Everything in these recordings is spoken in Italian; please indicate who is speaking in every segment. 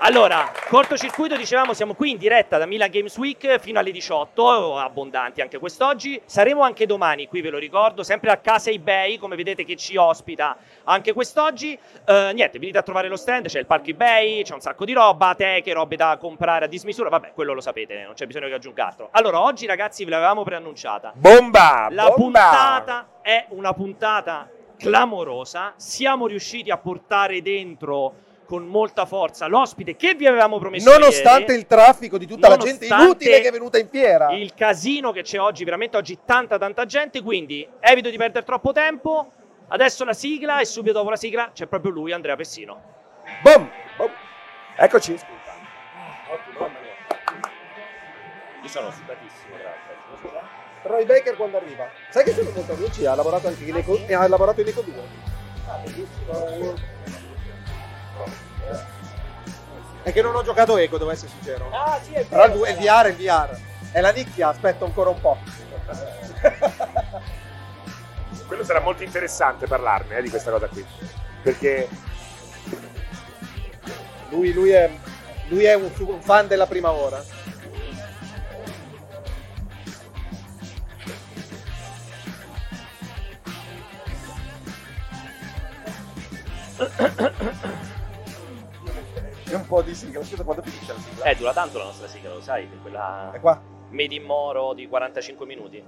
Speaker 1: Allora, cortocircuito, dicevamo, siamo qui in diretta da Milan Games Week fino alle 18, abbondanti anche quest'oggi. Saremo anche domani qui, ve lo ricordo, sempre a casa eBay, come vedete che ci ospita anche quest'oggi. Eh, niente, venite a trovare lo stand, c'è il parco eBay, c'è un sacco di roba, teche, robe da comprare a dismisura, vabbè, quello lo sapete, non c'è bisogno che aggiunga altro. Allora, oggi ragazzi ve l'avevamo preannunciata.
Speaker 2: Bomba!
Speaker 1: La
Speaker 2: bomba!
Speaker 1: puntata è una puntata clamorosa. Siamo riusciti a portare dentro con molta forza l'ospite che vi avevamo promesso
Speaker 2: Nonostante
Speaker 1: ieri.
Speaker 2: il traffico di tutta la gente
Speaker 1: Nonostante
Speaker 2: inutile che è venuta in fiera.
Speaker 1: il casino che c'è oggi, veramente oggi tanta tanta gente, quindi evito di perdere troppo tempo. Adesso la sigla e subito dopo la sigla c'è proprio lui, Andrea Pessino.
Speaker 2: Boom! Boom! Eccoci.
Speaker 3: Io sono sudatissimo, grazie.
Speaker 2: Roy Baker quando arriva. Sai che sono molto amici, ha lavorato anche in Eco, e ha lavorato in Eco 2. È che non ho giocato Eco, devo essere sincero.
Speaker 1: Ah, sì,
Speaker 2: Però il, due- il VR è il VR. È la nicchia, aspetta ancora un po'.
Speaker 3: Quello sarà molto interessante parlarne eh, di questa cosa qui. Perché
Speaker 2: Lui, lui è, lui è un, un fan della prima ora. È un po' di sigla, scusa quando finisce la sigla.
Speaker 1: Eh, dura tanto la nostra sigla, lo sai, quella
Speaker 2: È qua.
Speaker 1: Made in Moro di 45 minuti.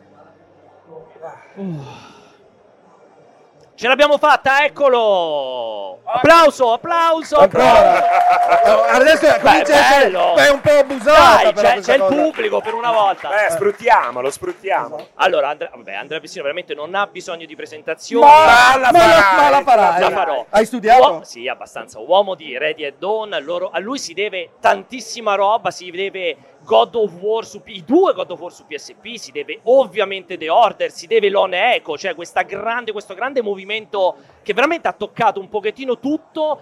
Speaker 1: Ce l'abbiamo fatta, eccolo! Applauso, applauso, applauso!
Speaker 4: Ancora. Adesso
Speaker 1: Beh,
Speaker 4: comincia a essere
Speaker 1: bello.
Speaker 4: è un po' abusata
Speaker 1: Dai,
Speaker 4: però
Speaker 1: c'è,
Speaker 4: questa
Speaker 1: c'è il
Speaker 4: cosa.
Speaker 1: pubblico per una volta.
Speaker 3: eh, sfruttiamolo, sfruttiamo.
Speaker 1: Allora, Andrea, vabbè, Andrea Pessino veramente non ha bisogno di presentazioni.
Speaker 4: Ma, ma la,
Speaker 3: la farai,
Speaker 4: ma la farai.
Speaker 1: la farò.
Speaker 4: Hai studiato?
Speaker 1: Uo- sì, abbastanza. Uomo di Ready e Dawn. loro- a lui si deve tantissima roba. Si deve God of War su P- i due God of War su PSP. Si deve ovviamente The Order. Si deve Lone Echo. Cioè, questa grande, questo grande movimento che veramente ha toccato un pochettino tutto.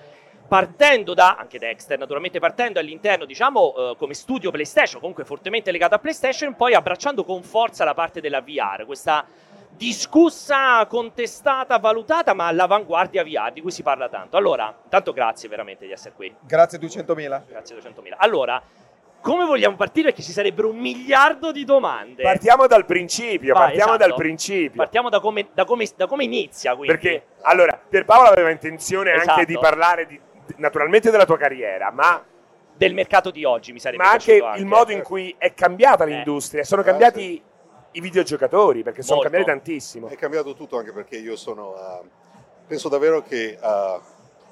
Speaker 1: Partendo da, anche Dexter, naturalmente partendo all'interno, diciamo, eh, come studio PlayStation, comunque fortemente legato a PlayStation, poi abbracciando con forza la parte della VR, questa discussa, contestata, valutata, ma all'avanguardia VR di cui si parla tanto. Allora, tanto grazie veramente di essere qui.
Speaker 2: Grazie 200.000.
Speaker 1: Grazie 200.000. Allora, come vogliamo partire? Perché ci sarebbero un miliardo di domande.
Speaker 3: Partiamo dal principio,
Speaker 1: Vai,
Speaker 3: partiamo
Speaker 1: esatto.
Speaker 3: dal principio.
Speaker 1: Partiamo da come, da come- da come inizia, quindi.
Speaker 3: Perché allora, Pierpaolo aveva intenzione
Speaker 1: Esatto.
Speaker 3: anche di parlare di- naturalmente della tua carriera, ma,
Speaker 1: del mercato di oggi mi sarebbe
Speaker 3: ma anche,
Speaker 1: piaciuto anche eh.
Speaker 3: il modo in cui è cambiata l'industria, sono
Speaker 2: Eh,
Speaker 3: cambiati i videogiocatori, perché sono
Speaker 1: Molto.
Speaker 3: cambiati tantissimo.
Speaker 5: È cambiato tutto anche perché io sono... ah, penso davvero che ah,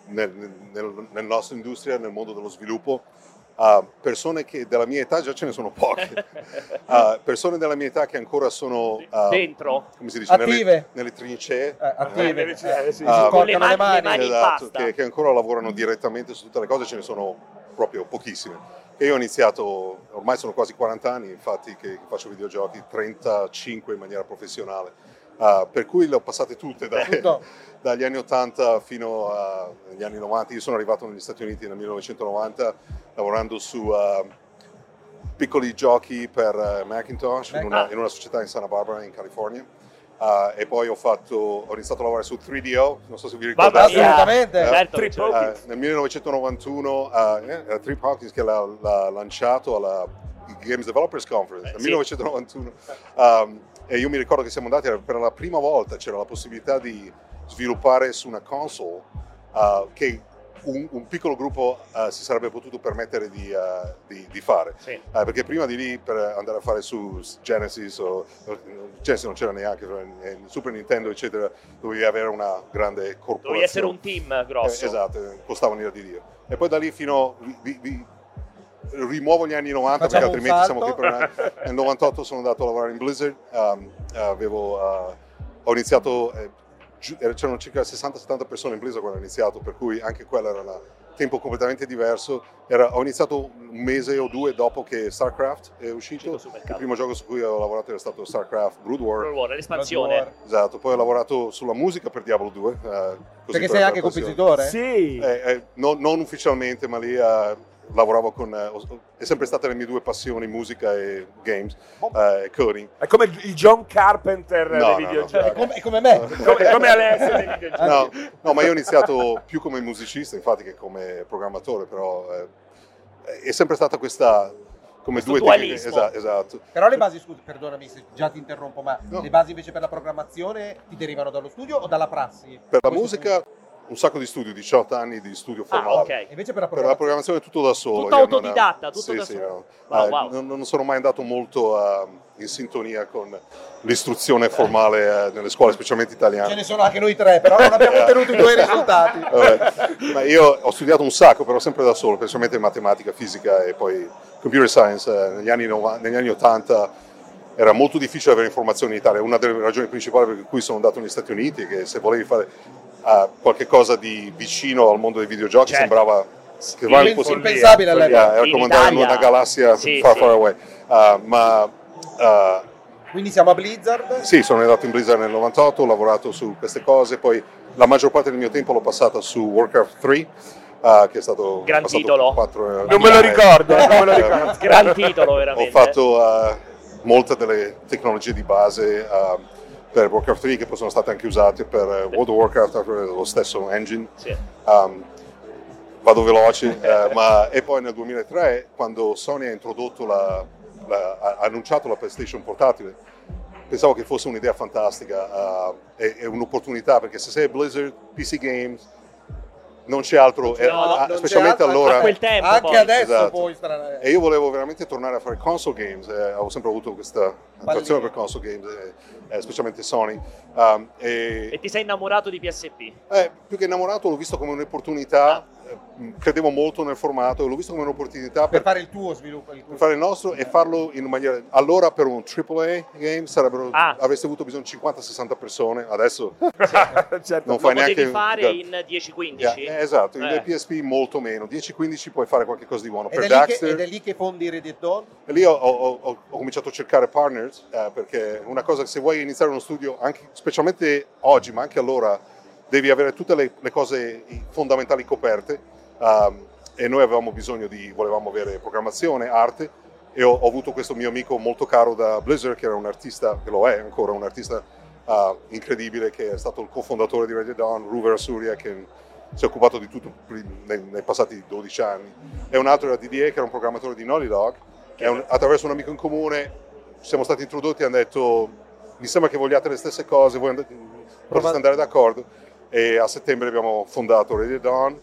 Speaker 5: nel, nel- nella nostra industria, nel mondo dello sviluppo, ah, persone che della mia età già ce ne sono poche. Ah, persone della mia età che ancora sono... ah,
Speaker 1: dentro
Speaker 5: Come si dice? Nelle,
Speaker 2: Attive.
Speaker 5: nelle trincee.
Speaker 2: Eh, attive.
Speaker 3: Eh, eh, sì, sì.
Speaker 2: si
Speaker 5: Ah,
Speaker 2: sporcano
Speaker 1: Con le mani- le mani. in
Speaker 5: Esatto,
Speaker 1: pasta.
Speaker 5: che, che ancora lavorano direttamente su tutte le cose, ce ne sono proprio pochissime. E io ho iniziato, ormai sono quasi 40 anni, infatti, che faccio videogiochi, 35 in maniera professionale. Ah, per cui le ho passate tutte da-
Speaker 2: Tutto.
Speaker 5: dagli anni 80 fino a- agli anni 90. Io sono arrivato negli Stati Uniti nel 1990 lavorando su ah, piccoli giochi per eh, Macintosh in una, in una società in Santa Barbara, in California. Ah, e poi ho, fatto, ho iniziato a lavorare su 3DO, non so se vi ricordate.
Speaker 1: Mamma mia.
Speaker 2: Assolutamente.
Speaker 1: Certo che
Speaker 3: Trip
Speaker 1: c'è.
Speaker 3: hop.
Speaker 5: Eh, nel 1991 eh, eh, era Trip Hawkins che l'ha, l'ha lanciato alla Games Developers Conference
Speaker 1: Eh,
Speaker 5: nel
Speaker 1: sì.
Speaker 5: 1991 Um, e io mi ricordo che siamo andati era per la prima volta c'era la possibilità di sviluppare su una console uh, che un, un piccolo gruppo uh, si sarebbe potuto permettere di, uh, di- di fare
Speaker 1: Sì.
Speaker 5: Eh, perché prima di lì per andare a fare su Genesis o Genesis non c'era neanche eh, Super Nintendo eccetera dovevi avere una grande corporazione
Speaker 1: Dovevi essere un team grosso.
Speaker 5: eh, esatto, eh, costava un'ira di Dio. E poi da lì fino. Vi, vi- rimuovo gli anni 90
Speaker 2: Facciamo
Speaker 5: perché
Speaker 2: un
Speaker 5: altrimenti siamo qui
Speaker 2: salto.
Speaker 5: per un anno. Nel 98 sono andato a lavorare in Blizzard, um, avevo, uh, ho iniziato. eh, giu- eh, c'erano circa 60-70 persone in Blizzard quando ho iniziato, per cui anche quello era un tempo completamente diverso. Era- ho iniziato un mese o due dopo che StarCraft è uscito.
Speaker 1: Uscito su mercato.
Speaker 5: Il primo gioco su cui ho lavorato era stato StarCraft Brood War.
Speaker 1: World War, l'espansione.
Speaker 5: Esatto, poi ho lavorato sulla musica per Diablo 2. eh, così
Speaker 2: Perché
Speaker 5: per-
Speaker 2: sei
Speaker 5: per
Speaker 2: anche
Speaker 5: passione.
Speaker 2: competitore?
Speaker 3: Sì.
Speaker 5: Eh, eh, no- non ufficialmente, ma lì eh, lavoravo con. eh, ho- è sempre state le mie due passioni, musica e games, eh, e coding.
Speaker 3: È come il il John Carpenter
Speaker 5: No, Cioè, no,
Speaker 3: dei
Speaker 5: no.
Speaker 2: È
Speaker 3: videogiochi.
Speaker 2: come, è come me.
Speaker 3: Come, come Alessio dei
Speaker 2: Ah,
Speaker 3: videogiochi.
Speaker 5: No, no, ma io ho iniziato più come musicista, infatti, che come programmatore, però. eh, è sempre stata questa come
Speaker 1: Questo
Speaker 5: due tecniche,
Speaker 1: dualismo.
Speaker 5: esatto, esatto.
Speaker 6: Però le basi, scusa, perdonami se già ti interrompo, ma
Speaker 5: No.
Speaker 6: le basi invece per la programmazione ti derivano dallo studio o dalla prassi?
Speaker 5: Per la
Speaker 6: Questo
Speaker 5: musica un sacco di studio, 18 anni di studio
Speaker 1: Ah,
Speaker 5: formale.
Speaker 1: ok.
Speaker 6: punto. Invece per la
Speaker 5: Per la
Speaker 6: programmazione.
Speaker 5: programmazione è tutto da solo.
Speaker 1: Tutto
Speaker 5: io non-
Speaker 1: autodidatta, tutto
Speaker 5: Sì,
Speaker 1: da
Speaker 5: sì,
Speaker 1: solo.
Speaker 5: no.
Speaker 1: Wow,
Speaker 5: Eh,
Speaker 1: wow.
Speaker 5: Non, non sono mai andato molto eh, in sintonia con l'istruzione formale eh, nelle scuole, specialmente
Speaker 6: Ce
Speaker 5: italiane.
Speaker 6: ne sono anche noi tre, però non abbiamo ottenuto i tuoi risultati.
Speaker 5: Vabbè. Ma io ho studiato un sacco, però sempre da solo, principalmente matematica, fisica e poi computer science. eh, Negli anni, nova- negli anni 80 era molto difficile avere informazioni in Italia. Una delle ragioni principali per cui sono andato negli Stati Uniti è che se volevi fare eh, qualche cosa di vicino al mondo dei videogiochi
Speaker 1: Certo.
Speaker 5: sembrava che
Speaker 1: Impen-
Speaker 5: fosse-
Speaker 6: impensabile
Speaker 5: follia,
Speaker 6: all'epoca.
Speaker 5: era
Speaker 1: In
Speaker 5: come andare in
Speaker 1: Italia-
Speaker 5: una galassia
Speaker 1: Sì,
Speaker 5: far
Speaker 1: sì.
Speaker 5: far away. Eh, ma eh,
Speaker 6: Quindi siamo a Blizzard.
Speaker 5: sì, sono andato in Blizzard nel 98, ho lavorato su queste cose, poi la maggior parte del mio tempo l'ho passata su Warcraft 3, eh, che è stato
Speaker 1: Gran
Speaker 5: passato
Speaker 1: titolo.
Speaker 5: quattro-
Speaker 3: Eh, Non me lo ricordo, non me lo ricordo.
Speaker 5: Eh,
Speaker 1: Gran titolo, veramente.
Speaker 5: Ho fatto eh, molte delle tecnologie di base eh, per Warcraft 3 che poi sono state anche usate per eh, World of Warcraft, eh, lo stesso engine.
Speaker 1: Sì.
Speaker 5: Um, vado veloce, eh, ma e poi nel 2003 quando Sony ha introdotto la, la- ha annunciato la PlayStation portatile, pensavo che fosse un'idea fantastica eh, e, e un'opportunità perché se sei Blizzard, PC Games, non c'è altro, eh,
Speaker 1: no,
Speaker 5: ah,
Speaker 6: Non c'è
Speaker 5: specialmente
Speaker 6: altro-
Speaker 5: allora.
Speaker 1: A quel tempo,
Speaker 6: Anche
Speaker 1: poi.
Speaker 6: adesso
Speaker 5: Esatto.
Speaker 6: poi strana-
Speaker 5: E io volevo veramente tornare a fare console games, eh, avevo sempre avuto questa attrazione per console games, eh, eh, specialmente Sony. Um, e-
Speaker 1: E ti sei innamorato di PSP?
Speaker 5: eh, più che innamorato l'ho visto come un'opportunità, eh, credevo molto nel formato e l'ho visto come un'opportunità
Speaker 6: per
Speaker 5: per,
Speaker 6: fare il tuo sviluppo. Il tuo
Speaker 5: per fare il nostro e farlo in maniera... Allora per un AAA game sarebbero,
Speaker 1: Ah.
Speaker 5: avresti avuto bisogno di 50-60 persone, adesso
Speaker 3: certo.
Speaker 5: non
Speaker 1: Lo
Speaker 5: fai
Speaker 1: potevi
Speaker 5: neanche...
Speaker 1: fare in 10-15?
Speaker 5: Yeah, eh, esatto, in
Speaker 1: Eh.
Speaker 5: PSP molto meno, 10-15 puoi fare qualche cosa di buono.
Speaker 6: Ed
Speaker 5: Per
Speaker 6: è, lì che,
Speaker 5: Daxter...
Speaker 6: ed è lì che fondi Red Dead Dawn.
Speaker 5: E lì ho, ho- ho- ho cominciato a cercare partners eh, perché una cosa che se vuoi iniziare uno studio, anche- specialmente oggi ma anche allora, devi avere tutte le, le cose i- fondamentali coperte ehm, e noi avevamo bisogno di, volevamo avere programmazione, arte e ho, ho avuto questo mio amico molto caro da Blizzard che era un artista, che lo è ancora, un artista eh, incredibile che è stato il cofondatore di Red Dead Dawn, Ruver Asuria che si è occupato di tutto pri- nei, nei passati 12 anni e un altro era DDA che era un programmatore di Naughty Dog e un- attraverso un amico in comune siamo stati introdotti e hanno detto mi sembra che vogliate le stesse cose, voi andate- potreste andare d'accordo e a settembre abbiamo fondato Radio Dawn.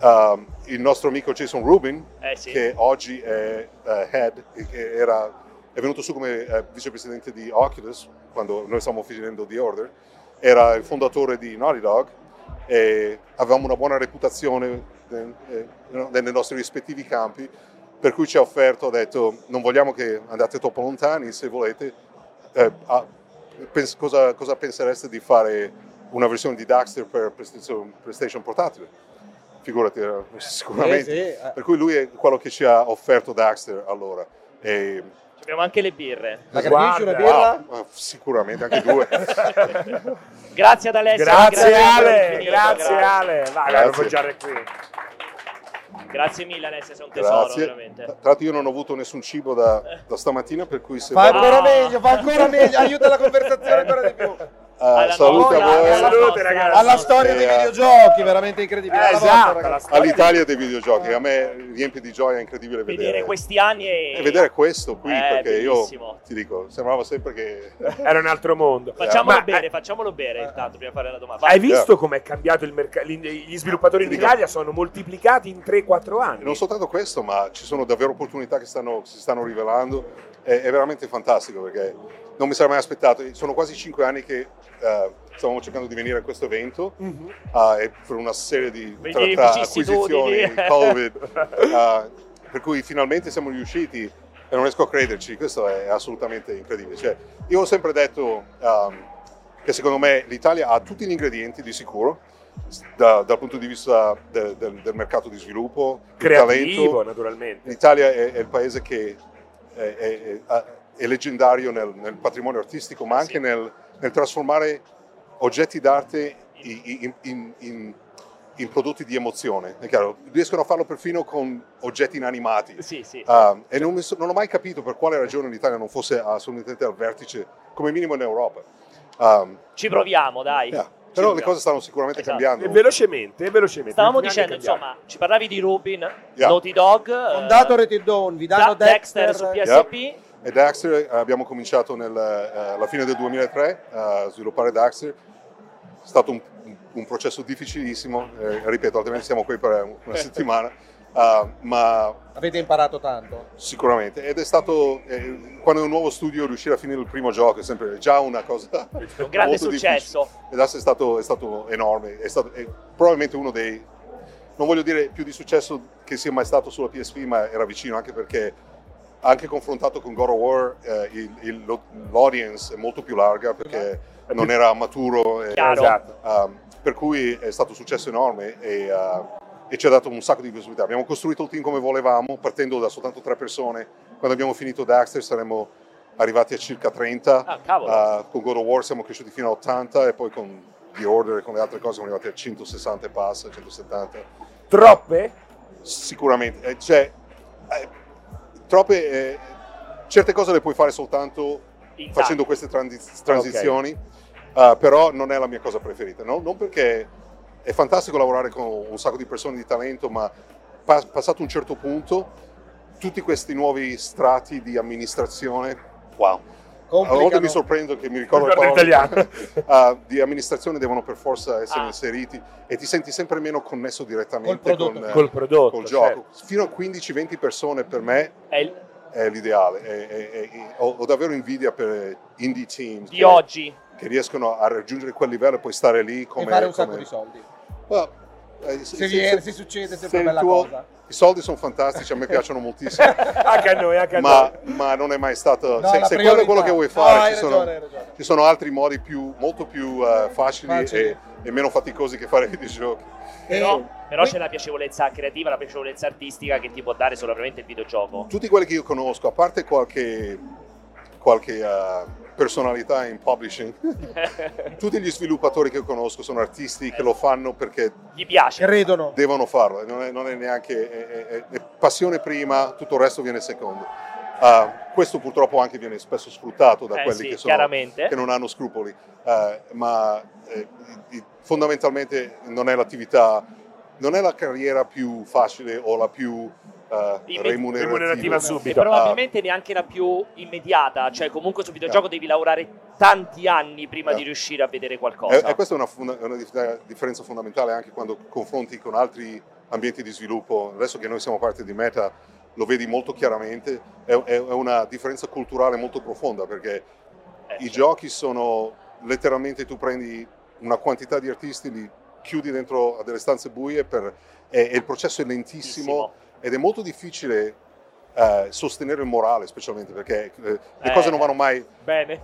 Speaker 5: Um, il nostro amico Jason Rubin,
Speaker 1: Eh sì.
Speaker 5: che oggi è eh, head, che era- è venuto su come eh, vicepresidente di Oculus quando noi stavamo finendo The Order, era il fondatore di Naughty Dog e avevamo una buona reputazione eh, eh, no, nei nostri rispettivi campi, per cui ci ha offerto, ha detto non vogliamo che andate troppo lontani, se volete, eh, ah, pens- cosa, cosa pensereste di fare una versione di Daxter per PlayStation, PlayStation portatile? Figurati, era-
Speaker 6: Eh,
Speaker 5: sicuramente.
Speaker 6: sì, eh.
Speaker 5: Per cui lui è quello che ci ha offerto Daxter allora. E,
Speaker 1: Abbiamo anche le birre.
Speaker 6: La capisci una
Speaker 3: Guarda,
Speaker 6: birra?
Speaker 5: wow, ma sicuramente anche due.
Speaker 1: Eh, Grazie ad Alessio.
Speaker 3: Grazie Ale,
Speaker 1: infinito,
Speaker 3: grazie
Speaker 1: gra-
Speaker 3: Ale. Vai,
Speaker 5: Grazie.
Speaker 3: a roggiare qui.
Speaker 1: Grazie mille Alessio, sei un tesoro
Speaker 5: Grazie. Eh, Tra
Speaker 1: veramente.
Speaker 5: l'altro io non ho avuto nessun cibo da, da stamattina, per cui se
Speaker 6: Fa
Speaker 5: volete-
Speaker 6: ancora
Speaker 1: Ah.
Speaker 6: meglio, fa ancora meglio, aiuta la conversazione ancora di più.
Speaker 5: Ah,
Speaker 1: Alla
Speaker 5: salute
Speaker 1: nostra-
Speaker 5: a voi,
Speaker 1: alla
Speaker 3: Salute,
Speaker 1: nostra-
Speaker 3: ragazzi.
Speaker 6: Alla storia dei
Speaker 5: Eh,
Speaker 6: videogiochi, veramente incredibile. Alla volta,
Speaker 3: esatto,
Speaker 6: ragazzi.
Speaker 3: la storia
Speaker 5: all'Italia dei videogiochi. A me riempie di gioia, è incredibile vedere,
Speaker 1: Vedere questi anni e...
Speaker 5: e vedere questo qui,
Speaker 1: Eh,
Speaker 5: perché
Speaker 1: bellissimo.
Speaker 5: io ti dico, sembrava sempre che...
Speaker 3: era un altro mondo.
Speaker 1: Facciamolo
Speaker 3: Ma,
Speaker 1: bere,
Speaker 3: eh,
Speaker 1: facciamolo bere intanto prima di fare la domanda. Vai.
Speaker 3: Hai visto com'è cambiato il mercato? Gli sviluppatori in
Speaker 5: Dico-
Speaker 3: Italia sono moltiplicati in 3-4 anni.
Speaker 5: E non soltanto questo, ma ci sono davvero opportunità che stanno- si stanno rivelando. È, è veramente fantastico perché non mi sarei mai aspettato. Sono quasi cinque anni che eh, stavamo cercando di venire a questo evento
Speaker 3: Mhm.
Speaker 5: ah, e per una serie di tra-
Speaker 1: Quindi
Speaker 5: tra acquisizioni,
Speaker 1: vicissitudini.
Speaker 3: eh.
Speaker 5: Covid, ah, per cui finalmente siamo riusciti e non riesco a crederci. Questo è assolutamente incredibile. Cioè, io ho sempre detto ehm, che secondo me l'Italia ha tutti gli ingredienti di sicuro da- dal punto di vista de- del- del mercato di sviluppo, del
Speaker 3: Creativo,
Speaker 5: talento,
Speaker 3: naturalmente.
Speaker 5: L'Italia è, è il paese che è, è- è- è leggendario nel, nel patrimonio artistico, ma anche nel, nel trasformare oggetti d'arte i- in, in- in- in prodotti di emozione. È chiaro, riescono a farlo perfino con oggetti inanimati.
Speaker 1: Sì, sì.
Speaker 5: Ah, e non, mi so- non ho mai capito per quale ragione l'Italia non fosse assolutamente al vertice, come minimo in Europa. Ah,
Speaker 1: Ci proviamo, dai.
Speaker 5: yeah. Però le
Speaker 1: Silvia.
Speaker 5: cose stanno sicuramente
Speaker 1: Esatto.
Speaker 5: cambiando.
Speaker 3: E velocemente, e velocemente.
Speaker 1: Stavamo
Speaker 3: Gli ultimi
Speaker 1: dicendo,
Speaker 3: anni cambiano.
Speaker 1: insomma, ci parlavi di Rubin, Naughty Dog, eh,
Speaker 4: Fondato Rated Dawn, vi danno
Speaker 1: da- Dexter,
Speaker 4: Dexter.
Speaker 1: su PSP.
Speaker 5: E Daxter eh, abbiamo cominciato nel, eh, alla fine del 2003 a sviluppare Daxter. È stato un, un processo difficilissimo, eh, ripeto, altrimenti siamo qui per una settimana, Ah, ma
Speaker 6: Avete imparato tanto.
Speaker 5: sicuramente. Ed è stato, eh, quando è un nuovo studio, riuscire a finire il primo gioco è sempre già una cosa
Speaker 1: Un grande
Speaker 5: Molto
Speaker 1: successo.
Speaker 5: Ed adesso è stato, è stato enorme, è stato è probabilmente uno dei, non voglio dire più di successo che sia mai stato sulla PSP, ma era vicino anche perché anche confrontato con God of War eh, il- il- lo- l'audience è molto più larga perché non era maturo, eh,
Speaker 1: Chiaro.
Speaker 3: Esatto.
Speaker 5: ehm, per cui è stato un successo enorme e, eh, e ci ha dato un sacco di possibilità. Abbiamo costruito il team come volevamo, partendo da soltanto tre persone. Quando abbiamo finito Daxter saremmo arrivati a circa 30.
Speaker 1: Ah, cavolo.
Speaker 5: Uh, con God of War siamo cresciuti fino a 80 e poi con The Order e con le altre cose siamo arrivati a 160 e passa, 170.
Speaker 3: Troppe?
Speaker 5: Sicuramente, eh, cioè, eh, troppe, eh, certe cose le puoi fare soltanto
Speaker 1: In
Speaker 5: facendo queste transi- transizioni, uh, però non è la mia cosa preferita, no? non perché è fantastico lavorare con un sacco di persone di talento, ma pa- passato un certo punto, tutti questi nuovi strati di amministrazione, wow, a volte mi sorprendo che mi ricordo le
Speaker 3: Guarda
Speaker 5: parole
Speaker 3: l'italiano.
Speaker 5: ah, di amministrazione devono per forza essere
Speaker 1: Ah.
Speaker 5: inseriti e ti senti sempre meno connesso direttamente
Speaker 6: Col prodotto.
Speaker 5: con, eh,
Speaker 3: Col prodotto.
Speaker 5: col
Speaker 3: certo.
Speaker 5: gioco. Fino a 15-20 persone per me
Speaker 1: È il
Speaker 5: è l'ideale. È- è- è- è- ho, ho davvero invidia per indie team
Speaker 1: di oggi.
Speaker 5: che riescono a raggiungere quel livello e poi stare lì come...
Speaker 6: e fare un sacco
Speaker 5: come-
Speaker 6: di soldi.
Speaker 5: Ma, eh, se-
Speaker 6: Se,
Speaker 5: se-
Speaker 6: viene,
Speaker 5: se-
Speaker 6: se succede, è
Speaker 5: se
Speaker 6: sempre
Speaker 5: il
Speaker 6: una bella
Speaker 5: tuo-
Speaker 6: cosa.
Speaker 5: I soldi sono fantastici, a me piacciono moltissimo,
Speaker 3: Anche a noi, anche a
Speaker 5: ma,
Speaker 3: noi.
Speaker 5: ma non è mai stato...
Speaker 6: No,
Speaker 5: se
Speaker 6: la
Speaker 5: se quello è
Speaker 6: priorità.
Speaker 5: quello che vuoi
Speaker 6: No,
Speaker 5: fare,
Speaker 6: hai
Speaker 5: ci
Speaker 6: ragione,
Speaker 5: sono
Speaker 6: hai ragione.
Speaker 5: ci sono altri modi più- molto più eh, facili
Speaker 6: Facili.
Speaker 5: E, e meno faticosi che fare videogiochi.
Speaker 2: Eh,
Speaker 1: Però,
Speaker 6: E-
Speaker 1: però c'è la piacevolezza creativa, la piacevolezza artistica che ti può dare solamente il videogioco.
Speaker 5: Tutti quelli che io conosco, a parte qualche, qualche eh, personalità in publishing, tutti gli sviluppatori che io conosco sono artisti che lo fanno perché
Speaker 1: Gli piace.
Speaker 6: credono.
Speaker 5: devono farlo, e non è, non è neanche è, è- è- è passione prima, tutto il resto viene secondo. Ah, questo purtroppo anche viene spesso sfruttato da
Speaker 1: Eh
Speaker 5: quelli
Speaker 1: sì,
Speaker 5: che sono
Speaker 1: chiaramente.
Speaker 5: che non hanno scrupoli, eh, ma eh, i- i- fondamentalmente non è l'attività, non è la carriera più facile o la più eh,
Speaker 1: Imme-
Speaker 5: remunerativa.
Speaker 3: Remunerativa
Speaker 1: E
Speaker 3: subito.
Speaker 5: Ah.
Speaker 1: probabilmente neanche la più immediata, cioè comunque sul videogioco devi lavorare tanti anni prima
Speaker 5: Eh.
Speaker 1: di riuscire a vedere
Speaker 5: E,
Speaker 1: qualcosa.
Speaker 5: e questa è una, funda- una dif- differenza fondamentale anche quando confronti con altri ambienti di sviluppo. Adesso che noi siamo parte di Meta, lo vedi molto chiaramente, è, è- è una differenza culturale molto profonda perché
Speaker 1: Eh,
Speaker 5: i giochi sono letteralmente tu prendi una quantità di artisti, li chiudi dentro a delle stanze buie per- e, e il processo è lentissimo
Speaker 1: Bellissimo.
Speaker 5: ed è molto difficile eh, sostenere il morale, specialmente perché eh, le
Speaker 1: Eh.
Speaker 5: cose non vanno mai
Speaker 1: Bene.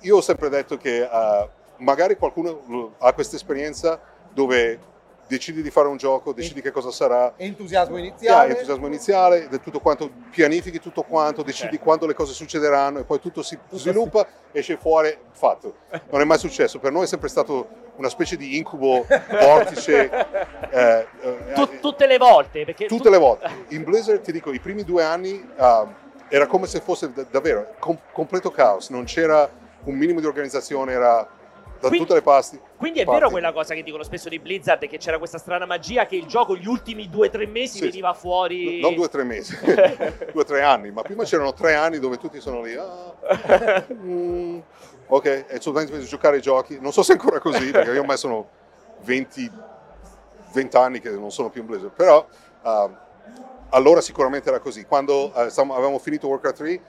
Speaker 5: io ho sempre detto che eh, magari qualcuno lo- ha questa esperienza dove decidi di fare un gioco, decidi che cosa sarà,
Speaker 6: Entusiasmo
Speaker 5: hai
Speaker 6: iniziale.
Speaker 5: entusiasmo iniziale, ed è tutto quanto, pianifichi tutto quanto, decidi
Speaker 1: Certo.
Speaker 5: quando le cose succederanno e poi tutto si sviluppa, esce fuori, fatto. Non è mai successo, per noi è sempre stato una specie di incubo vortice. eh, eh,
Speaker 1: Tu- tutte le volte, perché
Speaker 5: tutte le volte. In Blizzard ti dico, i primi due anni ah, era come se fosse da- davvero com- completo caos, non c'era un minimo di organizzazione, era da
Speaker 1: Quindi-
Speaker 5: tutte le parti.
Speaker 1: Quindi è
Speaker 5: parti.
Speaker 1: vero quella cosa che dicono spesso di Blizzard, che c'era questa strana magia che il gioco gli ultimi due o tre mesi
Speaker 5: Sì,
Speaker 1: veniva fuori...
Speaker 5: Non due o tre mesi, due o tre anni, ma prima c'erano tre anni dove tutti sono lì. ah, mm, ok, e soltanto per giocare ai giochi. Non so se è ancora così, perché io ormai sono 20, 20 anni che non sono più in Blizzard, però ah, allora sicuramente era così. Quando eh, stavamo- avevamo finito Warcraft 3,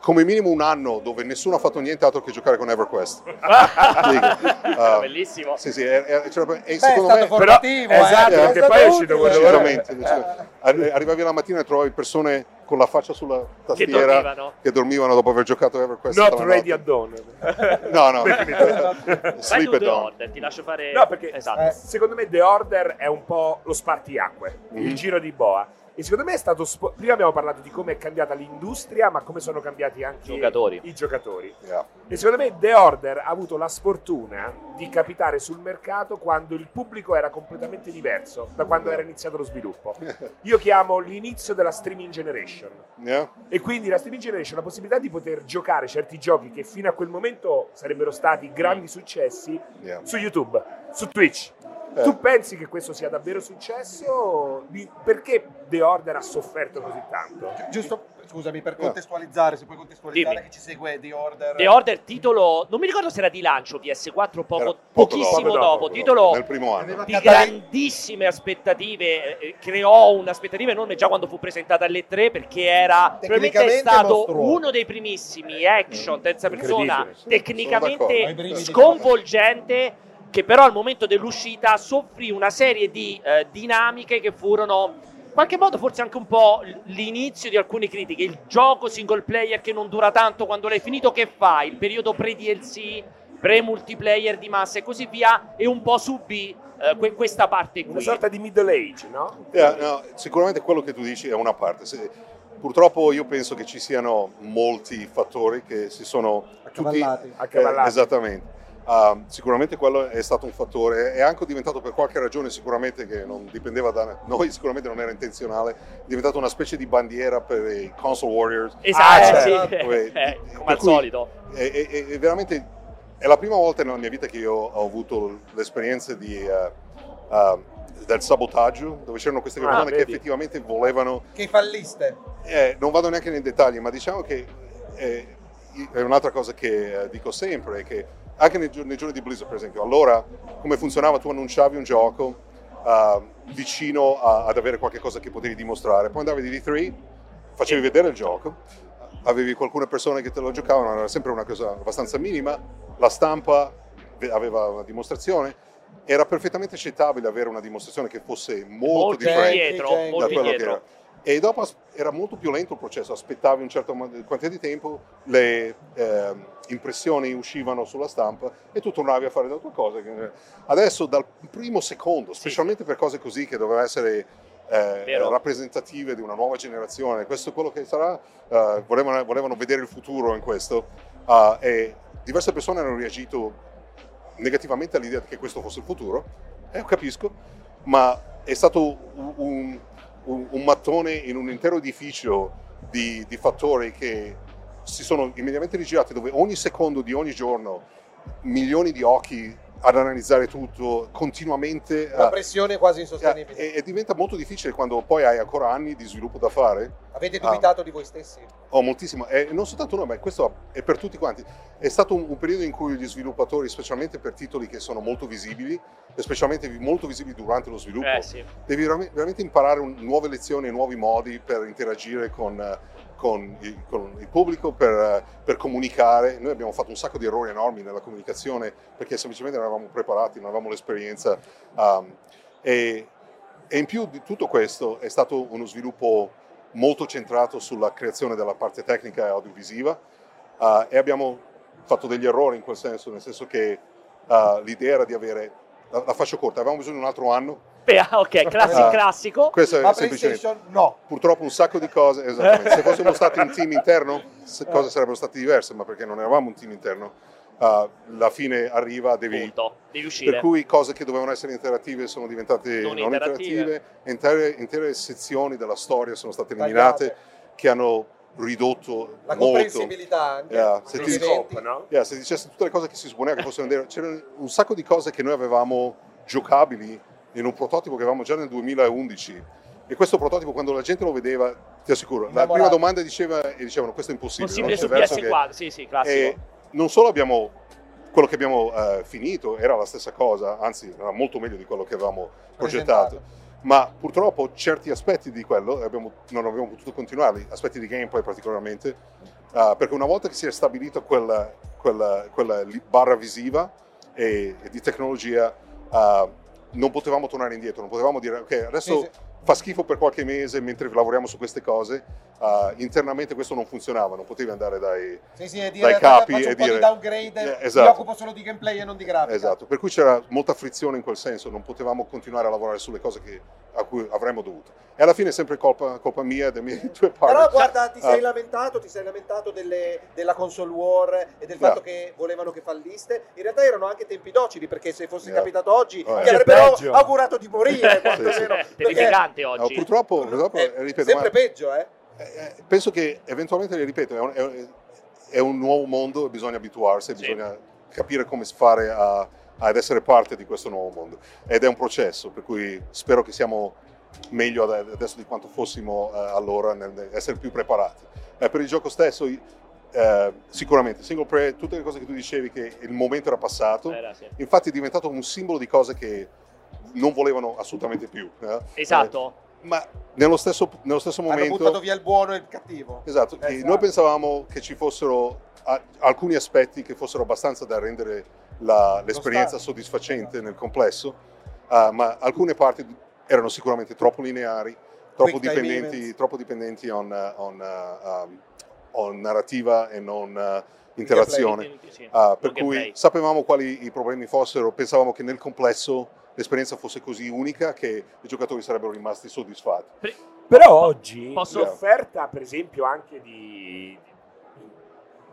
Speaker 5: come minimo un anno dove nessuno ha fatto niente altro che giocare con EverQuest. Dico, ah,
Speaker 1: Bellissimo.
Speaker 5: sì, sì, era- era- c'era- e
Speaker 6: Beh, è
Speaker 5: secondo
Speaker 6: stato
Speaker 5: me...
Speaker 3: Però,
Speaker 6: formativo. eh.
Speaker 3: esatto,
Speaker 5: perché
Speaker 6: stato cioè,
Speaker 3: poi è uscito
Speaker 6: utile.
Speaker 3: quello-
Speaker 5: Decisamente, decisamente. cioè, Arri- Arrivavi la mattina e trovavi persone con la faccia sulla
Speaker 1: Che
Speaker 5: tastiera
Speaker 1: dormivano.
Speaker 5: che dormivano dopo aver giocato a EverQuest.
Speaker 3: Not
Speaker 5: tutta la
Speaker 3: ready at
Speaker 5: notte.
Speaker 3: dawn.
Speaker 5: No, no.
Speaker 3: Perché mi dai?
Speaker 1: Fai
Speaker 5: Sleep
Speaker 1: tu
Speaker 5: at
Speaker 1: due
Speaker 5: dawn.
Speaker 1: order, ti lascio fare...
Speaker 3: No, perché
Speaker 1: Esatto.
Speaker 6: Eh.
Speaker 3: secondo me The Order è un po' lo spartiacque,
Speaker 5: Mhm.
Speaker 3: il giro di boa. E secondo me è stato. spo- Prima abbiamo parlato di come è cambiata l'industria, ma come sono cambiati anche
Speaker 1: Giocatori.
Speaker 3: i giocatori.
Speaker 5: Yeah.
Speaker 3: E secondo me The Order ha avuto la sfortuna di capitare sul mercato quando il pubblico era completamente diverso da quando era iniziato lo sviluppo. Io chiamo l'inizio della streaming generation.
Speaker 5: Yeah.
Speaker 3: E quindi la streaming generation ha la possibilità di poter giocare certi giochi che fino a quel momento sarebbero stati grandi successi
Speaker 5: Yeah.
Speaker 3: su YouTube, su Twitch.
Speaker 5: Eh.
Speaker 3: Tu pensi che questo sia davvero successo? Di- Perché The Order ha sofferto così tanto?
Speaker 6: Gi- Giusto, scusami, per
Speaker 5: No.
Speaker 6: contestualizzare, se puoi contestualizzare
Speaker 1: Dimmi.
Speaker 6: che ci segue The Order.
Speaker 1: The Order, titolo, non mi ricordo se era di lancio PS4 poco-
Speaker 5: Era poco
Speaker 1: pochissimo
Speaker 3: dopo,
Speaker 1: dopo,
Speaker 3: dopo, dopo.
Speaker 1: titolo
Speaker 5: Nel primo anno.
Speaker 6: Aveva
Speaker 1: di
Speaker 6: Catale-
Speaker 1: grandissime aspettative, eh, creò un'aspettativa enorme già quando fu presentata alle 3 perché era probabilmente è
Speaker 6: Tecnicamente
Speaker 1: stato
Speaker 6: mostruoso.
Speaker 1: uno dei primissimi action terza persona
Speaker 3: Mm. Incredibile, sì.
Speaker 5: Sono
Speaker 1: tecnicamente
Speaker 6: d'accordo.
Speaker 1: sconvolgente che però al momento dell'uscita soffrì una serie di eh, dinamiche che furono in qualche modo forse anche un po' l- l'inizio di alcune critiche, il gioco single player che non dura tanto quando l'hai finito che fai, il periodo pre-DLC, pre-multiplayer di massa e così via e un po' subì eh, que- questa parte
Speaker 3: Una
Speaker 1: qui.
Speaker 3: sorta di middle age, no?
Speaker 5: Yeah, no, sicuramente quello che tu dici è una parte. Se- purtroppo io penso che ci siano molti fattori che si sono tutti
Speaker 6: Accavallati.
Speaker 3: Accavallati.
Speaker 5: Eh, esattamente. Ah, sicuramente quello è stato un fattore, è anche diventato per qualche ragione sicuramente che non dipendeva da noi, sicuramente non era intenzionale, è diventato una specie di bandiera per i console warriors.
Speaker 1: Esatto,
Speaker 3: Ah,
Speaker 1: sì.
Speaker 3: certo.
Speaker 5: Eh,
Speaker 1: Eh,
Speaker 5: di- per
Speaker 1: come al
Speaker 5: cui-
Speaker 1: solito.
Speaker 5: E, e- e- e veramente è la prima volta nella mia vita che io ho avuto l'esperienza di, eh, eh, del sabotaggio, dove c'erano queste
Speaker 3: Ah,
Speaker 5: persone che
Speaker 3: vedi.
Speaker 5: effettivamente volevano
Speaker 6: Che falliste.
Speaker 5: eh, non vado neanche nei dettagli, ma diciamo che eh, è un'altra cosa che eh, dico sempre, è che anche nei, gio- nei giorni di Blizzard, per esempio, allora come funzionava? Tu annunciavi un gioco eh, vicino a- ad avere qualche cosa che potevi dimostrare, poi andavi di D3, facevi vedere il gioco, avevi alcune persone che te lo giocavano, era sempre una cosa abbastanza minima, la stampa ve- aveva una dimostrazione, era perfettamente accettabile avere una dimostrazione che fosse molto
Speaker 1: Molto
Speaker 5: differente
Speaker 1: indietro,
Speaker 6: gente,
Speaker 5: da
Speaker 1: molto
Speaker 5: quello che
Speaker 1: indietro. Eh,
Speaker 5: era. E dopo as- era molto più lento il processo, aspettavi un certo mo- quantità di tempo, le ehm, impressioni uscivano sulla stampa e tu tornavi a fare la tua cosa. Adesso dal primo secondo, specialmente per cose così che dovevano essere eh,
Speaker 1: Vero.
Speaker 5: rappresentative di una nuova generazione, questo è quello che sarà, eh, volevano, volevano vedere il futuro in questo ah, e diverse persone hanno reagito negativamente all'idea che questo fosse il futuro, eh, capisco, ma è stato un- un, un- un mattone in un intero edificio di, di fattori che si sono immediatamente rigirati, dove ogni secondo di ogni giorno milioni di occhi ad analizzare tutto continuamente.
Speaker 6: Una
Speaker 5: eh,
Speaker 6: pressione quasi
Speaker 5: eh,
Speaker 6: insostenibile.
Speaker 5: e, e diventa molto difficile quando poi hai ancora anni di sviluppo da fare.
Speaker 6: Avete
Speaker 5: ah.
Speaker 6: dubitato di voi stessi?
Speaker 5: Oh, moltissimo, e non soltanto noi, ma questo è per tutti quanti. È stato un, un periodo in cui gli sviluppatori, specialmente per titoli che sono molto visibili, e specialmente vi- molto visibili durante lo sviluppo,
Speaker 1: Eh, sì.
Speaker 5: devi veramente, veramente imparare un- nuove lezioni, nuovi modi per interagire con, eh, con il, con il pubblico, per, eh, per comunicare. Noi abbiamo fatto un sacco di errori enormi nella comunicazione perché semplicemente non eravamo preparati, non avevamo l'esperienza. um, e, e in più di tutto questo è stato uno sviluppo molto centrato sulla creazione della parte tecnica e audiovisiva eh, e abbiamo fatto degli errori in quel senso, nel senso che eh, l'idea era di avere, la, la faccio corta, avevamo bisogno di un altro anno
Speaker 1: Beh, ah, ok, classi-
Speaker 5: Ah.
Speaker 1: classico.
Speaker 5: questo
Speaker 6: Ma
Speaker 5: è semplicemente.
Speaker 6: PlayStation no.
Speaker 5: Purtroppo un sacco di cose, esattamente. Se fossimo stati un team interno, se-
Speaker 6: Eh.
Speaker 5: cose sarebbero state diverse, ma perché non eravamo un team interno, ah, la fine arriva, devi...
Speaker 1: Punto. Devi uscire.
Speaker 5: Per cui cose che dovevano essere interattive sono diventate
Speaker 1: Non
Speaker 5: non,
Speaker 1: interattive.
Speaker 5: interattive, Intere, intere sezioni della storia sono state eliminate,
Speaker 6: Tagliate.
Speaker 5: che hanno ridotto
Speaker 6: La
Speaker 5: molto...
Speaker 6: comprensibilità anche.
Speaker 5: Yeah, se
Speaker 6: degli
Speaker 5: ti-
Speaker 6: eventi.
Speaker 3: Scope, no?
Speaker 5: Yeah, Cioè, se dicesse tutte le cose che si supponeva che fossero vere, c'erano un sacco di cose che noi avevamo giocabili in un prototipo che avevamo già nel 2011. E questo prototipo, quando la gente lo vedeva, ti assicuro, la
Speaker 6: Innamorato.
Speaker 5: prima domanda diceva, e dicevano: Questo è impossibile.
Speaker 1: Possibile su
Speaker 5: non c'è verso che-" Eh,
Speaker 1: PS4, sì, sì, classico.
Speaker 5: E non solo abbiamo quello che abbiamo eh, finito era la stessa cosa, anzi, era molto meglio di quello che avevamo progettato. Ma purtroppo certi aspetti di quello eh, abbiamo- non abbiamo potuto continuarli, aspetti di gameplay particolarmente, eh, perché una volta che si è stabilita quella, quella- quella li- barra visiva e, e di tecnologia, eh, non potevamo tornare indietro, non potevamo dire ok, adesso
Speaker 6: Sì, sì.
Speaker 5: fa schifo per qualche mese mentre lavoriamo su queste cose, eh, internamente questo non funzionava, non potevi andare dai,
Speaker 6: Sì, sì, e
Speaker 5: dai
Speaker 6: dire,
Speaker 5: capi
Speaker 6: faccio
Speaker 5: e
Speaker 6: un po'
Speaker 5: dire-
Speaker 6: di downgrade, mi
Speaker 5: Eh, esatto.
Speaker 6: occupo solo di
Speaker 2: Esatto,
Speaker 6: gameplay e non di grafica.
Speaker 5: Esatto, per cui c'era molta frizione in quel senso, non potevamo continuare a lavorare sulle cose che a cui avremmo dovuto. E alla fine è sempre colpa, colpa mia e dei miei due
Speaker 2: Però
Speaker 5: partner.
Speaker 2: guarda, ti sei
Speaker 5: Ah.
Speaker 2: lamentato, ti sei lamentato delle- della console war e del fatto
Speaker 5: Yeah.
Speaker 2: che volevano che falliste. In realtà erano anche tempi docili, perché se fosse
Speaker 5: Yeah.
Speaker 2: capitato oggi
Speaker 5: Oh,
Speaker 2: ti
Speaker 5: eh.
Speaker 2: avrebbero
Speaker 4: Peggio.
Speaker 2: augurato di morire, quantomeno.
Speaker 5: sì.
Speaker 2: perché-
Speaker 1: terrificante
Speaker 5: eh, No,
Speaker 1: oggi.
Speaker 5: purtroppo, purtroppo,
Speaker 2: Eh,
Speaker 5: ripeto,
Speaker 2: sempre
Speaker 5: ma-
Speaker 2: peggio, eh?
Speaker 5: Eh, eh, penso che eventualmente, le ripeto, è un, è un- è un nuovo mondo e bisogna abituarsi,
Speaker 1: Sì.
Speaker 5: bisogna capire come fare a- ad essere parte di questo nuovo mondo. Ed è un processo, per cui spero che siamo meglio ad- adesso di quanto fossimo eh, allora, nel- nel essere più preparati. Eh, per il gioco stesso, i- eh, sicuramente, single player, tutte le cose che tu dicevi che il momento era passato,
Speaker 1: Era, sì.
Speaker 5: infatti è diventato un simbolo di cose che non volevano assolutamente più. eh.
Speaker 1: Esatto.
Speaker 5: Eh, ma nello stesso, nello stesso
Speaker 6: Hanno
Speaker 5: momento...
Speaker 6: buttato via il buono e il cattivo.
Speaker 5: Esatto, e
Speaker 2: Esatto.
Speaker 5: noi pensavamo che ci fossero a- alcuni aspetti che fossero abbastanza da rendere la- l'esperienza
Speaker 6: stato.
Speaker 5: soddisfacente nel complesso, ah, ma alcune parti erano sicuramente troppo lineari, troppo
Speaker 6: Quick time
Speaker 5: dipendenti,
Speaker 6: events.
Speaker 5: troppo dipendenti on, eh, on, eh, um, on narrativa e non eh, interazione.
Speaker 1: Sì.
Speaker 5: Ah, per
Speaker 1: Long
Speaker 5: cui
Speaker 1: play.
Speaker 5: sapevamo quali i problemi fossero, pensavamo che nel complesso l'esperienza fosse così unica che i giocatori sarebbero rimasti soddisfatti.
Speaker 4: Però oggi...
Speaker 1: Posso-
Speaker 3: l'offerta per esempio anche di,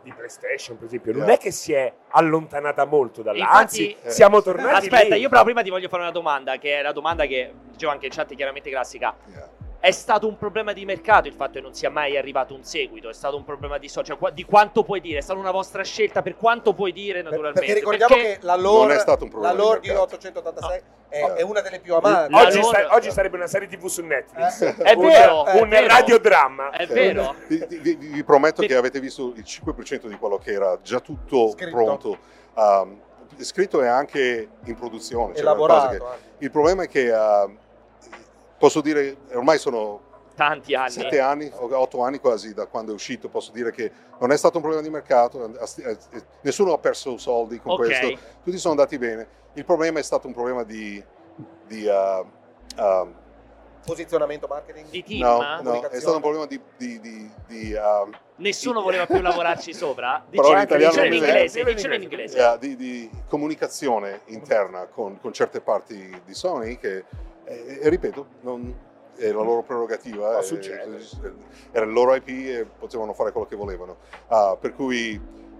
Speaker 3: di PlayStation per esempio non
Speaker 5: Yeah.
Speaker 3: è che si è allontanata molto da là
Speaker 1: Eh. Infatti- eh,
Speaker 3: anzi siamo tornati
Speaker 1: Aspetta,
Speaker 3: lì.
Speaker 1: io però prima ti voglio fare una domanda, che è la domanda che dicevo anche in chat è chiaramente classica.
Speaker 5: Yeah.
Speaker 1: È stato un problema di mercato il fatto che non sia mai arrivato un seguito, è stato un problema di social, di quanto puoi dire, è stata una vostra scelta, per quanto puoi dire
Speaker 6: Per-
Speaker 1: naturalmente.
Speaker 6: Perché ricordiamo che la lore,
Speaker 5: Non è stato un problema
Speaker 6: la lore
Speaker 5: di
Speaker 6: di,
Speaker 5: mercato.
Speaker 6: 886 è,
Speaker 5: No.
Speaker 6: è una delle più amate.
Speaker 1: La
Speaker 3: oggi,
Speaker 1: loro-
Speaker 3: sa- oggi sarebbe una serie tv su Netflix
Speaker 6: Eh?
Speaker 1: È
Speaker 3: un,
Speaker 1: vero,
Speaker 6: eh,
Speaker 3: un
Speaker 1: è vero.
Speaker 3: radiodramma
Speaker 1: È
Speaker 5: Eh,
Speaker 1: vero?
Speaker 5: Vi, vi- vi- vi prometto
Speaker 1: Sì.
Speaker 5: che avete visto il 5% di quello che era già tutto
Speaker 6: Scritto.
Speaker 5: pronto, ehm, scritto e anche in produzione. cioè
Speaker 6: elaborato. eh.
Speaker 5: qualcosa
Speaker 6: anche.
Speaker 5: che- il problema è che ehm, posso dire, ormai sono
Speaker 1: Tanti anni.
Speaker 5: sette anni, o otto anni quasi da quando è uscito, posso dire che non è stato un problema di mercato, eh, eh, nessuno ha perso soldi con
Speaker 1: ok.
Speaker 5: questo, tutti sono andati bene. Il problema è stato un problema di... di, eh, ehm,
Speaker 6: Posizionamento marketing.
Speaker 1: Di team,
Speaker 5: no, no, è
Speaker 6: comunicazione.
Speaker 5: stato un problema di... di- di- di, ehm,
Speaker 1: nessuno voleva più lavorarci sopra.
Speaker 5: Però
Speaker 1: Dicelo
Speaker 5: in italiano
Speaker 1: dicelo in
Speaker 5: non è-
Speaker 1: inglese,
Speaker 3: Dillo in
Speaker 1: dicelo in
Speaker 3: inglese.
Speaker 1: inglese.
Speaker 5: Eh, di, di comunicazione interna con, con certe parti di Sony che, eh, eh, ripeto, non- è la loro prerogativa,
Speaker 3: Ma
Speaker 5: eh,
Speaker 3: succede.
Speaker 5: eh, era il loro IP e potevano fare quello che volevano. Ah, per cui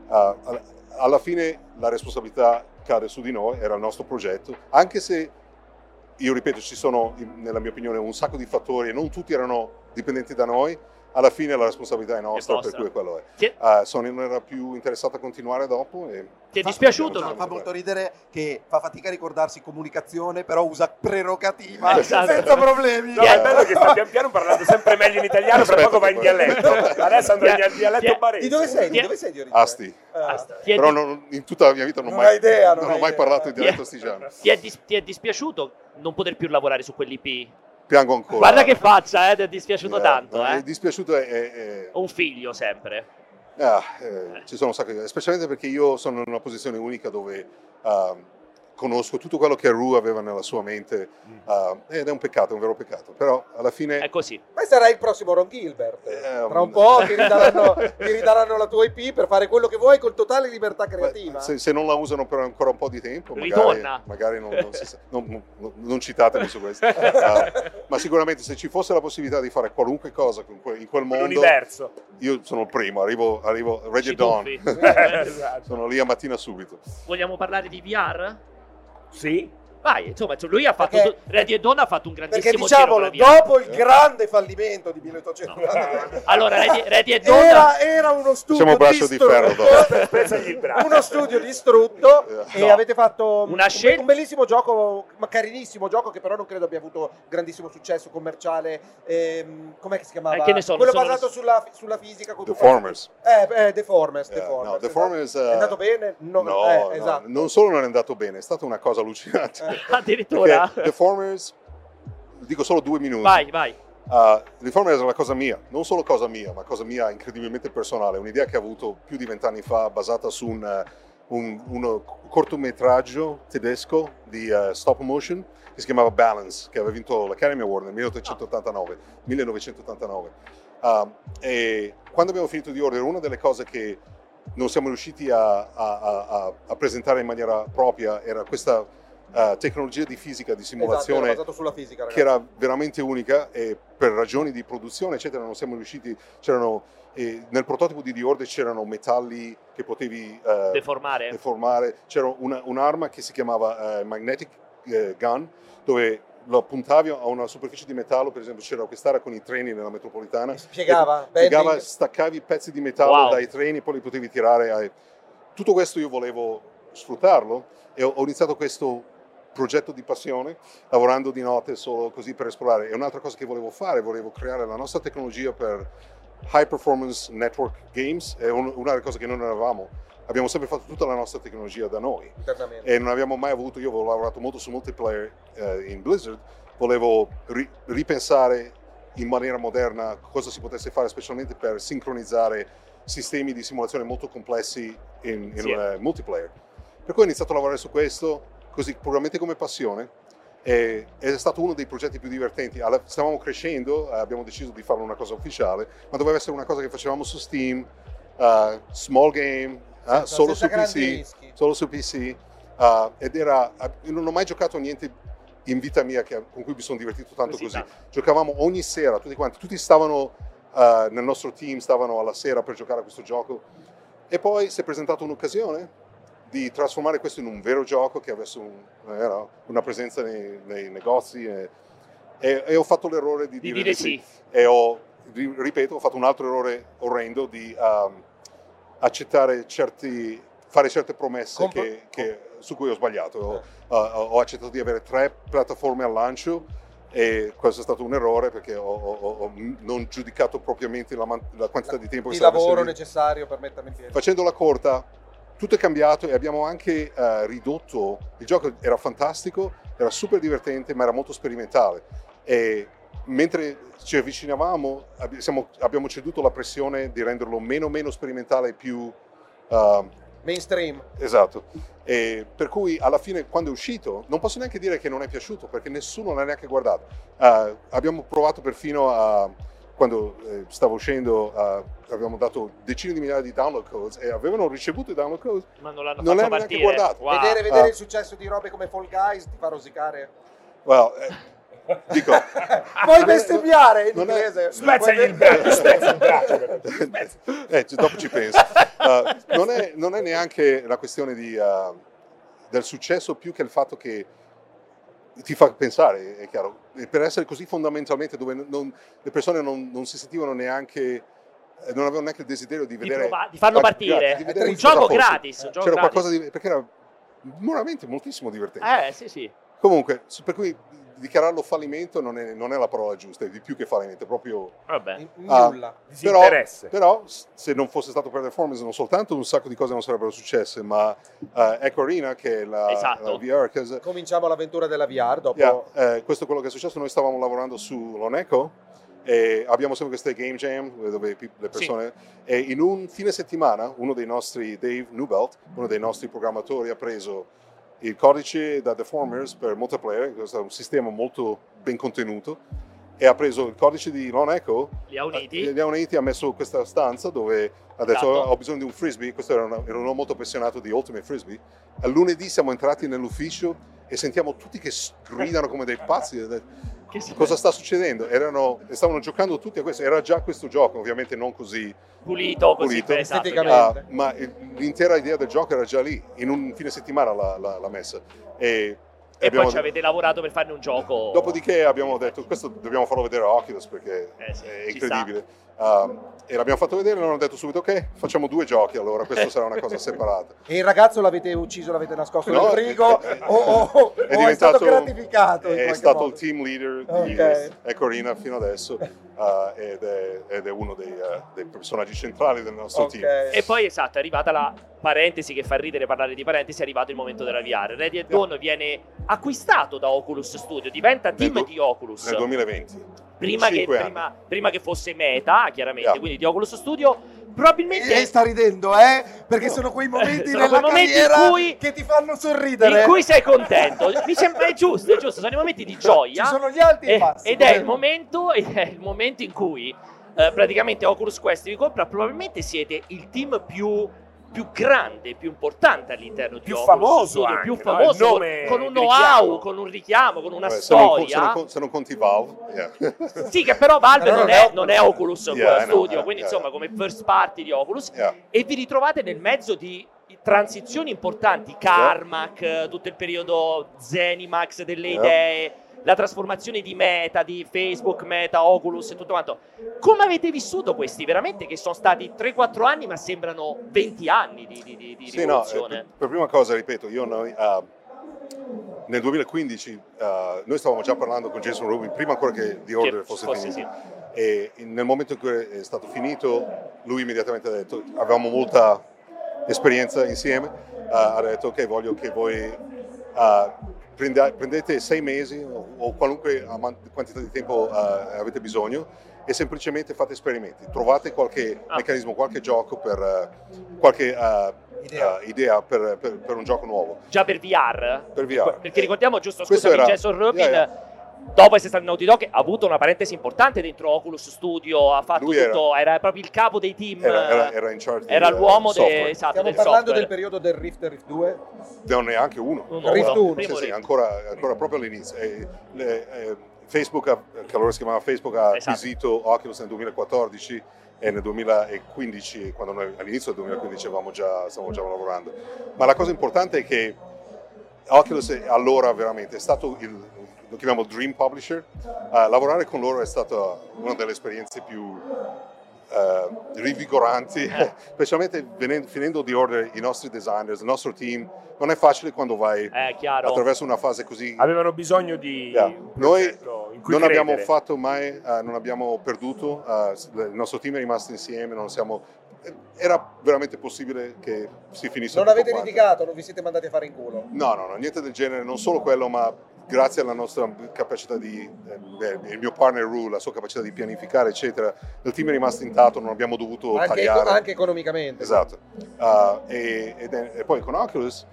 Speaker 5: ah, alla- alla fine la responsabilità cade su di noi, era il nostro progetto, anche se io ripeto, ci sono, in- nella mia opinione, un sacco di fattori e non tutti erano dipendenti da noi, alla fine la responsabilità è nostra, per
Speaker 1: vostra.
Speaker 5: cui quello è.
Speaker 1: Ti,
Speaker 5: Ah, Sony non era più interessata a continuare dopo e
Speaker 1: ti è dispiaciuto?
Speaker 5: Diciamo,
Speaker 6: No,
Speaker 1: non-
Speaker 6: fa molto ridere che fa fatica a ricordarsi comunicazione, però usa prerogativa
Speaker 1: Esatto.
Speaker 6: senza problemi.
Speaker 3: Eh, No, ma è bello che sta pian piano parlando sempre meglio in italiano, tra
Speaker 6: Esatto.
Speaker 5: Aspetta
Speaker 3: poco va
Speaker 5: che
Speaker 3: in
Speaker 5: poi-
Speaker 3: dialetto. Adesso andrà in dialetto
Speaker 1: Yeah.
Speaker 3: barese.
Speaker 2: Di dove sei? Di
Speaker 1: Ti-
Speaker 2: dove sei di origine?
Speaker 5: Asti.
Speaker 6: Eh,
Speaker 2: Ah.
Speaker 1: Ti è
Speaker 5: Però
Speaker 1: di-
Speaker 5: non- in tutta la mia vita non, ho
Speaker 2: Non
Speaker 5: mai,
Speaker 2: hai idea,
Speaker 5: non
Speaker 2: non
Speaker 5: ho
Speaker 2: hai
Speaker 5: mai
Speaker 2: idea.
Speaker 5: parlato in dialetto
Speaker 1: Yeah.
Speaker 5: astigiano.
Speaker 1: ti è dis- ti è dispiaciuto non poter più lavorare su quell'IP?
Speaker 5: Piango ancora.
Speaker 1: Guarda che faccia, eh, ti è dispiaciuto
Speaker 5: Eh,
Speaker 1: tanto,
Speaker 5: no,
Speaker 1: eh. Oh.
Speaker 5: è dispiaciuto è- è- è-
Speaker 1: Un figlio sempre.
Speaker 5: ah, eh, ci sono un sacco di specialmente perché io sono in una posizione unica dove ehm, conosco tutto quello che Ru aveva nella sua mente
Speaker 2: Mm.
Speaker 5: ehm, ed è un peccato, è un vero peccato, però alla fine
Speaker 1: È così.
Speaker 2: Ma sarà il prossimo Ron Gilbert.
Speaker 5: Eh,
Speaker 2: Tra un
Speaker 5: um,
Speaker 2: po' ti ridaranno, ti ridaranno la tua IP per fare quello che vuoi con totale libertà creativa.
Speaker 5: se, se non la usano per ancora un po' di tempo, magari,
Speaker 1: Ritorna.
Speaker 5: magari non, non si sa- non- non- non citatemi su questo. Ah, ma sicuramente se ci fosse la possibilità di fare qualunque cosa con que- in quel mondo,
Speaker 3: L'universo.
Speaker 5: io sono il primo, arrivo, arrivo Reggie
Speaker 1: Ci
Speaker 5: Dawn,
Speaker 1: tuffi.
Speaker 3: Esatto.
Speaker 5: sono lì a mattina subito.
Speaker 1: Vogliamo parlare di VR?
Speaker 3: Sì.
Speaker 1: Vai, insomma, cioè, lui ha fatto.
Speaker 2: Perché-
Speaker 1: tu- Ready e Dawn ha fatto un
Speaker 2: Perché
Speaker 1: grandissimo giro con
Speaker 2: diciamolo,
Speaker 1: la VR.
Speaker 2: dopo il grande fallimento di 1890,
Speaker 1: Allora, Ready, Ready e Dawn.
Speaker 2: era, era uno studio
Speaker 5: Facciamo braccio di
Speaker 2: distrutto,
Speaker 5: ferro dopo. Eh.
Speaker 3: Spezzagli il braccio.
Speaker 2: uno studio distrutto e
Speaker 1: No.
Speaker 2: avete fatto
Speaker 1: Una
Speaker 2: un,
Speaker 1: scelta-
Speaker 2: un bellissimo gioco, ma carinissimo gioco che però non credo abbia avuto grandissimo successo commerciale. Ehm, com'è che si chiamava?
Speaker 1: Eh, che ne so, non
Speaker 2: Quello
Speaker 1: sono-
Speaker 2: basato sulla, sulla fisica. con
Speaker 5: The
Speaker 2: cui fai-
Speaker 5: Formers.
Speaker 2: Eh, eh, The Formers.
Speaker 5: Eh,
Speaker 2: The Formers,
Speaker 5: no, The
Speaker 2: esatto.
Speaker 5: Formers, eh,
Speaker 2: È andato bene?
Speaker 5: No,
Speaker 2: No, eh,
Speaker 5: no,
Speaker 2: esatto.
Speaker 5: non solo non è andato bene, è stata una cosa allucinante.
Speaker 1: Addirittura.
Speaker 5: Perché The Formers, dico solo due minuti.
Speaker 1: Vai, vai.
Speaker 5: Uh, Riforma era una cosa mia, non solo cosa mia, ma cosa mia incredibilmente personale, un'idea che ho avuto più di vent'anni fa basata su un, uh, un- uno cortometraggio tedesco di uh, stop motion che si chiamava Balance, che aveva vinto l'Academy Award nel 1889, 1989. Um, e quando abbiamo finito di ordine, una delle cose che non siamo riusciti a, a- a- a- a presentare in maniera propria era questa eh, tecnologia di fisica, di
Speaker 2: Esatto, era
Speaker 5: simulazione
Speaker 2: basato sulla fisica, ragazzi.
Speaker 5: che era veramente unica e per ragioni di produzione eccetera non siamo riusciti c'erano eh, nel prototipo di Diorde c'erano metalli che potevi eh,
Speaker 1: Deformare.
Speaker 5: deformare c'era una- un'arma che si chiamava eh, magnetic eh, gun dove lo puntavi a una superficie di metallo per esempio c'era quest'area con i treni nella metropolitana
Speaker 2: Spiegava,
Speaker 5: spiegava,
Speaker 2: Bending.
Speaker 5: staccavi pezzi di metallo
Speaker 1: Wow.
Speaker 5: dai treni, poi li potevi tirare. Ai... Tutto questo io volevo sfruttarlo e ho ho iniziato questo progetto di passione lavorando di notte solo così per esplorare. E un'altra cosa che volevo fare, volevo creare la nostra tecnologia per high performance network games, è un- una delle cose che non avevamo. Abbiamo sempre fatto tutta la nostra tecnologia da noi
Speaker 2: internamente.
Speaker 5: e non abbiamo mai avuto, io avevo lavorato molto su multiplayer eh, in Blizzard, volevo ri- ripensare in maniera moderna cosa si potesse fare, specialmente per sincronizzare sistemi di simulazione molto complessi in, in,
Speaker 1: Sì.
Speaker 5: eh, multiplayer. Per cui ho iniziato a lavorare su questo, così puramente come passione, e- ed è stato uno dei progetti più divertenti. Alla- stavamo crescendo, eh, abbiamo deciso di farlo una cosa ufficiale, ma doveva essere una cosa che facevamo su Steam, eh, small game, eh,
Speaker 2: Senza-
Speaker 5: solo
Speaker 2: senza
Speaker 5: su cioè,
Speaker 2: grandi
Speaker 5: PC
Speaker 2: rischi.
Speaker 5: solo su PC ah, ed era io non ho mai giocato a niente in vita mia che- con cui mi sono divertito tanto
Speaker 1: Così
Speaker 5: così,
Speaker 1: tanto.
Speaker 5: giocavamo ogni sera tutti quanti tutti stavano ah, nel nostro team stavano alla sera per giocare a questo gioco e poi si è presentata un'occasione di trasformare questo in un vero gioco che avesse un- era una presenza nei, nei negozi e, e- e ho fatto l'errore di,
Speaker 1: Di dire sì.
Speaker 5: e ho, ri- ripeto, ho fatto un altro errore orrendo di um, accettare certi, fare certe promesse
Speaker 2: Compro-
Speaker 5: che- che- su cui ho
Speaker 2: eh,
Speaker 5: sbagliato. Ho, uh, ho accettato di avere tre piattaforme al lancio e questo è stato un errore perché ho, ho- ho- ho non giudicato propriamente la, man- la quantità di tempo che
Speaker 2: Di
Speaker 5: sarebbe
Speaker 2: lavoro
Speaker 5: servito.
Speaker 2: necessario per mettermi in piedi.
Speaker 5: Facendo la corta, tutto è cambiato e abbiamo anche eh, ridotto. Il gioco era fantastico, era super divertente, ma era molto sperimentale. E mentre ci avvicinavamo, abbi- siamo- abbiamo ceduto la pressione di renderlo meno meno sperimentale e più. eh,
Speaker 2: Mainstream.
Speaker 5: Esatto, E per cui alla fine quando è uscito non posso neanche dire che non è piaciuto perché nessuno l'ha neanche guardato. Eh, abbiamo provato perfino a, quando eh, stava uscendo, eh, abbiamo dato decine di migliaia di download codes e avevano ricevuto i download codes.
Speaker 1: Ma non l'hanno
Speaker 5: Non
Speaker 1: fatto
Speaker 5: l'hanno neanche
Speaker 1: partire.
Speaker 5: guardato.
Speaker 1: Wow.
Speaker 2: Vedere, vedere
Speaker 5: Ah.
Speaker 2: il successo di robe come Fall Guys ti fa rosicare.
Speaker 5: Well, eh, dico,
Speaker 2: Puoi bestemmiare in
Speaker 5: non è-
Speaker 2: inglese.
Speaker 3: Spezzagli il braccio, spezza il braccio. per te, spezza.
Speaker 5: eh, ci- dopo ci penso. Eh, non, è, non è neanche la questione di, eh, del successo più che il fatto che ti fa pensare, è chiaro. E per essere così fondamentalmente dove non- le persone non, non si sentivano neanche, eh, non avevano neanche il desiderio di
Speaker 1: Di,
Speaker 5: vedere...
Speaker 1: prova- di farlo
Speaker 5: Ah,
Speaker 1: partire.
Speaker 5: grazie, di vedere
Speaker 1: un
Speaker 5: cosa
Speaker 1: gioco
Speaker 5: fosse.
Speaker 1: gratis. Un gioco
Speaker 5: C'era
Speaker 1: gratis.
Speaker 5: qualcosa di... perché era veramente moltissimo divertente.
Speaker 1: Eh, sì, sì.
Speaker 5: Comunque, su- per cui dichiararlo fallimento non è, non è la parola giusta, è di più che fallimento, è proprio...
Speaker 1: Vabbè.
Speaker 5: Ah.
Speaker 2: Nulla.
Speaker 3: Disinteresse.
Speaker 5: Però, s- se non fosse stato per Performance, non soltanto un sacco di cose non sarebbero successe, ma eh, Echo Arena, che è la,
Speaker 1: Esatto.
Speaker 5: la VR, che s-
Speaker 2: Cominciamo l'avventura della VR dopo.
Speaker 5: yeah, eh, questo è quello che è successo. Noi stavamo lavorando su Loneco e abbiamo sempre queste game jam eh, dove pi- le persone. E in un fine settimana, uno dei nostri, Dave Newbelt, uno dei nostri programmatori, ha preso il codice da Deformers per multiplayer, questo è un sistema molto ben contenuto, e ha preso il codice di Loneco
Speaker 1: Li ha uniti.
Speaker 5: li ha Eh, uniti, ha messo questa stanza dove ha detto
Speaker 1: Esatto.
Speaker 5: ho bisogno di un frisbee, questo era, una- era un uomo molto appassionato di Ultimate Frisbee. A lunedì siamo entrati nell'ufficio e sentiamo tutti che s- gridano come dei pazzi. Ho detto,
Speaker 1: Che s-
Speaker 5: Cosa sta succedendo? Erano- stavano giocando tutti a questo, era già questo gioco, ovviamente non così,
Speaker 1: Pulito. Così.
Speaker 5: Pulito.
Speaker 1: beh, esatto,
Speaker 2: Esteticamente.
Speaker 1: chiaro.
Speaker 5: ah, ma il- l'intera idea del gioco era già lì, in un fine settimana l'ha, l'ha- l'ha messa. E,
Speaker 1: E
Speaker 5: abbiamo-
Speaker 1: poi ci avete lavorato per farne un gioco.
Speaker 5: Dopodiché abbiamo detto questo dobbiamo farlo vedere a Oculus perché
Speaker 1: Eh sì,
Speaker 5: è
Speaker 1: ci
Speaker 5: incredibile. Ah, e l'abbiamo fatto vedere e loro hanno detto subito ok, facciamo due giochi allora, questo sarà una cosa separata.
Speaker 2: E il ragazzo l'avete ucciso, l'avete nascosto
Speaker 5: No,
Speaker 2: nel frigo
Speaker 5: è- è-
Speaker 2: o, o- o- o è stato gratificato? Ah, in
Speaker 5: È
Speaker 2: qualche
Speaker 5: stato
Speaker 2: modo?
Speaker 5: il team leader di
Speaker 2: Ok.
Speaker 5: Ecorina fino adesso ah, ed, è, ed è uno dei, eh, dei personaggi centrali del nostro
Speaker 2: Ok.
Speaker 5: team.
Speaker 1: E poi esatto, è arrivata la parentesi che fa ridere parlare di parentesi, è arrivato il momento della VR. Ready Dawn viene acquistato da Oculus Studio, diventa team
Speaker 5: Nel du-
Speaker 1: di Oculus.
Speaker 5: Nel 2020.
Speaker 1: prima, che,
Speaker 5: cinque anni.
Speaker 1: prima, prima che fosse meta, chiaramente,
Speaker 5: Yeah.
Speaker 1: quindi di Oculus Studio, probabilmente
Speaker 6: E sta ridendo, eh? Perché
Speaker 5: No.
Speaker 6: sono quei momenti
Speaker 1: Sono
Speaker 6: nella
Speaker 1: quei momenti in
Speaker 6: carriera
Speaker 1: cui-
Speaker 6: che ti fanno sorridere.
Speaker 1: in cui sei contento. Mi sembra è giusto, è giusto, sono i momenti di gioia.
Speaker 6: Ci sono gli alti e, i
Speaker 1: Eh,
Speaker 6: bassi.
Speaker 1: ed è il momento ed è il momento in cui eh, praticamente Oculus Quest vi compra probabilmente siete il team più più grande, più importante all'interno
Speaker 3: Più
Speaker 1: di Oculus
Speaker 3: famoso
Speaker 1: Studio,
Speaker 3: anche,
Speaker 1: più
Speaker 3: no?
Speaker 1: famoso,
Speaker 3: Il
Speaker 1: con-
Speaker 3: nome
Speaker 1: con un
Speaker 3: di richiamo.
Speaker 1: know-how, con un richiamo, con una
Speaker 5: Vabbè, se non, con- se, non
Speaker 1: storia.
Speaker 5: con- se non conti Valve, yeah.
Speaker 1: Sì, che però Valve
Speaker 2: Allora
Speaker 1: non,
Speaker 2: non è
Speaker 1: è,
Speaker 2: Oculus.
Speaker 1: non è Oculus
Speaker 5: Yeah, I know,
Speaker 1: Studio,
Speaker 5: yeah,
Speaker 1: quindi
Speaker 5: yeah.
Speaker 1: insomma come first party di Oculus
Speaker 5: Yeah.
Speaker 1: e vi ritrovate nel mezzo di transizioni importanti, Carmack, eh, tutto il periodo Zenimax delle
Speaker 5: Yeah.
Speaker 1: idee, la trasformazione di Meta, di Facebook, Meta, Oculus e tutto quanto. Come avete vissuto questi? Veramente che sono stati 3-4 anni ma sembrano 20 anni di, di, di, di
Speaker 5: Sì, no, eh,
Speaker 1: rivoluzione.
Speaker 5: per, per prima cosa, ripeto, io noi, ah, nel 2015 ah, noi stavamo già parlando con Jason Rubin prima ancora che The Order
Speaker 1: Che
Speaker 5: fosse,
Speaker 1: fosse
Speaker 5: finito. E in- nel momento in cui è stato finito, lui immediatamente ha detto, avevamo molta esperienza insieme, ah, ha detto ok, voglio che voi ah, prenda- prendete sei mesi o, o qualunque ama- quantità di tempo ah, avete bisogno e semplicemente fate esperimenti, trovate qualche
Speaker 1: Ah.
Speaker 5: meccanismo, qualche gioco per eh, qualche ah,
Speaker 2: Idea.
Speaker 5: eh, idea per, per- per un gioco nuovo.
Speaker 1: Già per VR?
Speaker 5: Per VR.
Speaker 1: Perché ricordiamo giusto,
Speaker 5: Questo
Speaker 1: scusami,
Speaker 5: era-
Speaker 1: Jason Rubin,
Speaker 5: Yeah,
Speaker 1: dopo essere stato in Naughty Dog, ha avuto una parentesi importante dentro Oculus Studio, ha fatto
Speaker 5: Lui era-
Speaker 1: tutto, era, proprio il capo dei team,
Speaker 5: Era, era-
Speaker 1: eh,
Speaker 5: era in charge
Speaker 1: era
Speaker 5: del, eh,
Speaker 1: l'uomo de-
Speaker 5: software.
Speaker 1: esatto,
Speaker 2: Stiamo
Speaker 1: del
Speaker 2: parlando
Speaker 1: software.
Speaker 2: del periodo del Rift e Rift 2.
Speaker 5: non è anche uno.
Speaker 1: Uno,
Speaker 2: Rift
Speaker 5: Sì,
Speaker 2: uno.
Speaker 5: sì,
Speaker 1: Primo Rift.
Speaker 5: ancora, ancora proprio all'inizio. Eh, le- eh, Facebook, ha- che allora si chiamava Facebook, ha
Speaker 1: Esatto.
Speaker 5: acquisito Oculus nel 2014 e nel 2015, quando noi all'inizio del 2015 avevamo già- stavamo già lavorando. Ma la cosa importante è che Oculus è- allora veramente è stato il lo chiamiamo Dream Publisher. Eh, lavorare con loro è stata una delle esperienze più eh, rivigoranti, specialmente venendo- finendo di ordine i nostri designers, il nostro team. Non è facile quando vai
Speaker 1: eh, chiaro.
Speaker 5: attraverso una fase così.
Speaker 3: Avevano bisogno di
Speaker 5: Yeah.
Speaker 3: un
Speaker 5: Noi
Speaker 3: progetto in cui
Speaker 5: non
Speaker 3: credere.
Speaker 5: abbiamo fatto mai, eh, non abbiamo perduto, eh, s- il nostro team è rimasto insieme, non siamo, eh, era veramente possibile che si finisse.
Speaker 2: Non
Speaker 5: tutto
Speaker 2: avete
Speaker 5: quanto.
Speaker 2: litigato, non vi siete mandati a fare in culo.
Speaker 5: No, no, no, niente del genere, non solo quello, ma grazie alla nostra capacità di, eh, beh, il mio partner Rue, la sua capacità di pianificare, eccetera, il team è rimasto intatto, non abbiamo dovuto
Speaker 2: Anche, ecco,
Speaker 5: tagliare.
Speaker 2: anche economicamente.
Speaker 5: Esatto. Ah, e, ed è- e poi con Oculus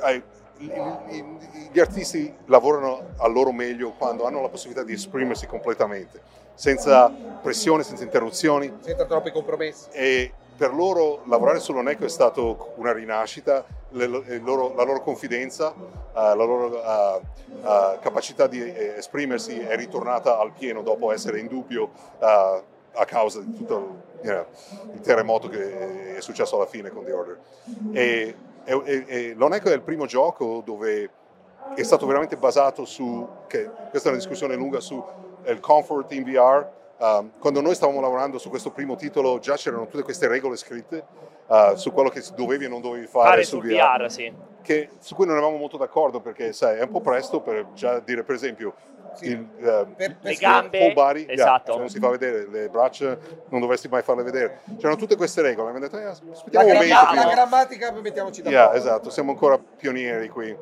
Speaker 5: hai- i- i- gli artisti lavorano al loro meglio quando hanno la possibilità di esprimersi completamente, senza pressione, senza interruzioni
Speaker 2: Senza troppi compromessi.
Speaker 5: e per loro lavorare sull'Oneco è stato una rinascita, le lo- e loro- la loro confidenza, eh, la loro eh, eh, capacità di eh, esprimersi è ritornata al pieno dopo essere in dubbio eh, a causa di tutto you know, il terremoto che è successo alla fine con The Order. E, e- e- e l'Oneco è il primo gioco dove è stato veramente basato su, che questa è una discussione lunga, su eh, il comfort in VR. Um, quando noi stavamo lavorando su questo primo titolo già c'erano tutte queste regole scritte uh, su quello che dovevi e non dovevi fare,
Speaker 1: Fare
Speaker 5: su
Speaker 1: sul
Speaker 5: VR,
Speaker 1: VR, sì.
Speaker 5: che- su cui non eravamo molto d'accordo perché sai, è un po' presto per già dire per esempio
Speaker 2: Sì.
Speaker 5: il, eh,
Speaker 2: Per- per-
Speaker 1: Le gambe,
Speaker 5: full body, yeah,
Speaker 1: esatto.
Speaker 5: cioè non si fa vedere, le braccia non dovresti mai farle vedere. C'erano tutte queste regole, abbiamo detto "Eh,
Speaker 2: La,
Speaker 5: aspettiamo un
Speaker 2: gra-
Speaker 5: momento
Speaker 2: la-
Speaker 5: prima".
Speaker 2: la grammatica mettiamoci da
Speaker 5: Yeah,
Speaker 2: poco.
Speaker 5: esatto, siamo ancora pionieri qui.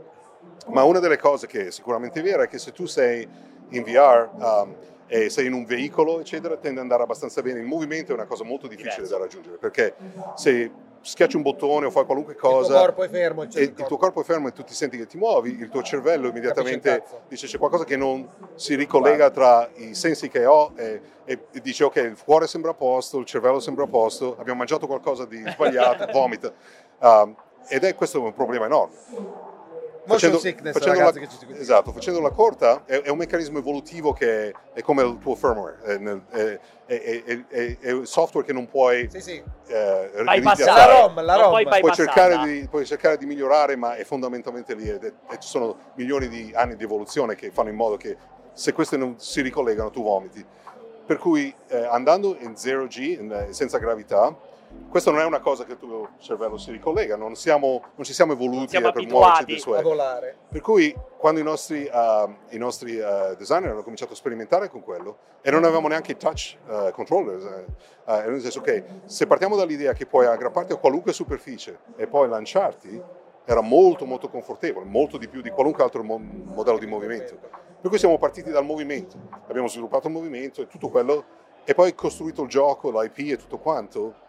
Speaker 5: Ma una delle cose che è sicuramente vera è che se tu sei in VR um, e sei in un veicolo, eccetera, tende ad andare abbastanza bene. Il movimento è una cosa molto difficile
Speaker 1: Diverso.
Speaker 5: da raggiungere perché se schiacci un bottone o fai qualunque
Speaker 2: Il
Speaker 5: cosa,
Speaker 2: tuo corpo è fermo.
Speaker 5: e il tuo corpo è fermo e tu ti senti che ti muovi, il tuo cervello
Speaker 2: Capisci
Speaker 5: immediatamente
Speaker 2: il cazzo.
Speaker 5: dice c'è qualcosa che non si ricollega tra i sensi che ho e, e dice ok il cuore sembra a posto, il cervello sembra a posto, abbiamo mangiato qualcosa di sbagliato, vomita. Um, ed è questo è un problema enorme.
Speaker 2: Motion sickness, ragazzi, che ci seguite.
Speaker 5: esatto, facendola corta è, è un meccanismo evolutivo che è, è come il tuo firmware, è, nel- è- è- è- è- è un software che non puoi
Speaker 2: Sì, sì.
Speaker 5: eh,
Speaker 1: Bypassare.
Speaker 5: rimpiazzare.
Speaker 2: La ROM, la
Speaker 1: Non
Speaker 2: ROM.
Speaker 1: puoi
Speaker 5: Puoi
Speaker 2: Puoi
Speaker 1: bypassarla.
Speaker 5: cercare, di, puoi cercare di migliorare, ma è fondamentalmente lì ed è- e ci sono milioni di anni di evoluzione che fanno in modo che se queste non si ricollegano tu vomiti. Per cui eh, andando in 0G, in, eh, senza gravità, questa non è una cosa che il tuo cervello si ricollega, non, siamo- non ci siamo evoluti
Speaker 1: siamo
Speaker 5: per
Speaker 1: abituati
Speaker 5: muoverci del suo
Speaker 2: A volare.
Speaker 5: per cui quando i nostri, eh, i nostri, eh, designer hanno cominciato a sperimentare con quello e non avevamo neanche i touch eh, controllers, eh, eh, nel senso che se partiamo dall'idea che puoi aggrapparti a qualunque superficie e poi lanciarti, era molto molto confortevole, molto di più di qualunque altro mo- modello di movimento. Per cui siamo partiti dal movimento, abbiamo sviluppato il movimento e tutto quello, e poi costruito il gioco, l'IP e tutto quanto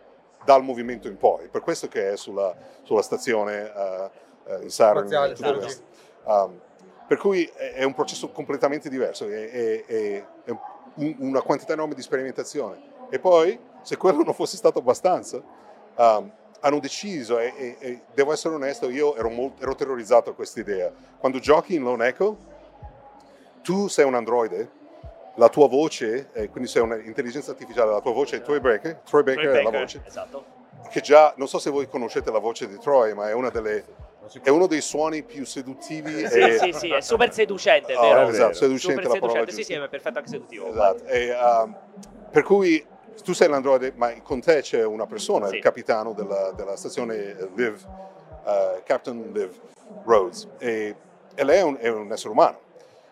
Speaker 5: dal movimento in poi. Per questo che è sulla, sulla stazione eh, eh, in Saturn.
Speaker 2: Spaziale,
Speaker 5: e tutto
Speaker 2: Saturn.
Speaker 5: questo. Um, per cui è è un processo completamente diverso, è, è- è- è un- una quantità enorme di sperimentazione. E poi, se quello non fosse stato abbastanza, um, hanno deciso, e, e- e devo essere onesto, io ero, molto, ero terrorizzato da questa idea. Quando giochi in Lone Echo, tu sei un androide, la tua voce, eh, quindi sei un'intelligenza artificiale, la tua voce è Troy Baker, Troy Baker è la voce,
Speaker 1: Esatto.
Speaker 5: che già, non so se voi conoscete la voce di Troy, ma è, una delle, è uno dei suoni più seduttivi
Speaker 1: Sì,
Speaker 5: e...
Speaker 1: sì, sì, è super seducente, è
Speaker 5: Ah,
Speaker 1: vero?
Speaker 5: Eh, esatto, seducente
Speaker 1: Super
Speaker 5: è la parola
Speaker 1: seducente, sì,
Speaker 5: giusta.
Speaker 1: sì, è perfetto anche seduttivo.
Speaker 5: Esatto. E, um, per cui tu sei l'androide, ma con te c'è una persona,
Speaker 1: Sì.
Speaker 5: il capitano della, della stazione eh, Liv, eh, Captain Liv Rhodes, e, e lei è un, è un essere umano.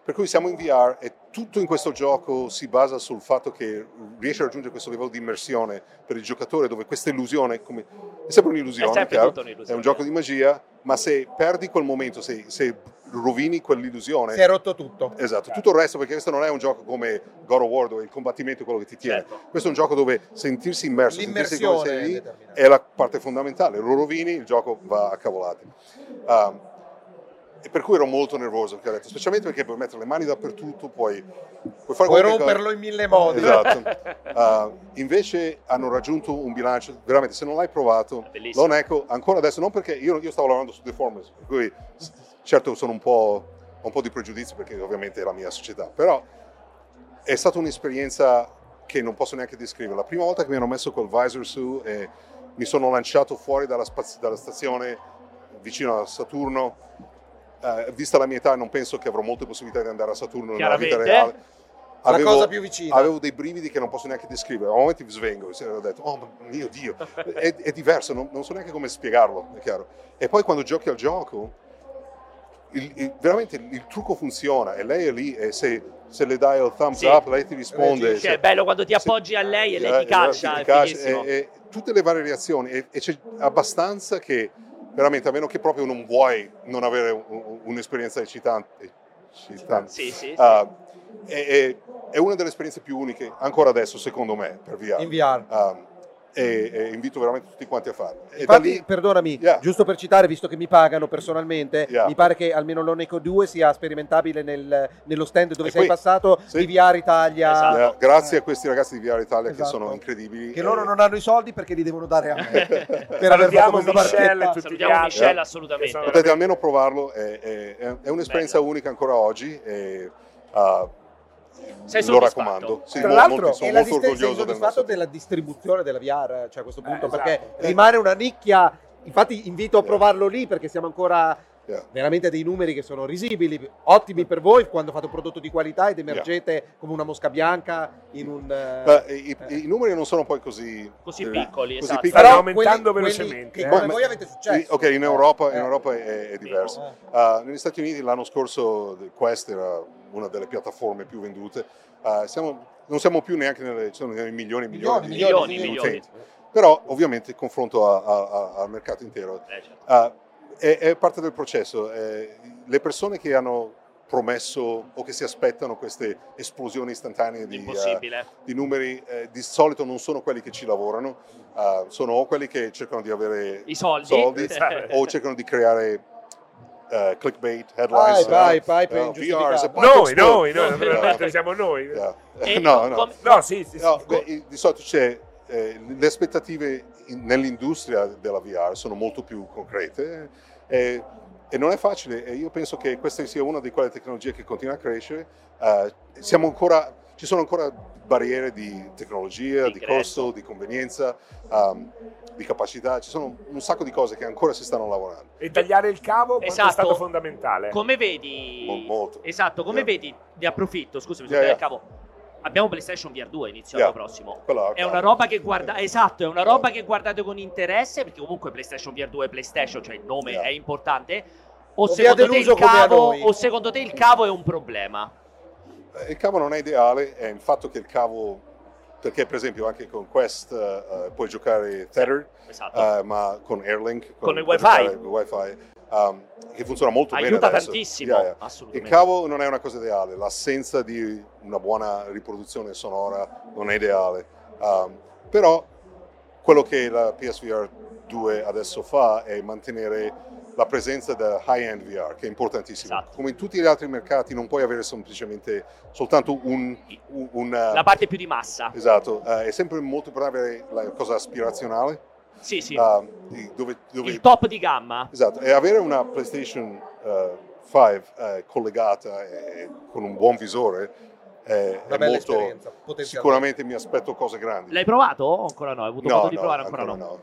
Speaker 5: Per cui siamo in VR e tutto in questo gioco si basa sul fatto che riesce a raggiungere questo livello di immersione per il giocatore, dove questa illusione come- è sempre un'illusione,
Speaker 1: È sempre
Speaker 5: chiaro?
Speaker 1: tutta un'illusione.
Speaker 5: È un gioco di magia, ma se perdi quel momento, se, se rovini quell'illusione,
Speaker 2: Si è rotto tutto.
Speaker 5: Esatto, tutto il resto perché questo non è un gioco come God of War dove il combattimento è quello che ti tiene.
Speaker 1: Certo.
Speaker 5: Questo è un gioco dove sentirsi immerso, sentirsi come
Speaker 2: L'immersione
Speaker 5: sei
Speaker 2: è
Speaker 5: lì
Speaker 2: determinante.
Speaker 5: è la parte fondamentale. Lo rovini, il gioco va a cavolate. Um, e per cui ero molto nervoso, perché ho detto, specialmente perché puoi mettere le mani dappertutto, puoi, puoi fare
Speaker 2: Puoi
Speaker 5: qualunque cosa.
Speaker 2: romperlo in mille modi.
Speaker 5: Esatto.
Speaker 1: Cioè,
Speaker 5: Uh, invece hanno raggiunto un bilancio, veramente se non l'hai provato,
Speaker 1: È bellissimo.
Speaker 5: non ecco ancora adesso, non perché io, io stavo lavorando su Deformers, per cui s- certo sono un po', ho un po' di pregiudizio perché ovviamente è la mia società, però è stata un'esperienza che non posso neanche descrivere. La prima volta che mi hanno messo col visor su e mi sono lanciato fuori dalla, spaz- dalla stazione vicino a Saturno, eh, vista la mia età non penso che avrò molte possibilità di andare a Saturno nella vita
Speaker 1: Chiaramente.
Speaker 5: reale.
Speaker 2: La
Speaker 5: Avevo-
Speaker 2: cosa più vicina.
Speaker 5: Avevo dei brividi che non posso neanche descrivere. A momenti mi svengo, se- ho detto, oh mio Dio, è, è diverso, non, non so neanche come spiegarlo, è chiaro. E poi quando giochi al gioco, il- il- veramente il trucco funziona e lei è lì e se, se le dai il thumbs
Speaker 1: Sì.
Speaker 5: up lei ti risponde.
Speaker 2: Reagisce,
Speaker 5: se-
Speaker 1: Cioè, è bello quando ti
Speaker 5: se-
Speaker 1: appoggi a lei e
Speaker 5: eh,
Speaker 1: lei ti caccia,
Speaker 5: ti eh,
Speaker 1: è
Speaker 5: calcia,
Speaker 1: fighissimo.
Speaker 5: e- e tutte le varie reazioni e, e c'è abbastanza che veramente, a meno che proprio non vuoi non avere un- un- un'esperienza eccitante. eccitante
Speaker 1: Sì, Eh, sì, sì.
Speaker 5: Ah, è, è- è una delle esperienze più uniche ancora adesso, secondo me, per VR.
Speaker 2: In VR.
Speaker 5: Ah, e, e invito veramente tutti quanti a farlo. E da
Speaker 2: Infatti,
Speaker 5: lì,
Speaker 2: perdonami,
Speaker 5: Yeah.
Speaker 2: giusto per citare, visto che mi pagano personalmente,
Speaker 5: Yeah.
Speaker 2: mi pare che almeno l'Oneco 2 sia sperimentabile nel- nello stand dove
Speaker 5: È
Speaker 2: sei
Speaker 5: qui.
Speaker 2: passato
Speaker 5: Sì.
Speaker 2: di VR Italia.
Speaker 1: Esatto.
Speaker 5: eh, grazie a questi ragazzi di VR Italia
Speaker 2: Esatto.
Speaker 5: che sono incredibili. eh.
Speaker 6: Che loro
Speaker 5: e-
Speaker 6: non hanno i soldi perché li devono dare a me.
Speaker 2: Per aver fatto
Speaker 3: Salutiamo
Speaker 2: questa
Speaker 3: Michelle e
Speaker 2: barchetta.
Speaker 3: tutti gli
Speaker 1: Salutiamo
Speaker 3: altri. Esatto.
Speaker 1: Michelle,
Speaker 5: Eh.
Speaker 1: assolutamente.
Speaker 3: Che sono
Speaker 5: Potete almeno provarlo, è, è- è- è un'esperienza
Speaker 1: Bello.
Speaker 5: unica ancora oggi. E, ah,
Speaker 1: Sei
Speaker 5: lo
Speaker 1: soddisfatto?
Speaker 5: raccomando. Sì,
Speaker 2: Tra
Speaker 5: mo-
Speaker 2: l'altro,
Speaker 5: molti-
Speaker 2: è
Speaker 5: sono
Speaker 2: la
Speaker 5: molto
Speaker 2: dist- sei
Speaker 5: orgoglioso del nostro
Speaker 2: soddisfatto della distribuzione della VR, cioè a questo punto,
Speaker 3: Eh,
Speaker 2: perché
Speaker 3: esatto.
Speaker 2: rimane una nicchia. Infatti, invito a
Speaker 5: Yeah.
Speaker 2: provarlo lì perché siamo ancora
Speaker 5: Yeah.
Speaker 2: veramente a dei numeri che sono risibili, ottimi per voi quando fate un prodotto di qualità ed emergete come una mosca bianca in un. eh,
Speaker 5: Beh, i,
Speaker 2: eh.
Speaker 5: i numeri non sono poi così,
Speaker 1: Così
Speaker 5: eh,
Speaker 1: piccoli,
Speaker 5: così
Speaker 1: esatto.
Speaker 5: piccoli.
Speaker 3: Stanno
Speaker 2: Però
Speaker 3: aumentando
Speaker 2: quelli- quelli
Speaker 3: velocemente. eh.
Speaker 2: che- come
Speaker 5: Ma-
Speaker 2: voi avete successo.
Speaker 5: Ok, in Europa, in
Speaker 2: Cioè, Eh.
Speaker 5: Europa è, è diverso.
Speaker 2: Eh.
Speaker 5: Uh, negli Stati Uniti l'anno scorso Quest era una delle piattaforme più vendute, Uh, siamo- non siamo più neanche nelle, ci sono nei milioni e milioni, di-
Speaker 1: milioni,
Speaker 5: di
Speaker 1: milioni.
Speaker 5: utenti, però ovviamente in confronto a- a- a- al mercato intero
Speaker 1: Eh, certo.
Speaker 5: Ah, è, è parte del processo. Eh, le persone che hanno promesso o che si aspettano queste esplosioni istantanee di, eh,
Speaker 1: Impossibile.
Speaker 5: di numeri eh, di solito non sono quelli che ci lavorano, ah, sono o quelli che cercano di avere
Speaker 1: I soldi.
Speaker 5: soldi
Speaker 1: Eh,
Speaker 5: o cercano di creare eh, clickbait, headlines.
Speaker 2: Vai, vai,
Speaker 5: eh,
Speaker 2: vai, per
Speaker 5: eh,
Speaker 2: ingiustificare.
Speaker 5: VR is a
Speaker 3: Noi,
Speaker 5: pocket
Speaker 3: noi, noi,
Speaker 5: store.
Speaker 3: naturalmente siamo noi.
Speaker 5: Yeah.
Speaker 1: e
Speaker 5: No, no.
Speaker 1: com-
Speaker 3: No, sì, sì, sì.
Speaker 5: No, beh, i- di solito c'è eh, le aspettative in- nell'industria della VR sono molto più concrete eh, e non è facile e io penso che questa sia una di quelle tecnologie che continua a crescere. Eh, siamo ancora, ci sono ancora barriere di tecnologia,
Speaker 1: Di
Speaker 5: di,
Speaker 1: ingresso.
Speaker 5: costo, di convenienza, ehm, di capacità, ci sono un sacco di cose che ancora si stanno lavorando.
Speaker 3: E tagliare il cavo quanto
Speaker 1: Esatto.
Speaker 3: è stato fondamentale.
Speaker 1: Come vedi,
Speaker 5: Mo- molto.
Speaker 1: esatto, come
Speaker 5: Yeah.
Speaker 1: vedi, ne approfitto, scusami, sono
Speaker 5: Yeah,
Speaker 1: del cavo. Abbiamo PlayStation VR 2 inizio
Speaker 5: Yeah.
Speaker 1: l'anno prossimo.
Speaker 5: Quella- Eh,
Speaker 1: È una roba che guarda, esatto, è una roba che guardate con interesse perché comunque PlayStation VR 2 e PlayStation, cioè il nome
Speaker 5: Yeah.
Speaker 1: è importante. O
Speaker 2: vi ha
Speaker 1: secondo, te il
Speaker 2: deluso come a
Speaker 1: cavo,
Speaker 2: noi?
Speaker 1: o secondo te il cavo è un problema?
Speaker 5: Eh, Il cavo non è ideale, è il fatto che il cavo, perché per esempio anche con Quest eh, eh, puoi giocare tethered,
Speaker 1: Esatto.
Speaker 5: eh, ma con Airlink,
Speaker 1: Con il
Speaker 5: puoi
Speaker 1: wifi.
Speaker 5: giocare con il wifi, ehm, che funziona molto bene.
Speaker 1: Aiuta
Speaker 5: adesso.
Speaker 1: tantissimo,
Speaker 5: Yeah, yeah. Il
Speaker 1: assolutamente.
Speaker 5: cavo non è una cosa ideale, l'assenza di una buona riproduzione sonora non è ideale, ehm, però quello che la PSVR 2 adesso fa è mantenere la presenza del high-end VR, che è importantissimo.
Speaker 1: Esatto.
Speaker 5: Come in tutti gli altri mercati non puoi avere semplicemente soltanto un... un- un, eh,
Speaker 1: La parte più di massa.
Speaker 5: Esatto, eh, è sempre molto importante avere la cosa aspirazionale
Speaker 1: Sì, sì.
Speaker 5: ehm, di- dove, dove-
Speaker 1: Il top di gamma.
Speaker 5: Esatto, e avere una PlayStation 5 collegata eh, con un buon visore eh,
Speaker 2: Una
Speaker 5: è
Speaker 2: bella
Speaker 5: molto...
Speaker 2: esperienza, potenzialmente.
Speaker 5: Sicuramente mi aspetto cose grandi.
Speaker 1: L'hai provato o ancora no? Hai avuto modo di provare ancora, no?
Speaker 5: no.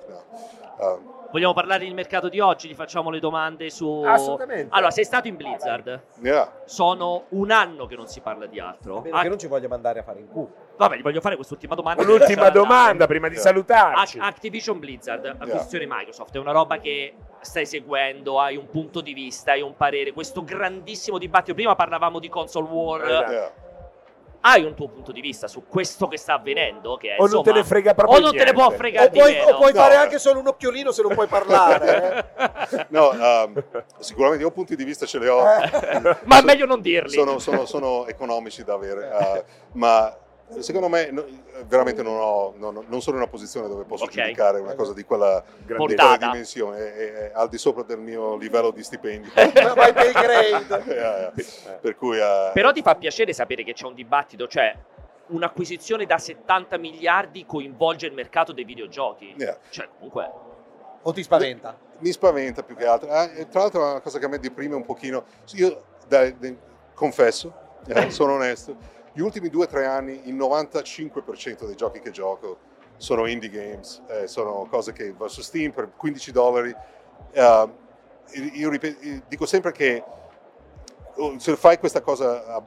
Speaker 5: Eh,
Speaker 1: Vogliamo parlare del mercato di oggi? Gli facciamo le domande su...
Speaker 3: Assolutamente.
Speaker 1: Allora, sei stato in Blizzard.
Speaker 5: yeah.
Speaker 1: Sono un anno che non si parla di
Speaker 2: A
Speaker 1: altro.
Speaker 2: meno
Speaker 1: Ah,
Speaker 2: che non ci voglio mandare a fare in culo.
Speaker 1: Vabbè, gli voglio fare quest'ultima domanda.
Speaker 3: Un'ultima domanda prima di
Speaker 5: Yeah.
Speaker 3: salutarci.
Speaker 1: Ac- Activision Blizzard, acquisizione Microsoft, è una roba che stai seguendo, hai un punto di vista, hai un parere, questo grandissimo dibattito, prima parlavamo di console war,
Speaker 3: Esatto.
Speaker 5: yeah.
Speaker 1: hai un tuo punto di vista su questo che sta avvenendo, che è,
Speaker 3: o non te
Speaker 1: insomma,
Speaker 3: ne frega proprio
Speaker 1: o non te ne può
Speaker 3: niente.
Speaker 1: fregare
Speaker 2: O
Speaker 1: di
Speaker 2: puoi,
Speaker 1: meno.
Speaker 2: o puoi
Speaker 5: No. eh.
Speaker 2: fare anche solo un occhiolino se non puoi parlare. eh.
Speaker 5: No, ehm, sicuramente io punti di vista ce li ho.
Speaker 1: Ma è meglio non dirli.
Speaker 5: Sono, sono- sono economici da avere, eh, ma secondo me no, veramente non, ho- non- non sono in una posizione dove posso
Speaker 1: Ok.
Speaker 5: giudicare una cosa di quella, di
Speaker 1: Portata.
Speaker 5: quella dimensione, è- è- è al di sopra del mio livello di stipendio.
Speaker 2: Ma vai per il grade.
Speaker 5: Eh, per cui eh,
Speaker 1: Però ti fa piacere sapere che c'è un dibattito, cioè un'acquisizione da 70 miliardi coinvolge il mercato dei videogiochi.
Speaker 5: Yeah.
Speaker 1: Cioè, comunque,
Speaker 2: O ti spaventa?
Speaker 5: mi spaventa più che altro. Ah, e tra l'altro è una cosa che a me deprime un pochino. Io dai, de- confesso, eh, sono onesto, gli ultimi due o tre anni il 95% dei giochi che gioco sono indie games, eh, sono cose che va su Steam per 15 dollari. Eh, io ripet- dico sempre che oh, se fai questa cosa a-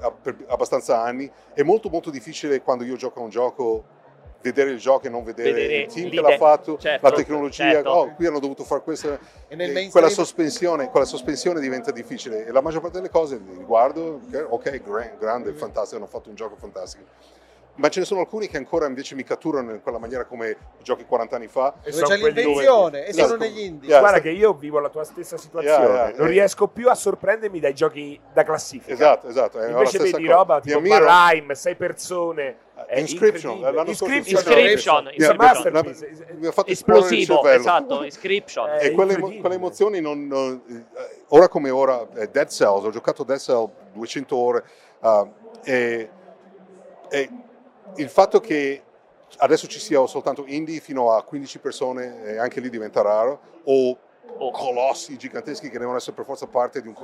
Speaker 5: a- per abbastanza anni è molto molto difficile quando io gioco a un gioco vedere il gioco e non vedere,
Speaker 1: Vedere
Speaker 5: il team
Speaker 1: il
Speaker 5: che l'ha
Speaker 1: leader,
Speaker 5: fatto,
Speaker 1: certo,
Speaker 5: la tecnologia,
Speaker 1: certo.
Speaker 5: oh, qui hanno dovuto fare questo,
Speaker 2: E nel
Speaker 5: eh,
Speaker 2: mainstream-
Speaker 5: quella, sospensione, quella sospensione diventa difficile e la maggior parte delle cose li guardo, ok, ok, gra-
Speaker 2: Mm-hmm.
Speaker 5: grande, fantastico, hanno fatto un gioco fantastico. Ma ce ne sono alcuni che ancora invece mi catturano in quella maniera come giochi 40 anni fa.
Speaker 3: E
Speaker 2: Dove
Speaker 3: son
Speaker 2: c'è
Speaker 3: quelli dove-
Speaker 2: l'invenzione e
Speaker 5: Esatto.
Speaker 2: sono negli indie.
Speaker 5: Yeah.
Speaker 3: Guarda che io vivo la tua stessa situazione,
Speaker 5: Yeah, yeah,
Speaker 3: non
Speaker 5: eh.
Speaker 3: riesco più a sorprendermi dai giochi da classifica.
Speaker 5: Esatto, esatto. È la
Speaker 3: Invece
Speaker 5: stessa
Speaker 3: vedi
Speaker 5: cosa.
Speaker 3: roba
Speaker 5: Mi
Speaker 3: tipo
Speaker 5: ammiro- Eh,
Speaker 3: Valheim, sei persone. È
Speaker 5: Inscription,
Speaker 3: incredibile.
Speaker 5: l'anno scorso
Speaker 3: Inscription,
Speaker 1: Inscription,
Speaker 3: no,
Speaker 1: Inscription.
Speaker 3: Masterpiece.
Speaker 5: mi ha fatto esplodere il
Speaker 1: esplosivo,
Speaker 5: cervello.
Speaker 1: esatto, inscription.
Speaker 3: Eh,
Speaker 5: e quelle,
Speaker 3: incredibile.
Speaker 5: quelle emozioni non, non- eh, ora come ora eh, Dead Cells ho giocato Dead Cells 200 ore ah, e, e il fatto che adesso ci sia soltanto indie fino a 15 persone e anche lì diventa raro o
Speaker 1: Oh.
Speaker 5: colossi giganteschi che devono essere per forza parte di un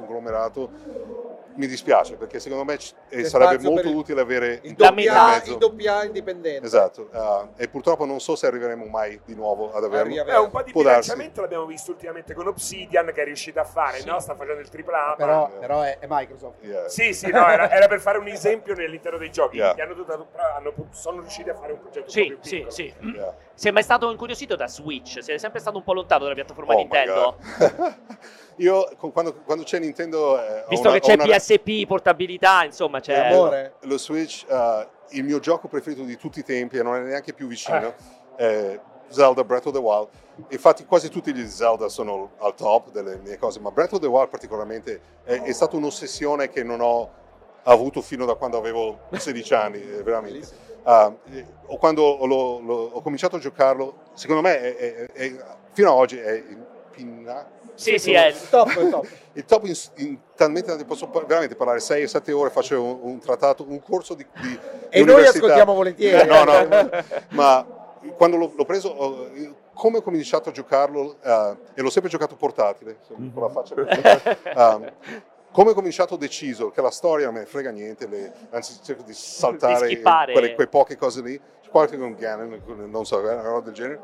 Speaker 5: conglomerato mi dispiace perché secondo me ci- eh,
Speaker 2: C'è
Speaker 5: sarebbe
Speaker 2: spazio
Speaker 5: molto
Speaker 2: per il-
Speaker 5: utile avere
Speaker 2: Il
Speaker 1: Da
Speaker 2: doppia, A-
Speaker 5: mezzo.
Speaker 2: il doppia A indipendente.
Speaker 5: esatto ah, e purtroppo non so se arriveremo mai di nuovo ad
Speaker 2: A
Speaker 5: averlo
Speaker 2: riavere-
Speaker 3: Eh, un po' di
Speaker 5: Può darsi.
Speaker 3: bilanciamento l'abbiamo visto ultimamente con Obsidian che è riuscita a fare, no? Sta facendo il
Speaker 5: ma-
Speaker 3: AAA. ma-
Speaker 4: Però, però è, è Microsoft.
Speaker 5: Yeah.
Speaker 3: Sì, sì, no, era, era per fare un esempio nell'interno dei giochi.
Speaker 5: Yeah.
Speaker 3: Gli hanno dotato- però hanno pu- sono riusciti a fare un progetto un po'
Speaker 1: Sì,
Speaker 3: più
Speaker 1: sì,
Speaker 3: piccolo.
Speaker 1: sì.
Speaker 5: Yeah.
Speaker 1: Sei mai stato incuriosito da Switch? Sei sempre stato un po' lontano dalla piattaforma
Speaker 5: Oh my
Speaker 1: Nintendo?
Speaker 5: God. Io con- quando, quando c'è Nintendo... eh, ho
Speaker 1: Visto
Speaker 5: una-
Speaker 1: che c'è cioè,
Speaker 5: ho una-
Speaker 1: PSP, portabilità, insomma,
Speaker 2: E
Speaker 1: c'è...
Speaker 2: amore.
Speaker 5: Lo Switch, eh, il mio gioco preferito di tutti i tempi, e non è neanche più vicino, è Zelda Breath of the Wild. Infatti quasi tutti gli Zelda sono al top delle mie cose, ma Breath of the Wild particolarmente è, è stata un'ossessione che non ho avuto fino da quando avevo 16 anni, eh, veramente. Ah, eh, o quando l'ho- l'ho- ho cominciato a giocarlo, secondo me è- è- è- fino ad oggi è il pinna-
Speaker 1: Sì, sì, è...
Speaker 2: Il top, il top.
Speaker 5: il top in, in talmente tanti- posso par- veramente parlare 6-7 ore faccio un, un trattato un corso di, di-
Speaker 2: E
Speaker 5: di
Speaker 2: noi
Speaker 5: università.
Speaker 2: ascoltiamo volentieri.
Speaker 5: Eh, no no ma quando l'ho, l'ho preso ho- come ho cominciato a giocarlo eh, e l'ho sempre giocato portatile
Speaker 2: Mhm.
Speaker 5: insomma, con la faccia così, ehm, come ho cominciato ho deciso che la storia non me ne frega niente le- anzi cerco di saltare
Speaker 1: Di skippare.
Speaker 5: quelle, quelle poche cose lì qualche con Ganon non so eh, una roba del genere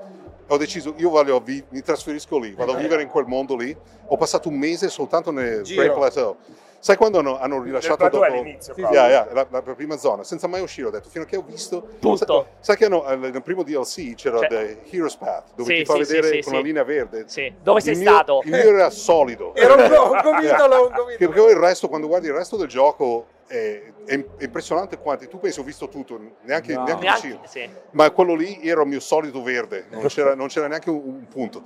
Speaker 5: ho deciso io voglio vi- mi trasferisco lì vado a
Speaker 1: Esatto.
Speaker 5: vivere in quel mondo lì ho passato un mese soltanto nel
Speaker 2: Giro.
Speaker 5: Great Plateau sai quando hanno, hanno rilasciato
Speaker 3: Nel
Speaker 5: dopo
Speaker 3: plateau all'inizio,
Speaker 5: Yeah,
Speaker 3: proprio.
Speaker 5: yeah, la, la prima zona senza mai uscire ho detto fino a che ho visto
Speaker 1: Tutto.
Speaker 5: Sa- sai che hanno, eh, nel primo DLC c'era
Speaker 1: Cioè-
Speaker 5: The Hero's Path dove
Speaker 1: Sì,
Speaker 5: ti fa
Speaker 1: sì,
Speaker 5: vedere
Speaker 1: sì, sì,
Speaker 5: con la
Speaker 1: sì.
Speaker 5: linea verde
Speaker 1: Sì. Dove sei
Speaker 5: Il mio-
Speaker 1: stato?
Speaker 5: il mio era solido
Speaker 2: Era un, un gomitolo, un
Speaker 5: che-
Speaker 2: gomitolo.
Speaker 5: perché poi il resto, quando guardi il resto del gioco, è, è im- è impressionante quanti. Tu pensi ho visto tutto, neanche,
Speaker 4: No.
Speaker 5: neanche
Speaker 1: Neanche-
Speaker 5: vicino.
Speaker 1: sì.
Speaker 5: Ma quello lì era il mio solito verde, non c'era, non c'era neanche un, un punto.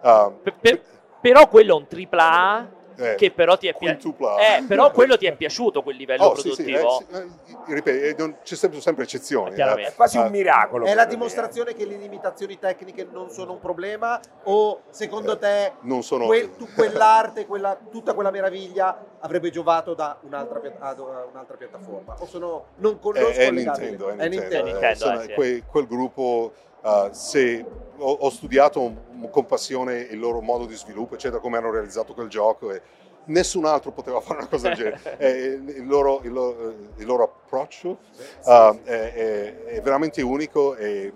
Speaker 5: Ah,
Speaker 1: Per- per- però quello è un tripla A
Speaker 5: eh,
Speaker 1: che però ti è pia-
Speaker 5: quintupla.
Speaker 1: Eh, però quello ti è piaciuto quel livello
Speaker 5: Oh, sì, sì, eh,
Speaker 1: produttivo. eh,
Speaker 5: sì, eh, ripeto, eh, non- c'è sempre, sempre eccezioni.
Speaker 1: Chiaramente.
Speaker 3: È quasi
Speaker 5: Ah,
Speaker 3: un miracolo. eh.
Speaker 2: È la
Speaker 3: per me.
Speaker 2: dimostrazione che le limitazioni tecniche non sono un problema o secondo te
Speaker 5: Eh, Non sono.
Speaker 2: quel- tu- quell'arte, quella- tutta quella meraviglia avrebbe giovato da un'altra, pia- ad un'altra piattaforma? O sono non
Speaker 5: è,
Speaker 2: conosco
Speaker 5: è
Speaker 2: le date.
Speaker 5: Nintendo, è Nintendo, eh,
Speaker 1: Nintendo,
Speaker 5: sono
Speaker 1: eh, sì.
Speaker 5: quei- quel, gruppo eh, eh, se ho, ho studiato m- con passione il loro modo di sviluppo, eccetera, come hanno realizzato quel gioco. E, Nessun altro poteva fare una cosa del genere. Eh, il- il, loro, il loro- eh, il loro approccio eh, è, è- è veramente unico e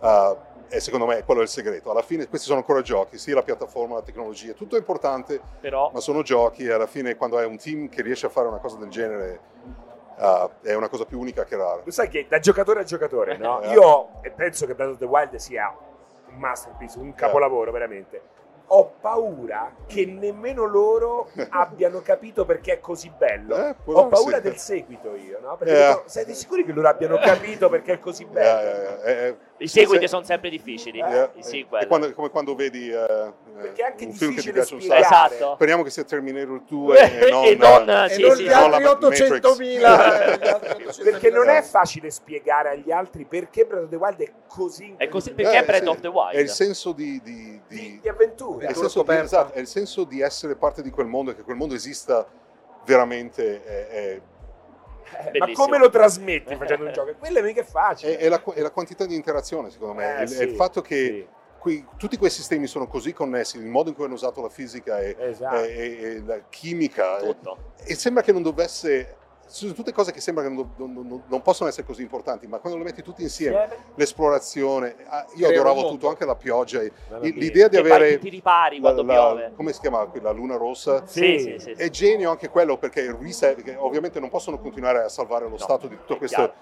Speaker 5: eh, e secondo me quello è il segreto. Alla fine questi sono ancora giochi, sì la piattaforma, la tecnologia, tutto è importante,
Speaker 1: Però
Speaker 5: ma sono giochi e alla fine quando hai un team che riesce a fare una cosa del genere eh, è una cosa più unica che rara.
Speaker 3: Lo sai che da giocatore a giocatore, no?
Speaker 5: Eh.
Speaker 3: Io e penso che Breath of the Wild sia un masterpiece, un
Speaker 5: Eh.
Speaker 3: capolavoro veramente. Ho paura che nemmeno loro abbiano capito perché è così bello.
Speaker 5: Eh, può
Speaker 3: Ho paura
Speaker 5: darsi.
Speaker 3: del seguito io, no? Perché
Speaker 5: Eh.
Speaker 3: dico, siete sicuri che loro abbiano capito perché è così
Speaker 5: Eh,
Speaker 3: bello?
Speaker 5: eh, eh, eh,
Speaker 1: i seguiti
Speaker 5: se-
Speaker 1: sono sempre difficili.
Speaker 5: eh,
Speaker 1: I
Speaker 5: è
Speaker 1: sequel.
Speaker 5: quando- come quando vedi eh,
Speaker 3: Perché è anche
Speaker 5: un film che ti
Speaker 3: difficile
Speaker 5: piace un
Speaker 3: spiegare.
Speaker 5: sacco.
Speaker 1: Esatto.
Speaker 5: Speriamo che sia Terminator 2 e non,
Speaker 1: E non,
Speaker 5: eh,
Speaker 1: sì,
Speaker 2: e non
Speaker 1: sì,
Speaker 2: gli
Speaker 1: no,
Speaker 2: altri
Speaker 5: la Matrix.
Speaker 2: 800.000. eh, gli altri 800.000.
Speaker 3: Perché non è facile spiegare agli altri perché Breath of the Wild è così
Speaker 1: È così
Speaker 3: incredibile.
Speaker 1: perché
Speaker 5: Eh,
Speaker 1: è Breath
Speaker 5: sì.
Speaker 1: of Eh, the Wild.
Speaker 5: È il senso di- di-
Speaker 3: di,
Speaker 5: di,
Speaker 3: di avventure.
Speaker 5: È il,
Speaker 2: Ancora
Speaker 5: senso di,
Speaker 2: scoperta.
Speaker 5: esatto, è il senso di essere parte di quel mondo e che quel mondo esista veramente. È, è-
Speaker 3: Eh, Ma
Speaker 1: Bellissimo.
Speaker 3: come lo trasmetti facendo un gioco? Quello è mica
Speaker 5: è-
Speaker 3: facile.
Speaker 5: è la, è la quantità di interazione, secondo me.
Speaker 3: Eh,
Speaker 5: il,
Speaker 3: sì,
Speaker 5: il fatto che
Speaker 3: sì,
Speaker 5: qui- tutti quei sistemi sono così connessi, il modo in cui hanno usato la fisica e,
Speaker 3: esatto.
Speaker 5: e- e- e la chimica, e,
Speaker 1: tutto.
Speaker 5: e sembra che non dovesse. Sono tutte cose che sembra che non, do- non- non- non possono essere così importanti, ma quando le metti tutti insieme, l'esplorazione, ah, io
Speaker 2: Crea un
Speaker 5: adoravo
Speaker 2: mondo.
Speaker 5: tutto, anche la pioggia, e-
Speaker 3: Mamma mia.
Speaker 5: l'idea di
Speaker 1: Che fai
Speaker 5: avere.
Speaker 1: tutti i ripari quando
Speaker 5: la- la-
Speaker 1: piove.
Speaker 5: come si chiama quella luna rossa?
Speaker 1: Sì, sì, sì.
Speaker 5: È
Speaker 1: sì.
Speaker 5: genio anche quello perché risa- che ovviamente non possono continuare a salvare lo Stato di tutto
Speaker 1: è
Speaker 5: questo.
Speaker 1: chiaro.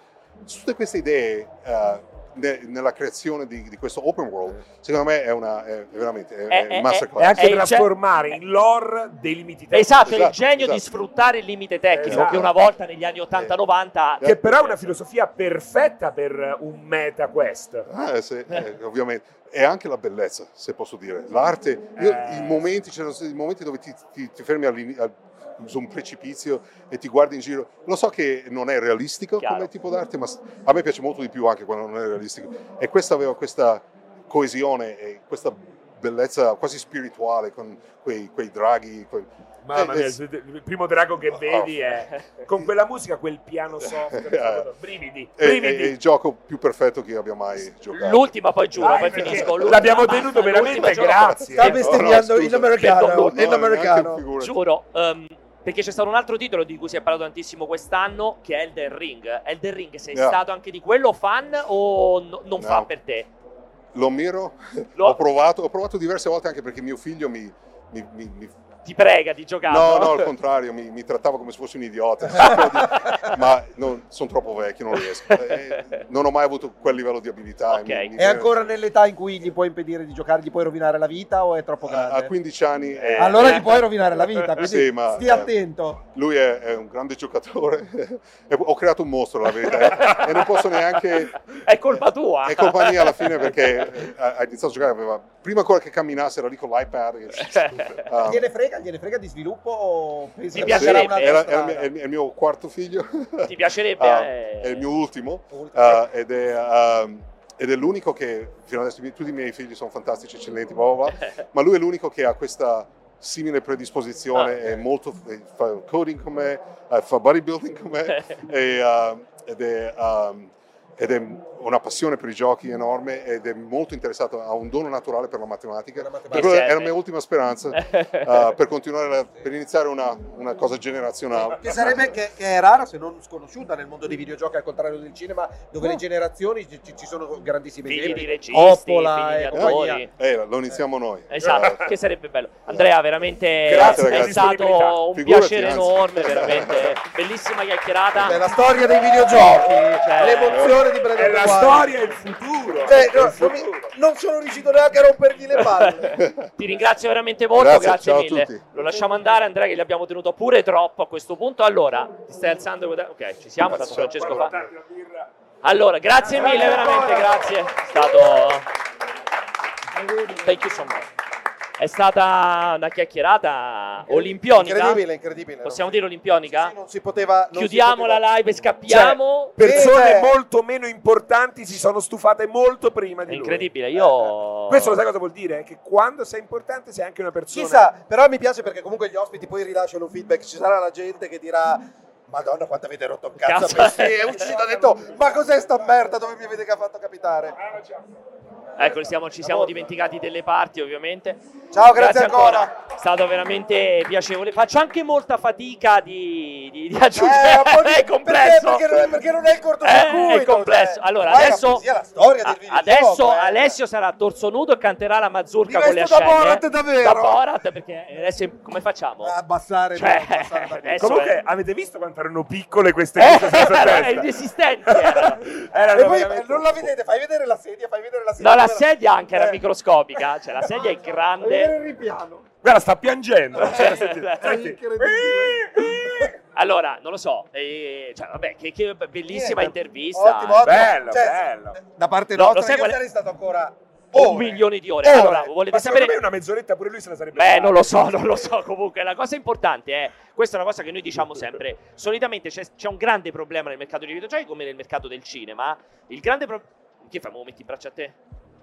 Speaker 5: Tutte queste idee eh, ne- nella creazione di, di questo open world, secondo me è una è veramente è,
Speaker 1: È-
Speaker 5: è
Speaker 1: è-
Speaker 3: E
Speaker 5: masterclass.
Speaker 3: anche
Speaker 1: È il
Speaker 3: trasformare in lore dei limiti tecnici.
Speaker 1: Esatto, è il
Speaker 5: Esatto,
Speaker 1: genio di
Speaker 5: esatto. Eh.
Speaker 1: sfruttare il limite tecnico
Speaker 3: Esatto.
Speaker 1: che una volta negli anni 80-90
Speaker 3: Che però è una filosofia perfetta per un meta quest.
Speaker 5: Ah, eh, sì, eh, ovviamente. E anche la bellezza, se posso dire. L'arte, io-
Speaker 3: Eh.
Speaker 5: i, momenti, c'erano stati i momenti dove ti, ti- ti fermi all'ini- al- su un precipizio e ti guardi in giro. Lo so che non è realistico
Speaker 1: Chiaro.
Speaker 5: come tipo d'arte, ma s- a me piace molto di più anche quando non è realistico. E questa aveva questa coesione e questa bellezza quasi spirituale con quei, quei draghi. quei-
Speaker 3: Mamma
Speaker 5: Eh, Oh.
Speaker 3: mia,
Speaker 5: eh,
Speaker 3: il primo drago che vedi è con quella musica, quel
Speaker 5: Eh,
Speaker 3: piano soft, brividi,
Speaker 5: È, è- è
Speaker 3: brividi.
Speaker 5: Ah. il gioco più perfetto che abbia mai giocato.
Speaker 1: L'ultima poi giuro,
Speaker 3: Dai,
Speaker 1: poi
Speaker 3: perché
Speaker 1: finisco. l'ultima,
Speaker 3: L'abbiamo
Speaker 1: basta,
Speaker 3: tenuto veramente,
Speaker 1: l'ultima, giuro.
Speaker 3: grazie.
Speaker 4: Sta
Speaker 5: no,
Speaker 4: bestemmiando
Speaker 5: scusa.
Speaker 4: in americano.
Speaker 5: No,
Speaker 4: In
Speaker 5: neanche
Speaker 4: americano.
Speaker 5: figurati.
Speaker 1: Giuro, ehm, perché c'è stato un altro titolo di cui si è parlato tantissimo quest'anno, che è Elden Ring. Elden Ring, sei
Speaker 5: Yeah.
Speaker 1: stato anche di quello fan o no- non
Speaker 5: No.
Speaker 1: fan per te?
Speaker 5: Lo miro,
Speaker 1: Lo-
Speaker 5: ho, provato, ho provato diverse volte anche perché mio figlio mi- mi- mi- mi
Speaker 1: Ti prega di giocare.
Speaker 5: No, no, al contrario, mi, mi trattava come se fossi un idiota, ma sono troppo vecchio, non riesco. Eh, non ho mai avuto quel livello di abilità.
Speaker 1: Ok.
Speaker 5: Mi- mi-
Speaker 2: È ancora nell'età in cui gli puoi impedire di giocare, gli puoi rovinare la vita o è troppo
Speaker 5: a,
Speaker 2: grande?
Speaker 5: a 15 anni eh,
Speaker 2: Allora gli puoi rovinare la vita, quindi
Speaker 5: Sì, ma- eh,
Speaker 2: stia attento.
Speaker 5: lui è, è un grande giocatore. E ho creato un mostro, la verità, eh. e non posso neanche.
Speaker 1: È colpa tua.
Speaker 5: È colpa mia alla fine perché eh, ha ha iniziato a giocare. aveva- prima ancora che camminasse, era lì con l'iPad. e- Ah,
Speaker 2: Gliene frega, gliene frega di sviluppo o pensi
Speaker 1: Mi
Speaker 2: che
Speaker 5: sì,
Speaker 1: piacerebbe.
Speaker 2: sarà una
Speaker 5: era- era il mio-
Speaker 2: strada?
Speaker 5: è il mio- è il mio quarto figlio.
Speaker 1: Ti piacerebbe?
Speaker 5: Ah,
Speaker 1: eh?
Speaker 5: È il mio ultimo.
Speaker 2: Ultimo.
Speaker 5: Ah, ed, è, ehm, ed è l'unico che, fino adesso i miei- tutti i miei figli sono fantastici, eccellenti, bla bla bla, ma lui è l'unico che ha questa simile predisposizione,
Speaker 1: Ah,
Speaker 5: è molto, eh, fa coding con me, eh, fa bodybuilding con me, e, ehm, ed, è, ehm, ed è una passione per i giochi enorme ed è molto interessato, ha un dono naturale per la matematica.
Speaker 2: Per la
Speaker 5: Per
Speaker 2: matematica.
Speaker 5: quello è la
Speaker 1: serve.
Speaker 5: mia ultima speranza eh, per continuare, la- per iniziare una, una cosa generazionale.
Speaker 2: Che sarebbe che, che è rara se non sconosciuta nel mondo dei videogiochi, al contrario del cinema, dove le generazioni ci, ci sono grandissimi
Speaker 1: Figli di
Speaker 2: esempi.
Speaker 1: registi,
Speaker 2: Oppola
Speaker 1: figli di
Speaker 2: e
Speaker 1: attori.
Speaker 2: compagnia.
Speaker 5: Eh, lo iniziamo noi.
Speaker 1: Esatto,
Speaker 5: Eh,
Speaker 1: che sarebbe bello. Andrea, veramente
Speaker 5: Grazie,
Speaker 1: è
Speaker 5: ragazzi.
Speaker 1: stato un
Speaker 5: Figurati,
Speaker 1: piacere
Speaker 5: anzi.
Speaker 1: enorme, veramente. Bellissima chiacchierata.
Speaker 2: Cioè, la storia dei videogiochi,
Speaker 1: Cioè,
Speaker 2: l'emozione di Breath
Speaker 3: È
Speaker 2: of the Wild.
Speaker 3: la storia e il
Speaker 5: Eh,
Speaker 3: futuro.
Speaker 2: Cioè,
Speaker 3: È
Speaker 2: no,
Speaker 3: il
Speaker 2: non, mi-
Speaker 3: futuro.
Speaker 2: non sono riuscito neanche a rompergli le palle.
Speaker 1: Ti ringrazio veramente molto, grazie,
Speaker 5: Grazie, ciao a
Speaker 1: mille.
Speaker 5: tutti.
Speaker 1: Lo lasciamo andare, Andrea, che gli abbiamo tenuto pure troppo a questo punto. Allora, ti stai alzando? Ok, ci siamo, tanto
Speaker 5: Grazie,
Speaker 1: Francesco
Speaker 3: Guarda,
Speaker 1: fa.
Speaker 3: portarti la birra.
Speaker 1: Allora, grazie mille, veramente, grazie. È stato. Thank you so much. È stata una chiacchierata olimpionica.
Speaker 2: Incredibile, incredibile. no?
Speaker 1: Possiamo dire olimpionica?
Speaker 2: Sì, non si poteva... non si
Speaker 1: Chiudiamo
Speaker 2: poteva- Cioè,
Speaker 1: la live e scappiamo.
Speaker 3: Persone
Speaker 2: Sì, beh.
Speaker 3: molto meno importanti si sono stufate molto prima
Speaker 1: È
Speaker 3: di lui.
Speaker 1: incredibile,
Speaker 2: Eh,
Speaker 1: io.
Speaker 3: Questo lo sai cosa vuol dire? Che quando sei importante sei anche una persona.
Speaker 2: Chissà, però mi piace perché comunque gli ospiti poi rilasciano un feedback. Ci sarà la gente che dirà. Madonna, quanto avete rotto il cazzo!
Speaker 1: Cazzo. eh.
Speaker 2: a me. Sì, è uscito, ha detto, ma cos'è sta merda dove mi avete fatto capitare?
Speaker 3: Eh,
Speaker 1: Ecco, siamo- ci siamo dimenticati delle parti ovviamente.
Speaker 2: Ciao, grazie ancora.
Speaker 1: È stato veramente piacevole. Faccio anche molta fatica di, di, di aggiungere.
Speaker 2: Eh, un po' di-
Speaker 1: è complesso.
Speaker 2: Perché, perché non è, perché non è il cortocircuito.
Speaker 1: Eh, è complesso.
Speaker 2: cioè.
Speaker 1: Allora,
Speaker 2: Guarda,
Speaker 1: adesso,
Speaker 2: sia la storia del
Speaker 1: a-
Speaker 2: videogioco,
Speaker 1: adesso
Speaker 2: eh.
Speaker 1: Alessio sarà a torso nudo e canterà la mazurka
Speaker 2: Diretto
Speaker 1: con le
Speaker 2: da
Speaker 1: ascelle.
Speaker 2: Borat,
Speaker 1: eh.
Speaker 2: davvero. Ah,
Speaker 1: Da Borat, perché adesso come facciamo?
Speaker 2: Abbassare,
Speaker 1: Cioè,
Speaker 2: abbassare la-
Speaker 1: adesso-
Speaker 3: Comunque, avete visto quanto erano piccole queste
Speaker 1: Eh,
Speaker 3: cose senza
Speaker 1: era
Speaker 3: testa?
Speaker 1: inesistente.
Speaker 3: Erano
Speaker 2: E poi eh,
Speaker 3: veramente-
Speaker 2: non la vedete, fai vedere la sedia, fai vedere la sedia.
Speaker 1: No, la
Speaker 2: Guarda-
Speaker 1: sedia anche era
Speaker 2: Eh. Ah,
Speaker 1: microscopica, cioè la sedia è
Speaker 6: Voglio vedere
Speaker 1: grande.
Speaker 6: il ripiano.
Speaker 3: Guarda, sta piangendo. Cioè, senti-
Speaker 6: È
Speaker 3: senti. Eh,
Speaker 6: incredibile.
Speaker 1: Allora, non lo so, eh, cioè, vabbè, che, che bellissima
Speaker 2: Niente.
Speaker 1: intervista. eh,
Speaker 2: Ottimo, ottimo.
Speaker 3: Bello,
Speaker 2: Cioè,
Speaker 3: bello.
Speaker 2: Da parte
Speaker 1: No, lo
Speaker 2: nostra,
Speaker 1: sai
Speaker 2: io
Speaker 1: qual è-
Speaker 2: sarei stato ancora
Speaker 1: Un
Speaker 2: ore.
Speaker 1: milione di ore.
Speaker 2: Ore.
Speaker 1: Eh, Allora, volete
Speaker 3: Ma secondo me
Speaker 1: sapere?
Speaker 3: una mezz'oretta pure lui se la sarebbe
Speaker 1: Beh,
Speaker 3: fatta.
Speaker 1: non lo so, non lo so. Comunque, la cosa importante è. Questa è una cosa che noi diciamo sempre. Solitamente c'è, c'è un grande problema nel mercato dei videogiochi, come nel mercato del cinema. Il grande problema. Che fai? Mo lo metti in braccia a te?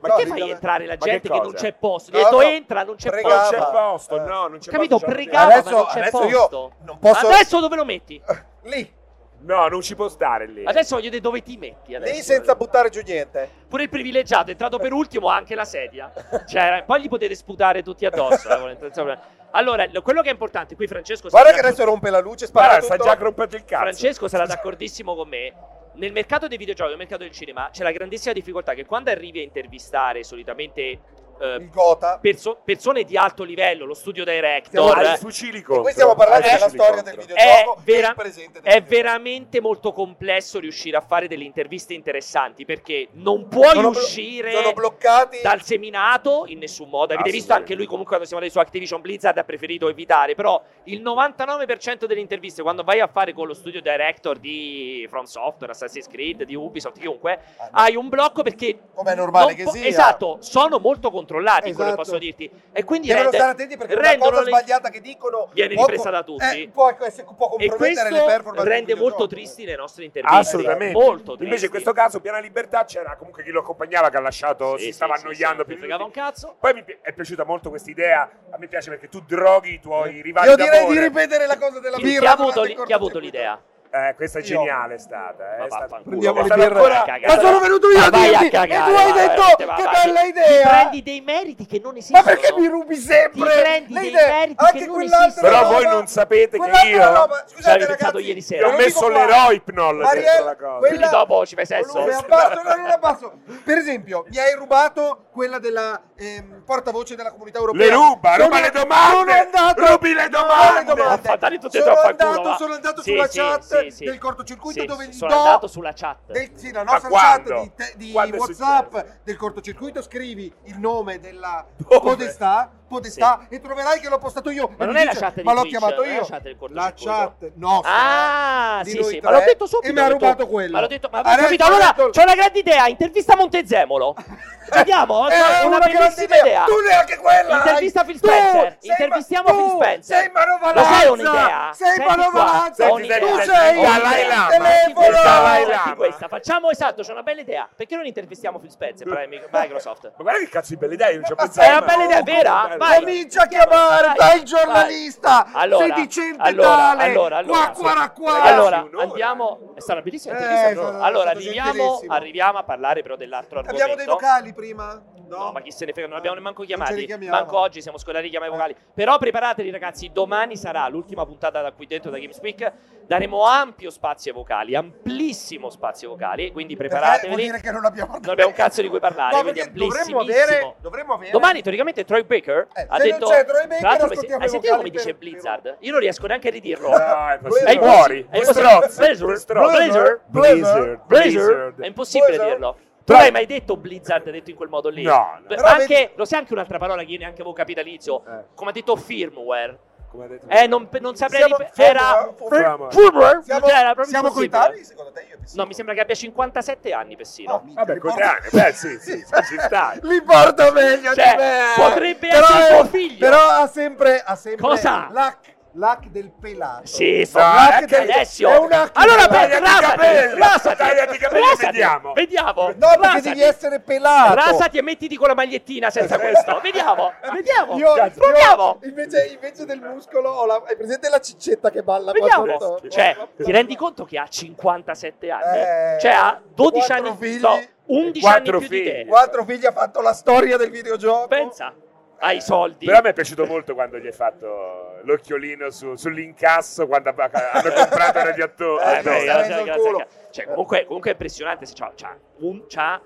Speaker 2: No,
Speaker 1: Perché
Speaker 2: sì,
Speaker 1: fai
Speaker 2: dove-
Speaker 1: entrare la
Speaker 3: ma
Speaker 1: gente
Speaker 3: che
Speaker 1: che,
Speaker 3: cosa?
Speaker 1: non c'è posto?
Speaker 2: No,
Speaker 1: Ho detto
Speaker 2: no,
Speaker 1: entra, non c'è
Speaker 2: pregava.
Speaker 1: posto.
Speaker 3: Non c'è posto,
Speaker 2: Eh.
Speaker 3: no, non c'è
Speaker 1: Capito?
Speaker 3: posto. c'è
Speaker 1: Pregava,
Speaker 2: Adesso-
Speaker 1: ma non c'è
Speaker 2: adesso io
Speaker 1: posto.
Speaker 2: non posso-
Speaker 1: Adesso dove lo metti?
Speaker 2: Lì,
Speaker 3: No, non ci può stare lì.
Speaker 1: Adesso voglio dire dove ti metti. Adesso.
Speaker 2: lì senza buttare giù niente.
Speaker 1: Pure il privilegiato è entrato per ultimo ha anche la sedia. Cioè, poi gli potete sputare tutti addosso. eh, volete- insomma. Allora, lo- quello che è importante, qui Francesco
Speaker 2: Guarda che
Speaker 1: sarà-
Speaker 2: adesso rompe la luce, spara
Speaker 3: Guarda,
Speaker 2: tutto.
Speaker 3: sta già rompendo il cazzo.
Speaker 1: Francesco sarà d'accordissimo con me. Nel mercato dei videogiochi, nel mercato del cinema, c'è la grandissima difficoltà che quando arrivi a intervistare solitamente eh,
Speaker 2: Il gota.
Speaker 1: perso- persone di alto livello, lo studio
Speaker 3: Siamo
Speaker 1: director,
Speaker 3: ai
Speaker 1: eh,
Speaker 3: fucili
Speaker 2: E
Speaker 3: contro.
Speaker 2: qui stiamo parlando
Speaker 3: Ai
Speaker 2: della
Speaker 3: fucili
Speaker 2: storia del
Speaker 3: contro.
Speaker 2: videogioco
Speaker 1: È vera-
Speaker 2: e il presente del
Speaker 1: è
Speaker 2: videogioco.
Speaker 1: veramente molto complesso riuscire a fare delle interviste interessanti perché non puoi
Speaker 2: Sono blo-
Speaker 1: uscire
Speaker 2: Sono bloccati.
Speaker 1: dal seminato in nessun modo. Avete visto
Speaker 3: Assolutamente.
Speaker 1: anche lui comunque quando siamo andati su Activision Blizzard ha preferito evitare, però il 99% delle interviste quando vai a fare con lo studio director di From Software, Assassin's Creed, di Ubisoft, chiunque, hai un blocco perché
Speaker 2: Come è Ah, normale
Speaker 1: non
Speaker 2: che
Speaker 1: po-
Speaker 2: sia.
Speaker 1: Esatto, sono molto controllati, quello che
Speaker 6: Esatto.
Speaker 1: posso dirti. E quindi
Speaker 2: Devono
Speaker 1: rende-
Speaker 2: stare attenti perché una
Speaker 1: rendono
Speaker 2: cosa
Speaker 1: le-
Speaker 2: sbagliata che dicono
Speaker 1: viene
Speaker 2: può-
Speaker 1: ripresa da tutti.
Speaker 2: eh, può, essere- può
Speaker 1: e
Speaker 2: compromettere le
Speaker 1: questo
Speaker 2: performance del
Speaker 1: rende molto
Speaker 2: videogioco.
Speaker 1: tristi le nostre interviste.
Speaker 3: Assolutamente.
Speaker 1: Molto tristi.
Speaker 3: Invece in questo caso Piana Libertà c'era comunque chi lo accompagnava che ha lasciato,
Speaker 1: Sì,
Speaker 3: si
Speaker 1: sì,
Speaker 3: stava
Speaker 1: sì,
Speaker 3: annoiando
Speaker 1: sì,
Speaker 3: più
Speaker 1: non
Speaker 3: di
Speaker 1: fregava un
Speaker 3: tutti.
Speaker 1: cazzo.
Speaker 3: Poi mi pi- è piaciuta molto questa idea, a me piace perché tu droghi i tuoi rivali
Speaker 2: Io direi
Speaker 3: d'amore.
Speaker 2: di ripetere la cosa della
Speaker 1: Chi-
Speaker 2: birra.
Speaker 1: chi ha avuto,
Speaker 2: durante
Speaker 1: lì-
Speaker 2: il
Speaker 1: chi ha avuto
Speaker 2: cortocircuito.
Speaker 1: l'idea?
Speaker 3: Eh, questa è
Speaker 2: Io.
Speaker 3: geniale è stata. eh,
Speaker 1: Ma
Speaker 3: è stata-
Speaker 1: vaffanculo.
Speaker 2: Prendiamo
Speaker 3: è
Speaker 2: le
Speaker 3: stata
Speaker 2: birre.
Speaker 3: ancora-
Speaker 1: Cagare.
Speaker 2: Ma sono venuto io
Speaker 1: Ma
Speaker 2: a
Speaker 1: Ah, vai
Speaker 2: dirti
Speaker 1: a cagare,
Speaker 2: e tu hai
Speaker 1: va,
Speaker 2: detto
Speaker 1: veramente, va,
Speaker 2: che
Speaker 1: vai.
Speaker 2: bella
Speaker 1: Ti
Speaker 2: idea.
Speaker 1: prendi dei meriti che non esistono.
Speaker 2: Ma perché mi rubi sempre?
Speaker 1: Ti prendi
Speaker 2: le
Speaker 1: dei
Speaker 2: idee?
Speaker 1: meriti che
Speaker 2: Anche
Speaker 1: non
Speaker 2: quell'altra
Speaker 1: esistono.
Speaker 3: Però
Speaker 2: roba-
Speaker 3: voi non sapete che
Speaker 2: quell'altra
Speaker 3: io-
Speaker 2: roba-
Speaker 1: Ci avevi
Speaker 2: Scusate
Speaker 1: pensato
Speaker 2: ragazzi,
Speaker 1: ieri sera.
Speaker 3: Io
Speaker 1: Io
Speaker 3: ho
Speaker 1: lo
Speaker 3: messo l'eroipnol dentro la
Speaker 2: Ariel,
Speaker 3: cosa.
Speaker 2: quella-
Speaker 1: Quindi dopo ci fai sesso.
Speaker 2: Non abbasso, no, non abbasso. Per esempio, mi hai rubato quella della ehm, portavoce della comunità europea.
Speaker 3: Le ruba,
Speaker 2: Sono-
Speaker 3: ruba le domande,
Speaker 2: Sono andato,
Speaker 3: rubi le
Speaker 2: no,
Speaker 3: domande.
Speaker 1: Ma fa dare tutte e
Speaker 2: sono
Speaker 1: troppo al
Speaker 2: andato,
Speaker 1: culo, va.
Speaker 2: sono andato
Speaker 1: Sì,
Speaker 2: sulla
Speaker 1: sì,
Speaker 2: chat
Speaker 1: sì, sì.
Speaker 2: del cortocircuito
Speaker 1: Sì,
Speaker 2: dove
Speaker 1: sì,
Speaker 2: gli
Speaker 1: sono
Speaker 2: do-
Speaker 1: andato sulla chat.
Speaker 2: del- sì, la
Speaker 3: Ma
Speaker 2: nostra
Speaker 3: quando?
Speaker 2: chat di, te- di
Speaker 3: Quando è
Speaker 2: WhatsApp
Speaker 3: successo?
Speaker 2: del cortocircuito scrivi il nome della
Speaker 3: Dove?
Speaker 2: podestà, podestà e troverai che l'ho postato io.
Speaker 1: Ma
Speaker 2: E
Speaker 1: non
Speaker 2: mi
Speaker 1: è la
Speaker 2: dice,
Speaker 1: chat di
Speaker 2: Ma l'ho
Speaker 1: Twitch,
Speaker 2: chiamato
Speaker 1: non è la
Speaker 2: io.
Speaker 1: chat del
Speaker 2: La
Speaker 1: cortocircuito.
Speaker 2: chat nostra.
Speaker 1: Ah,
Speaker 2: eh, Di
Speaker 1: sì,
Speaker 2: noi
Speaker 1: sì,
Speaker 2: tre.
Speaker 1: ma l'ho detto subito.
Speaker 2: E mi ha
Speaker 1: ho detto-
Speaker 2: rubato quello.
Speaker 1: Ma l'ho detto, ma
Speaker 2: Adesso
Speaker 1: avevo capito.
Speaker 2: ho
Speaker 1: Allora, cioè,
Speaker 2: detto-
Speaker 1: c'ho una grande idea. Intervista a Montezemolo. Ci andiamo?
Speaker 2: Eh,
Speaker 1: C'ho una,
Speaker 2: una grande
Speaker 1: bellissima
Speaker 2: idea.
Speaker 1: idea.
Speaker 2: Tu neanche quella
Speaker 1: Intervista a
Speaker 2: hai.
Speaker 1: Phil
Speaker 2: Tu
Speaker 1: Spencer.
Speaker 2: sei
Speaker 1: Intervistiamo
Speaker 2: ma-
Speaker 1: Phil
Speaker 2: tu
Speaker 1: Spencer.
Speaker 2: sei manovalanza.
Speaker 1: Lo sai un'idea?
Speaker 2: Sei
Speaker 1: Senti qua,
Speaker 2: manovalanza.
Speaker 1: ho un'idea.
Speaker 3: Tu
Speaker 1: Senti,
Speaker 3: sei
Speaker 1: ho un'idea.
Speaker 3: Dalai Lama.
Speaker 1: Senti
Speaker 2: Telefono.
Speaker 1: questa,
Speaker 3: Dalai
Speaker 1: senti
Speaker 3: Lama.
Speaker 1: questa. Facciamo esatto, c'ho una bella idea. Perché non intervistiamo Phil Spencer? Bravi, amico- Microsoft.
Speaker 3: Ma guarda che cazzo di bella idea, io non ci ho
Speaker 2: Ma
Speaker 3: pensato.
Speaker 2: è una
Speaker 3: mai.
Speaker 1: bella idea, vera?
Speaker 3: oh, Bello.
Speaker 1: Vai.
Speaker 2: Comincia a chiamare,
Speaker 1: Vai,
Speaker 2: dai
Speaker 1: vai.
Speaker 2: giornalista,
Speaker 1: Allora,
Speaker 2: sei dicente
Speaker 1: allora,
Speaker 2: tale,
Speaker 1: allora, allora,
Speaker 2: qua, qua, qua.
Speaker 3: Ragazzi,
Speaker 1: Allora,
Speaker 3: un'ora.
Speaker 1: andiamo. È stata una bellissima
Speaker 2: Eh,
Speaker 1: intervista.
Speaker 2: è stato-
Speaker 1: allora,
Speaker 2: è stato
Speaker 1: arriviamo,
Speaker 2: gentilissimo.
Speaker 1: arriviamo a parlare però dell'altro argomento.
Speaker 2: Abbiamo dei vocali prima?
Speaker 1: No, ma chi se ne frega, non abbiamo nemmeno
Speaker 2: ce li
Speaker 1: chiamati.
Speaker 2: chiamiamo.
Speaker 1: Manco oggi siamo scolari a chiamare i vocali. Però preparatevi, ragazzi, domani sarà l'ultima puntata da qui dentro da Games Week. Daremo ampio spazio ai vocali, amplissimo spazio ai vocali. Quindi
Speaker 2: Perché Eh, vuol
Speaker 1: preparatevi.
Speaker 2: dire che non abbiamo
Speaker 1: Non abbiamo un cazzo di cui parlare.
Speaker 2: No,
Speaker 1: quindi
Speaker 2: perché dovremmo
Speaker 1: amplissimissimo.
Speaker 2: avere, dovremmo avere
Speaker 1: Domani teoricamente Troy Baker
Speaker 2: Eh, se
Speaker 1: ha
Speaker 2: non
Speaker 1: detto.
Speaker 2: c'è Troy Baker,
Speaker 1: tra l'altro, mi se-
Speaker 2: ascoltiamo
Speaker 1: hai
Speaker 2: i
Speaker 1: sentito come
Speaker 2: vocali
Speaker 1: dice
Speaker 2: per-
Speaker 1: Blizzard? Io non riesco neanche a ridirlo.
Speaker 2: Eh,
Speaker 3: No, è
Speaker 1: È
Speaker 3: possibile. È
Speaker 1: impossibile. È
Speaker 3: impossibile.
Speaker 1: impossibile.
Speaker 3: Blizzard.
Speaker 1: Blizzard.
Speaker 3: Blizzard.
Speaker 1: Blazer? È impossibile
Speaker 2: Blizzard.
Speaker 1: dirlo. Tu l'hai mai detto Blizzard detto in quel modo lì?
Speaker 3: No, no.
Speaker 1: Beh,
Speaker 2: Però
Speaker 1: anche-
Speaker 2: vedi-
Speaker 1: Lo sai anche un'altra parola che io neanche avevo capito all'inizio?
Speaker 3: Eh.
Speaker 1: Come ha detto firmware.
Speaker 3: Come ha detto-
Speaker 1: Eh, non, non saprei...
Speaker 2: Siamo-
Speaker 1: rip- era...
Speaker 3: firmware.
Speaker 1: Firmware?
Speaker 2: Siamo,
Speaker 1: Cioè, era proprio
Speaker 2: siamo
Speaker 1: impossibile.
Speaker 2: coetanei secondo te? Io
Speaker 1: No, mi sembra che abbia 57 anni Pessino.
Speaker 3: Vabbè, coetanei, beh, sì, sì, sì, ci sta.
Speaker 2: Li porto meglio
Speaker 1: Cioè,
Speaker 2: di me.
Speaker 1: potrebbe essere
Speaker 2: è-
Speaker 1: tuo figlio.
Speaker 2: Però ha sempre, ha sempre
Speaker 1: Cosa?
Speaker 2: la,
Speaker 6: l'hack del pelato.
Speaker 1: Sì,
Speaker 3: No,
Speaker 1: fa
Speaker 3: è che-
Speaker 1: Alessio.
Speaker 3: è un hack-
Speaker 1: allora,
Speaker 3: Tagliati
Speaker 1: beh,
Speaker 3: i
Speaker 1: rasati,
Speaker 3: capelli,
Speaker 1: rasati,
Speaker 3: tagliati i capelli,
Speaker 1: rasati,
Speaker 3: vediamo.
Speaker 1: Vediamo.
Speaker 6: No, perché
Speaker 1: rasati.
Speaker 6: devi essere pelato.
Speaker 1: Rasati e mettiti con la magliettina senza questo. Vediamo, vediamo. Cioè,
Speaker 6: Io,
Speaker 1: Proviamo.
Speaker 6: io invece, invece del muscolo ho la, hai presente la ciccetta che balla
Speaker 1: Vediamo.
Speaker 6: quando-
Speaker 1: Cioè, ti rendi conto che ha 57 anni?
Speaker 6: Eh,
Speaker 1: cioè, ha 12
Speaker 6: quattro
Speaker 1: anni,
Speaker 6: figli,
Speaker 1: no, 11 anni
Speaker 3: quattro
Speaker 1: più di te.
Speaker 3: figli.
Speaker 6: Quattro figli ha fatto la storia del videogioco.
Speaker 1: Pensa, hai soldi.
Speaker 3: Però mi è piaciuto molto quando gli hai fatto l'occhiolino su- sull'incasso quando ha- hanno comprato il radiatore.
Speaker 1: Eh,
Speaker 6: Eh,
Speaker 1: beh,
Speaker 6: sta
Speaker 1: grazie,
Speaker 6: reso il
Speaker 1: grazie,
Speaker 6: culo.
Speaker 1: grazie. Cioè, comunque, comunque è impressionante. Se c'ha, c'ha un- c'ha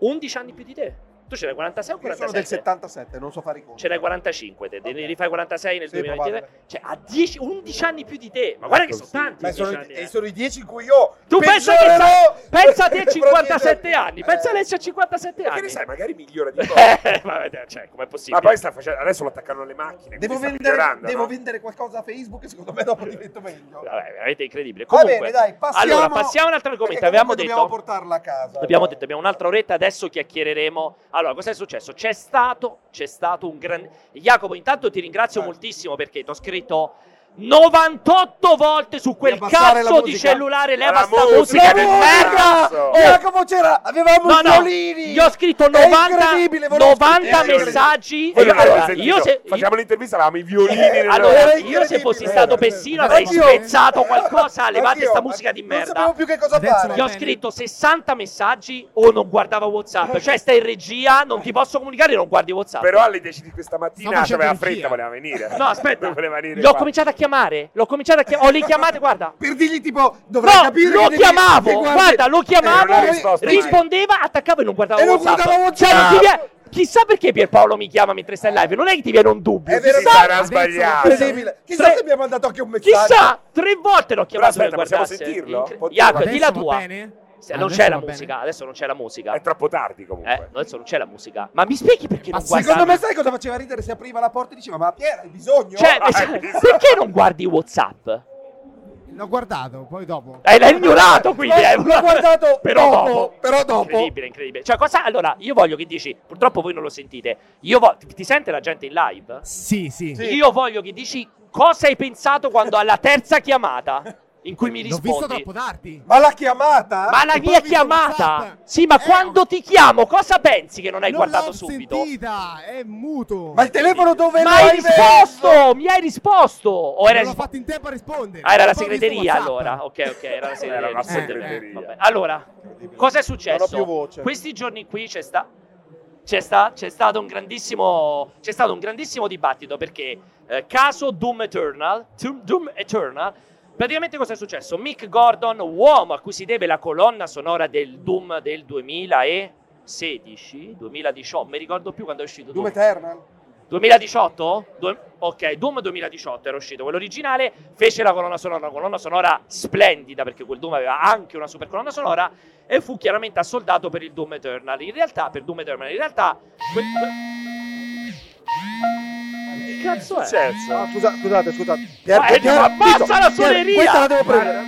Speaker 1: 11 anni più di te. Tu ce n'hai 46 o
Speaker 6: Io sono del
Speaker 1: 47?
Speaker 6: 77, non so fare i conti.
Speaker 1: Ce n'hai 45, te, te ne rifai 46 nel
Speaker 6: Sì,
Speaker 1: 2023. Cioè, ha 10, 11 anni più di te. Ma guarda che sono tanti.
Speaker 6: Ma
Speaker 1: 11
Speaker 6: sono,
Speaker 1: anni,
Speaker 6: i,
Speaker 1: eh.
Speaker 6: e sono i 10 in cui io
Speaker 1: Tu pensa che
Speaker 6: peggiorerò-
Speaker 1: sa- pensa a te a 57
Speaker 6: Eh,
Speaker 1: anni. Pensa a Alessio a 57
Speaker 3: Che
Speaker 1: anni.
Speaker 3: ne sai, magari migliora di poco.
Speaker 1: Eh, ma, cioè, com'è possibile?
Speaker 3: Ma poi sta facendo, adesso lo attaccano alle macchine.
Speaker 6: Devo,
Speaker 3: quindi sta
Speaker 6: vendere,
Speaker 3: migliorando,
Speaker 6: devo
Speaker 3: no?
Speaker 6: vendere qualcosa a Facebook e secondo me dopo divento meglio.
Speaker 1: Vabbè, veramente incredibile.
Speaker 6: Va
Speaker 1: Comunque,
Speaker 6: bene, dai, passiamo.
Speaker 1: allora passiamo a un altro argomento.
Speaker 6: perché
Speaker 1: Avevamo
Speaker 6: comunque Dobbiamo
Speaker 1: detto,
Speaker 6: portarla a casa. eh.
Speaker 1: abbiamo
Speaker 6: dai.
Speaker 1: detto, abbiamo un'altra oretta. Adesso chiacchiereremo. Allora, cosa è successo? C'è stato, c'è stato un grande. Jacopo, intanto ti ringrazio
Speaker 6: Certo.
Speaker 1: moltissimo perché ti ho scritto 98 volte su quel
Speaker 6: Di abbassare la
Speaker 1: cazzo di
Speaker 6: musica.
Speaker 1: cellulare. Leva
Speaker 3: La
Speaker 1: sta
Speaker 3: musica
Speaker 1: musica
Speaker 3: del
Speaker 1: del
Speaker 3: cazzo.
Speaker 1: merda.
Speaker 3: Oh.
Speaker 6: Jacopo c'era, avevamo
Speaker 1: No, no,
Speaker 6: Mussolini.
Speaker 1: io ho scritto
Speaker 6: È
Speaker 1: 90,
Speaker 6: incredibile, volevo
Speaker 1: 90
Speaker 6: scrivere.
Speaker 1: messaggi.
Speaker 3: Voi
Speaker 1: E
Speaker 3: non avete
Speaker 1: guarda,
Speaker 3: sentito?
Speaker 1: io se,
Speaker 3: Facciamo l'intervista, avevamo i violini. nella-
Speaker 1: Allora,
Speaker 6: Era
Speaker 1: io se
Speaker 6: incredibile.
Speaker 1: fossi stato Pessino avrei
Speaker 6: Anch'io.
Speaker 1: spezzato qualcosa, levate
Speaker 6: Anch'io,
Speaker 1: sta musica di
Speaker 6: Non sapevo
Speaker 1: merda.
Speaker 6: più che cosa
Speaker 4: That's
Speaker 6: fare.
Speaker 1: Ti ho scritto 60 messaggi o non guardavo WhatsApp, cioè stai in regia, non ti posso comunicare, non guardi WhatsApp.
Speaker 3: Però alle 10 di questa mattina
Speaker 4: Sta facendo
Speaker 3: aveva
Speaker 4: regia.
Speaker 3: fretta, voleva venire.
Speaker 1: No, aspetta.
Speaker 3: Voleva venire
Speaker 1: L'ho
Speaker 3: qua.
Speaker 1: cominciato a chiamare, l'ho cominciato a chiamare, ho le chiamate, guarda.
Speaker 6: Per dirgli tipo, dovrai
Speaker 1: No,
Speaker 6: capire
Speaker 1: lo
Speaker 6: che devi- che
Speaker 1: chiamavo,
Speaker 6: guardi-
Speaker 1: guarda, lo
Speaker 3: Eh, non ha
Speaker 1: chiamavo,
Speaker 3: risposto mai.
Speaker 1: rispondeva, attaccavo e non guardavo
Speaker 6: E non
Speaker 1: WhatsApp.
Speaker 6: guardavo
Speaker 1: Cioè, non
Speaker 6: WhatsApp.
Speaker 1: ti viene- Chissà perché Pierpaolo mi chiama mentre stai in live, non è che ti viene un dubbio.
Speaker 6: È vero
Speaker 3: Si
Speaker 1: chissà,
Speaker 3: sarà
Speaker 4: adesso-
Speaker 3: sbagliato.
Speaker 6: Incredibile. Chissà
Speaker 1: Tre-
Speaker 6: se mi ha mandato anche un messaggio.
Speaker 1: Chissà, tre volte l'ho chiamato
Speaker 3: aspetta,
Speaker 1: per
Speaker 3: possiamo
Speaker 1: guardarsi.
Speaker 3: sentirlo?
Speaker 1: Incre-
Speaker 3: Potremmo-
Speaker 1: Jacopo,
Speaker 4: Adesso
Speaker 1: di la
Speaker 4: va
Speaker 1: tua.
Speaker 4: bene?
Speaker 1: Se- non
Speaker 4: Adesso
Speaker 1: c'è la
Speaker 4: va
Speaker 1: musica,
Speaker 4: bene.
Speaker 1: adesso non c'è la musica.
Speaker 3: È troppo tardi comunque.
Speaker 1: Eh, adesso non c'è la musica. Ma mi spieghi perché non guardi?
Speaker 6: Secondo me sai cosa faceva ridere se apriva la porta e diceva "Ma Piera, hai bisogno?"
Speaker 1: Cioè,
Speaker 3: Ah,
Speaker 1: esatto,
Speaker 3: hai visto?
Speaker 1: perché non guardi WhatsApp?
Speaker 4: L'ho guardato, poi dopo.
Speaker 1: Eh, l'hai ignorato quindi.
Speaker 6: L'ho-
Speaker 1: eh.
Speaker 6: l'ho guardato
Speaker 1: però
Speaker 6: dopo, però dopo.
Speaker 1: Incredibile, incredibile. Cioè, cosa. Allora, io voglio che dici. Purtroppo voi non lo sentite. Io vo- ti, ti sente la gente in live?
Speaker 4: Sì, sì.
Speaker 6: Sì.
Speaker 1: Io voglio che dici cosa hai pensato quando alla terza chiamata in cui mi
Speaker 4: L'ho
Speaker 1: rispondi.
Speaker 4: visto troppo tardi.
Speaker 6: Ma la chiamata?
Speaker 1: Ma la
Speaker 4: E poi
Speaker 1: mia
Speaker 4: ho visto
Speaker 1: chiamata!
Speaker 4: WhatsApp.
Speaker 1: Sì, ma
Speaker 4: Eh,
Speaker 1: quando
Speaker 4: ho-
Speaker 1: ti chiamo, cosa pensi che non hai
Speaker 4: non
Speaker 1: guardato
Speaker 4: l'ho
Speaker 1: subito?
Speaker 4: sentita, è muto.
Speaker 6: Ma il telefono dove
Speaker 1: Ma hai
Speaker 6: l'hai
Speaker 1: risposto! Mi hai risposto! O era,
Speaker 4: non l'ho fatto in tempo a rispondere.
Speaker 1: ah, era la
Speaker 4: Poi ho visto
Speaker 1: segreteria
Speaker 4: WhatsApp.
Speaker 1: allora. Ok, ok, era la segreteria.
Speaker 3: Era la
Speaker 1: Eh,
Speaker 3: segreteria.
Speaker 1: eh, vabbè. Allora, cosa è successo?
Speaker 2: Non ho più voce.
Speaker 1: Questi giorni qui c'è sta. C'è, sta- c'è stato un grandissimo, c'è stato un grandissimo dibattito perché eh, caso Doom Eternal, Doom- Doom Eternal Praticamente cosa è successo? Mick Gordon, uomo a cui si deve la colonna sonora del Doom del 2016, 2018, non mi ricordo più quando è uscito
Speaker 6: Doom
Speaker 1: Doom.
Speaker 6: Eternal.
Speaker 1: 2018? Due- ok, Doom 2018 era uscito, quello originale, fece la colonna sonora, una colonna sonora splendida perché quel Doom aveva anche una super colonna sonora e fu chiaramente assoldato per il Doom Eternal. In realtà, per Doom Eternal, in realtà... que- que- Che cazzo è?
Speaker 3: Successo.
Speaker 2: Ah, scusa- scusate, scusate.
Speaker 1: Ma è- ma abbassa la suoneria!
Speaker 6: Questa la devo prendere.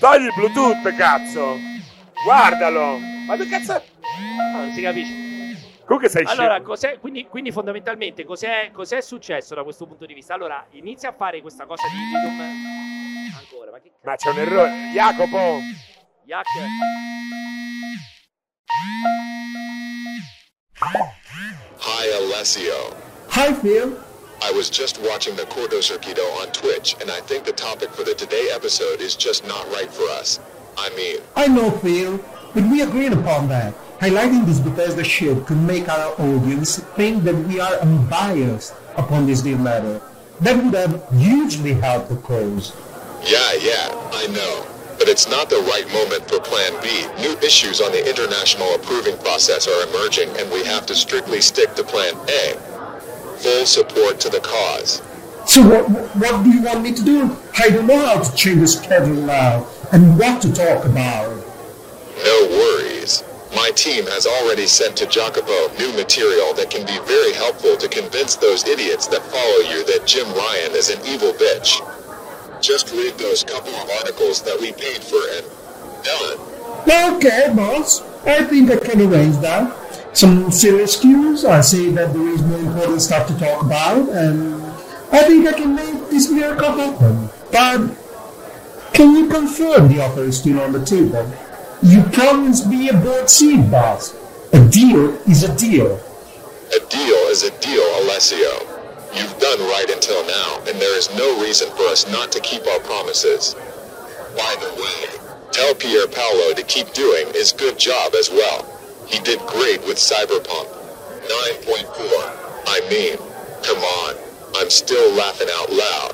Speaker 3: Togli il Bluetooth, cazzo. Guardalo. Ma che cazzo è?
Speaker 1: Ah, non si capisce.
Speaker 3: Comunque sei
Speaker 1: Allora,
Speaker 3: scemo.
Speaker 1: cos'è- quindi, quindi fondamentalmente cos'è, cos'è successo da questo punto di vista? Allora, inizia a fare questa cosa di di Doom. Ancora, ma che
Speaker 3: Ma c'è un errore. Jacopo.
Speaker 1: Yak.
Speaker 7: Hi, Alessio.
Speaker 4: Hi Phil.
Speaker 7: I was just watching the Cordo Circuito on Twitch, and I think the topic for the today episode is just not right for us. I mean,
Speaker 8: I know, Phil, but we agreed upon that. Highlighting this Bethesda shit could make our audience think that we are unbiased upon this deal matter. That would have hugely helped the cause.
Speaker 7: yeah, yeah, I know. But it's not the right moment for Plan B. New issues on the international approving process are emerging, and we have to strictly stick to Plan A. Full support to the cause.
Speaker 8: So what, what do you want me to do? I don't know how to change the schedule now and what to talk about.
Speaker 7: No worries. My team has already sent to Jacopo new material that can be very helpful to convince those idiots that follow you that Jim Ryan is an evil bitch. Just read those couple of articles that we paid for and done.
Speaker 8: Okay, boss. I think I can arrange that. Some serious cues. I say that there is no important stuff to talk about, and I think I can make this miracle happen? But can you confirm the offer is still on the table? You promised me a board seat, boss. A deal is a deal.
Speaker 7: A deal is a deal, Alessio. You've done right until now, and there is no reason for us not to keep our promises. By the way, tell Pier Paolo to keep doing his good job as well. He did great with Cyberpunk. 9.4. I mean, come on. I'm still laughing out loud.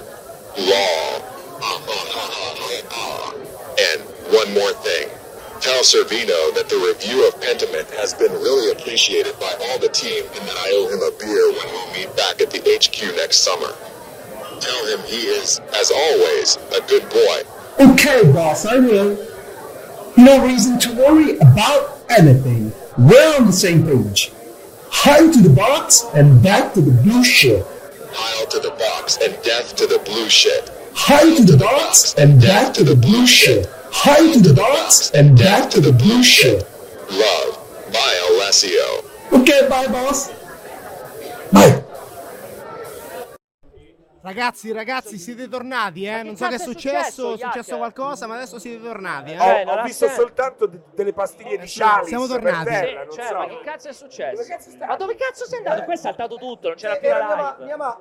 Speaker 7: Lol. Ah, ah, ah, ah, ah, ah. And one more thing. Tell Servino that the review of Pentiment has been really appreciated by all the team and that I owe him a beer when we'll meet back at the HQ next summer. Tell him he is, as always, a good boy.
Speaker 8: Okay, boss, I will. No reason to worry about anything. We're on the same page. High to the box and back to the blue ship.
Speaker 7: Pile to the box and death to the blue shit.
Speaker 8: High to the box and back to the blue ship. High to the box and back to the blue ship.
Speaker 7: Love by Alessio.
Speaker 8: Okay, bye, boss. Bye.
Speaker 4: Ragazzi, ragazzi, siete tornati, eh? Non so che è successo, è successo qualcosa, ma adesso siete tornati, eh?
Speaker 1: Eh,
Speaker 3: Ho,
Speaker 1: non
Speaker 3: ho
Speaker 1: ha
Speaker 3: visto
Speaker 1: senso.
Speaker 3: soltanto de- delle pastiglie di
Speaker 4: sì,
Speaker 3: Charlie.
Speaker 4: siamo tornati.
Speaker 3: Per terra, non
Speaker 1: Sì, cioè,
Speaker 3: so.
Speaker 1: ma che cazzo è successo?
Speaker 3: Dove cazzo stai?
Speaker 1: ma dove cazzo sei andato? Qua è saltato tutto, non c'era più
Speaker 2: Eh, Era mia,
Speaker 1: la
Speaker 2: ma-
Speaker 1: live.
Speaker 2: mia ma-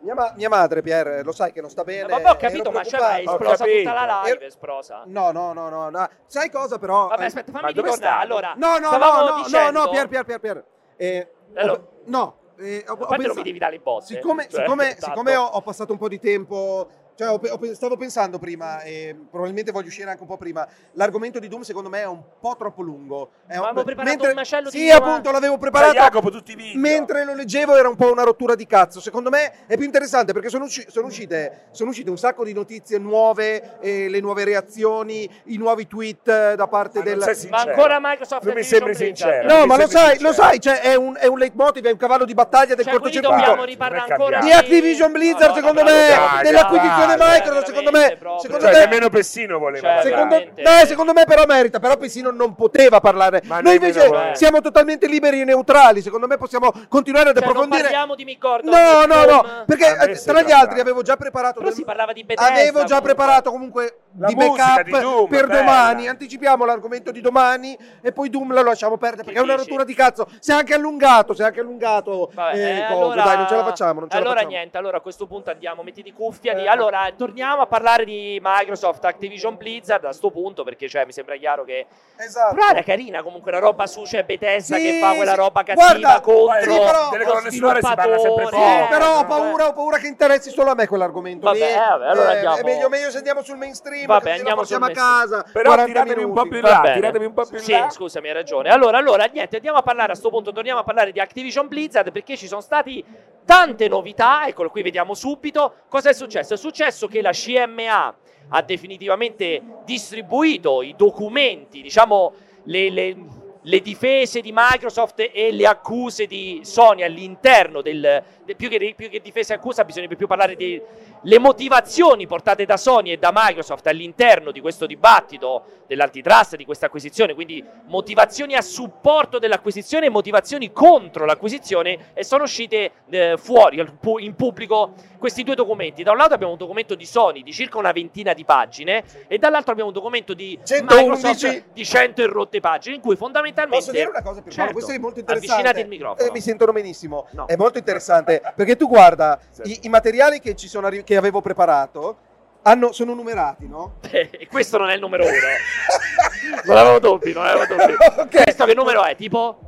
Speaker 2: mia ma- mia madre, Pierre, lo sai che non sta bene.
Speaker 1: Eh, vabbè, ho
Speaker 2: ero
Speaker 1: capito, ma cioè, ma
Speaker 2: preoccupato.
Speaker 1: è
Speaker 3: esplosivo.
Speaker 1: esplosa
Speaker 3: capito.
Speaker 1: tutta la live,
Speaker 2: Ero-
Speaker 1: è esplosa.
Speaker 2: No, no, no, no, no. Sai cosa però?
Speaker 1: Vabbè,
Speaker 2: Eh,
Speaker 1: aspetta,
Speaker 3: ma
Speaker 1: fammi
Speaker 3: dove
Speaker 1: ricordare.
Speaker 3: stavi?
Speaker 1: Allora,
Speaker 2: No, no,
Speaker 1: stavamo
Speaker 2: no, no,
Speaker 1: dicendo...
Speaker 2: no, no, Pier, Pier, Pier, Pier. Eh,
Speaker 1: Allora-
Speaker 2: ho- no, eh, ho, ho
Speaker 1: A parte non
Speaker 2: pensato-
Speaker 1: mi devi dare le botte.
Speaker 2: Siccome,
Speaker 1: cioè,
Speaker 2: siccome,
Speaker 1: tanto-
Speaker 2: siccome ho, ho passato un po' di tempo, cioè ho pe- ho pe- stavo pensando prima, e probabilmente voglio uscire anche un po' prima, l'argomento di Doom secondo me è un po' troppo lungo. È
Speaker 1: Ma
Speaker 2: un-
Speaker 1: avevo preparato un macello di
Speaker 2: Sì,
Speaker 1: video
Speaker 2: appunto,
Speaker 1: anche.
Speaker 2: l'avevo
Speaker 3: Dai,
Speaker 2: preparato.
Speaker 3: Jacopo, tutti i video.
Speaker 2: Mentre lo leggevo era un po' una rottura di cazzo. Secondo me è più interessante perché sono, usci- sono uscite, sono uscite un sacco di notizie nuove, eh, le nuove reazioni, i nuovi tweet eh, da parte
Speaker 3: Ma non
Speaker 2: del.
Speaker 3: sei sincero.
Speaker 1: Ma ancora Microsoft
Speaker 3: Non mi
Speaker 1: Activision
Speaker 3: sembri
Speaker 1: Blizzard.
Speaker 3: sincero.
Speaker 2: No,
Speaker 3: Mi
Speaker 2: ma lo
Speaker 3: sembra
Speaker 2: sai,
Speaker 3: sincero.
Speaker 2: lo sai, cioè, è, un, è un leitmotiv, è un cavallo di battaglia del
Speaker 1: Cioè, quindi
Speaker 2: cortocircuito.
Speaker 1: dobbiamo
Speaker 3: Vai,
Speaker 1: riparlare
Speaker 3: vai,
Speaker 1: ancora
Speaker 3: vai.
Speaker 2: Di Activision Blizzard, secondo me,
Speaker 3: dai,
Speaker 2: dell'acquisizione
Speaker 3: dai,
Speaker 2: Microsoft, secondo me, secondo
Speaker 3: Cioè,
Speaker 2: me-
Speaker 3: nemmeno Pessino voleva.
Speaker 1: Cioè,
Speaker 3: parlare.
Speaker 2: Secondo,
Speaker 1: veramente.
Speaker 2: beh, secondo me però merita, però Pesino non poteva parlare.
Speaker 3: Ma
Speaker 2: Noi
Speaker 3: nemmeno
Speaker 2: invece
Speaker 3: voleva.
Speaker 2: siamo totalmente liberi e neutrali, secondo me possiamo continuare ad
Speaker 1: Cioè, non
Speaker 2: approfondire.
Speaker 1: parliamo di Mick Gordon,
Speaker 2: No,
Speaker 1: di
Speaker 2: no, no,
Speaker 1: Tom.
Speaker 2: perché
Speaker 3: A me
Speaker 2: eh,
Speaker 3: sembra
Speaker 2: tra gli altri
Speaker 3: strano.
Speaker 2: avevo già preparato
Speaker 1: Però
Speaker 2: del-
Speaker 1: si parlava di Bethesda.
Speaker 2: Avevo già
Speaker 1: comunque.
Speaker 2: preparato comunque
Speaker 3: La
Speaker 2: di
Speaker 3: musica
Speaker 2: backup
Speaker 3: di Doom,
Speaker 2: per
Speaker 3: bella.
Speaker 2: domani. Anticipiamo l'argomento di domani e poi Doom lo lasciamo perdere perché è una
Speaker 1: dici?
Speaker 2: rottura di cazzo. Si è anche allungato, si è anche allungato.
Speaker 1: Vabbè,
Speaker 2: eh,
Speaker 1: eh,
Speaker 2: coso.
Speaker 1: allora-
Speaker 2: Dai, non ce la facciamo. Non ce
Speaker 1: allora
Speaker 2: la facciamo.
Speaker 1: niente, allora a questo punto andiamo, metti di cuffia. di-
Speaker 2: Eh.
Speaker 1: Allora, torniamo a parlare di Microsoft Activision Blizzard a sto punto, perché cioè, mi sembra chiaro che...
Speaker 2: Esatto.
Speaker 1: Però era carina comunque una roba su, cioè Bethesda
Speaker 2: Sì,
Speaker 1: che fa quella
Speaker 2: sì.
Speaker 1: roba cattiva
Speaker 2: Guarda,
Speaker 1: contro...
Speaker 2: sì, però-
Speaker 3: delle colonne sonore si parla sempre
Speaker 1: sviluppatore,
Speaker 3: poco.
Speaker 2: Sì,
Speaker 1: Eh,
Speaker 2: però ho
Speaker 1: vabbè.
Speaker 2: paura, ho paura che interessi solo a me quell'argomento.
Speaker 1: Vabbè,
Speaker 2: lì.
Speaker 1: eh, vabbè, allora andiamo-
Speaker 2: È meglio, meglio se andiamo sul mainstream.
Speaker 1: Vabbè,
Speaker 2: così
Speaker 1: andiamo
Speaker 2: la portiamo a
Speaker 1: sul
Speaker 2: casa.
Speaker 3: Però
Speaker 2: 40
Speaker 3: tiratemi un po'
Speaker 2: minuti.
Speaker 3: più in
Speaker 1: Va
Speaker 3: là,
Speaker 1: bene.
Speaker 3: tiratemi un po' più in
Speaker 1: Sì,
Speaker 3: là.
Speaker 1: scusami, hai ragione. Allora, allora, niente, andiamo a parlare a sto punto, torniamo a parlare di Activision Blizzard perché ci sono stati tante novità, eccolo qui, vediamo subito cosa è successo. È successo che la CMA ha definitivamente distribuito i documenti, diciamo, le, le- le difese di Microsoft e le accuse di Sony all'interno del... de- più, che, più che difese e accusa bisognerebbe più parlare di, le motivazioni portate da Sony e da Microsoft all'interno di questo dibattito dell'antitrust di questa acquisizione, quindi motivazioni a supporto dell'acquisizione e motivazioni contro l'acquisizione e sono uscite eh, fuori al pu- in pubblico questi due documenti. Da un lato abbiamo un documento di Sony di circa una ventina di pagine e dall'altro abbiamo un documento di
Speaker 2: 111.
Speaker 1: Microsoft di 100 e rotte pagine in cui fondamentalmente
Speaker 2: Posso dire una cosa per
Speaker 1: Certo.
Speaker 2: Questo è molto interessante.
Speaker 1: Avvicinati il microfono.
Speaker 2: Eh, mi sentono benissimo.
Speaker 1: No.
Speaker 2: È molto interessante perché tu guarda
Speaker 3: Sì.
Speaker 2: i, i materiali che, ci sono arri- che avevo preparato hanno- sono numerati, no?
Speaker 1: E questo non è il numero uno. non avevo dubbi, non avevo dubbi.
Speaker 2: Ok.
Speaker 1: Questo che numero è? Tipo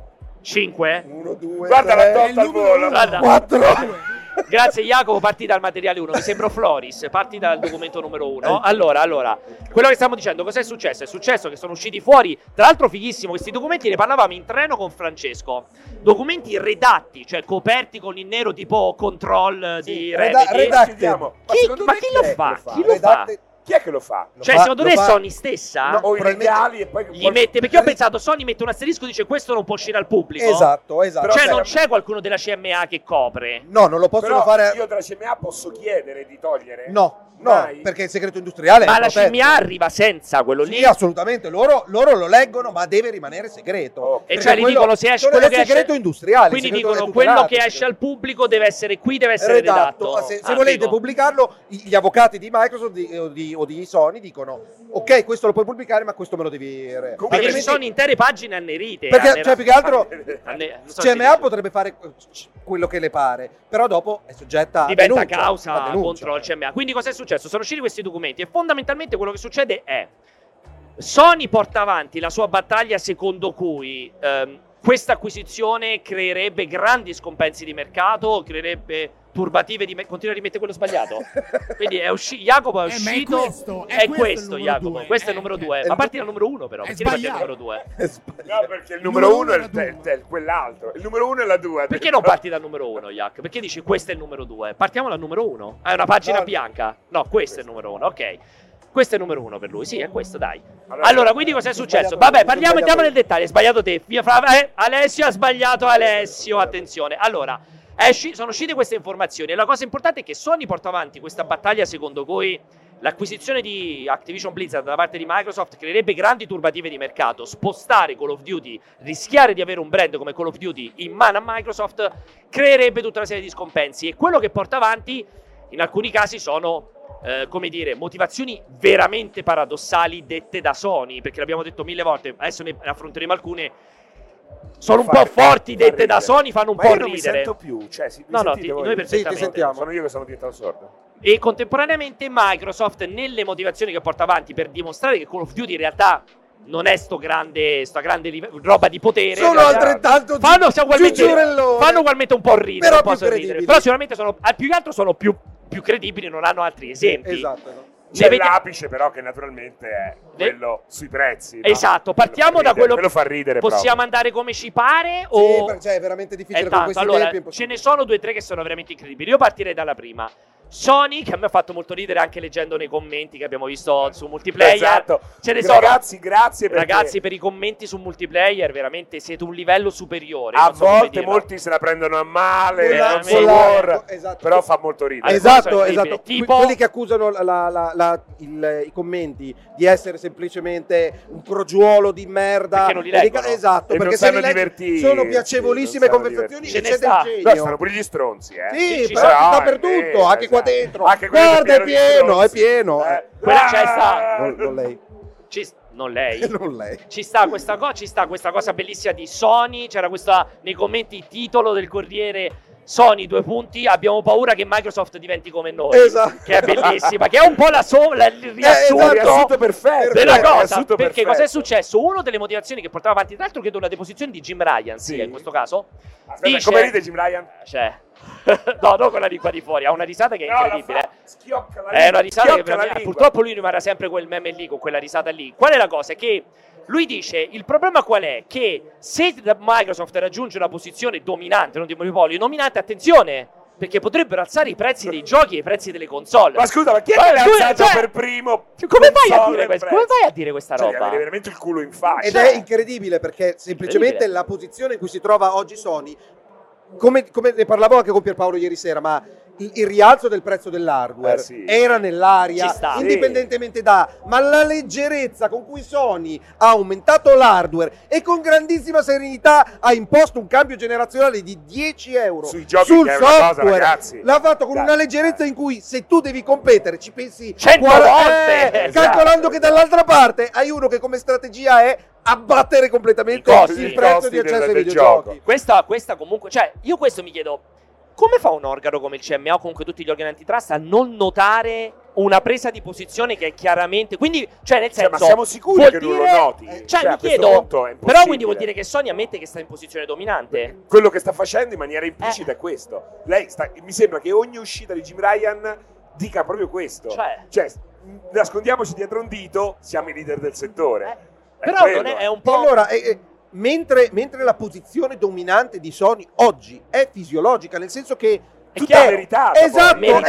Speaker 1: 5?
Speaker 2: 1, 2,
Speaker 3: Guarda la
Speaker 4: È il
Speaker 3: torta al
Speaker 4: numero
Speaker 3: volo.
Speaker 4: uno.
Speaker 1: Guarda.
Speaker 2: 4.
Speaker 1: Grazie Jacopo, parti dal materiale 1, mi sembro Floris, parti dal documento numero
Speaker 2: Eh.
Speaker 1: 1. Allora, allora, quello che stiamo dicendo, cos'è successo? È successo che sono usciti fuori, tra l'altro fighissimo, questi documenti ne parlavamo in treno con Francesco. Documenti redatti, cioè coperti con il nero tipo control eh, di Remedy.
Speaker 2: redatti.
Speaker 3: Chiudiamo.
Speaker 1: Chi-
Speaker 3: secondo
Speaker 1: ma
Speaker 3: te
Speaker 1: chi lo
Speaker 3: è
Speaker 1: fa?
Speaker 3: che
Speaker 1: Chi lo fa?
Speaker 3: Chi è che lo fa?
Speaker 1: Cioè,
Speaker 2: Lo fa-
Speaker 1: secondo
Speaker 2: lo
Speaker 1: me
Speaker 2: fa-
Speaker 1: Sony stessa
Speaker 2: No,
Speaker 3: O i
Speaker 2: probabilmente-
Speaker 3: regali e poi...
Speaker 1: gli mette, perché ho pensato Sony mette un asterisco e dice questo non può uscire al pubblico.
Speaker 2: Esatto, esatto.
Speaker 1: Cioè
Speaker 3: Però
Speaker 1: non
Speaker 3: sai-
Speaker 1: c'è qualcuno della CMA che copre.
Speaker 2: No, non lo possono
Speaker 3: Però
Speaker 2: fare.
Speaker 3: io tra CMA posso chiedere di togliere?
Speaker 2: No, No,
Speaker 3: Mai?
Speaker 2: perché il segreto industriale
Speaker 1: Ma
Speaker 2: è
Speaker 1: la
Speaker 2: protetto.
Speaker 1: CMA arriva senza quello lì.
Speaker 2: Sì, assolutamente, loro, loro lo leggono, ma deve rimanere segreto.
Speaker 3: Ok.
Speaker 1: e
Speaker 2: Perché
Speaker 1: cioè gli
Speaker 2: quello-
Speaker 1: dicono se esce
Speaker 2: quello
Speaker 1: quello
Speaker 2: è
Speaker 1: che esce-
Speaker 2: segreto industriale,
Speaker 1: Quindi
Speaker 2: segreto
Speaker 1: dicono quello
Speaker 2: tutelato,
Speaker 1: che esce
Speaker 2: segreto-
Speaker 1: al pubblico deve essere qui, deve essere redatto.
Speaker 2: redatto. Se, se
Speaker 1: Ah,
Speaker 2: volete
Speaker 1: figo.
Speaker 2: pubblicarlo, i- gli avvocati di Microsoft di- o, di, o di Sony dicono: Ok, questo lo puoi pubblicare, ma questo me lo devi. re-".
Speaker 3: Comunque
Speaker 1: Perché ci
Speaker 2: Altrimenti-
Speaker 1: sono intere pagine annerite.
Speaker 2: perché,
Speaker 1: annera-
Speaker 2: cioè, più che altro
Speaker 1: anne- non so se
Speaker 2: CMA
Speaker 1: dice-
Speaker 2: potrebbe fare quello che le pare, però dopo è soggetta a
Speaker 1: diventa
Speaker 2: denuncia, a
Speaker 1: causa
Speaker 2: denuncia.
Speaker 1: contro il CMA. Quindi cosa è successo? Sono usciti questi documenti e fondamentalmente quello che succede è Sony porta avanti la sua battaglia secondo cui ehm, questa acquisizione creerebbe grandi scompensi di mercato, creerebbe turbative di me- continua a rimettere quello sbagliato. Quindi è usci- Jacopo è
Speaker 4: Eh, ma è
Speaker 1: uscito
Speaker 4: questo, è
Speaker 1: è
Speaker 4: questo
Speaker 1: questo
Speaker 4: il numero
Speaker 1: Jacopo,
Speaker 4: due.
Speaker 1: questo è
Speaker 4: Eh,
Speaker 1: il numero
Speaker 4: eh.
Speaker 1: 2.
Speaker 2: È
Speaker 1: Ma
Speaker 2: il-
Speaker 1: parti dal numero 1 però,
Speaker 4: è
Speaker 1: perché parti dal
Speaker 4: sbagliato.
Speaker 1: numero 2?
Speaker 2: È sbagliato.
Speaker 3: No, perché il numero uno è il
Speaker 4: Numero uno e la
Speaker 3: te- te- quell'altro. Il numero uno è la due. ha
Speaker 1: Perché
Speaker 3: detto.
Speaker 1: non parti dal numero 1, Jack? Perché dici questo è il numero 2? Partiamo dal numero 1. È una pagina
Speaker 2: No.
Speaker 1: bianca. No, questo è il numero 1, ok. Questo è il numero 1 per lui, sì, è questo, dai.
Speaker 3: Allora,
Speaker 1: Allora, quindi cos'è successo?
Speaker 2: sbagliato
Speaker 1: Vabbè,
Speaker 2: io,
Speaker 1: parliamo,
Speaker 2: sbagliato
Speaker 1: andiamo
Speaker 2: io.
Speaker 1: nel dettaglio. Hai sbagliato te. Via, Fra- eh, Alessio ha sbagliato Alessio, attenzione. Allora, è usci- sono uscite queste informazioni e la cosa importante è che Sony porta avanti questa battaglia secondo cui l'acquisizione di Activision Blizzard da parte di Microsoft creerebbe grandi turbative di mercato, spostare Call of Duty, rischiare di avere un brand come Call of Duty in mano a Microsoft creerebbe tutta una serie di scompensi e quello che porta avanti in alcuni casi sono eh, come dire, motivazioni veramente paradossali dette da Sony, perché l'abbiamo detto mille volte, adesso ne affronteremo alcune. Sono un
Speaker 3: Fa-
Speaker 1: po' forti
Speaker 3: fa
Speaker 1: dette
Speaker 3: ridere.
Speaker 1: da Sony, fanno un
Speaker 3: Ma
Speaker 1: po'
Speaker 3: io non mi
Speaker 1: ridere.
Speaker 3: sento più. Cioè, si- mi
Speaker 1: No, no,
Speaker 3: sentite
Speaker 1: ti-
Speaker 3: voi?
Speaker 1: noi
Speaker 2: Sì, ti
Speaker 1: perfettamente.
Speaker 2: sentiamo.
Speaker 3: Sono io che sono diventato sordo.
Speaker 1: E contemporaneamente Microsoft, nelle motivazioni che porta avanti per dimostrare che Call of Duty in realtà non è sto grande, sta grande live- roba di potere,
Speaker 2: Sono
Speaker 1: ragazzi.
Speaker 2: altrettanto
Speaker 1: fanno, siamo ugualmente,
Speaker 2: giugiurellone.
Speaker 1: fanno ugualmente un po' ridere,
Speaker 2: Però
Speaker 1: un po'
Speaker 2: più
Speaker 1: sorridere.
Speaker 2: credibili.
Speaker 1: Però sicuramente sono, al più che altro sono più, più credibili, non hanno altri esempi.
Speaker 2: Esatto. no?
Speaker 1: Ne
Speaker 3: C'è
Speaker 1: vedi-
Speaker 3: l'apice, però, che naturalmente è quello sui prezzi. no?
Speaker 1: Esatto,
Speaker 3: Quello fa
Speaker 1: partiamo da
Speaker 3: ridere,
Speaker 1: quello
Speaker 3: Quello fa ridere.
Speaker 1: Possiamo
Speaker 3: proprio.
Speaker 1: andare come ci pare o...
Speaker 2: Sì, per- cioè, è veramente
Speaker 1: È
Speaker 2: difficile con
Speaker 1: tanto,
Speaker 2: questi
Speaker 1: Oh. Esatto, allora,
Speaker 2: tempi. è
Speaker 1: ce ne
Speaker 2: impossibile.
Speaker 1: sono due o tre che sono veramente incredibili. Io partirei dalla prima. Sony, che a me ha fatto molto ridere anche leggendo nei commenti che abbiamo visto su multiplayer.
Speaker 3: Esatto.
Speaker 1: Ce ne sono.
Speaker 3: Ragazzi, grazie perché
Speaker 1: Ragazzi, per i commenti su multiplayer, veramente siete un livello superiore.
Speaker 3: a
Speaker 1: non so come
Speaker 3: volte
Speaker 1: dirlo.
Speaker 3: molti se la prendono a male.
Speaker 1: Volare,
Speaker 3: non so
Speaker 1: volare,
Speaker 3: war,
Speaker 2: esatto.
Speaker 3: Però fa molto ridere.
Speaker 1: Esatto.
Speaker 2: Esatto,
Speaker 1: Sono
Speaker 2: esatto.
Speaker 1: orribili. Tipo-
Speaker 2: Que- Quelli che accusano la- la- la- la- il- eh, i commenti di essere semplicemente un crogiuolo di merda.
Speaker 1: Perché non li
Speaker 2: E di
Speaker 1: leggono.
Speaker 2: ca- Esatto,
Speaker 3: E
Speaker 2: perché
Speaker 3: non
Speaker 2: se li
Speaker 3: sanno
Speaker 2: leggi
Speaker 3: divertirsi,
Speaker 2: sono piacevolissime
Speaker 3: non sanno
Speaker 2: conversazioni
Speaker 1: divertirsi.
Speaker 2: e
Speaker 1: Ce
Speaker 2: c'è
Speaker 1: ne sta.
Speaker 2: del
Speaker 3: No,
Speaker 2: genio.
Speaker 3: stanno pure gli stronzi, eh.
Speaker 2: Sì,
Speaker 1: Ci
Speaker 2: però
Speaker 1: sarà,
Speaker 2: c'è
Speaker 3: Ah,
Speaker 2: dappertutto,
Speaker 3: vero,
Speaker 2: anche qua
Speaker 3: esatto.
Speaker 2: dentro.
Speaker 3: Anche quello
Speaker 2: Guarda, è
Speaker 3: pieno di
Speaker 2: pieno, è
Speaker 3: stronzi.
Speaker 2: pieno.
Speaker 3: Eh.
Speaker 1: Quella c'è sta.
Speaker 2: Non, non lei.
Speaker 1: Ci- non lei.
Speaker 2: Non lei.
Speaker 1: Ci sta, questa co- ci sta questa cosa bellissima di Sony. C'era questa nei commenti il titolo del Corriere. Sony, due punti. Abbiamo paura che Microsoft diventi come noi.
Speaker 2: Esatto.
Speaker 1: Che è bellissima, che è un po' la sola.
Speaker 3: Eh,
Speaker 1: Il riassunto.
Speaker 2: esatto.
Speaker 3: Riassunto perfetto.
Speaker 1: della
Speaker 3: riassunto
Speaker 1: cosa perché
Speaker 3: perfetto.
Speaker 1: cos'è successo? Una delle motivazioni che portava avanti, tra l'altro, credo una deposizione di Jim Ryan, sì,
Speaker 3: Sì.
Speaker 1: in questo caso.
Speaker 3: Aspetta,
Speaker 1: dice-
Speaker 3: come ride Jim Ryan?
Speaker 1: Cioè, no, non con la lingua di fuori, ha una risata che è
Speaker 3: No, la
Speaker 1: incredibile. eh.
Speaker 3: fa- schiocca la
Speaker 1: È una
Speaker 3: lingua,
Speaker 1: risata che
Speaker 3: schiocca la
Speaker 1: per me-
Speaker 3: lingua.
Speaker 1: purtroppo lui rimarrà sempre quel meme lì, con quella risata lì. Qual è la cosa? È Che lui dice: il problema qual è? Che se da- Microsoft raggiunge una posizione dominante, non di monopolio, dominante, attenzione, perché potrebbero alzare i prezzi dei giochi e i prezzi delle console.
Speaker 3: Ma scusa, ma chi è
Speaker 1: Ma
Speaker 3: che l'ha
Speaker 1: tu-
Speaker 3: alzato
Speaker 1: cioè,
Speaker 3: per primo?
Speaker 1: come fai, a
Speaker 3: Solo
Speaker 1: dire
Speaker 3: il
Speaker 1: questo?
Speaker 3: prezzo.
Speaker 1: come fai a dire questa
Speaker 3: Cioè, gli
Speaker 1: roba?
Speaker 3: avete veramente il culo in faccia.
Speaker 2: Ed è incredibile perché semplicemente
Speaker 1: Incredibile.
Speaker 2: la posizione in cui si trova oggi Sony, come, come ne parlavo anche con Pierpaolo ieri sera, ma il, il rialzo del prezzo dell'hardware
Speaker 3: Eh sì.
Speaker 2: era nell'aria,
Speaker 1: Ci sta.
Speaker 2: indipendentemente da, ma la leggerezza con cui Sony ha aumentato l'hardware e con grandissima serenità ha imposto un cambio generazionale di 10 euro
Speaker 3: Sui giochi
Speaker 2: sul
Speaker 3: che è una cosa,
Speaker 2: software,
Speaker 3: ragazzi.
Speaker 2: l'ha fatto con
Speaker 3: Dai.
Speaker 2: una leggerezza in cui se tu devi competere ci pensi
Speaker 1: 100
Speaker 2: quar-
Speaker 1: volte!
Speaker 2: eh,
Speaker 1: Esatto.
Speaker 2: calcolando che dall'altra parte hai uno che come strategia è abbattere completamente
Speaker 1: I costi,
Speaker 2: il
Speaker 1: i
Speaker 2: prezzo
Speaker 3: costi
Speaker 2: di accesso
Speaker 3: del-
Speaker 2: ai
Speaker 3: del
Speaker 2: videogiochi.
Speaker 1: Questa, questa comunque, cioè, io questo mi chiedo, come fa un organo come il CMA o comunque tutti gli organi antitrust a non notare una presa di posizione che è chiaramente, quindi, cioè, nel
Speaker 3: Cioè,
Speaker 1: senso,
Speaker 3: ma siamo sicuri
Speaker 1: vuol
Speaker 3: che non lo
Speaker 1: dire-
Speaker 3: noti.
Speaker 1: Cioè,
Speaker 3: Cioè,
Speaker 1: mi
Speaker 3: a questo
Speaker 1: chiedo,
Speaker 3: punto è
Speaker 1: però quindi vuol
Speaker 3: impossibile.
Speaker 1: dire che Sony ammette che sta in posizione dominante.
Speaker 3: Quello che sta facendo in maniera implicita è questo. Lei sta- mi sembra che ogni uscita di Jim Ryan dica proprio questo.
Speaker 1: Cioè?
Speaker 3: mh, nascondiamoci dietro un dito, siamo i leader del settore.
Speaker 1: Eh,
Speaker 3: È
Speaker 1: Però
Speaker 3: quello.
Speaker 1: non è, è un
Speaker 2: E
Speaker 1: po'...
Speaker 2: allora, eh, eh, mentre, mentre la posizione dominante di Sony oggi è fisiologica, nel senso che
Speaker 1: È
Speaker 2: tu-
Speaker 1: chiaro.
Speaker 3: Meritata, poi.
Speaker 2: esatto, è in quel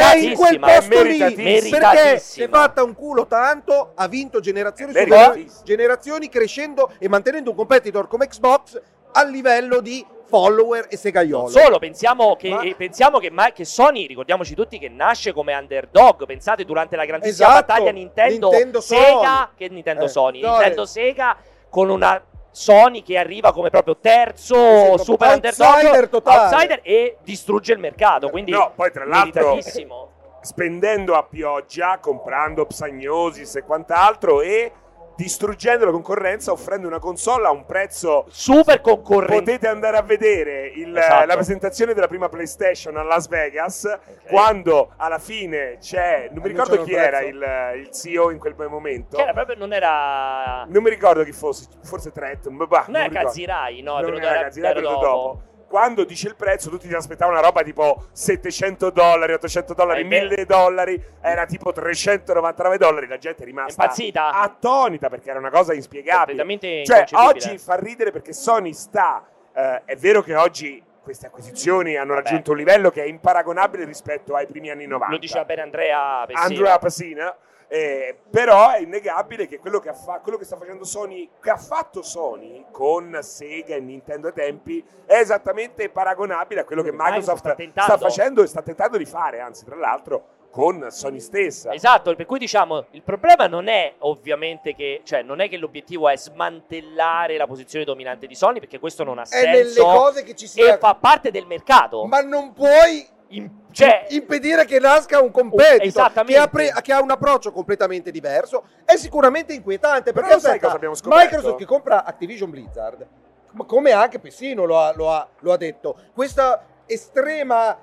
Speaker 1: Meritatissima,
Speaker 2: posto lì
Speaker 1: meritatissima.
Speaker 2: perché si
Speaker 1: Meritatissima.
Speaker 2: è fatta un culo tanto, ha vinto generazioni
Speaker 3: È
Speaker 2: su
Speaker 3: meritatissima.
Speaker 2: generazioni crescendo e mantenendo un competitor come Xbox a livello di follower e segaiolo.
Speaker 1: Solo pensiamo che,
Speaker 2: Ma-
Speaker 1: eh, pensiamo che, ma- che Sony, ricordiamoci tutti, che nasce come underdog. Pensate durante la grandissima
Speaker 2: Esatto,
Speaker 1: battaglia Nintendo,
Speaker 2: Nintendo Sony.
Speaker 1: Sega, che Nintendo
Speaker 2: Eh,
Speaker 1: Sony,
Speaker 2: no,
Speaker 1: Nintendo
Speaker 2: eh.
Speaker 1: Sega con una Sony che arriva come proprio terzo
Speaker 2: proprio
Speaker 1: super
Speaker 2: outsider
Speaker 1: underdog,
Speaker 2: totale.
Speaker 1: outsider e distrugge il mercato. Quindi
Speaker 3: No, poi tra l'altro
Speaker 1: meritatissimo.
Speaker 3: spendendo a pioggia, comprando Psagnosis e quant'altro e distruggendo la concorrenza offrendo una console a un prezzo
Speaker 1: super concorrente.
Speaker 3: Potete andare a vedere il-
Speaker 1: Esatto.
Speaker 3: la presentazione della prima PlayStation a Las Vegas quando alla fine c'è, non mi ricordo chi era il, il CEO in quel momento.
Speaker 1: Che era proprio non era
Speaker 3: Non mi ricordo chi fosse, forse Trent, ma bah,
Speaker 1: non era
Speaker 3: Ah, ricordo.
Speaker 1: Kazirai, no, è
Speaker 3: Non
Speaker 1: venuto
Speaker 3: era
Speaker 1: era-
Speaker 3: Gazzira,
Speaker 1: era
Speaker 3: è venuto
Speaker 1: dopo.
Speaker 3: dopo. Ah, Quando dice il prezzo, tutti ti aspettavano una roba tipo 700 dollari, 800 dollari,
Speaker 1: Eh beh.
Speaker 3: 1000 dollari, era tipo 399 dollari. La gente è rimasta
Speaker 1: Impazzita.
Speaker 3: attonita perché era una cosa inspiegabile.
Speaker 1: completamente
Speaker 3: Ah, Cioè,
Speaker 1: inconcepibile.
Speaker 3: oggi fa ridere perché Sony sta. eh, è vero che oggi queste acquisizioni hanno raggiunto un livello che è imparagonabile rispetto ai primi anni 90.
Speaker 1: lo diceva bene Andrea Pessina.
Speaker 3: Andrea Pasina. eh, però è innegabile che quello che, ha fa- quello che sta facendo Sony, che ha fatto Sony con Sega e Nintendo ai tempi, è esattamente paragonabile a quello che Microsoft,
Speaker 1: sta tentando.
Speaker 3: sta facendo e sta tentando di fare, anzi, tra l'altro, con Sony stessa.
Speaker 1: Esatto, per cui diciamo il problema non è ovviamente che, cioè, non è che l'obiettivo è smantellare la posizione dominante di Sony perché questo non ha
Speaker 6: È nelle
Speaker 1: senso
Speaker 6: cose che ci
Speaker 1: e
Speaker 6: sia.
Speaker 1: fa parte del mercato.
Speaker 6: Ma non puoi
Speaker 1: In- cioè,
Speaker 2: impedire che nasca un competitor
Speaker 1: Esattamente.
Speaker 2: che, ha pre- che ha un approccio completamente diverso è sicuramente inquietante
Speaker 3: Però
Speaker 2: perché
Speaker 3: sai
Speaker 2: aspetta,
Speaker 3: cosa abbiamo scoperto?
Speaker 2: Microsoft che compra Activision Blizzard ma come anche Pessino lo ha, lo ha- lo ha detto questa estrema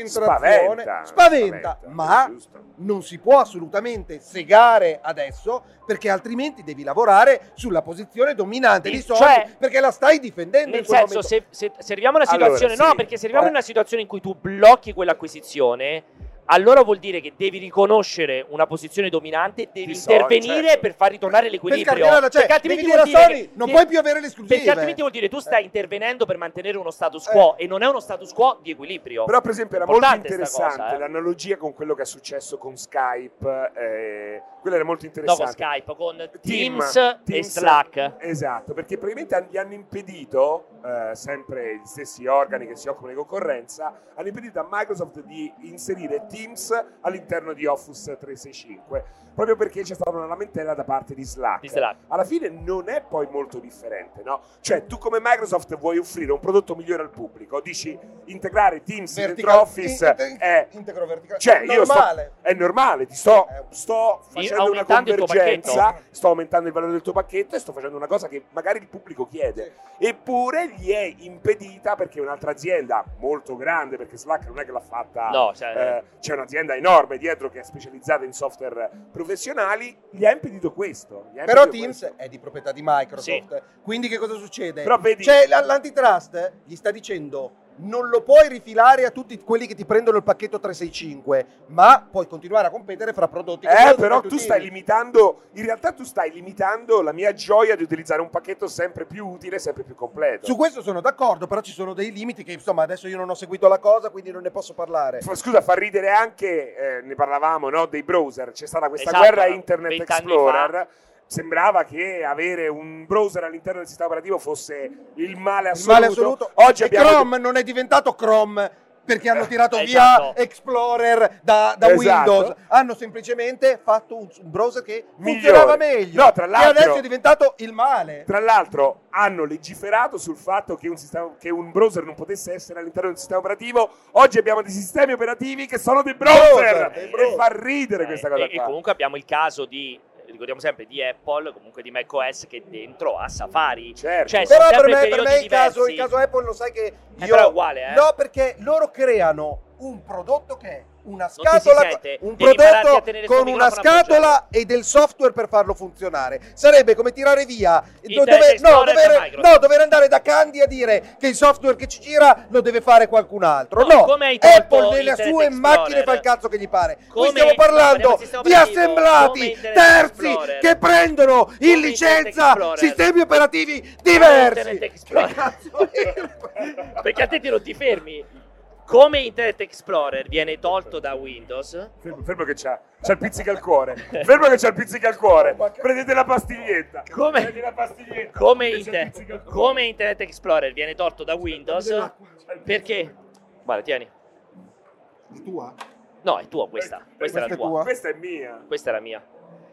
Speaker 2: concentrazione
Speaker 3: Spaventa,
Speaker 2: spaventa, ma
Speaker 3: giusto.
Speaker 2: non si può assolutamente segare adesso perché altrimenti devi lavorare sulla posizione dominante
Speaker 1: Sì,
Speaker 2: di Sony
Speaker 1: cioè,
Speaker 2: serviamo la stai difendendo in
Speaker 1: nel
Speaker 2: quel
Speaker 1: senso,
Speaker 2: momento.
Speaker 1: se, se, se arriviamo a una
Speaker 3: Allora,
Speaker 1: situazione,
Speaker 3: sì.
Speaker 1: no, perché se arriviamo a una situazione in cui tu blocchi quell'acquisizione, allora vuol dire che devi riconoscere una posizione dominante, devi
Speaker 3: Di so-
Speaker 1: intervenire
Speaker 3: certo.
Speaker 1: per far ritornare
Speaker 2: per
Speaker 1: l'equilibrio.
Speaker 2: scaricare, cioè,
Speaker 1: Perché
Speaker 2: devi
Speaker 1: altrimenti
Speaker 2: dire a
Speaker 1: vuol dire
Speaker 2: Sony
Speaker 1: che-
Speaker 2: non
Speaker 1: che-
Speaker 2: puoi più avere le esclusive
Speaker 1: Perché altrimenti vuol dire tu stai intervenendo per mantenere uno status quo e non è uno status quo di equilibrio.
Speaker 3: Però, per esempio, era molto
Speaker 1: Importante sta
Speaker 3: interessante
Speaker 1: cosa, eh.
Speaker 3: l'analogia con quello che è successo con Skype. eh, quella era molto
Speaker 1: Dopo
Speaker 3: interessante.
Speaker 1: Skype, con
Speaker 3: Team,
Speaker 1: Teams, e
Speaker 3: Teams.
Speaker 1: Slack.
Speaker 3: Esatto, perché probabilmente gli hanno impedito, eh, sempre gli stessi organi che si occupano di concorrenza, hanno impedito a Microsoft di inserire Teams all'interno di Office 365, proprio perché c'è stata una lamentela da parte di Slack.
Speaker 1: Di Slack.
Speaker 3: Alla fine non è poi molto differente, no? Cioè, tu come Microsoft vuoi offrire un prodotto migliore al pubblico, dici integrare Teams dentro Office è...
Speaker 6: integro verticale.
Speaker 3: Cioè, io sto-
Speaker 6: Normale.
Speaker 3: È normale, ti sto, sto
Speaker 1: Eh, Sì,
Speaker 3: facendo una
Speaker 1: aumentando il tuo
Speaker 3: convergenza, sto aumentando il valore del tuo pacchetto e sto facendo una cosa che magari il pubblico chiede. Eppure gli è impedita perché un'altra azienda molto grande, perché Slack non è che l'ha fatta...
Speaker 1: No, cioè,
Speaker 3: eh, c'è un'azienda enorme dietro che è specializzata in software professionali, gli ha impedito questo. gli ha
Speaker 2: Però
Speaker 3: impedito
Speaker 2: Teams
Speaker 3: questo.
Speaker 2: è di proprietà di Microsoft. Quindi che cosa succede?
Speaker 3: Però vedi-
Speaker 2: Cioè, la- l'antitrust gli sta dicendo non lo puoi rifilare a tutti quelli che ti prendono il pacchetto 365, ma puoi continuare a competere fra prodotti che
Speaker 3: Eh,
Speaker 2: sono
Speaker 3: però tu
Speaker 2: sostitutivi.
Speaker 3: stai limitando, in realtà tu stai limitando la mia gioia di utilizzare un pacchetto sempre più utile, sempre più completo.
Speaker 2: Su questo sono d'accordo, però ci sono dei limiti che insomma adesso io non ho seguito la cosa, quindi non ne posso parlare.
Speaker 3: Fa- Scusa, fa ridere anche, eh, ne parlavamo, no, dei browser. C'è stata questa
Speaker 1: Esatto,
Speaker 3: guerra
Speaker 1: no,
Speaker 3: Internet
Speaker 1: 20 anni
Speaker 3: Explorer. Sembrava che avere un browser all'interno del sistema operativo fosse il male
Speaker 2: Il
Speaker 3: assoluto.
Speaker 2: male assoluto.
Speaker 3: Oggi
Speaker 2: e
Speaker 3: abbiamo
Speaker 2: Chrome non è diventato Chrome perché hanno tirato
Speaker 1: Eh,
Speaker 2: via
Speaker 1: esatto.
Speaker 2: Explorer da, da
Speaker 3: Esatto.
Speaker 2: Windows. Hanno semplicemente fatto un, un browser che
Speaker 3: Migliore.
Speaker 2: funzionava meglio.
Speaker 3: No, tra l'altro-
Speaker 2: E adesso è diventato il male.
Speaker 3: Tra l'altro hanno legiferato sul fatto che un, sistema- che un browser non potesse essere all'interno del sistema operativo. Oggi abbiamo dei sistemi operativi che sono dei browser.
Speaker 2: Browser, dei browser.
Speaker 3: E fa ridere questa
Speaker 1: Eh,
Speaker 3: cosa
Speaker 1: e, e
Speaker 3: qua.
Speaker 1: comunque abbiamo il caso di, ricordiamo sempre, di Apple, comunque di macOS che dentro ha Safari.
Speaker 3: Certo.
Speaker 1: Cioè, sono
Speaker 2: Però per
Speaker 1: sempre
Speaker 2: me, per
Speaker 1: periodi
Speaker 2: me il, caso,
Speaker 1: diversi.
Speaker 2: il caso Apple lo sai che
Speaker 1: Eh,
Speaker 2: io...
Speaker 1: però è uguale, eh.
Speaker 2: No, perché loro creano un prodotto che è una
Speaker 1: Non ti si
Speaker 2: scatola,
Speaker 1: sente.
Speaker 2: un
Speaker 1: Devi impararti a
Speaker 2: prodotto
Speaker 1: tenere sto
Speaker 2: con una
Speaker 1: microfono appoggiato.
Speaker 2: scatola e del software per farlo funzionare. Sarebbe come tirare via,
Speaker 1: Il
Speaker 2: do-
Speaker 1: Internet
Speaker 2: dover- no,
Speaker 1: Explorer da
Speaker 2: dover,
Speaker 1: Microsoft.
Speaker 2: no, dover andare da Candy a dire che il software che ci gira lo deve fare qualcun altro.
Speaker 1: No,
Speaker 2: No,
Speaker 1: come hai tolto
Speaker 2: Apple nelle
Speaker 1: Internet
Speaker 2: sue
Speaker 1: Explorer.
Speaker 2: macchine fa il cazzo che gli pare.
Speaker 1: Come-
Speaker 2: Qui stiamo
Speaker 1: parliamo
Speaker 2: parlando
Speaker 1: del sistema
Speaker 2: di
Speaker 1: operativo, come
Speaker 2: assemblati
Speaker 1: Internet
Speaker 2: terzi
Speaker 1: Explorer.
Speaker 2: che prendono in
Speaker 1: Come Internet
Speaker 2: licenza
Speaker 1: Explorer.
Speaker 2: sistemi operativi
Speaker 1: Internet
Speaker 2: diversi.
Speaker 1: Explorer.
Speaker 2: Che cazzo è?
Speaker 1: Perché a te ti non ti fermi. Come Internet Explorer viene tolto da Windows,
Speaker 3: Fermo, fermo che c'ha, c'ha il pizzica al cuore. Fermo che c'ha il pizzica al cuore. Prendete la pastiglietta.
Speaker 1: Come-
Speaker 3: Prendete la pastiglietta.
Speaker 1: come,
Speaker 3: che c'ha il
Speaker 1: Inter-
Speaker 3: pizzica al cuore.
Speaker 1: come Internet Explorer viene tolto da Windows, perché? Guarda, tieni.
Speaker 2: La tua?
Speaker 1: No, è tua questa. Questa era
Speaker 2: Questa è
Speaker 1: tua.
Speaker 2: tua?
Speaker 3: Questa è mia.
Speaker 1: Questa era mia.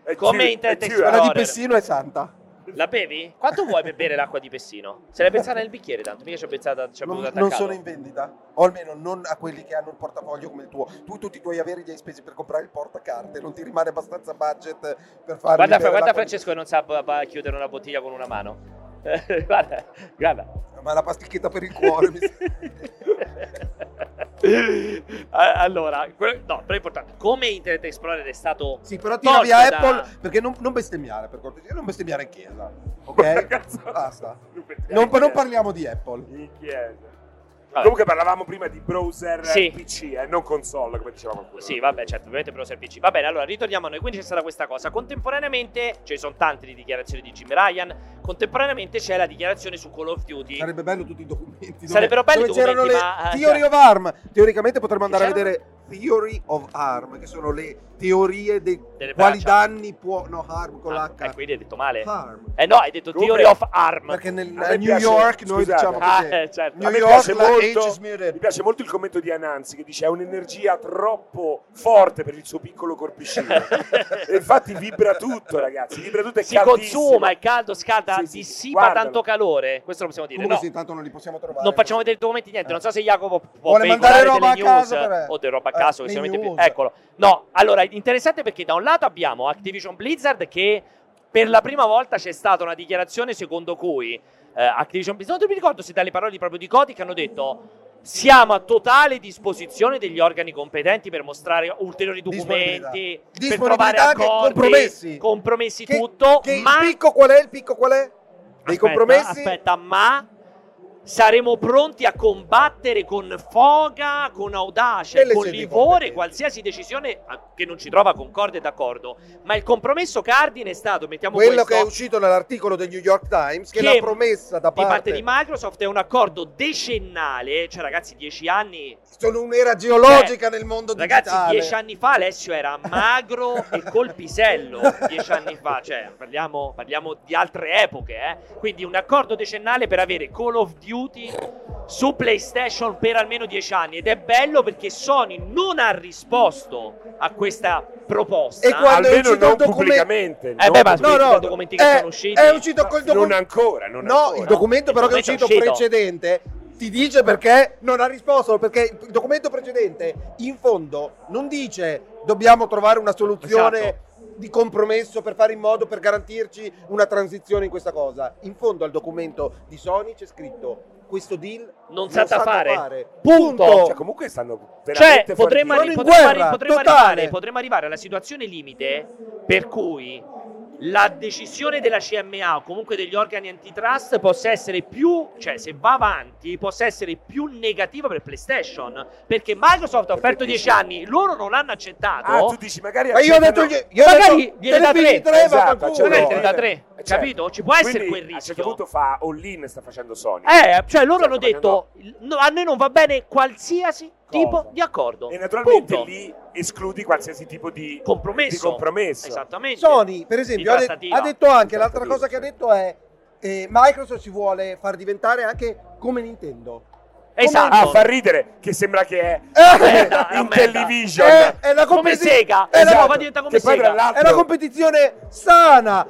Speaker 3: È
Speaker 1: Come
Speaker 3: tua,
Speaker 1: Internet
Speaker 3: è tua.
Speaker 1: Explorer.
Speaker 2: Quella di
Speaker 1: Horror.
Speaker 2: Pessino è santa.
Speaker 1: La bevi? Quanto vuoi per bere l'acqua di Pessino? Se l'hai pensata nel bicchiere tanto, mica ci ho pensato, ci ho
Speaker 2: Non,
Speaker 1: potuto
Speaker 2: non
Speaker 1: attaccare.
Speaker 2: sono in vendita. O almeno non a quelli che hanno il portafoglio come il tuo. Tu tutti i tuoi averi li hai spesi per comprare il portacarte. Non ti rimane abbastanza budget per fare.
Speaker 1: Guarda, guarda Francesco che non sa ba- ba- chiudere una bottiglia con una mano. Eh, guarda, guarda.
Speaker 2: Ma la pasticchetta per il cuore. mi sa-
Speaker 1: A- allora, que- no, però è importante. Come Internet Explorer è stato
Speaker 2: Sì, però tira
Speaker 1: Tolto
Speaker 2: via
Speaker 1: da-
Speaker 2: Apple perché non, non bestemmiare per cortesia, non bestemmiare in chiesa.
Speaker 3: Ma
Speaker 2: Ok?
Speaker 3: cazzo-
Speaker 2: Basta.
Speaker 3: Non pensiamo
Speaker 2: Non,
Speaker 3: in
Speaker 2: non
Speaker 3: chiesa.
Speaker 2: parliamo di Apple.
Speaker 3: In chiesa.
Speaker 1: Vabbè.
Speaker 3: Comunque parlavamo prima di browser
Speaker 1: Sì.
Speaker 3: PC e non console, come diceva qualcuno.
Speaker 1: Sì, vabbè, certo, ovviamente però serve il PC. Va bene, allora ritorniamo a noi. Quindi c'è stata questa cosa. Contemporaneamente, cioè, ci sono tante di dichiarazioni di Jim Ryan. Contemporaneamente c'è la dichiarazione su Call of Duty.
Speaker 2: Sarebbe bello tutti i documenti.
Speaker 1: Sarebbero belli
Speaker 2: dove
Speaker 1: i documenti,
Speaker 2: c'erano
Speaker 1: ma- eh, cioè Diciamo
Speaker 2: le Theory of Arm. Teoricamente potremmo andare a
Speaker 1: C'erano?
Speaker 2: vedere Theory of Arm, che sono le teorie dei
Speaker 1: Delle
Speaker 2: quali
Speaker 1: braccia.
Speaker 2: danni può. No, harm con
Speaker 1: Ah,
Speaker 2: l'H.
Speaker 1: eh, quindi hai detto male.
Speaker 2: Harm.
Speaker 1: Eh no, hai detto
Speaker 3: Comunque-
Speaker 1: Theory of Arm.
Speaker 2: Perché nel,
Speaker 3: A
Speaker 2: a
Speaker 3: me
Speaker 2: New
Speaker 3: piace-
Speaker 2: York noi
Speaker 3: scusate.
Speaker 2: diciamo
Speaker 1: Ah,
Speaker 2: così.
Speaker 1: eh, certo.
Speaker 2: New
Speaker 3: A me
Speaker 2: York,
Speaker 3: piace
Speaker 2: la
Speaker 3: molto-
Speaker 2: H is
Speaker 3: Mi
Speaker 2: muted.
Speaker 3: piace molto il commento di Ananzi che dice è un'energia troppo forte per il suo piccolo corpicino. E infatti vibra tutto, ragazzi. Vibra tutto e
Speaker 1: si consuma, è caldo, scalda,
Speaker 3: Sì, sì,
Speaker 1: dissipa
Speaker 3: guardalo.
Speaker 1: tanto calore. Questo lo possiamo dire.
Speaker 2: Comunque
Speaker 1: No,
Speaker 2: sì, tanto non li possiamo trovare.
Speaker 1: non facciamo vedere i documenti, niente. Non so se Jacopo può
Speaker 2: Vuole
Speaker 1: veicolare
Speaker 2: mandare roba
Speaker 1: delle
Speaker 2: a
Speaker 1: news
Speaker 2: caso per-
Speaker 1: o delle roba a
Speaker 2: eh,
Speaker 1: caso. che
Speaker 2: le
Speaker 1: sicuramente più-
Speaker 2: news.
Speaker 1: Eccolo. No, allora, è interessante perché da un lato abbiamo Activision Blizzard che per la prima volta c'è stata una dichiarazione secondo cui eh, Activision Blizzard, non mi ricordo se dalle parole proprio di Cody che hanno detto siamo a totale disposizione degli organi competenti per mostrare ulteriori
Speaker 2: Disponibilità.
Speaker 1: documenti, per
Speaker 2: Disponibilità
Speaker 1: trovare
Speaker 2: anche
Speaker 1: accordi,
Speaker 2: compromessi.
Speaker 1: compromessi
Speaker 2: Che-
Speaker 1: tutto,
Speaker 2: che
Speaker 1: ma
Speaker 2: il picco qual è? Il picco qual è? Dei
Speaker 1: Aspetta,
Speaker 2: compromessi?
Speaker 1: Aspetta, ma saremo pronti a combattere con foga, con audacia,
Speaker 2: E le
Speaker 1: con
Speaker 2: sedi
Speaker 1: livore
Speaker 2: competenti.
Speaker 1: qualsiasi decisione a- che non ci trova concorde e d'accordo. Ma il compromesso cardine è stato, mettiamo
Speaker 2: Quello che è
Speaker 1: questo,
Speaker 2: uscito dall'articolo del New York Times, che,
Speaker 1: Che
Speaker 2: la promessa da
Speaker 1: di parte
Speaker 2: parte
Speaker 1: di Microsoft è un accordo decennale, cioè ragazzi, dieci anni
Speaker 2: Sono un'era geologica
Speaker 1: Beh,
Speaker 2: nel mondo
Speaker 1: Cioè, Ragazzi,
Speaker 2: digitale.
Speaker 1: dieci anni fa Alessio era magro e col pisello. Dieci anni fa, cioè, parliamo, parliamo di altre epoche. eh. Quindi un accordo decennale per avere Call of Duty su PlayStation per almeno dieci anni. Ed è bello perché Sony non ha risposto a questa proposta.
Speaker 2: E qua- quando è
Speaker 3: Almeno
Speaker 2: uscito
Speaker 3: non
Speaker 2: il documento-
Speaker 3: pubblicamente.
Speaker 1: Eh, beh, ma
Speaker 3: non-
Speaker 1: tutti i documenti che
Speaker 2: è,
Speaker 1: sono usciti.
Speaker 2: eh, È uscito col
Speaker 3: non
Speaker 2: documento.
Speaker 3: ancora, non
Speaker 2: No,
Speaker 3: ancora.
Speaker 2: il documento
Speaker 1: Il
Speaker 2: però che è
Speaker 1: documento
Speaker 2: uscito,
Speaker 1: è uscito.
Speaker 2: precedente ti dice perché non ha risposto, perché il documento precedente in fondo non dice dobbiamo trovare una soluzione
Speaker 1: Esatto.
Speaker 2: di compromesso per fare in modo per garantirci una transizione in questa cosa. In fondo al documento di Sony c'è scritto questo deal
Speaker 1: Non sa da
Speaker 2: sa da
Speaker 1: fare.
Speaker 2: Punto.
Speaker 1: Punto.
Speaker 3: Cioè, comunque stanno
Speaker 1: Cioè,
Speaker 3: veramente fuori
Speaker 1: potremmo,
Speaker 3: di-
Speaker 2: Sono in
Speaker 1: potremmo arri-
Speaker 2: guerra,
Speaker 1: potremmo
Speaker 2: totale.
Speaker 1: arrivare, potremmo arrivare alla situazione limite per cui la decisione della CMA o comunque degli organi antitrust possa essere più, cioè se va avanti, possa essere più negativa per PlayStation perché Microsoft ha offerto 10 anni, loro non l'hanno accettato.
Speaker 3: Ah, tu dici magari
Speaker 2: Ma io ho detto
Speaker 3: accettano-
Speaker 2: gli- io ho
Speaker 1: Cioè, Magari
Speaker 2: detto,
Speaker 1: gliene
Speaker 2: te ne
Speaker 1: dà
Speaker 2: pigli
Speaker 1: tre.
Speaker 2: tre, va
Speaker 3: Esatto,
Speaker 2: al culo.
Speaker 3: cioè,
Speaker 1: Magari te
Speaker 3: eh,
Speaker 1: ne dà tre,
Speaker 3: eh,
Speaker 1: capito? Ci può essere
Speaker 3: Quindi,
Speaker 1: quel
Speaker 3: A un certo
Speaker 1: rischio.
Speaker 3: punto fa all-in sta facendo Sony.
Speaker 1: Eh, cioè loro
Speaker 3: Cioè,
Speaker 1: hanno
Speaker 3: sta facendo-
Speaker 1: detto "No, a noi non va bene qualsiasi
Speaker 3: Cosa?
Speaker 1: tipo di accordo.
Speaker 3: E naturalmente
Speaker 1: Punto.
Speaker 3: lì escludi qualsiasi tipo di
Speaker 1: compromesso.
Speaker 3: di compromesso.
Speaker 1: Esattamente.
Speaker 2: Sony, per esempio,
Speaker 1: Di
Speaker 2: ha, de-
Speaker 1: trattativa.
Speaker 2: ha detto anche
Speaker 3: Di
Speaker 2: l'altra
Speaker 3: trattativa,
Speaker 2: cosa che ha
Speaker 3: sì.
Speaker 2: detto è eh, Microsoft ci vuole far diventare anche come Nintendo.
Speaker 1: Esatto.
Speaker 3: Ah, fa ridere che sembra che è
Speaker 1: merda, è una
Speaker 3: in
Speaker 1: merda.
Speaker 3: television. Esatto.
Speaker 2: Eh, è la
Speaker 1: come
Speaker 2: competizione
Speaker 1: Sega.
Speaker 2: È,
Speaker 1: Eh,
Speaker 2: la-
Speaker 1: no, va diventa come
Speaker 3: che poi,
Speaker 1: Sega.
Speaker 3: tra l'altro,
Speaker 2: è una competizione sana.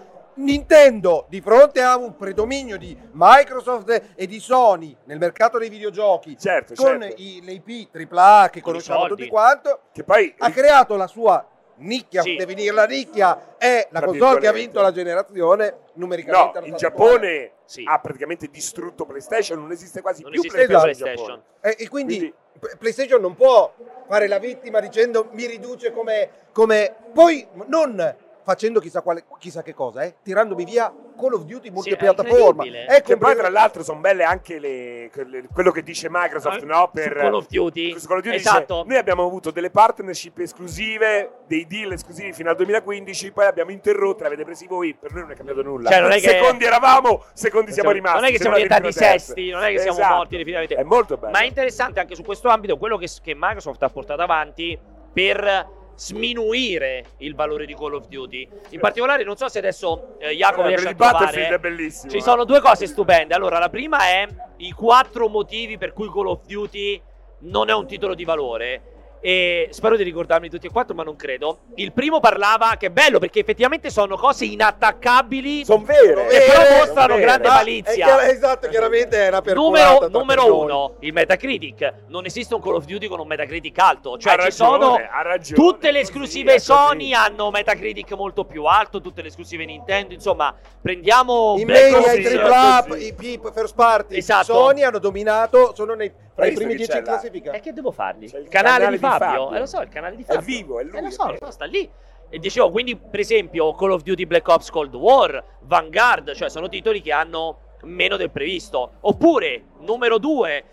Speaker 2: Nintendo di fronte a un predominio di Microsoft e di Sony nel mercato dei videogiochi
Speaker 3: Certo,
Speaker 2: con
Speaker 3: certo.
Speaker 2: i, le IP AAA che
Speaker 1: Con i
Speaker 2: conosciamo
Speaker 1: soldi.
Speaker 2: tutti quanto
Speaker 3: che poi
Speaker 2: ha creato la sua nicchia,
Speaker 1: Sì.
Speaker 2: definire la nicchia è la
Speaker 3: Tra
Speaker 2: console che ha
Speaker 3: virgolette.
Speaker 2: vinto la generazione
Speaker 3: no,
Speaker 2: numericamente. alla
Speaker 3: in
Speaker 2: sua attuale.
Speaker 3: Giappone
Speaker 1: Sì.
Speaker 3: ha praticamente distrutto PlayStation, non esiste quasi
Speaker 1: non
Speaker 3: più
Speaker 1: esiste più
Speaker 2: esatto.
Speaker 1: PlayStation.
Speaker 2: E, e quindi,
Speaker 3: Quindi-
Speaker 2: P- PlayStation non può fare la vittima dicendo mi riduce come, come... Poi non facendo chissà, quale, chissà che cosa, eh, tirandomi via Call of Duty
Speaker 1: è
Speaker 2: multipiattaforma.
Speaker 1: incredibile.
Speaker 2: Ecco,
Speaker 3: Che poi tra l'altro sono belle anche le, quelle- quello che dice Microsoft,
Speaker 1: Eh,
Speaker 3: no? Per,
Speaker 1: su Call of Duty.
Speaker 3: su Call of Duty dice,
Speaker 1: Esatto.
Speaker 3: noi abbiamo avuto delle partnership esclusive, dei deal esclusivi fino al 2015, poi abbiamo interrotto, le avete presi voi, per noi non è cambiato nulla.
Speaker 1: Cioè, non è che-
Speaker 3: Secondi eravamo, secondi siamo rimasti.
Speaker 1: Non è che siamo
Speaker 3: sembra
Speaker 1: diventati
Speaker 3: addirittura
Speaker 1: sesti, non è che siamo
Speaker 3: Esatto.
Speaker 1: morti definitivamente.
Speaker 3: È molto bello.
Speaker 1: Ma è interessante anche su questo ambito quello che, che Microsoft ha portato avanti per sminuire il valore di Call of Duty. In particolare, non so se adesso eh, Jacopo
Speaker 3: Eh,
Speaker 1: riesce a
Speaker 3: il Battlefield
Speaker 1: trovare.
Speaker 3: è bellissimo.
Speaker 1: Ci
Speaker 3: eh.
Speaker 1: sono due cose stupende. Allora, la prima è i quattro motivi per cui Call of Duty non è un titolo di valore. E spero di ricordarmi tutti e quattro, ma non credo. Il primo parlava che è bello perché effettivamente sono cose inattaccabili.
Speaker 3: Sono vere.
Speaker 2: eh,
Speaker 1: Che però
Speaker 3: Sono
Speaker 1: mostrano
Speaker 3: vere.
Speaker 1: grande
Speaker 3: Ma-
Speaker 1: malizia.
Speaker 2: esatto, chiaramente è una
Speaker 1: Numero,
Speaker 2: perculata tra
Speaker 1: numero
Speaker 2: perdoni.
Speaker 1: uno, il Metacritic. Non esiste un Call of Duty con un Metacritic alto. Cioè,
Speaker 3: Ha
Speaker 1: ci
Speaker 3: ragione,
Speaker 1: sono
Speaker 3: ha ragione,
Speaker 1: tutte le
Speaker 3: così,
Speaker 1: esclusive
Speaker 3: è così.
Speaker 1: Sony hanno Metacritic molto più alto, tutte le esclusive Nintendo. Insomma, prendiamo
Speaker 2: I
Speaker 1: Black
Speaker 2: media,
Speaker 1: Ops,
Speaker 2: i
Speaker 3: Ops,
Speaker 2: triple
Speaker 3: sì.
Speaker 2: up, i P- first party,
Speaker 1: cioè, Esatto.
Speaker 2: Sony hanno dominato, sono nei, tra
Speaker 3: Hai
Speaker 2: i
Speaker 3: visto
Speaker 2: primi
Speaker 3: chi
Speaker 2: 10
Speaker 3: c'è
Speaker 2: in
Speaker 3: là?
Speaker 2: classifica.
Speaker 1: E che devo fargli?
Speaker 3: C'è il
Speaker 1: il canale,
Speaker 3: canale
Speaker 1: di
Speaker 3: di
Speaker 1: Fabio.
Speaker 3: Fabio.
Speaker 1: Eh, lo so, il canale di Fabio.
Speaker 3: vivo, è lui,
Speaker 1: Eh, lo
Speaker 3: è
Speaker 1: so, lo
Speaker 3: vero.
Speaker 1: so, sta lì. E dicevo, quindi, per esempio, Call of Duty Black Ops Cold War, Vanguard, cioè sono titoli che hanno meno del previsto. Oppure, numero due,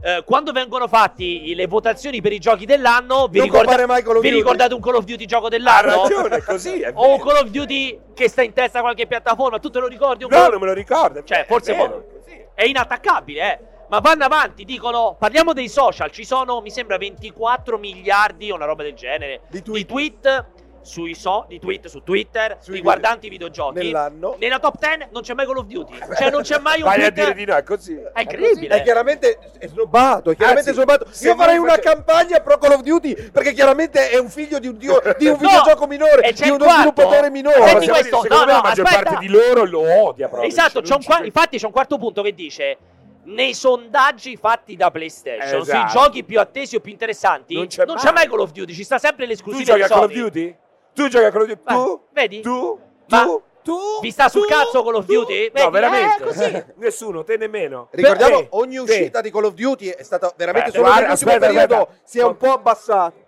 Speaker 1: eh, quando vengono fatti le votazioni per i giochi dell'anno, vi,
Speaker 2: Non
Speaker 1: ricorda-
Speaker 2: compare mai Call of
Speaker 1: vi
Speaker 2: Duty.
Speaker 1: ricordate un Call of Duty gioco
Speaker 3: Ha
Speaker 1: dell'anno?
Speaker 3: ragione, è così. È
Speaker 1: O un
Speaker 3: vero.
Speaker 1: Call of Duty che sta in testa a qualche piattaforma, tu te lo ricordi un
Speaker 3: No,
Speaker 1: po'?
Speaker 3: non me lo ricordo.
Speaker 1: Cioè,
Speaker 3: è
Speaker 1: forse
Speaker 3: vero,
Speaker 1: può-
Speaker 3: è così.
Speaker 1: è inattaccabile, eh. Ma vanno avanti, dicono, parliamo dei social, ci sono, mi sembra, 24 miliardi o una roba del genere
Speaker 2: Di tweet.
Speaker 1: sui so- di tweet su Twitter
Speaker 2: Sui
Speaker 1: riguardanti i videogiochi.
Speaker 2: Nell'anno.
Speaker 1: Nella top 10 non c'è mai Call of Duty, cioè non c'è mai un
Speaker 3: Vai a
Speaker 1: tweet...
Speaker 3: dire di no, è così.
Speaker 1: È incredibile.
Speaker 2: È chiaramente è snobbato, è chiaramente
Speaker 3: Anzi,
Speaker 2: snobbato.
Speaker 3: se
Speaker 2: Io
Speaker 3: noi
Speaker 2: farei una
Speaker 3: facciamo-
Speaker 2: campagna pro Call of Duty perché chiaramente è un figlio di un, dio- di un
Speaker 1: No,
Speaker 2: videogioco minore,
Speaker 1: e c'è
Speaker 2: di
Speaker 1: il
Speaker 2: uno
Speaker 1: quarto.
Speaker 2: sviluppatore
Speaker 1: No,
Speaker 2: minore.
Speaker 1: Senti
Speaker 3: Possiamo
Speaker 1: questo,
Speaker 3: dire, secondo
Speaker 1: no,
Speaker 3: me
Speaker 1: no,
Speaker 3: la maggior
Speaker 1: aspetta.
Speaker 3: parte di loro lo odia proprio.
Speaker 1: Esatto,
Speaker 3: cioè,
Speaker 1: c'è
Speaker 3: non
Speaker 1: un
Speaker 3: ci
Speaker 1: qua-
Speaker 3: crede.
Speaker 1: infatti c'è un quarto punto che dice nei sondaggi fatti da PlayStation sui
Speaker 3: Esatto.
Speaker 1: giochi più attesi o più interessanti
Speaker 3: Non c'è mai.
Speaker 1: mai Call of Duty, ci sta sempre
Speaker 3: Tu
Speaker 1: l'esclusiva
Speaker 3: giochi
Speaker 1: di
Speaker 3: a Call of
Speaker 1: Sony.
Speaker 3: Duty? Tu giochi a Call of Duty?
Speaker 1: Ma,
Speaker 3: Tu?
Speaker 1: vedi?
Speaker 3: Tu?
Speaker 1: Ma
Speaker 3: tu? Tu?
Speaker 1: vi sta sul
Speaker 3: Tu?
Speaker 1: cazzo Call of
Speaker 3: Tu?
Speaker 1: Duty?
Speaker 3: No,
Speaker 1: Vedi?
Speaker 3: veramente.
Speaker 1: Eh, così.
Speaker 3: Nessuno, te nemmeno.
Speaker 2: Ricordiamo,
Speaker 3: Te,
Speaker 2: ogni
Speaker 3: te.
Speaker 2: uscita di Call of Duty è stata veramente
Speaker 3: Beh,
Speaker 2: solo
Speaker 3: Eh, guarda,
Speaker 2: nell'ultimo
Speaker 3: aspetta,
Speaker 2: periodo
Speaker 3: aspetta. Eh,
Speaker 2: si è un po' abbassato.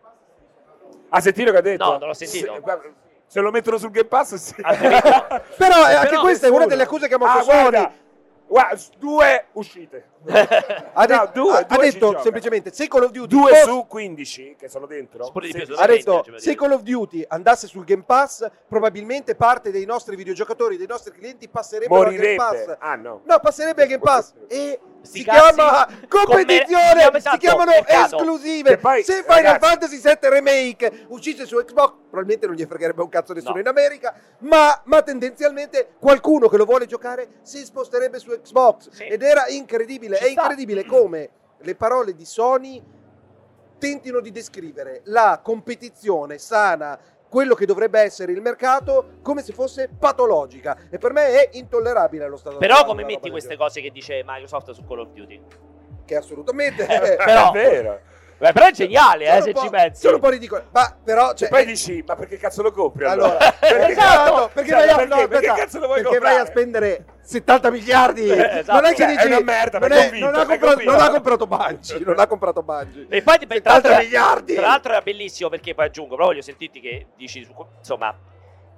Speaker 3: Ha sentito che ha detto?
Speaker 1: No, non l'ho sentito. Ah,
Speaker 3: Se, guarda, se lo mettono sul Game Pass, sì.
Speaker 2: Però, eh, anche
Speaker 1: Però
Speaker 2: questa è una
Speaker 3: Nessuno.
Speaker 2: delle accuse che ha mosso
Speaker 3: ah,
Speaker 2: Sony.
Speaker 3: Guarda, guarda, s- due uscite.
Speaker 2: Ha,
Speaker 3: No,
Speaker 2: detto-
Speaker 3: due,
Speaker 2: ha- ha
Speaker 3: due ci
Speaker 2: detto
Speaker 3: gioca.
Speaker 2: semplicemente Oh. se Call of Duty
Speaker 3: Due
Speaker 2: fosse-
Speaker 3: su 15 che sono dentro.
Speaker 1: Pure di più,
Speaker 3: Sì,
Speaker 1: sono
Speaker 2: ha detto
Speaker 1: Veramente,
Speaker 2: se Call of Duty andasse sul Game Pass probabilmente parte dei nostri videogiocatori dei nostri clienti passerebbero al Game Pass
Speaker 3: Morirebbe. Ah, no.
Speaker 2: no passerebbe al Game Pass e
Speaker 1: Sti
Speaker 2: si
Speaker 1: cazzi.
Speaker 2: chiama
Speaker 1: Come- si
Speaker 2: competizione
Speaker 1: chiama-
Speaker 2: si
Speaker 1: esatto,
Speaker 2: chiamano
Speaker 1: mercato.
Speaker 2: esclusive
Speaker 3: Che poi,
Speaker 2: se Final
Speaker 3: ragazzi-
Speaker 2: Fantasy VII Remake uscisse su Xbox probabilmente non gli fregherebbe un cazzo nessuno
Speaker 1: No.
Speaker 2: in America ma, ma tendenzialmente qualcuno che lo vuole giocare si sposterebbe su Xbox
Speaker 1: Sì.
Speaker 2: ed era incredibile
Speaker 1: Ci
Speaker 2: è
Speaker 1: sta.
Speaker 2: incredibile come le parole di Sony tentino di descrivere la competizione sana, quello che dovrebbe essere il mercato, come se fosse patologica. E per me è intollerabile lo stato
Speaker 1: Però
Speaker 2: attuale,
Speaker 1: come
Speaker 2: una
Speaker 1: metti
Speaker 2: roba del
Speaker 1: queste cose che dice Microsoft su Call of Duty?
Speaker 2: genere. Che assolutamente...
Speaker 3: Eh,
Speaker 1: però-
Speaker 3: È vero.
Speaker 2: Cioè,
Speaker 1: Beh, però è geniale,
Speaker 2: sono
Speaker 1: eh,
Speaker 2: un
Speaker 1: se
Speaker 2: po'-
Speaker 1: ci pensi.
Speaker 2: Sono un po' ridicolo. Ma però...
Speaker 3: Cioè,
Speaker 2: Cioè, eh,
Speaker 3: poi dici, ma perché cazzo lo compri allora?
Speaker 2: allora,
Speaker 3: Perché
Speaker 2: esatto,
Speaker 3: cazzo-
Speaker 2: perché,
Speaker 3: cioè,
Speaker 2: vai a,
Speaker 3: perché-
Speaker 2: no,
Speaker 3: perché
Speaker 2: aspetta,
Speaker 3: cazzo lo vuoi
Speaker 2: perché vai a
Speaker 3: comprare?
Speaker 2: spendere 70 miliardi.
Speaker 1: Eh, esatto.
Speaker 2: Non è che
Speaker 3: Cioè, è
Speaker 2: dici
Speaker 3: una merda,
Speaker 2: non,
Speaker 3: ma
Speaker 2: è-
Speaker 3: convinto,
Speaker 2: non ha
Speaker 3: ma
Speaker 2: comprato,
Speaker 3: convinto.
Speaker 2: non ha comprato Bungie, non ha comprato Bungie.
Speaker 1: E poi beh, tra
Speaker 2: 70
Speaker 1: l'altro,
Speaker 2: miliardi!
Speaker 1: tra l'altro era bellissimo perché poi aggiungo, però voglio sentirti che dici su, insomma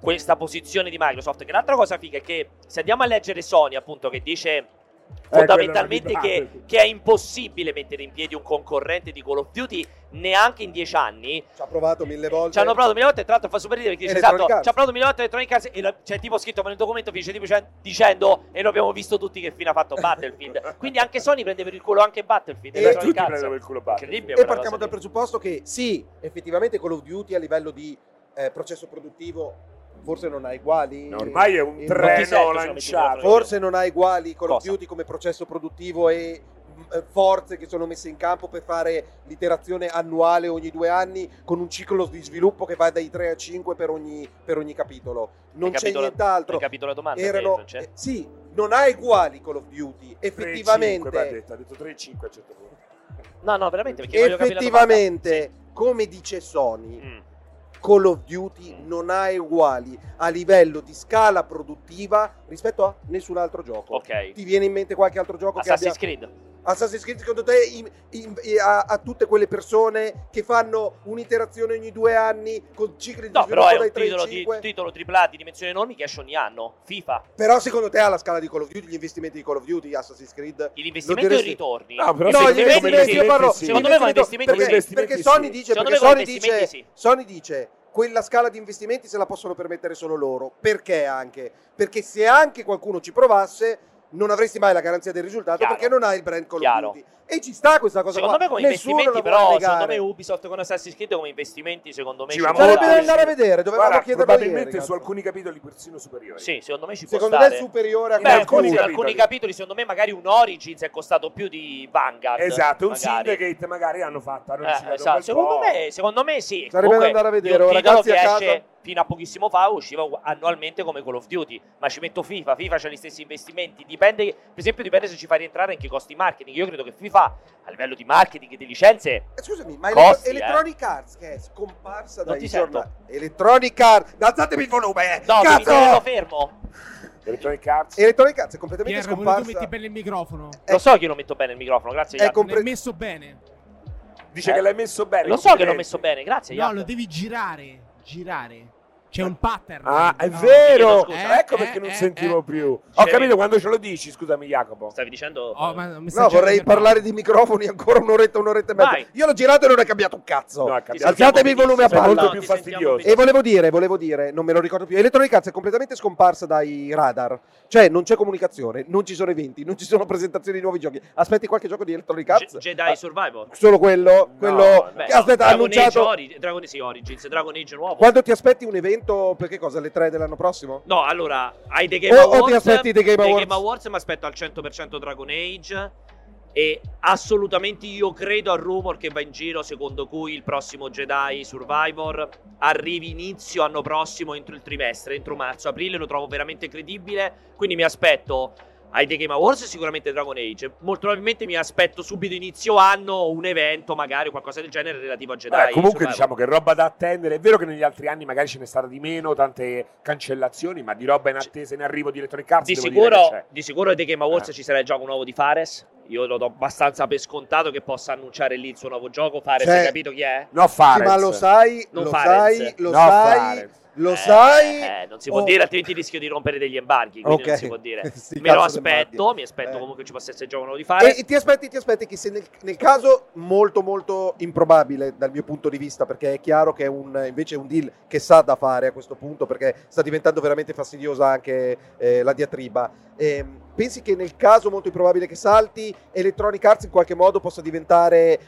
Speaker 1: questa posizione di Microsoft. Che l'altra cosa figa è che se andiamo a leggere Sony, appunto, che
Speaker 2: Eh,
Speaker 1: dice
Speaker 3: quello non mi
Speaker 1: fondamentalmente
Speaker 2: Ah,
Speaker 1: che,
Speaker 3: piace.
Speaker 1: che è impossibile mettere in piedi un concorrente di Call of Duty neanche in dieci anni.
Speaker 2: Ci ha provato mille volte.
Speaker 1: Ci hanno provato mille volte, tra l'altro fa super ridere perché dice esatto,
Speaker 2: Electronic Arts.
Speaker 1: ci ha provato mille volte Electronic Arts e la- c'è tipo scritto nel documento finisce tipo cen- dicendo e lo abbiamo visto tutti che fine ha fatto Battlefield. Quindi anche Sony prende per il culo anche Battlefield.
Speaker 2: E
Speaker 1: Electronic
Speaker 3: tutti
Speaker 1: Arts.
Speaker 3: prendono per il culo Battlefield.
Speaker 1: Incredibile
Speaker 2: E
Speaker 1: quella
Speaker 2: partiamo
Speaker 1: cosa
Speaker 2: dal
Speaker 1: lì.
Speaker 2: presupposto che sì, effettivamente Call of Duty a livello di eh, processo produttivo forse non ha uguali.
Speaker 3: No, ormai è un
Speaker 2: Eh,
Speaker 1: ti sento,
Speaker 3: treno
Speaker 1: sono
Speaker 3: lanciato.
Speaker 1: mitico,
Speaker 2: Forse non ha uguali Call of
Speaker 1: Cosa?
Speaker 2: Duty come processo produttivo e mh, eh, forze che sono messe in campo per fare l'iterazione annuale ogni due anni con un ciclo di sviluppo che va dai 3 a 5 per ogni, per ogni capitolo. Non
Speaker 1: Hai
Speaker 2: c'è
Speaker 1: capito la-
Speaker 2: nient'altro.
Speaker 1: Hai capito la domanda?
Speaker 2: Erano-
Speaker 1: Dave, cioè?
Speaker 2: eh, sì, non ha uguali Call of Duty,
Speaker 3: 3-5, beh, ha
Speaker 2: effettivamente.
Speaker 3: detto, ha detto 3-5 a un certo punto.
Speaker 1: No, no, veramente perché voglio capire la
Speaker 2: Effettivamente, come dice Sony,
Speaker 1: domanda. Mm.
Speaker 2: Call of Duty non ha uguali a livello di scala produttiva rispetto a nessun altro gioco.
Speaker 1: Ok.
Speaker 2: Ti viene in mente qualche altro gioco
Speaker 1: Assassin's
Speaker 2: che abbia...
Speaker 1: Creed.
Speaker 2: Assassin's Creed secondo te in- in- in- a, a tutte quelle persone che fanno un'iterazione ogni due anni con cicli di
Speaker 1: No, però
Speaker 2: sviluppo
Speaker 1: è
Speaker 2: dai
Speaker 1: un
Speaker 2: 3
Speaker 1: titolo,
Speaker 2: ai
Speaker 1: di,
Speaker 2: 5?
Speaker 1: titolo AAA di dimensioni enormi che esce ogni anno. FIFA.
Speaker 2: Però secondo te ha la scala di Call of Duty, gli investimenti di Call of Duty, Assassin's Creed?
Speaker 1: L'investimento e i
Speaker 2: diresti-
Speaker 1: ritorni.
Speaker 3: No, però
Speaker 1: I
Speaker 2: No,
Speaker 3: secondo
Speaker 2: gli
Speaker 3: me come
Speaker 2: investimenti, io parlo.
Speaker 3: investimenti sì.
Speaker 1: Secondo me va
Speaker 2: investimenti-
Speaker 1: investimenti
Speaker 2: perché, perché
Speaker 3: sì.
Speaker 2: Sony dice,
Speaker 1: Secondo
Speaker 2: perché
Speaker 1: me va
Speaker 2: Sony dice,
Speaker 1: investimenti
Speaker 2: Sony dice quella scala di investimenti se la possono permettere solo loro. Perché anche? Perché se anche qualcuno ci provasse non avresti mai la garanzia del risultato
Speaker 1: Chiaro.
Speaker 2: perché non hai il brand Call of
Speaker 1: Chiaro.
Speaker 2: Duty. E ci sta questa cosa
Speaker 1: Secondo
Speaker 2: qua.
Speaker 1: me come
Speaker 2: Nessuno
Speaker 1: investimenti,
Speaker 2: la vuole
Speaker 1: però,
Speaker 2: negare.
Speaker 1: secondo me Ubisoft con Assassin's Creed come investimenti, secondo me
Speaker 3: Ci
Speaker 1: ci
Speaker 3: va
Speaker 1: può
Speaker 2: Sarebbe da
Speaker 1: stare.
Speaker 2: andare a vedere, dovevamo
Speaker 3: Guarda,
Speaker 2: chiederlo
Speaker 3: probabilmente
Speaker 2: ieri,
Speaker 3: su
Speaker 2: cazzo.
Speaker 3: alcuni capitoli persino superiori.
Speaker 1: Sì, secondo me ci può
Speaker 2: Secondo
Speaker 1: stare.
Speaker 2: me è superiore a
Speaker 1: Beh, alcuni,
Speaker 2: qualcuno.
Speaker 1: alcuni
Speaker 3: capitoli.
Speaker 1: capitoli. secondo me magari un Origins è costato più di Vanguard.
Speaker 3: Esatto, un
Speaker 1: magari.
Speaker 3: syndicate magari hanno fatto, hanno
Speaker 1: Eh,
Speaker 3: girato
Speaker 1: esatto.
Speaker 3: un bel
Speaker 1: Secondo,
Speaker 3: po'.
Speaker 1: me, secondo me sì.
Speaker 2: Sarebbe
Speaker 1: Comunque,
Speaker 2: da andare a vedere,
Speaker 1: di un titolo
Speaker 2: ragazzi,
Speaker 1: che
Speaker 2: a casa.
Speaker 1: esce fino a pochissimo fa usciva u- annualmente come Call of Duty, ma ci metto FIFA, FIFA c'ha gli stessi investimenti, dipende, per esempio dipende se ci fa rientrare anche i costi marketing, io credo che FIFA a livello di marketing e di licenze
Speaker 2: Eh, Scusami, ma
Speaker 1: Costi,
Speaker 2: Electro- Electronic Arts che è scomparsa
Speaker 1: Non
Speaker 2: dai
Speaker 1: ti sento.
Speaker 2: giornali. Electronic Arts, alzatemi il volume. eh.
Speaker 1: No, devi
Speaker 2: Cazzo!
Speaker 1: tenerlo fermo.
Speaker 3: Electronic Arts.
Speaker 2: Electronic Arts è completamente
Speaker 4: Pierre, volevo tu metti
Speaker 2: scomparsa.
Speaker 4: bene il microfono.
Speaker 1: Lo so che io non metto bene il microfono, grazie.
Speaker 2: Eh. È
Speaker 1: Jacopo.
Speaker 2: compre-
Speaker 4: L'hai messo bene.
Speaker 3: Dice
Speaker 1: Eh.
Speaker 3: che l'hai messo bene.
Speaker 1: Lo so che l'ho
Speaker 3: complimenti.
Speaker 1: messo bene, grazie.
Speaker 4: No,
Speaker 1: Jacopo.
Speaker 4: lo devi girare. Girare. C'è un pattern.
Speaker 3: Ah, è
Speaker 4: No.
Speaker 3: vero!
Speaker 1: chiedo scusa.
Speaker 3: ecco
Speaker 4: Eh,
Speaker 3: perché non
Speaker 4: eh,
Speaker 3: sentivo
Speaker 4: eh.
Speaker 3: più. Ho
Speaker 1: C'eri.
Speaker 3: capito quando ce lo dici, scusami Jacopo.
Speaker 1: Stavi dicendo
Speaker 4: Oh, ma mi
Speaker 2: No,
Speaker 4: stai
Speaker 2: vorrei
Speaker 4: girando.
Speaker 2: parlare di microfoni ancora un'oretta, un'oretta e mezza.
Speaker 1: Vai.
Speaker 2: Io l'ho girato e non è cambiato un cazzo.
Speaker 3: No, ha cambiato.
Speaker 2: Alzatevi il volume a
Speaker 3: Sei
Speaker 2: palla.
Speaker 3: molto più
Speaker 1: Ti sentiamo
Speaker 3: fastidioso.
Speaker 1: benissimo.
Speaker 2: E volevo dire, volevo dire, non me lo ricordo più, Electronic Arts è completamente scomparsa dai radar. Cioè, non c'è comunicazione, non ci sono eventi, non ci sono presentazioni di nuovi giochi. Aspetti qualche gioco di Electronic Arts.
Speaker 1: Ge- Jedi
Speaker 2: Ah,
Speaker 1: Survivor.
Speaker 2: Solo quello, quello
Speaker 1: Beh,
Speaker 2: che aspetta, ha
Speaker 1: Dragon Age
Speaker 2: annunciato.
Speaker 1: Ori- Dragon, sì, Origins, Dragon Age nuovo.
Speaker 2: Quando ti aspetti un evento, perché cosa? Alle 3 dell'anno prossimo?
Speaker 1: No, allora, hai The Game
Speaker 2: O- o ti
Speaker 1: Awards.
Speaker 2: aspetti The Game Awards?
Speaker 1: mi aspetto al 100% Dragon Age. E assolutamente io credo al rumor che va in giro secondo cui il prossimo Jedi Survivor arrivi inizio anno prossimo entro il trimestre, entro marzo-aprile, lo trovo veramente credibile, quindi mi aspetto ai The Game Awards sicuramente Dragon Age, molto probabilmente mi aspetto subito inizio anno un evento magari o qualcosa del genere relativo a
Speaker 2: Eh,
Speaker 1: Jedi.
Speaker 3: Vabbè, comunque
Speaker 1: Survivor.
Speaker 3: diciamo che roba da attendere. È vero che negli altri anni magari ce n'è stata di meno, tante cancellazioni, ma di roba in attesa in arrivo di Electronic Arts
Speaker 1: di
Speaker 3: devo dire che
Speaker 1: sicuro,
Speaker 3: c'è.
Speaker 1: di sicuro ai The Game Awards
Speaker 3: Eh.
Speaker 1: ci sarà il gioco nuovo di Fares. Io lo do abbastanza per scontato che possa annunciare lì il suo nuovo gioco. Fares,
Speaker 2: Cioè-
Speaker 1: hai capito chi è?
Speaker 3: No
Speaker 2: Sì,
Speaker 3: fare.
Speaker 2: ma lo sai,
Speaker 1: Non
Speaker 2: lo
Speaker 1: Farenz.
Speaker 2: sai, lo
Speaker 3: No,
Speaker 2: sai,
Speaker 3: Farenz.
Speaker 2: lo
Speaker 1: Eh,
Speaker 2: sai.
Speaker 1: eh, non si può
Speaker 2: Oh.
Speaker 1: dire, altrimenti rischio di rompere degli embarghi. Quindi
Speaker 2: Ok.
Speaker 1: non si può dire.
Speaker 2: Sti
Speaker 1: Me lo
Speaker 2: cazzo di
Speaker 1: aspetto,
Speaker 2: matti.
Speaker 1: mi aspetto
Speaker 2: Eh.
Speaker 1: comunque che ci possa essere il gioco nuovo di
Speaker 2: E,
Speaker 1: Fares.
Speaker 2: e ti aspetti, ti aspetti che se nel, nel caso molto molto improbabile dal mio punto di vista, perché è chiaro che è un, invece è un deal che sa da fare a questo punto, perché sta diventando veramente fastidiosa anche eh, la diatriba. Ehm, pensi che nel caso molto improbabile che salti, Electronic Arts in qualche modo possa diventare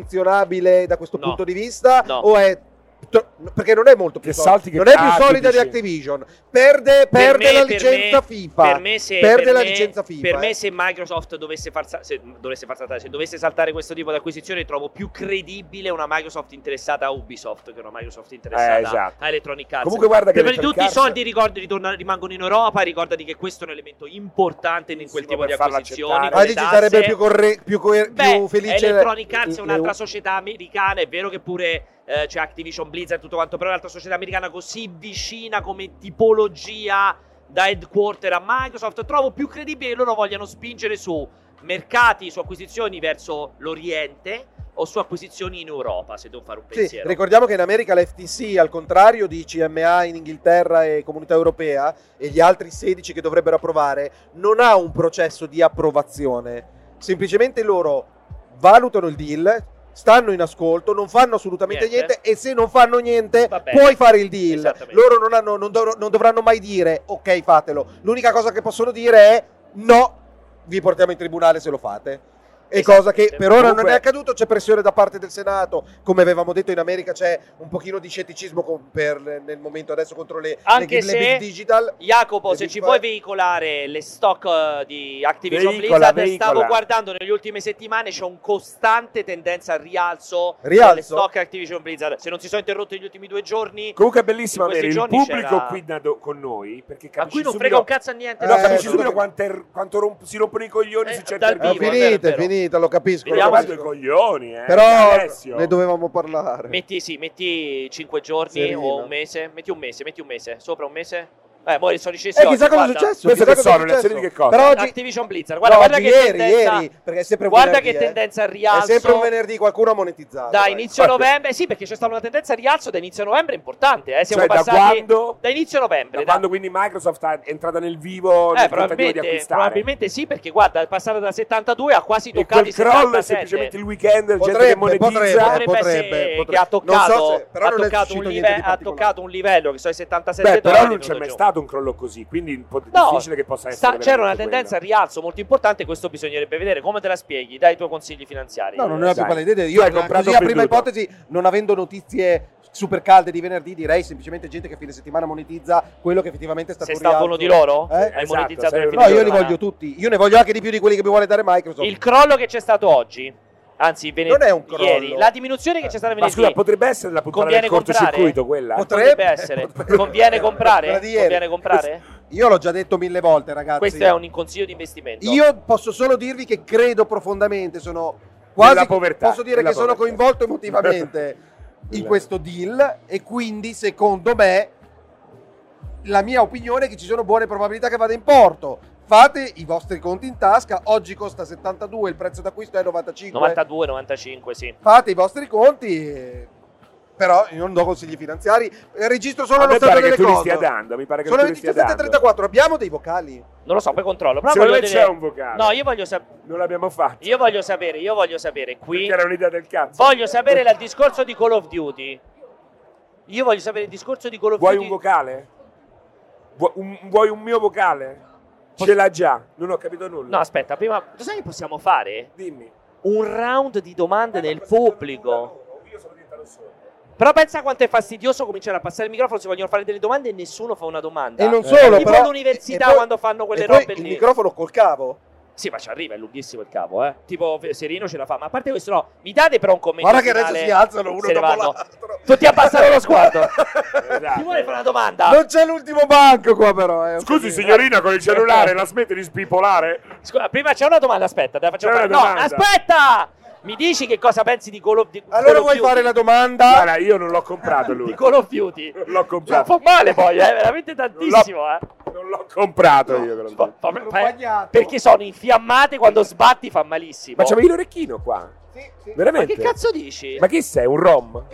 Speaker 2: attenzionabile da questo
Speaker 1: No.
Speaker 2: punto di vista?
Speaker 1: No.
Speaker 2: O è tro- perché non è molto più
Speaker 3: Che
Speaker 2: solida,
Speaker 3: salti che-
Speaker 2: non è più
Speaker 3: ah, tu
Speaker 2: solida di
Speaker 3: dici.
Speaker 2: Activision perde,
Speaker 1: Per
Speaker 2: perde
Speaker 1: me-
Speaker 2: la
Speaker 1: per
Speaker 2: licenza
Speaker 1: me-
Speaker 2: FIFA
Speaker 1: Per me, se,
Speaker 2: perde
Speaker 1: per
Speaker 2: la
Speaker 1: me-
Speaker 2: licenza FIFA
Speaker 1: Per
Speaker 2: eh.
Speaker 1: me, se Microsoft dovesse far, sa- se, dovesse far saltare, se dovesse saltare questo tipo di acquisizione, trovo più credibile una Microsoft interessata a Ubisoft che una Microsoft interessata
Speaker 3: Eh, esatto.
Speaker 1: a Electronic Arts.
Speaker 3: Comunque guarda che
Speaker 1: Prima di
Speaker 3: Electronic
Speaker 1: tutti i
Speaker 3: Arts-
Speaker 1: soldi ricordi, ritornano- rimangono in Europa, ricordati che questo è un elemento importante in quel
Speaker 3: Sì,
Speaker 1: tipo
Speaker 3: per
Speaker 1: di
Speaker 3: farla
Speaker 1: acquisizioni.
Speaker 3: accettare.
Speaker 1: con
Speaker 2: Ah,
Speaker 1: le
Speaker 2: dici
Speaker 1: tasse.
Speaker 2: sarebbe più, corre- più, coer-
Speaker 1: Beh,
Speaker 2: più felice
Speaker 1: Electronic Arts è
Speaker 2: le-
Speaker 1: un'altra società americana, è vero che pure eh, c'è Activision Blizzard e tutto quanto, però è un'altra società americana così vicina come tipologia da headquarter a Microsoft, trovo più credibile che loro vogliano spingere su mercati, su acquisizioni verso l'Oriente o su acquisizioni in Europa, se devo fare un
Speaker 2: Sì,
Speaker 1: pensiero.
Speaker 2: ricordiamo che in America la FTC, al contrario di CMA in Inghilterra e Comunità Europea e gli altri 16 che dovrebbero approvare, non ha un processo di approvazione. Semplicemente loro valutano il deal, stanno in ascolto, non fanno assolutamente
Speaker 1: Niente.
Speaker 2: niente, e se non fanno niente
Speaker 1: Va bene.
Speaker 2: puoi fare il deal.
Speaker 1: Esattamente.
Speaker 2: Loro non, hanno- non dov- non dovranno mai dire ok fatelo. L'unica cosa che possono dire è no, vi portiamo in tribunale se lo fate. E cosa che per ora non
Speaker 3: Comunque-
Speaker 2: è accaduto, c'è pressione da parte del Senato, come avevamo detto in America c'è un pochino di scetticismo con- per, nel momento adesso contro le,
Speaker 1: Anche
Speaker 2: le- le
Speaker 1: se-
Speaker 2: big digital.
Speaker 1: Jacopo,
Speaker 2: Le
Speaker 1: se
Speaker 2: big
Speaker 1: ci
Speaker 2: five.
Speaker 1: puoi veicolare le stock eh, di Activision
Speaker 3: Veicola,
Speaker 1: Blizzard,
Speaker 3: veicola.
Speaker 1: stavo guardando nelle ultime settimane c'è un costante tendenza al rialzo,
Speaker 2: Rialzo?
Speaker 1: delle stock Activision Blizzard. Se non si sono interrotti gli ultimi due giorni,
Speaker 3: Comunque è bellissimo
Speaker 1: In
Speaker 3: avere il
Speaker 1: questi giorni
Speaker 3: pubblico
Speaker 1: c'era-
Speaker 3: qui da do- con noi perché
Speaker 1: a
Speaker 3: capisci
Speaker 1: cui non
Speaker 3: subito-
Speaker 1: frega un cazzo a niente.
Speaker 2: Eh,
Speaker 3: No, capisci
Speaker 2: eh,
Speaker 3: subito
Speaker 2: dove-
Speaker 3: quanto, è- quanto romp- si rompono i coglioni
Speaker 1: Eh,
Speaker 3: su certe
Speaker 1: dal
Speaker 2: È
Speaker 1: vivo,
Speaker 3: argomenti.
Speaker 1: è vero, è
Speaker 2: finita, è
Speaker 1: vero.
Speaker 2: finita, lo capisco. lo
Speaker 1: Vediamo
Speaker 3: Vediamo
Speaker 2: capisco.
Speaker 1: Vediamo
Speaker 3: i coglioni, eh.
Speaker 2: Però
Speaker 3: Alessio.
Speaker 2: ne dovevamo parlare. Eh,
Speaker 1: Metti, sì, metti 5 giorni
Speaker 2: Serino.
Speaker 1: o un mese, metti un mese, metti un mese, sopra un mese. Eh, boh, sono discesi
Speaker 2: E
Speaker 1: oggi,
Speaker 2: chissà cosa è
Speaker 1: guarda.
Speaker 2: successo. chissà
Speaker 3: Queste che
Speaker 2: cosa è
Speaker 3: sono le azioni di che
Speaker 2: successo.
Speaker 3: cosa?
Speaker 2: Però oggi,
Speaker 1: Activision Blizzard. Guarda,
Speaker 2: no,
Speaker 1: guarda
Speaker 2: oggi
Speaker 1: che
Speaker 2: ieri,
Speaker 1: tendenza.
Speaker 2: ieri, perché è sempre un
Speaker 1: guarda
Speaker 2: venerdì,
Speaker 1: che
Speaker 2: eh.
Speaker 1: tendenza al
Speaker 2: è
Speaker 1: rialzo.
Speaker 2: sempre un venerdì, qualcuno ha
Speaker 3: Ah,
Speaker 2: monetizzato.
Speaker 1: Da
Speaker 2: dai.
Speaker 1: inizio novembre, sì, perché c'è stata una tendenza al rialzo da inizio novembre importante. Eh. Siamo
Speaker 3: Cioè, da
Speaker 1: passati
Speaker 3: quando?
Speaker 1: da inizio novembre.
Speaker 3: Da
Speaker 1: da-
Speaker 3: quando quindi Microsoft è entrata nel vivo
Speaker 1: Eh,
Speaker 3: nel tentativo di
Speaker 1: probabilmente,
Speaker 3: acquistare.
Speaker 1: probabilmente sì, perché guarda, è passata da 72 a quasi
Speaker 3: E quel
Speaker 1: toccati
Speaker 3: crollo è
Speaker 1: 77.
Speaker 3: semplicemente il weekend, gente che
Speaker 2: Potrebbe,
Speaker 3: monetizza.
Speaker 2: potrebbe.
Speaker 1: potrebbe, essere che ha toccato,
Speaker 2: Non so se- però
Speaker 1: ha,
Speaker 2: non è
Speaker 1: toccato un
Speaker 2: uscito
Speaker 1: live-
Speaker 2: niente di
Speaker 1: ha
Speaker 2: particolare.
Speaker 1: toccato un livello che so i 77
Speaker 3: Beh, però
Speaker 1: dollari
Speaker 3: non c'è
Speaker 1: tutto
Speaker 3: mai
Speaker 1: giù.
Speaker 3: stato un crollo così, quindi un po'
Speaker 1: No,
Speaker 3: difficile che possa
Speaker 1: sta-
Speaker 3: essere.
Speaker 1: c'era una
Speaker 3: veramente
Speaker 1: tendenza al rialzo molto importante questo bisognerebbe vedere come te la spieghi dai i tuoi consigli finanziari
Speaker 2: No, non ne ho più
Speaker 3: Dai.
Speaker 2: pallida idea.
Speaker 3: Tu
Speaker 2: Io
Speaker 3: hai
Speaker 2: la-
Speaker 3: comprato
Speaker 2: così a prima
Speaker 3: venduto.
Speaker 2: ipotesi, non avendo notizie super calde di venerdì, direi semplicemente gente che a fine settimana monetizza quello che effettivamente è stato
Speaker 1: sei
Speaker 2: un
Speaker 1: stato uno
Speaker 2: rialzo.
Speaker 1: di loro?
Speaker 2: Eh?
Speaker 1: hai
Speaker 3: Esatto,
Speaker 1: monetizzato
Speaker 3: sei
Speaker 1: nel
Speaker 3: uno
Speaker 1: fine
Speaker 2: No, io li
Speaker 1: settimana?
Speaker 2: voglio tutti. Io ne voglio anche di più di quelli che mi vuole dare Microsoft.
Speaker 1: il crollo che c'è stato oggi anzi venerdì
Speaker 2: Non è un crollo.
Speaker 1: ieri la diminuzione che c'è stata
Speaker 3: quella. Ma scusa,
Speaker 1: venerdì
Speaker 3: potrebbe essere la puntata
Speaker 1: Conviene
Speaker 3: del cortocircuito quella?
Speaker 2: Pot-
Speaker 1: potrebbe
Speaker 2: potrebbe-
Speaker 1: essere
Speaker 2: potrebbe-
Speaker 1: conviene comprare
Speaker 2: Quella di ieri.
Speaker 1: conviene comprare
Speaker 2: Io l'ho già detto mille volte, ragazzi.
Speaker 1: questo è un consiglio di investimento
Speaker 2: Io posso solo dirvi che credo profondamente, sono quasi
Speaker 3: Nella povertà,
Speaker 2: posso dire
Speaker 3: nella
Speaker 2: che sono
Speaker 3: povertà.
Speaker 2: coinvolto emotivamente in
Speaker 3: Nella-
Speaker 2: questo deal e quindi secondo me la mia opinione è che ci sono buone probabilità che vada in porto. Fate i vostri conti in tasca, oggi costa 72, il prezzo d'acquisto è 95.
Speaker 1: 92 95 sì
Speaker 2: Fate i vostri conti e- Però io non do consigli finanziari, eh, registro solo
Speaker 3: A
Speaker 2: lo
Speaker 3: me
Speaker 2: stato
Speaker 3: pare che
Speaker 2: delle
Speaker 3: tu li stia
Speaker 2: cose.
Speaker 3: dando, mi pare che
Speaker 2: Sono
Speaker 3: tu
Speaker 2: le
Speaker 3: li stia dando.
Speaker 2: 17.34, abbiamo dei vocali.
Speaker 1: non lo so poi controllo però
Speaker 3: Secondo
Speaker 1: voglio
Speaker 3: me
Speaker 1: vedere-
Speaker 3: c'è un vocale.
Speaker 1: no io voglio sapere
Speaker 3: Non l'abbiamo fatto.
Speaker 1: Io voglio sapere, io voglio sapere qui.
Speaker 3: Perché era un'idea del cazzo.
Speaker 1: Voglio sapere il discorso di Call of Duty. Io voglio sapere il discorso di Call of
Speaker 3: Vuoi un
Speaker 1: Duty.
Speaker 3: vocale? Vuoi un, vuoi un mio vocale? Ce l'ha già, non ho capito nulla.
Speaker 1: No, aspetta, prima. Tu sai che possiamo fare?
Speaker 3: Dimmi.
Speaker 1: Un round di
Speaker 3: Eh,
Speaker 1: domande nel pubblico.
Speaker 3: Io sono diventato solo.
Speaker 1: Però pensa quanto è fastidioso cominciare a passare il microfono se vogliono fare delle domande e nessuno fa una domanda.
Speaker 2: E non
Speaker 1: Eh.
Speaker 2: solo,
Speaker 1: tipo
Speaker 2: però,
Speaker 1: all'università
Speaker 2: e poi-
Speaker 1: quando fanno quelle
Speaker 2: e poi
Speaker 1: robe
Speaker 2: il
Speaker 1: lì.
Speaker 2: microfono col cavo.
Speaker 1: Sì, ma ci arriva, è lunghissimo il cavo, eh. Tipo Serino ce la fa, ma a parte questo no, mi date però un commento
Speaker 2: Guarda che adesso
Speaker 1: finale.
Speaker 2: si alzano uno
Speaker 1: Se ne
Speaker 2: dopo
Speaker 1: vanno.
Speaker 2: l'altro.
Speaker 1: Tutti abbassano lo sguardo.
Speaker 3: Esatto.
Speaker 1: Chi vuole fare una domanda?
Speaker 2: Non c'è l'ultimo banco qua però. eh, ho
Speaker 3: Scusi
Speaker 2: capito.
Speaker 3: signorina con il cellulare, la smette di spipolare?
Speaker 1: Scusa, prima c'è una domanda, aspetta, te la facciamo
Speaker 3: C'è
Speaker 1: fare.
Speaker 3: una
Speaker 1: No,
Speaker 3: domanda.
Speaker 1: aspetta! Mi dici che cosa pensi di Call of, di Call
Speaker 2: Allora
Speaker 1: of
Speaker 2: vuoi
Speaker 1: Duty?
Speaker 2: fare la domanda?
Speaker 3: Guarda, io non l'ho comprato lui.
Speaker 1: Di Call of Duty?
Speaker 3: L'ho
Speaker 1: Cioè,
Speaker 3: comprato.
Speaker 1: fa male poi, è veramente tantissimo, eh.
Speaker 3: Non l'ho comprato io. quello
Speaker 1: Fa-
Speaker 3: lì.
Speaker 1: fa-
Speaker 2: L'ho
Speaker 1: fa-
Speaker 2: guadagnato.
Speaker 1: perché sono infiammate quando sbatti fa malissimo.
Speaker 3: Ma c'avevi l'orecchino qua?
Speaker 2: Sì, sì.
Speaker 1: Ma
Speaker 3: Veramente?
Speaker 1: che cazzo dici?
Speaker 3: Ma chi sei? Un rom?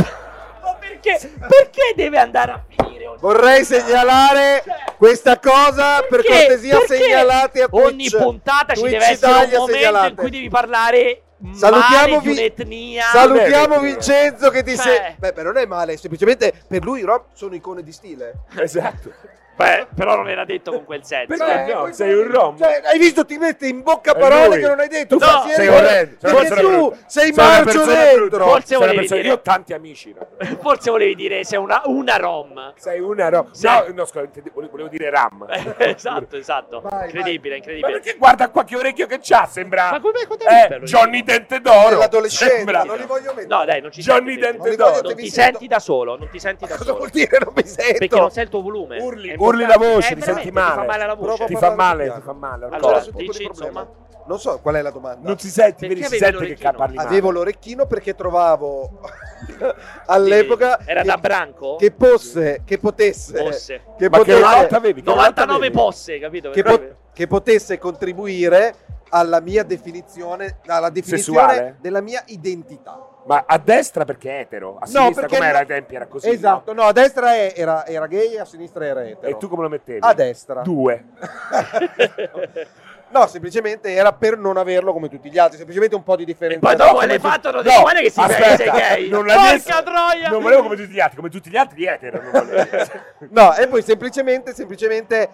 Speaker 1: Ma perché, perché deve andare a finire ogni
Speaker 2: Vorrei segnalare
Speaker 1: Cioè,
Speaker 2: questa cosa, per
Speaker 1: Perché?
Speaker 2: cortesia
Speaker 1: Perché
Speaker 2: segnalate a Twitch.
Speaker 1: Ogni puntata ci
Speaker 2: Twitch
Speaker 1: deve essere un
Speaker 2: Italia,
Speaker 1: momento
Speaker 2: segnalate.
Speaker 1: in cui devi parlare male
Speaker 2: Salutiamo,
Speaker 1: di
Speaker 2: Vi-
Speaker 1: un'etnia.
Speaker 2: salutiamo
Speaker 3: Beh,
Speaker 2: Vincenzo che ti
Speaker 1: Cioè.
Speaker 2: se- Beh, beh, non è male, semplicemente per lui Rob sono icone di stile.
Speaker 3: Esatto.
Speaker 1: Beh, però non era detto con quel senso.
Speaker 3: Perché
Speaker 1: eh.
Speaker 3: no?
Speaker 2: poi-
Speaker 3: Sei un rom.
Speaker 2: Cioè, hai visto? Ti mette in bocca
Speaker 3: È
Speaker 2: parole
Speaker 3: lui.
Speaker 2: che non hai detto.
Speaker 3: Tu
Speaker 2: Fa
Speaker 1: no,
Speaker 2: siete-
Speaker 3: sei orrendo. Sei una
Speaker 2: Perché
Speaker 3: persona
Speaker 2: tu
Speaker 3: brutta.
Speaker 2: sei
Speaker 3: una
Speaker 2: marcio
Speaker 3: persona brutta.
Speaker 2: dentro.
Speaker 1: Forse
Speaker 3: Sei una
Speaker 1: volevi
Speaker 3: persona-
Speaker 1: dire-
Speaker 3: Io ho tanti amici. no?
Speaker 1: eh. Forse volevi dire sei una, una rom.
Speaker 3: Sei una rom.
Speaker 1: Sì.
Speaker 3: No, no, scusa, intende- volevo volevo dire ram.
Speaker 1: esatto, esatto. incredibile,
Speaker 3: Ma
Speaker 1: incredibile. Ah.
Speaker 3: perché guarda qua che orecchio che c'ha? Sembra
Speaker 1: Ma come- quanto è
Speaker 3: eh,
Speaker 1: bello?
Speaker 3: Johnny Dente d'Oro.
Speaker 2: Dell'adolescenza,
Speaker 3: Sembra.
Speaker 2: non li voglio mettere.
Speaker 1: No, dai, non ci
Speaker 3: Johnny
Speaker 1: senti,
Speaker 3: Dente
Speaker 1: non
Speaker 3: d'Oro.
Speaker 1: ti
Speaker 2: Mi sento-
Speaker 1: senti da solo, non ti senti da
Speaker 2: Cosa
Speaker 1: solo.
Speaker 2: vuol dire non mi sento?
Speaker 1: Perché non sei il tuo volume.
Speaker 3: Urli,
Speaker 1: È
Speaker 3: urli
Speaker 1: importante.
Speaker 3: la voce,
Speaker 1: Eh,
Speaker 3: ti senti
Speaker 1: veramente, ti fa
Speaker 3: male.
Speaker 1: male la voce.
Speaker 2: Prova a
Speaker 3: Ti
Speaker 2: parlare
Speaker 3: fa male,
Speaker 2: piano.
Speaker 3: ti fa male. al
Speaker 1: Allora,
Speaker 3: corpo.
Speaker 1: dici,
Speaker 2: Tipo di problema.
Speaker 1: insomma.
Speaker 2: Non so qual è la domanda.
Speaker 3: non si sente,
Speaker 1: Perché
Speaker 3: vedi, si
Speaker 1: avevi
Speaker 3: sente che
Speaker 1: l'orecchino?
Speaker 3: parli male.
Speaker 2: Avevo l'orecchino perché trovavo all'epoca
Speaker 1: Era
Speaker 2: che-
Speaker 1: da branco?
Speaker 2: che posse, che potesse,
Speaker 1: Posse.
Speaker 2: che
Speaker 3: Ma che
Speaker 2: potesse,
Speaker 3: rotta avevi? Che rotta
Speaker 1: 99
Speaker 3: avevi?
Speaker 1: posse, capito?
Speaker 2: che po- che potesse contribuire alla mia definizione, alla definizione
Speaker 3: Sessuale?
Speaker 2: della mia identità.
Speaker 3: Ma a destra perché è etero, a sinistra
Speaker 2: perché
Speaker 3: come era
Speaker 2: no-
Speaker 3: ai tempi era così.
Speaker 2: esatto, no? a destra è- era, era gay, a sinistra era
Speaker 3: no?
Speaker 2: etero.
Speaker 3: E tu come lo mettevi?
Speaker 2: A destra.
Speaker 3: Due.
Speaker 2: No, semplicemente era per non averlo come tutti gli altri, semplicemente un po' di
Speaker 1: E
Speaker 2: differenza.
Speaker 1: poi dopo l'hai fatto, non dici, guarda che si vede sei gay.
Speaker 3: non l'hai
Speaker 1: Porca
Speaker 3: messo.
Speaker 1: troia!
Speaker 3: Non volevo come tutti gli altri, come tutti gli altri etero. non volevo.
Speaker 2: No, e poi semplicemente, semplicemente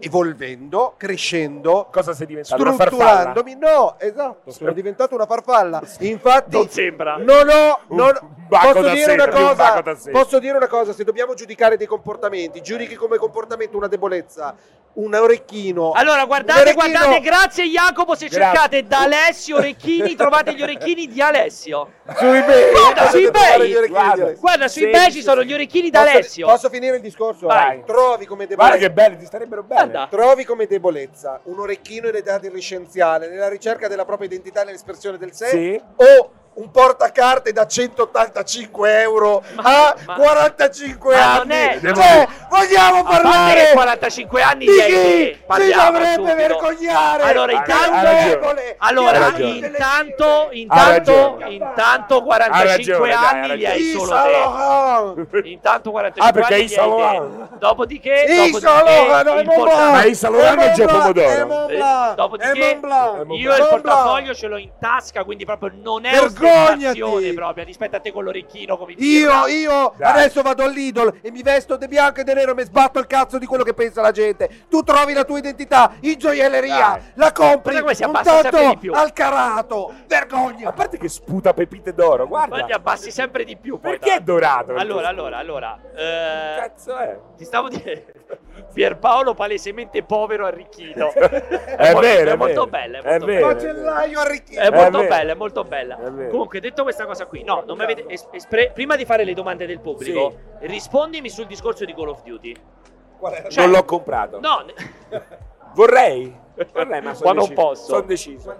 Speaker 2: evolvendo, crescendo,
Speaker 3: Cosa sei diventato? Una farfalla?
Speaker 2: strutturandomi. No, esatto, sono diventato una farfalla. Infatti,
Speaker 1: Non sembra.
Speaker 2: non ho.
Speaker 3: Un
Speaker 2: non-
Speaker 3: bacco
Speaker 2: posso
Speaker 3: da
Speaker 2: dire una
Speaker 3: seta, un bacco
Speaker 2: cosa.
Speaker 3: da seta.
Speaker 2: Posso dire una cosa: se dobbiamo giudicare dei comportamenti, giudichi come comportamento una debolezza, un orecchino.
Speaker 1: Allora, guardate,
Speaker 2: un orecchino-
Speaker 1: guardate, grazie Jacopo. Se
Speaker 3: Grazie.
Speaker 1: cercate da Alessio Orecchini, trovate gli orecchini di Alessio.
Speaker 2: Su eBay,
Speaker 1: Guarda, su
Speaker 2: potete trovare
Speaker 1: eBay.
Speaker 2: gli orecchini
Speaker 3: Guarda.
Speaker 2: di Alessio.
Speaker 1: Guarda, su
Speaker 3: Sì,
Speaker 1: eBay
Speaker 3: sì,
Speaker 1: ci sono
Speaker 3: sì.
Speaker 1: gli orecchini da
Speaker 2: Posso,
Speaker 1: Alessio.
Speaker 2: posso finire il discorso?
Speaker 3: Vai.
Speaker 2: Trovi come
Speaker 3: Guarda
Speaker 2: debolezza.
Speaker 3: che belli, ti starebbero bene.
Speaker 1: Guarda.
Speaker 2: Trovi come debolezza un orecchino in età adolescenziale nella ricerca della propria identità e nell'espressione del sé
Speaker 3: Sì.
Speaker 2: o un portacarte da 185 euro a
Speaker 1: ma-
Speaker 2: 45
Speaker 1: ma non
Speaker 2: anni.
Speaker 1: è-
Speaker 2: Cioè,
Speaker 1: no.
Speaker 2: vogliamo
Speaker 1: A parte
Speaker 2: parlare
Speaker 1: che 45 anni
Speaker 2: di
Speaker 1: gli hai-
Speaker 2: chi si
Speaker 1: parliamo
Speaker 2: dovrebbe
Speaker 1: subito.
Speaker 2: vergognare.
Speaker 1: Allora,
Speaker 2: È
Speaker 1: intanto-
Speaker 2: un
Speaker 3: ragione.
Speaker 2: debole,
Speaker 1: Allora,
Speaker 2: tirando delle
Speaker 1: intanto,
Speaker 2: file.
Speaker 1: intanto,
Speaker 3: ragione.
Speaker 1: intanto
Speaker 3: Ha
Speaker 1: 45
Speaker 3: ragione, dai, ha
Speaker 1: anni li hai
Speaker 2: Chi
Speaker 1: solo
Speaker 2: Saint
Speaker 1: te.
Speaker 2: Laurent?
Speaker 1: Intanto 45
Speaker 3: Ah, perché
Speaker 1: anni
Speaker 3: Isa
Speaker 1: li hai te.
Speaker 3: Laurent.
Speaker 1: Dopodiché,
Speaker 2: Isa
Speaker 1: dopodiché
Speaker 2: Laurent,
Speaker 1: il
Speaker 2: è Mont
Speaker 1: porta-
Speaker 2: Blanc.
Speaker 3: Ma Isa Laurent
Speaker 2: È
Speaker 3: non c'è
Speaker 2: Mont Blanc,
Speaker 3: pomodoro.
Speaker 2: È Mont
Speaker 1: Eh,
Speaker 2: Blanc.
Speaker 1: dopodiché
Speaker 2: è Mont Blanc.
Speaker 1: Io il
Speaker 2: Mont Blanc.
Speaker 1: portafoglio ce l'ho in tasca, quindi proprio non è
Speaker 2: Vergognati!
Speaker 1: ostentazione proprio rispetto a te con l'orecchino come
Speaker 2: Io,
Speaker 1: birra.
Speaker 2: io
Speaker 3: Dai.
Speaker 2: adesso vado all'idol e mi vesto di bianco e di nero e mi sbatto il cazzo di quello che pensa la gente. Tu trovi la tua identità in gioielleria,
Speaker 3: Dai.
Speaker 2: la compri
Speaker 1: Guarda come si
Speaker 2: un
Speaker 1: abbassa sempre di
Speaker 2: tanto
Speaker 1: più.
Speaker 2: al carato. Vergogna!
Speaker 3: A parte che sputa pepite d'oro,
Speaker 1: Poi
Speaker 3: guarda.
Speaker 1: ti abbassi sempre di più. poi,
Speaker 3: Perché è
Speaker 1: tanto.
Speaker 3: dorato?
Speaker 1: Allora, allora, allora. eh,
Speaker 3: Che
Speaker 2: Cioè,
Speaker 3: Cazzo è?
Speaker 1: ti stavo dicendo. Pierpaolo palesemente povero arricchito.
Speaker 3: È
Speaker 1: molto-
Speaker 3: vero,
Speaker 1: È
Speaker 3: è vero.
Speaker 1: molto bella. È
Speaker 3: È
Speaker 1: molto
Speaker 3: vero.
Speaker 1: bella.
Speaker 2: Macellaio arricchito.
Speaker 1: È molto
Speaker 3: vero.
Speaker 1: bella, è molto bella.
Speaker 3: È vero.
Speaker 1: Comunque, detto questa cosa qui, no, non mi avete- es- espre- prima di fare le domande del pubblico, rispondimi sul discorso di Call of Duty. Cioè-
Speaker 3: non l'ho comprato.
Speaker 1: No,
Speaker 3: Vorrei. Vorrei, ma
Speaker 1: Ma
Speaker 3: sono
Speaker 1: non
Speaker 3: deciso.
Speaker 1: posso.
Speaker 3: Sono deciso.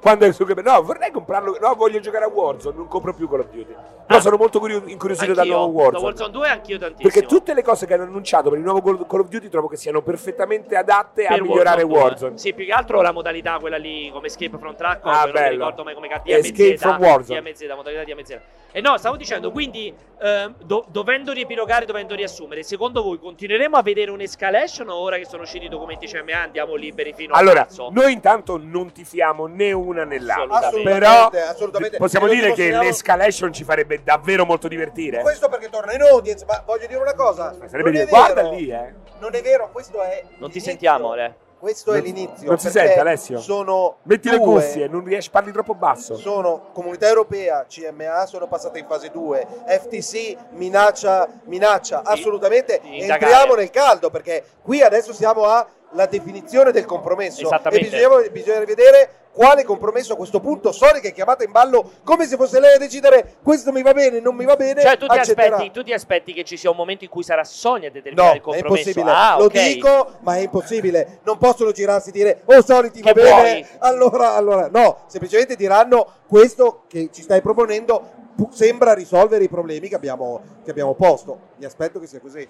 Speaker 3: Quando è su No, vorrei comprarlo. No, voglio giocare a Warzone. Non compro più Call of Duty. Però
Speaker 1: Ah.
Speaker 3: sono molto curio- incuriosito dal
Speaker 1: anch'io.
Speaker 3: nuovo
Speaker 1: Da
Speaker 3: Warzone.
Speaker 1: Warzone 2 anch'io tantissimo.
Speaker 3: Perché tutte le cose che hanno annunciato per il nuovo Call Call of Duty trovo che siano perfettamente adatte a
Speaker 1: Per
Speaker 3: migliorare
Speaker 1: 2.
Speaker 3: Warzone.
Speaker 1: Sì, più che altro la modalità quella lì come Escape from Track,
Speaker 3: Ah,
Speaker 1: non mi
Speaker 3: bello.
Speaker 1: ricordo mai come cazzo
Speaker 3: Escape
Speaker 1: DMZ,
Speaker 3: from Warzone.
Speaker 1: DMZ, modalità DMZ. E Eh, no, stavo dicendo, quindi ehm, do- dovendo riepilogare, dovendo riassumere, secondo voi continueremo a vedere un'escalation o ora che sono usciti i documenti CMA andiamo liberi fino a
Speaker 3: Allora,
Speaker 1: marzo?
Speaker 3: noi intanto non tifiamo né una né l'altra.
Speaker 1: Assolutamente,
Speaker 3: Però
Speaker 2: assolutamente.
Speaker 3: possiamo
Speaker 2: E lo
Speaker 3: dire che
Speaker 2: dimostriamo-
Speaker 3: l'escalation ci farebbe davvero molto divertire.
Speaker 2: Questo perché torna in audience, ma voglio dire una cosa.
Speaker 3: Ma
Speaker 2: non
Speaker 3: Sarebbe dire,
Speaker 2: è vero-
Speaker 3: guarda lì, eh.
Speaker 2: Non è vero, questo è.
Speaker 1: Non ti
Speaker 2: l'inizio.
Speaker 1: sentiamo, Ale.
Speaker 2: Questo è
Speaker 3: Non-
Speaker 2: l'inizio.
Speaker 3: non si
Speaker 2: perché
Speaker 3: sente, Alessio?
Speaker 2: Sono
Speaker 3: Metti le
Speaker 2: due-
Speaker 3: cuffie, non riesci, parli troppo basso.
Speaker 2: Sono comunità europea, CMA sono passate in fase 2, FTC minaccia, minaccia
Speaker 1: Sì.
Speaker 2: assolutamente.
Speaker 1: Di indagare.
Speaker 2: Entriamo nel caldo perché qui adesso siamo alla definizione del compromesso e
Speaker 1: Esattamente.
Speaker 2: bisogna, bisogna vedere quale compromesso a questo punto Sonic è chiamata in ballo come se fosse lei a decidere questo mi va bene, non mi va bene.
Speaker 1: Cioè, tu ti,
Speaker 2: accetterà.
Speaker 1: aspetti, tu ti aspetti che ci sia un momento in cui sarà Sonia a determinare
Speaker 2: No,
Speaker 1: il
Speaker 2: è
Speaker 1: compromesso?
Speaker 2: impossibile.
Speaker 1: Ah,
Speaker 2: Lo
Speaker 1: ok.
Speaker 2: dico, ma è impossibile. Non possono girarsi e dire, oh Sony ti va
Speaker 1: Che
Speaker 2: bene.
Speaker 1: vuoi?
Speaker 2: Allora, allora, no, semplicemente diranno questo che ci stai proponendo pu- sembra risolvere i problemi che abbiamo, che abbiamo posto. Mi aspetto che sia così.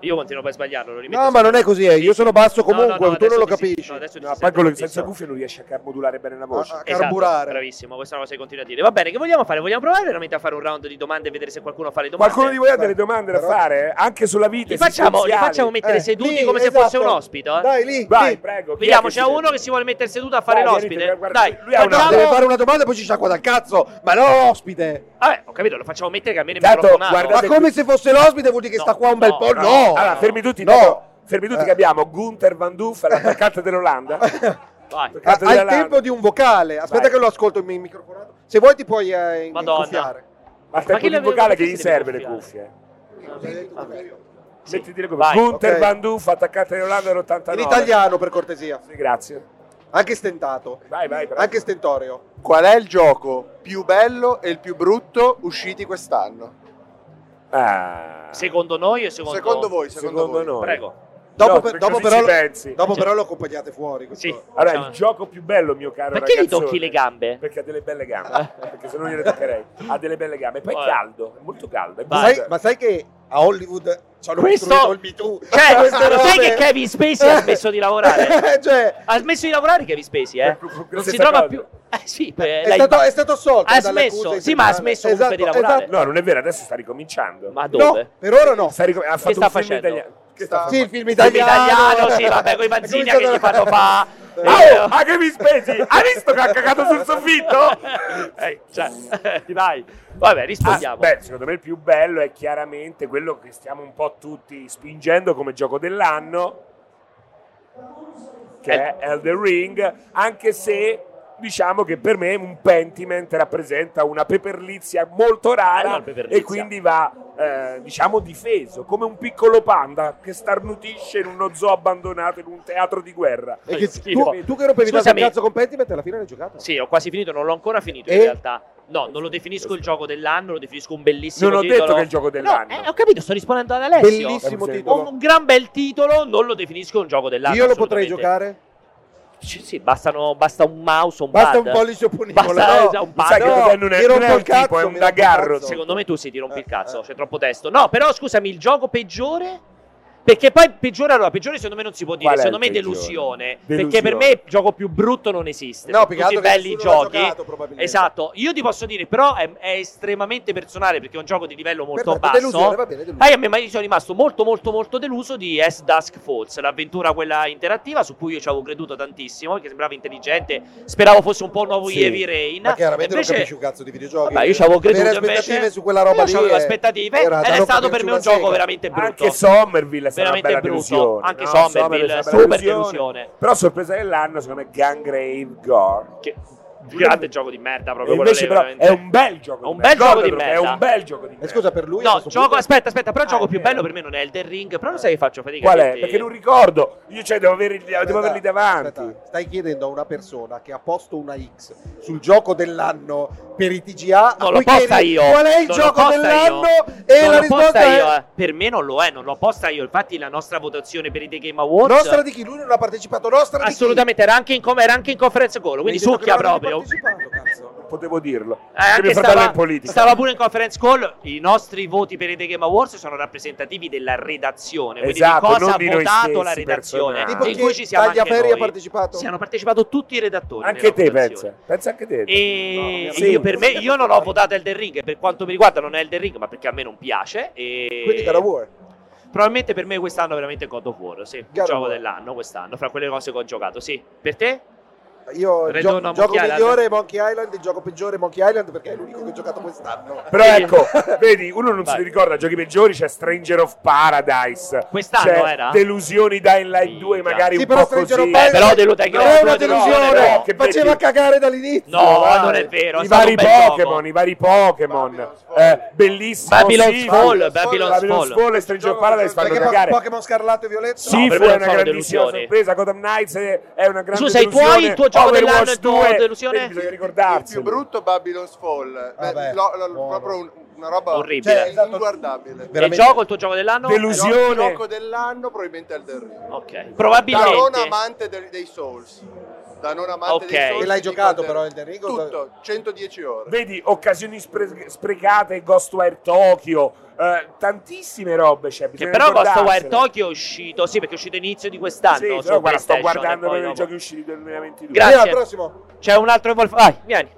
Speaker 1: Io continuo per sbagliarlo, lo rimetto
Speaker 2: No, ma non è così, eh. io sono basso
Speaker 1: No, no,
Speaker 2: comunque,
Speaker 1: no,
Speaker 2: tu non
Speaker 1: adesso
Speaker 2: lo
Speaker 1: ti si-
Speaker 2: capisci.
Speaker 1: no, adesso ti
Speaker 3: No,
Speaker 1: si
Speaker 3: poi
Speaker 1: sente
Speaker 3: con senza
Speaker 1: tantissimo.
Speaker 3: cuffie non riesce a modulare bene la voce.
Speaker 2: A- a
Speaker 1: Esatto,
Speaker 2: carburare.
Speaker 1: bravissimo, questa è una cosa che continui a dire. Va bene, che vogliamo fare? Vogliamo provare veramente a fare un round di domande e vedere se qualcuno fa le domande?
Speaker 3: Qualcuno di voi ha delle
Speaker 2: eh, Però-
Speaker 3: domande da fare? Anche sulla vita
Speaker 1: Li facciamo, li
Speaker 3: esistenziale?
Speaker 1: facciamo mettere
Speaker 2: Eh,
Speaker 1: seduti
Speaker 2: lì,
Speaker 1: come se
Speaker 2: esatto.
Speaker 1: fosse un ospite. eh?
Speaker 2: Dai, lì,
Speaker 3: Vai,
Speaker 2: lì.
Speaker 3: prego. chi
Speaker 1: Vediamo,
Speaker 3: è che
Speaker 1: c'è
Speaker 3: si-
Speaker 1: uno che si vuole mettere seduto a fare
Speaker 3: Vai,
Speaker 1: l'ospite.
Speaker 3: vieni, guarda,
Speaker 1: Dai,
Speaker 3: lui ha una-
Speaker 2: No,
Speaker 1: facciamo-
Speaker 2: deve fare una domanda e poi ci sciacqua dal cazzo, ma non ospite.
Speaker 1: Vabbè, Ah, eh, ho capito, lo facciamo mettere che almeno è
Speaker 3: Intanto,
Speaker 1: microfonato.
Speaker 3: Esatto, guardate-
Speaker 2: Ma come se fosse l'ospite vuol dire che
Speaker 1: No,
Speaker 2: sta qua un bel
Speaker 1: no,
Speaker 2: po'.
Speaker 1: no.
Speaker 2: No,
Speaker 3: Allora, fermi tutti.
Speaker 2: No.
Speaker 3: tanto- Fermi tutti
Speaker 2: Eh.
Speaker 3: che abbiamo Gunther Van Doof, l'attaccante dell'Olanda.
Speaker 1: Vai.
Speaker 2: Ha
Speaker 3: Cazzo della
Speaker 2: il Ah, tempo
Speaker 3: Lana.
Speaker 2: di un vocale. Aspetta
Speaker 3: Vai.
Speaker 2: che lo ascolto in microfonato. Se vuoi ti puoi eh,
Speaker 1: Madonna.
Speaker 2: inguffiare.
Speaker 3: Ma il
Speaker 1: Ma chi
Speaker 3: tempo di
Speaker 1: le
Speaker 3: un
Speaker 1: aveva-
Speaker 3: vocale
Speaker 1: chi
Speaker 3: che gli
Speaker 1: si deve
Speaker 3: serve le
Speaker 1: confiare?
Speaker 3: cuffie. eh.
Speaker 1: Sì.
Speaker 3: Mettiti le cuffie.
Speaker 1: Vai.
Speaker 3: Gunther
Speaker 2: Ok.
Speaker 3: Van Doof, attaccante dell'Olanda dell'89.
Speaker 2: In italiano, per cortesia.
Speaker 3: Sì, grazie.
Speaker 2: Anche stentato.
Speaker 3: Vai, vai. bravo.
Speaker 2: Anche stentorio.
Speaker 9: Qual è il gioco più bello e il più brutto usciti quest'anno?
Speaker 3: Ah.
Speaker 1: Secondo noi o secondo,
Speaker 9: Secondo voi, secondo,
Speaker 3: Secondo
Speaker 9: voi.
Speaker 3: noi.
Speaker 1: Prego.
Speaker 2: Dopo,
Speaker 3: No,
Speaker 2: per-
Speaker 3: perché
Speaker 2: dopo
Speaker 3: così
Speaker 2: però,
Speaker 3: ci pensi.
Speaker 2: dopo
Speaker 1: Cioè-
Speaker 2: però lo accompagnate fuori. questo-
Speaker 1: Sì.
Speaker 3: Allora,
Speaker 1: Facciamo-
Speaker 3: il gioco più bello, mio caro
Speaker 1: Perché gli
Speaker 3: ragazzone.
Speaker 1: tocchi le gambe?
Speaker 3: Perché ha delle belle gambe. perché se no gliele toccherei. Ha delle belle gambe. E poi è
Speaker 1: Vai.
Speaker 3: caldo, è molto caldo. È
Speaker 2: Ma
Speaker 1: Vai.
Speaker 2: sai- ma sai che a Hollywood ci hanno
Speaker 1: Questo-
Speaker 2: costruito il Me Too?
Speaker 1: Cioè, lo
Speaker 2: Queste
Speaker 1: sai
Speaker 2: robe-
Speaker 1: che Kevin Spacey ha smesso di lavorare?
Speaker 2: Cioè,
Speaker 1: Ha smesso di lavorare Kevin Spacey, eh?
Speaker 3: Fu- fu- fu-
Speaker 1: Non si
Speaker 3: stessa
Speaker 1: trova
Speaker 3: cosa.
Speaker 1: più... Eh sì, beh,
Speaker 2: è
Speaker 1: l'hai-
Speaker 2: stato, è stato assolto. dalle
Speaker 1: Ha
Speaker 2: accuse
Speaker 1: smesso, sì,
Speaker 2: internazionali.
Speaker 1: ma ha smesso comunque di lavorare.
Speaker 3: No, non è vero, adesso sta ricominciando.
Speaker 1: Ma dove?
Speaker 2: Per ora no.
Speaker 3: Sta ricom- ha fatto
Speaker 1: sta
Speaker 3: un film
Speaker 1: facendo?
Speaker 3: italiano. Che sta
Speaker 2: Sì, il film
Speaker 1: Film
Speaker 2: italiano.
Speaker 1: italiano, sì, vabbè, con i panzini
Speaker 2: È
Speaker 1: che gli
Speaker 2: cominciato-
Speaker 1: fanno fa... Eh.
Speaker 3: Ah, oh, ma che mi spesi? Ha visto che ha cagato sul soffitto?
Speaker 1: Eh, cioè, dai. Vabbè,
Speaker 3: Ah,
Speaker 1: rispondiamo.
Speaker 3: beh, secondo me il più bello è chiaramente quello che stiamo un po' tutti spingendo come gioco dell'anno, che
Speaker 2: Eh.
Speaker 3: è Elder Ring, anche se diciamo che per me un Pentiment rappresenta una peperlizia molto
Speaker 1: Bello
Speaker 2: Eh,
Speaker 3: rara
Speaker 1: il peperlizia.
Speaker 3: e quindi va eh, diciamo difeso come un piccolo panda che starnutisce in uno zoo abbandonato in un teatro di guerra.
Speaker 2: E che-
Speaker 1: Schifo.
Speaker 2: tu, tu che rompevi tanto il
Speaker 1: Scusami.
Speaker 2: cazzo con Pentiment alla fine l'hai giocato.
Speaker 1: Sì, ho quasi finito, non l'ho ancora finito in
Speaker 2: E?
Speaker 1: realtà. No, non lo definisco il gioco dell'anno, lo definisco un bellissimo
Speaker 3: Non ho
Speaker 1: titolo.
Speaker 3: detto che è il gioco
Speaker 1: No,
Speaker 3: dell'anno.
Speaker 1: eh, ho capito, sto rispondendo ad Alessio.
Speaker 2: Bellissimo
Speaker 3: Sì.
Speaker 2: titolo.
Speaker 1: Un, un gran bel titolo, non lo definisco un gioco dell'anno.
Speaker 2: Io lo potrei
Speaker 1: assolutamente.
Speaker 2: giocare?
Speaker 1: Sì, sì, bastano- basta un mouse, un
Speaker 2: Basta
Speaker 1: pad.
Speaker 2: un pollice opponibile.
Speaker 1: Basta
Speaker 2: no.
Speaker 1: eh, un
Speaker 3: Sai
Speaker 1: pad.
Speaker 3: che non è, non è,
Speaker 2: mi
Speaker 3: non è
Speaker 2: rompo
Speaker 3: un
Speaker 2: il cazzo,
Speaker 3: tipo, è
Speaker 2: mi rompo
Speaker 3: un
Speaker 2: il
Speaker 3: dagarro.
Speaker 2: cazzo.
Speaker 1: Secondo me tu si ti rompi il
Speaker 2: Eh,
Speaker 1: cazzo,
Speaker 2: eh.
Speaker 1: c'è troppo testo. No, però scusami, il gioco peggiore? Perché poi peggiore, allora, peggiore secondo me non si può dire,
Speaker 3: Qual è
Speaker 1: secondo
Speaker 3: il
Speaker 1: me
Speaker 3: peggiore?
Speaker 1: delusione,
Speaker 3: Delusione.
Speaker 1: Perché per me il gioco più brutto non esiste.
Speaker 2: No,
Speaker 1: Sono
Speaker 2: più che
Speaker 1: tutti
Speaker 2: altro che
Speaker 1: belli
Speaker 2: nessuno l'ha
Speaker 1: giochi.
Speaker 2: giocato, probabilmente.
Speaker 1: Esatto, io ti posso dire, però è, è estremamente personale perché è un gioco di livello
Speaker 2: Perfetto,
Speaker 1: molto basso.
Speaker 2: delusione, va bene,
Speaker 1: Ah,
Speaker 2: delusione.
Speaker 1: io a me ma io sono rimasto molto molto molto deluso di S Dusk Falls, l'avventura quella interattiva su cui io ci avevo creduto tantissimo, perché sembrava intelligente, speravo fosse un po' il nuovo
Speaker 3: Sì,
Speaker 1: Heavy Rain.
Speaker 2: Ma chiaramente
Speaker 1: Invece-
Speaker 2: non capisci un cazzo di videogiochi.
Speaker 1: Vabbè, io ci avevo creduto
Speaker 2: Avere aspettative
Speaker 1: invece.
Speaker 2: su quella roba
Speaker 1: io
Speaker 2: lì.
Speaker 1: avevo
Speaker 2: è-
Speaker 1: aspettative
Speaker 2: era da
Speaker 1: ed è
Speaker 2: non
Speaker 1: stato per me un
Speaker 2: capirci
Speaker 1: gioco
Speaker 2: una sega.
Speaker 1: veramente brutto.
Speaker 3: Anche Somerville è stata una
Speaker 1: Veramente
Speaker 3: bella
Speaker 1: brutto.
Speaker 3: delusione.
Speaker 1: Anche
Speaker 3: no?
Speaker 1: Somerville,
Speaker 3: è stata
Speaker 1: super
Speaker 3: una bella
Speaker 1: delusione.
Speaker 3: Però sorpresa dell'anno, secondo me, Gangrave Gore.
Speaker 1: Che- grande gioco di merda
Speaker 3: E
Speaker 1: proprio quello
Speaker 3: invece
Speaker 1: lì,
Speaker 3: però
Speaker 1: veramente.
Speaker 3: è un bel gioco.
Speaker 1: È un
Speaker 3: di
Speaker 1: bel
Speaker 3: merda.
Speaker 1: gioco di
Speaker 3: Ricordatelo,
Speaker 1: merda.
Speaker 3: È un bel gioco di
Speaker 2: Eh,
Speaker 3: merda.
Speaker 2: scusa, per lui. a
Speaker 1: No,
Speaker 2: questo
Speaker 1: gioco,
Speaker 2: punto-
Speaker 1: aspetta, aspetta, però il
Speaker 3: Ah,
Speaker 1: gioco
Speaker 3: è
Speaker 1: più
Speaker 3: vero.
Speaker 1: bello per me non è Elden Ring, però non sai che faccio fatica. a
Speaker 3: Qual è?
Speaker 1: dirti-
Speaker 3: Perché non ricordo. Io cioè, devo, averli, devo averli davanti.
Speaker 2: Aspetta, stai chiedendo a una persona che ha posto una X sul gioco dell'anno per i TGA. a
Speaker 1: Non l'ho
Speaker 2: cui
Speaker 1: posta
Speaker 2: chiedi
Speaker 1: io.
Speaker 2: Qual è il
Speaker 1: Non l'ho
Speaker 2: gioco
Speaker 1: posta
Speaker 2: dell'anno?
Speaker 1: io.
Speaker 2: E
Speaker 1: Non
Speaker 2: la
Speaker 1: l'ho
Speaker 2: risposta
Speaker 1: posta
Speaker 2: è.
Speaker 1: io, eh. Per me non lo è, non l'ho posta io. Infatti la nostra votazione per i The Game Awards
Speaker 2: Nostra di chi? Lui non ha partecipato. Nostra di chi?
Speaker 1: assolutamente era anche in, com- era anche in conference call,
Speaker 2: Mi hai
Speaker 1: quindi
Speaker 2: detto che
Speaker 1: succhia
Speaker 2: non avevi
Speaker 1: proprio.
Speaker 2: partecipato, cazzo.
Speaker 3: Potevo dirlo.
Speaker 1: Eh, anche
Speaker 3: Che mio fratello è in
Speaker 1: stava,
Speaker 3: politica.
Speaker 1: stava pure in conference call. I nostri voti per i The Game Awards sono rappresentativi della redazione, quindi
Speaker 3: Esatto,
Speaker 1: di cosa
Speaker 3: non
Speaker 1: ha
Speaker 3: di noi
Speaker 1: votato la
Speaker 3: stessi
Speaker 1: redazione.
Speaker 3: personali.
Speaker 2: Tipo
Speaker 1: in
Speaker 2: chi?
Speaker 1: cui ci siamo anche
Speaker 2: Tagliaferri ha
Speaker 1: noi.
Speaker 2: partecipato?
Speaker 1: Sì, hanno partecipato tutti i redattori.
Speaker 3: Anche
Speaker 1: nella
Speaker 3: te,
Speaker 1: votazione.
Speaker 3: pensa. Pensa anche te.
Speaker 1: E
Speaker 3: No,
Speaker 1: io
Speaker 3: sì.
Speaker 1: per me, io non ho votato Elden Ring. Per quanto mi riguarda, non è Elden Ring, ma perché a me non piace. E
Speaker 2: Quindi God of War.
Speaker 1: probabilmente per me quest'anno è veramente God of War. Sì,
Speaker 2: God of
Speaker 1: gioco
Speaker 2: War.
Speaker 1: dell'anno, quest'anno, fra quelle cose che ho giocato. Sì, per te?
Speaker 2: Io il
Speaker 1: Redondo
Speaker 2: gioco,
Speaker 1: a
Speaker 2: gioco
Speaker 1: Monkey
Speaker 2: migliore è Monkey Island, il gioco peggiore è Monkey Island perché è l'unico che ho giocato quest'anno.
Speaker 3: Però
Speaker 1: Sì.
Speaker 3: ecco, vedi, uno non se
Speaker 1: Vai.
Speaker 3: li ricorda giochi peggiori, c'è Stranger of Paradise.
Speaker 1: Quest'anno
Speaker 3: c'è
Speaker 1: era?
Speaker 3: Delusioni Dying Light 2
Speaker 1: Minchia.
Speaker 3: magari
Speaker 2: Sì,
Speaker 3: un
Speaker 2: però
Speaker 3: po'
Speaker 2: Stranger
Speaker 3: così.
Speaker 2: of Paradise-
Speaker 1: Eh, però delu- dai, che-
Speaker 2: Non è una
Speaker 1: no,
Speaker 2: delusione,
Speaker 1: no,
Speaker 3: che
Speaker 2: faceva
Speaker 3: bello.
Speaker 2: cagare dall'inizio. Ah,
Speaker 1: No,
Speaker 2: dai.
Speaker 1: non è vero.
Speaker 3: I
Speaker 1: è stato
Speaker 3: vari
Speaker 1: un bel
Speaker 3: Pokémon,
Speaker 1: gioco.
Speaker 3: i vari Pokémon. Eh, bellissimo.
Speaker 1: Babylon's
Speaker 3: sì,
Speaker 1: Fall, Babylon's
Speaker 3: Babylon's
Speaker 1: Fall.
Speaker 3: Fall e Stranger of Paradise fanno
Speaker 2: Perché po-
Speaker 3: cagare.
Speaker 2: Pokémon Scarlatto e Violetto?
Speaker 3: Sì,
Speaker 1: No, per
Speaker 3: fu
Speaker 1: me non
Speaker 3: una
Speaker 1: sono
Speaker 3: grandissima
Speaker 1: delusioni.
Speaker 3: sorpresa. Gotham Knights è è una grande
Speaker 1: Su, sei
Speaker 3: delusione.
Speaker 1: tuoi, il tuo gioco
Speaker 3: Overwatch
Speaker 1: dell'anno è il tuo
Speaker 3: 2,
Speaker 1: delusione?
Speaker 3: vedi, Bisogna
Speaker 10: Il
Speaker 3: ricordarsi.
Speaker 10: più brutto Babylon's Fall. Beh,
Speaker 2: Vabbè,
Speaker 10: lo- lo-
Speaker 2: Ah, buono.
Speaker 10: proprio un- una roba
Speaker 1: Orribile.
Speaker 10: cioè,
Speaker 2: Esatto.
Speaker 10: inguardabile.
Speaker 1: E il
Speaker 2: veramente.
Speaker 1: gioco, il tuo gioco dell'anno?
Speaker 3: Delus- Delusione.
Speaker 10: Il gioco dell'anno probabilmente è Elden Ring.
Speaker 1: Ok,
Speaker 10: Da non
Speaker 1: probabilmente.
Speaker 10: amante del- dei Souls. Da non amante
Speaker 1: Ok.
Speaker 10: dei Souls.
Speaker 1: E
Speaker 2: l'hai
Speaker 10: dico
Speaker 2: giocato
Speaker 10: Elden-
Speaker 2: però, Elden Ring, o-
Speaker 10: Tutto, 110 ore.
Speaker 3: Vedi, occasioni spre- sprecate, Ghostwire Tokyo, eh, tantissime robe c'è.
Speaker 1: Che
Speaker 3: bisogna
Speaker 1: però Ghostwire
Speaker 3: ricordarsene.
Speaker 1: Tokyo è uscito, sì, perché è uscito inizio di quest'anno.
Speaker 3: Sì,
Speaker 1: su
Speaker 3: però guarda, sto
Speaker 1: PlayStation, e
Speaker 3: guardando
Speaker 1: poi
Speaker 3: per i
Speaker 1: dopo.
Speaker 3: giochi usciti del 2022.
Speaker 1: Grazie.
Speaker 2: Vieni al prossimo.
Speaker 1: C'è un altro Evolve. Vai, vieni.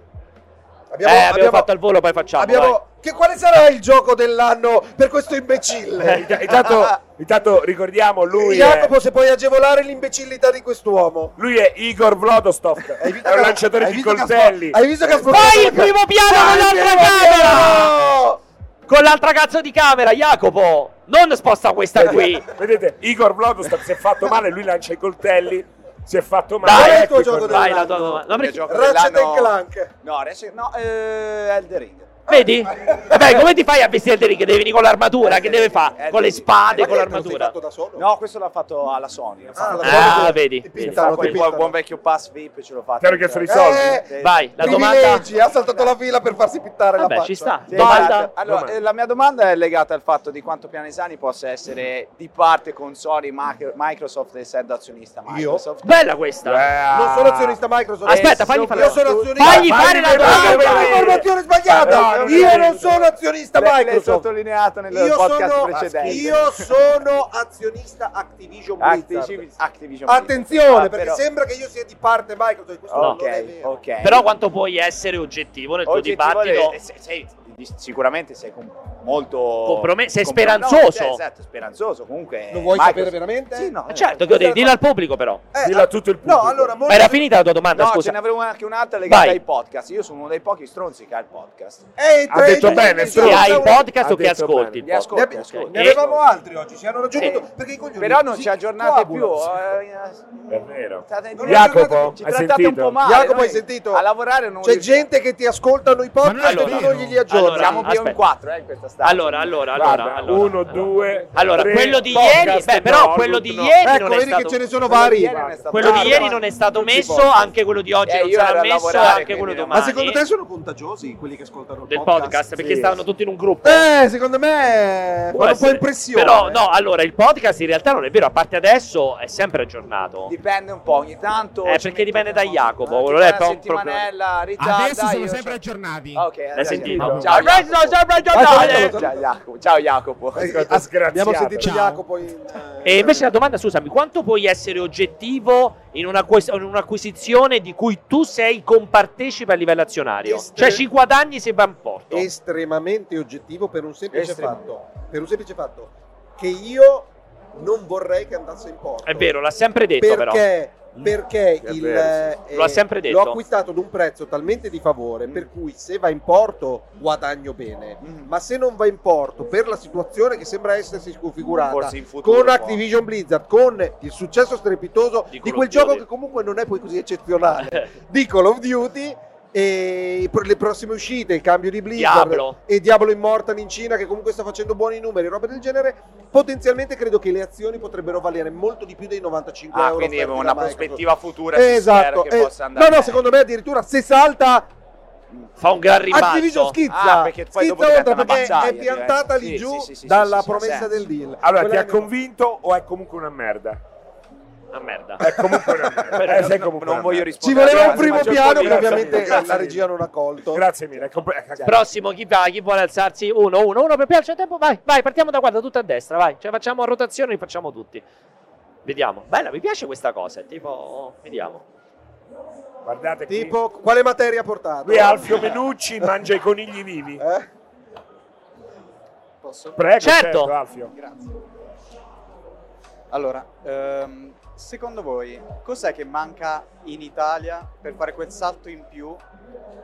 Speaker 2: Abbiamo,
Speaker 1: eh, abbiamo, fatto al volo, poi facciamo.
Speaker 2: abbiamo-
Speaker 1: vai.
Speaker 2: Che quale sarà il gioco dell'anno per questo imbecille?
Speaker 3: Eh, intanto, intanto ricordiamo, lui è,
Speaker 2: Jacopo, se puoi agevolare l'imbecillità di quest'uomo.
Speaker 3: lui è Igor Vlodostov,
Speaker 2: Hai
Speaker 3: è
Speaker 2: visto
Speaker 3: un
Speaker 2: che-
Speaker 3: lanciatore
Speaker 2: hai
Speaker 3: di
Speaker 2: visto che ha spo-
Speaker 3: coltelli.
Speaker 2: Hai visto che ha sfoggiato
Speaker 1: Poi
Speaker 2: la
Speaker 1: il primo piano
Speaker 2: ca-
Speaker 1: con
Speaker 2: Dai,
Speaker 1: l'altra
Speaker 2: primo
Speaker 1: camera!
Speaker 2: piano!
Speaker 1: Con l'altra cazzo di camera, Jacopo! Non sposta questa qui!
Speaker 3: Vedete, Igor Vlodostov si è fatto male, lui lancia i coltelli, si è fatto
Speaker 1: Dai,
Speaker 3: male.
Speaker 2: Qual è il tuo
Speaker 3: Ecco i
Speaker 2: gioco
Speaker 3: coltelli.
Speaker 1: Vai, la tua domanda. No,
Speaker 11: Perché gioco
Speaker 1: perché-
Speaker 2: Ratchet
Speaker 11: dell'anno-
Speaker 2: and Clank.
Speaker 11: No, Ratchet- no, eh, Elden Ring.
Speaker 1: Vedi? Vabbè, come ti fai a vestire Elden Ring? Devi venire con l'armatura, che deve fare?
Speaker 11: Elden
Speaker 1: Con le
Speaker 11: Ring.
Speaker 1: spade,
Speaker 11: Ma
Speaker 1: con
Speaker 11: che
Speaker 1: l'armatura.
Speaker 2: da solo?
Speaker 11: No, questo l'ha fatto alla Sony. l'ha fatto-
Speaker 2: alla
Speaker 11: eh,
Speaker 2: Sony.
Speaker 1: Ah,
Speaker 2: Ti
Speaker 1: vedi?
Speaker 2: pintano,
Speaker 1: vedi.
Speaker 11: fa
Speaker 2: ti
Speaker 11: quel
Speaker 2: pintano.
Speaker 11: buon, buon vecchio pass VIP ce l'ho fatto.
Speaker 3: Ti hanno chiesto i
Speaker 11: Cioè,
Speaker 3: soldi.
Speaker 2: Eh,
Speaker 1: Vai, la domanda.
Speaker 2: privilegi, ha saltato la fila per farsi pittare la
Speaker 1: Vabbè,
Speaker 2: faccia.
Speaker 1: ci sta.
Speaker 11: Sì,
Speaker 1: Domanda.
Speaker 11: esatto. Allora,
Speaker 3: Domanda.
Speaker 11: eh, la mia domanda è legata al fatto di quanto Pianesani possa essere di parte con Sony, Mac- Microsoft e essendo azionista Microsoft.
Speaker 1: Bella questa.
Speaker 3: Eh,
Speaker 2: Non sono azionista Microsoft.
Speaker 1: Aspetta, fagli fare-
Speaker 2: Io sono azionista.
Speaker 1: Fagli
Speaker 3: Fagli
Speaker 1: fare la
Speaker 3: vedere,
Speaker 2: Ah,
Speaker 3: fagli
Speaker 2: ma
Speaker 1: domanda.
Speaker 3: vedere.
Speaker 2: informazione sbagliata.
Speaker 3: No, non è
Speaker 2: io
Speaker 3: vero.
Speaker 2: non sono azionista
Speaker 11: L'hai- l'hai
Speaker 2: Microsoft.
Speaker 11: sottolineato nel
Speaker 2: Io
Speaker 11: podcast
Speaker 2: sono,
Speaker 11: precedente.
Speaker 2: io sono azionista Activision
Speaker 11: Activision,
Speaker 2: Blizzard.
Speaker 11: Activision
Speaker 2: Attenzione,
Speaker 11: Ah,
Speaker 2: perché
Speaker 11: però-
Speaker 2: sembra che io sia di parte Microsoft. Questo
Speaker 11: Ok,
Speaker 2: non è vero.
Speaker 11: ok.
Speaker 1: Però quanto puoi essere oggettivo nel tuo
Speaker 11: Oggettivo
Speaker 1: dibattito?
Speaker 11: è- sei- sei- di- sicuramente sei com- molto
Speaker 1: Comprome- sei
Speaker 11: compro- no,
Speaker 1: speranzoso.
Speaker 11: cioè, esatto, speranzoso comunque.
Speaker 2: Lo vuoi sapere
Speaker 11: Microsoft-
Speaker 2: veramente?
Speaker 11: Sì, no.
Speaker 1: Eh, Certo, che ho detto, dillo al pubblico però.
Speaker 2: Eh,
Speaker 3: Dillo a
Speaker 2: ah,
Speaker 3: tutto il
Speaker 2: No,
Speaker 3: pubblico.
Speaker 2: allora,
Speaker 1: Ma era finita la tua domanda,
Speaker 11: No, ce
Speaker 1: scusa.
Speaker 11: n'avevo anche un'altra legata
Speaker 1: Vai.
Speaker 11: ai podcast. Io sono uno dei pochi stronzi che ha il podcast.
Speaker 2: Eh,
Speaker 3: Ha detto bene,
Speaker 1: Che
Speaker 3: solo-
Speaker 1: hai il podcast
Speaker 3: Ha
Speaker 1: o che
Speaker 3: detto
Speaker 1: ascolti?
Speaker 3: bene.
Speaker 1: il
Speaker 11: Li
Speaker 1: podcast?
Speaker 11: ascolti,
Speaker 1: Ok.
Speaker 11: ascolti.
Speaker 2: Oh, Ne
Speaker 1: E-
Speaker 2: avevamo altri oggi, ci hanno raggiunto.
Speaker 11: Sì.
Speaker 2: Perché i coglioni
Speaker 11: Però non
Speaker 2: si
Speaker 11: ci aggiornate più.
Speaker 2: coagulano.
Speaker 11: eh,
Speaker 3: È vero.
Speaker 11: state-
Speaker 2: Non
Speaker 3: Jacopo,
Speaker 11: ci
Speaker 3: hai
Speaker 11: trattate un po'
Speaker 3: sentito?
Speaker 11: male.
Speaker 2: Jacopo,
Speaker 11: noi
Speaker 2: hai sentito?
Speaker 11: A lavorare non
Speaker 2: C'è
Speaker 11: riusciamo.
Speaker 2: gente che ti ascolta noi
Speaker 4: Ma non
Speaker 2: podcast
Speaker 4: è
Speaker 2: e tu non
Speaker 4: vero.
Speaker 2: gli li aggiorni.
Speaker 1: Allora,
Speaker 11: Siamo più in
Speaker 1: Aspetta.
Speaker 11: quattro eh, in questa stato.
Speaker 1: Allora, allora,
Speaker 3: Guarda,
Speaker 1: allora, allora,
Speaker 3: uno,
Speaker 1: allora.
Speaker 3: due,
Speaker 1: Allora,
Speaker 3: tre,
Speaker 1: quello di
Speaker 3: podcast,
Speaker 1: ieri, beh, però
Speaker 3: no,
Speaker 1: quello
Speaker 3: tutti
Speaker 1: di
Speaker 3: no.
Speaker 1: ieri
Speaker 2: Ecco,
Speaker 1: non è
Speaker 2: vedi
Speaker 1: stato
Speaker 2: che ce ne sono
Speaker 11: Quello
Speaker 2: vari.
Speaker 11: di ieri non è stato-
Speaker 1: quello di
Speaker 11: Guarda,
Speaker 1: ieri non è stato
Speaker 11: tutti i
Speaker 1: messo,
Speaker 11: podcast.
Speaker 1: anche quello di oggi
Speaker 11: Eh,
Speaker 1: non
Speaker 11: io ero
Speaker 1: sarà
Speaker 11: a
Speaker 1: messo,
Speaker 11: lavorare,
Speaker 1: anche quello
Speaker 11: quindi no.
Speaker 1: domani.
Speaker 2: Ma secondo te sono contagiosi quelli che ascoltano il
Speaker 1: del
Speaker 2: podcast?
Speaker 1: podcast perché
Speaker 2: Sì.
Speaker 1: stavano tutti in un gruppo?
Speaker 2: Eh, secondo me fa
Speaker 1: Può
Speaker 2: un po'
Speaker 1: essere.
Speaker 2: impressione.
Speaker 1: Però no, allora il podcast in realtà non è vero, a parte adesso è sempre aggiornato.
Speaker 11: Dipende un po' ogni tanto.
Speaker 1: Eh,
Speaker 11: ci
Speaker 1: perché
Speaker 11: metto-
Speaker 1: dipende da Jacopo,
Speaker 11: Eh, tipo
Speaker 1: non è
Speaker 11: una
Speaker 1: proprio-
Speaker 11: settimanella ritarda.
Speaker 4: Adesso sono
Speaker 11: Ah, io
Speaker 4: sempre
Speaker 11: c'ho-
Speaker 4: aggiornati.
Speaker 11: Ah, Ok,
Speaker 1: L'hai
Speaker 11: adesso-
Speaker 1: sentito?
Speaker 11: Ciao,
Speaker 1: Adesso
Speaker 11: Jacopo.
Speaker 1: sempre eh,
Speaker 2: aggiornato!
Speaker 11: Ciao, Jacopo. Ciao, Jacopo.
Speaker 2: Eh,
Speaker 3: Ascolta,
Speaker 2: as-
Speaker 3: sgraziato.
Speaker 2: Eh, abbiamo sentito
Speaker 4: Ciao.
Speaker 2: Jacopo in, eh,
Speaker 1: E invece la domanda, scusami, quanto puoi essere oggettivo in, una quest- in un'acquisizione di cui tu sei compartecipe a livello azionario?
Speaker 2: Estre-
Speaker 1: Cioè ci guadagni se va in porto.
Speaker 2: eh, estremamente oggettivo per un semplice
Speaker 11: Estremamente.
Speaker 2: fatto. Per un semplice fatto che io non vorrei che andasse in porto.
Speaker 1: È vero, l'ha sempre detto però.
Speaker 2: perché, Mm. perché
Speaker 3: È
Speaker 2: il, eh,
Speaker 3: vero,
Speaker 1: Lo ha sempre detto.
Speaker 2: l'ho acquistato ad un prezzo talmente di favore
Speaker 11: Mm.
Speaker 2: per cui se va in porto guadagno bene
Speaker 11: Mm.
Speaker 2: ma se non va in porto per la situazione che sembra essersi configurata
Speaker 11: Forse in futuro
Speaker 2: con
Speaker 11: può.
Speaker 2: Activision Blizzard con il successo strepitoso
Speaker 1: Di
Speaker 2: di,
Speaker 1: Call
Speaker 2: quel
Speaker 1: of
Speaker 2: gioco
Speaker 1: Duty.
Speaker 2: che comunque non è poi così eccezionale di Call of Duty e per le prossime uscite, il cambio di Blizzard
Speaker 1: Diablo.
Speaker 2: e Diablo Immortal in Cina che comunque sta facendo buoni numeri, roba del genere, potenzialmente credo che le azioni potrebbero valere molto di più dei 95
Speaker 11: Ah,
Speaker 2: euro.
Speaker 11: quindi
Speaker 2: offerti
Speaker 11: una
Speaker 2: da Microsoft.
Speaker 11: prospettiva futura si spera
Speaker 2: Esatto,
Speaker 11: che
Speaker 2: eh,
Speaker 11: possa andare.
Speaker 2: no, no,
Speaker 11: bene.
Speaker 2: secondo me addirittura se salta
Speaker 1: Fa un gran
Speaker 2: Activision
Speaker 1: rimbalzo.
Speaker 2: schizza,
Speaker 11: Ah, perché poi
Speaker 2: schizza
Speaker 11: dopo diventa
Speaker 2: oltre
Speaker 11: una
Speaker 2: perché è
Speaker 11: bazzaia,
Speaker 2: piantata
Speaker 11: diventa-
Speaker 2: lì
Speaker 11: sì,
Speaker 2: giù
Speaker 11: sì, sì, sì,
Speaker 2: dalla
Speaker 11: sì, sì,
Speaker 2: promessa
Speaker 11: sì.
Speaker 2: del deal.
Speaker 3: Allora,
Speaker 2: Quella
Speaker 3: ti ha
Speaker 2: è mia-
Speaker 3: convinto o è comunque una merda?
Speaker 1: Ah, merda.
Speaker 2: Eh,
Speaker 3: È comunque una merda. Eh, sei
Speaker 11: No,
Speaker 3: comunque
Speaker 11: non
Speaker 3: una
Speaker 11: voglio
Speaker 3: merda.
Speaker 2: Ci
Speaker 11: rispondere.
Speaker 2: voleva un
Speaker 11: Grazie,
Speaker 2: primo
Speaker 11: ma-
Speaker 3: Grazie,
Speaker 2: piano che
Speaker 3: grazie,
Speaker 2: ovviamente
Speaker 3: grazie.
Speaker 2: la regia non ha colto.
Speaker 3: Grazie mille. ecco, è compre- è cagato.
Speaker 1: Prossimo, chi va? Chi vuole alzarsi? Uno, uno, uno per piacere tempo. Vai, vai, partiamo da qua, da tutta a destra, vai. Cioè facciamo a rotazione, li facciamo tutti. Vediamo. Bella, mi piace questa cosa, è tipo vediamo.
Speaker 3: Guardate qui.
Speaker 2: Tipo, quale materia ha portato?
Speaker 3: Lui è Alfio Menucci, mangia i conigli vivi.
Speaker 2: Eh?
Speaker 3: Prego, certo,
Speaker 1: Certo.
Speaker 3: Alfio.
Speaker 11: Grazie. Allora, ehm, secondo voi cos'è che manca in Italia per fare quel salto in più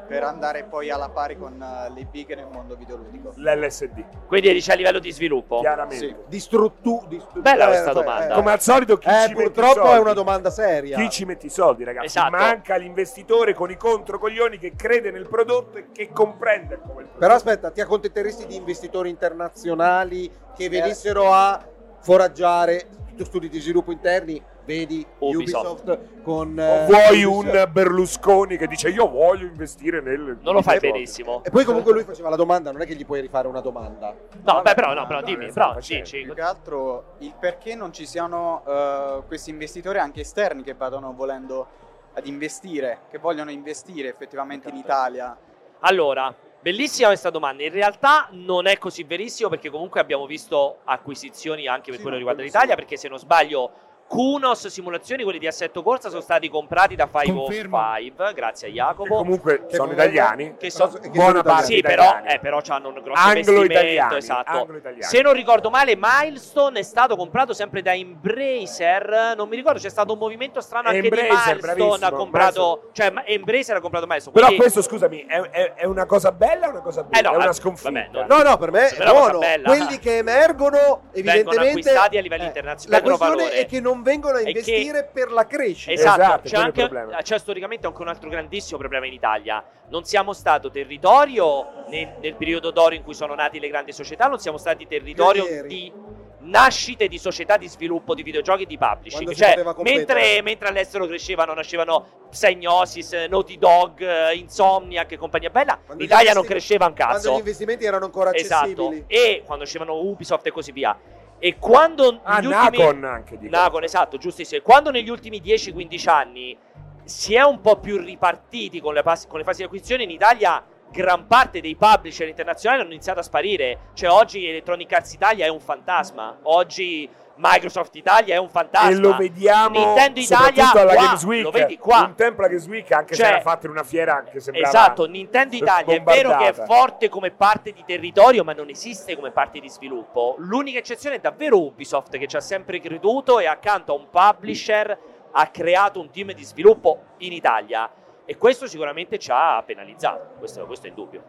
Speaker 11: per andare poi alla pari con eh, le big nel mondo videoludico?
Speaker 3: L'LSD,
Speaker 1: Quindi dice a livello di sviluppo.
Speaker 3: chiaramente.
Speaker 11: Sì.
Speaker 2: Di struttu- di stru-
Speaker 1: Bella
Speaker 2: eh,
Speaker 1: questa
Speaker 2: eh,
Speaker 1: domanda.
Speaker 3: Come al solito, chi
Speaker 2: Eh,
Speaker 3: ci mette i
Speaker 2: purtroppo è
Speaker 3: soldi?
Speaker 2: una domanda seria.
Speaker 3: Chi ci mette i soldi, ragazzi?
Speaker 1: Esatto.
Speaker 3: Manca l'investitore con i controcoglioni che crede nel prodotto e che comprende come il prodotto.
Speaker 2: Però aspetta, ti accontenteresti di investitori internazionali che venissero a foraggiare studi di sviluppo interni? Vedi
Speaker 1: Ubisoft.
Speaker 2: Ubisoft, con...
Speaker 3: o
Speaker 2: eh,
Speaker 3: vuoi
Speaker 2: Ubisoft.
Speaker 3: un Berlusconi che dice io voglio investire nel...
Speaker 1: Non lo fai
Speaker 3: nel prodotto"?
Speaker 1: benissimo.
Speaker 2: E poi comunque lui faceva la domanda, non è che gli puoi rifare una domanda.
Speaker 1: No, beh, però no, però
Speaker 11: No,
Speaker 1: dimmi,
Speaker 3: no,
Speaker 1: però
Speaker 3: no,
Speaker 1: dici.
Speaker 11: Più che altro il perché non ci siano eh, questi investitori anche esterni che vadano volendo ad investire, che vogliono investire effettivamente in Italia.
Speaker 1: Allora, bellissima questa domanda. In realtà non è così verissimo perché comunque abbiamo visto acquisizioni anche per
Speaker 11: Sì, no,
Speaker 1: quello riguardo
Speaker 11: quello
Speaker 1: l'Italia, perché se non sbaglio Kunos simulazioni, quelli di Assetto Corsa sono stati comprati da
Speaker 4: Confermo.
Speaker 1: 505, grazie a
Speaker 3: Che
Speaker 1: Jacopo.
Speaker 3: comunque sono
Speaker 2: comunque-
Speaker 3: italiani.
Speaker 1: Che so-
Speaker 2: che
Speaker 3: buona
Speaker 2: sono
Speaker 3: parte
Speaker 1: sì, però,
Speaker 3: italiani.
Speaker 1: eh, però hanno un grosso investimento,
Speaker 3: Anglo-italiani.
Speaker 1: esatto.
Speaker 3: anglo-italiani.
Speaker 1: Se non ricordo male, Milestone è stato comprato sempre da Embracer. Non mi ricordo, c'è stato un movimento strano anche
Speaker 3: Embracer,
Speaker 1: di Milestone. Ha
Speaker 3: bravissimo,
Speaker 1: comprato, cioè, ma- Embracer ha comprato Milestone.
Speaker 3: Però
Speaker 1: quindi-
Speaker 3: questo, scusami, è, è- è una cosa bella o una cosa bella?
Speaker 1: Eh no,
Speaker 3: è una
Speaker 1: vabbè,
Speaker 3: sconfitta.
Speaker 1: vabbè,
Speaker 2: No, no, per me
Speaker 1: Però è una cosa
Speaker 2: no, no.
Speaker 1: bella.
Speaker 2: Quelli che emergono evidentemente eh,
Speaker 1: acquistati a livello internazionale,
Speaker 2: La
Speaker 1: prendono
Speaker 2: questione
Speaker 1: valore.
Speaker 2: è che non vengono a
Speaker 1: che-
Speaker 2: investire per la crescita.
Speaker 1: Esatto,
Speaker 3: Esatto, quello
Speaker 1: c'è,
Speaker 3: è il
Speaker 1: anche,
Speaker 3: problema.
Speaker 1: c'è storicamente anche un altro grandissimo problema in Italia. Non siamo stato territorio nel, nel periodo d'oro in cui sono nate le grandi società, non siamo stati territorio
Speaker 2: Pionieri.
Speaker 1: di nascite di società di sviluppo di videogiochi e di publishing.
Speaker 2: Quando si
Speaker 1: Cioè,
Speaker 2: poteva competere.
Speaker 1: mentre, mentre all'estero crescevano, nascevano Psygnosis, Naughty Dog, eh, Insomniac e compagnia bella,
Speaker 2: Quando gli
Speaker 1: l'Italia non
Speaker 2: investi-
Speaker 1: cresceva un
Speaker 2: Quando gli
Speaker 1: cazzo.
Speaker 2: investimenti erano ancora accessibili.
Speaker 1: Esatto. E quando uscivano Ubisoft e così via. E quando
Speaker 3: Ah,
Speaker 1: gli ultimi-
Speaker 3: Nacon anche, dico.
Speaker 1: Nacon, esatto, giustissimo. E quando negli ultimi 10-15 anni si è un po' più ripartiti con le, pas- con le fasi di acquisizione in Italia, gran parte dei publisher internazionali hanno iniziato a sparire. Cioè oggi Electronic Arts Italia è un fantasma. Oggi Microsoft Italia è un fantasma.
Speaker 3: e lo vediamo
Speaker 1: Nintendo
Speaker 3: soprattutto
Speaker 1: Italia
Speaker 3: alla
Speaker 1: qua,
Speaker 3: Games Week.
Speaker 1: lo vedi qua.
Speaker 3: Un tempo la Games Week, anche
Speaker 1: Cioè,
Speaker 3: se era fatta in una fiera, anche sembrava
Speaker 1: Esatto, Nintendo Italia è vero che è
Speaker 3: bombardata.
Speaker 1: forte come parte di territorio, ma non esiste come parte di sviluppo. L'unica eccezione è davvero Ubisoft che ci ha sempre creduto e accanto a un publisher ha creato un team di sviluppo in Italia. E questo sicuramente ci ha penalizzato, questo, questo è il dubbio.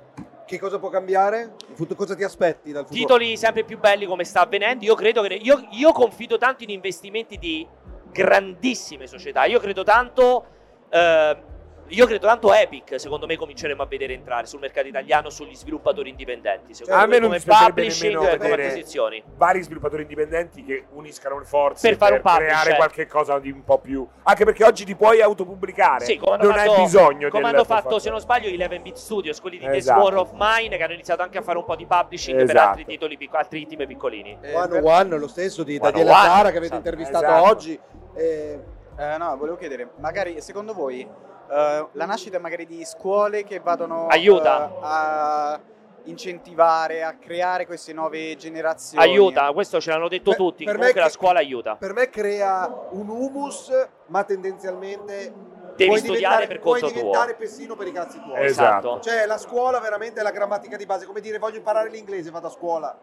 Speaker 2: Che cosa può cambiare? In futuro- Cosa ti aspetti dal futuro?
Speaker 1: Titoli sempre più belli come sta avvenendo, io credo che io, io confido tanto in investimenti di grandissime società, io credo tanto eh, Io credo tanto Epic, secondo me cominceremo a vedere entrare sul mercato italiano sugli sviluppatori indipendenti, secondo
Speaker 3: Cioè, a me
Speaker 1: me
Speaker 3: non
Speaker 1: come
Speaker 3: piacerebbe
Speaker 1: publishing
Speaker 3: nemmeno
Speaker 1: e come
Speaker 3: vedere-
Speaker 1: acquisizioni.
Speaker 3: vari sviluppatori indipendenti che uniscano le forze
Speaker 1: Per fare un partner,
Speaker 3: creare
Speaker 1: certo.
Speaker 3: qualche cosa di un po' più anche perché oggi ti puoi autopubblicare
Speaker 1: Sì, come hanno
Speaker 3: non
Speaker 1: fatto,
Speaker 3: hai bisogno
Speaker 1: come
Speaker 3: del
Speaker 1: hanno
Speaker 3: tuo
Speaker 1: fatto,
Speaker 3: fatto.
Speaker 1: se non sbaglio, i 11 Bit Studios, quelli di
Speaker 3: Esatto.
Speaker 1: This War of Mine, che hanno iniziato anche a fare un po' di publishing per
Speaker 3: Esatto.
Speaker 1: altri titoli, picco- altri team piccolini.
Speaker 11: Eh,
Speaker 2: One
Speaker 11: per-
Speaker 2: One, lo stesso di
Speaker 1: Esatto. One
Speaker 2: Daniela
Speaker 1: One,
Speaker 2: Zara che avete
Speaker 1: esatto,
Speaker 2: intervistato
Speaker 3: esatto.
Speaker 2: oggi. Eh,
Speaker 11: Eh, no, volevo chiedere, magari secondo voi eh, la nascita magari di scuole che vadano
Speaker 1: Aiuta.
Speaker 11: eh, a incentivare, a creare queste nuove generazioni?
Speaker 1: Aiuta, questo ce l'hanno detto
Speaker 2: Per-
Speaker 1: tutti,
Speaker 2: per me
Speaker 1: comunque la
Speaker 2: che-
Speaker 1: scuola aiuta.
Speaker 2: per me crea un humus, ma tendenzialmente
Speaker 1: Devi
Speaker 2: puoi
Speaker 1: studiare
Speaker 2: diventare,
Speaker 1: per
Speaker 2: puoi
Speaker 1: conto tuo.
Speaker 2: diventare pessino per i cazzi tuoi.
Speaker 1: Eh,
Speaker 3: Esatto.
Speaker 2: Cioè, la scuola veramente è la grammatica di base. Come dire, voglio imparare l'inglese, vado a scuola.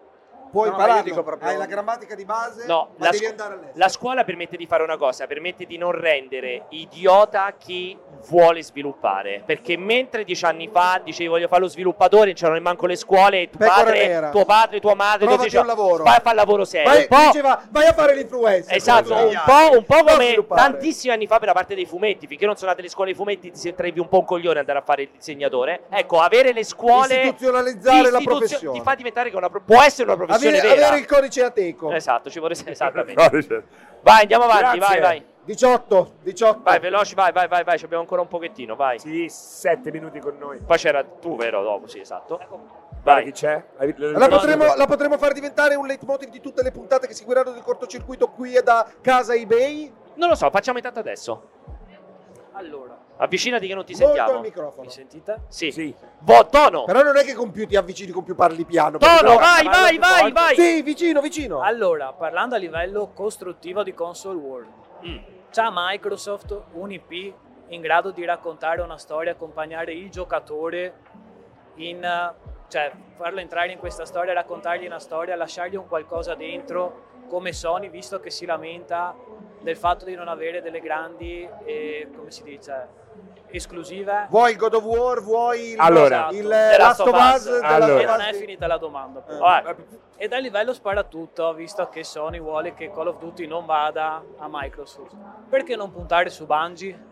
Speaker 2: Puoi
Speaker 11: No, no,
Speaker 2: impararlo.
Speaker 11: io dico proprio-
Speaker 2: Hai la grammatica di base,
Speaker 1: No,
Speaker 2: ma
Speaker 1: la
Speaker 2: devi
Speaker 1: scu-
Speaker 2: andare all'estero.
Speaker 1: La scuola permette di fare una cosa, permette di non rendere idiota chi vuole sviluppare, perché mentre dieci anni fa dicevi voglio fare lo sviluppatore, non c'erano neanche le scuole, tuo
Speaker 2: Pecora
Speaker 1: padre,
Speaker 2: nera.
Speaker 1: tuo padre, tua madre,
Speaker 2: Trovati
Speaker 1: tutti dicevano,
Speaker 2: un lavoro.
Speaker 1: vai a fare lavoro serio,
Speaker 2: Vai,
Speaker 1: eh, un po'-
Speaker 2: diceva, vai a fare l'influencer.
Speaker 1: Esatto,
Speaker 2: Come
Speaker 1: un
Speaker 2: gli altri.
Speaker 1: po', un po'
Speaker 2: Non
Speaker 1: come
Speaker 2: sviluppare.
Speaker 1: tantissimi anni fa per la parte dei fumetti, finché non sono nate le scuole dei fumetti ti sentivi un po' un coglione andare a fare il disegnatore. Ecco, avere le scuole
Speaker 2: Istituzionalizzare la
Speaker 1: istituzio-
Speaker 2: professione.
Speaker 1: ti fa diventare che una pro- può essere una professione
Speaker 2: Avere,
Speaker 1: vera.
Speaker 2: avere il codice ateco.
Speaker 1: Esatto, ci vorrebbe esattamente. Vai, andiamo avanti,
Speaker 3: Grazie.
Speaker 1: vai, vai.
Speaker 2: 18, 18.
Speaker 1: Vai, veloci, vai, vai, vai, vai, ci abbiamo ancora un pochettino, vai.
Speaker 3: sì sette minuti con noi
Speaker 1: Poi c'era tu, vero, dopo, sì, esatto.
Speaker 3: guarda chi
Speaker 1: Vai.
Speaker 3: c'è Hai- l-
Speaker 2: La
Speaker 3: l-
Speaker 2: potremmo, la potremmo far diventare un leitmotiv di tutte le puntate che seguiranno del cortocircuito qui e da casa eBay.
Speaker 1: Non lo so, facciamo intanto adesso.
Speaker 12: Allora,
Speaker 1: Avvicinati che non ti
Speaker 2: Molto
Speaker 1: sentiamo.
Speaker 2: al microfono.
Speaker 12: mi sentite?
Speaker 1: Sì.
Speaker 3: sì
Speaker 1: Vo- tono.
Speaker 2: Però non è che con più ti avvicini, con più parli piano. perché-
Speaker 1: Tono,
Speaker 12: No,
Speaker 1: vai,
Speaker 12: parla
Speaker 1: vai,
Speaker 12: più
Speaker 1: vai,
Speaker 12: forte.
Speaker 1: vai.
Speaker 2: Sì, vicino, vicino.
Speaker 12: Allora, parlando a livello costruttivo di console world,
Speaker 1: Mm.
Speaker 12: c'è a Microsoft un IP in grado di raccontare una storia, accompagnare il giocatore in eh, cioè farlo entrare in questa storia, raccontargli una storia, lasciargli un qualcosa dentro, come Sony, visto che si lamenta del fatto di non avere delle grandi, eh, come si dice, esclusive.
Speaker 2: Vuoi God of War, vuoi il,
Speaker 3: Allora.
Speaker 2: il
Speaker 1: The Last
Speaker 2: Last
Speaker 1: of
Speaker 2: of Us,
Speaker 1: Us.
Speaker 2: The Last
Speaker 3: Allora.
Speaker 2: of
Speaker 12: E non è
Speaker 2: Us. Eh.
Speaker 12: finita la domanda. però.
Speaker 1: Vai.
Speaker 12: E dal livello sparatutto, visto che Sony vuole che Call of Duty non vada a Microsoft, perché non puntare su Bungie?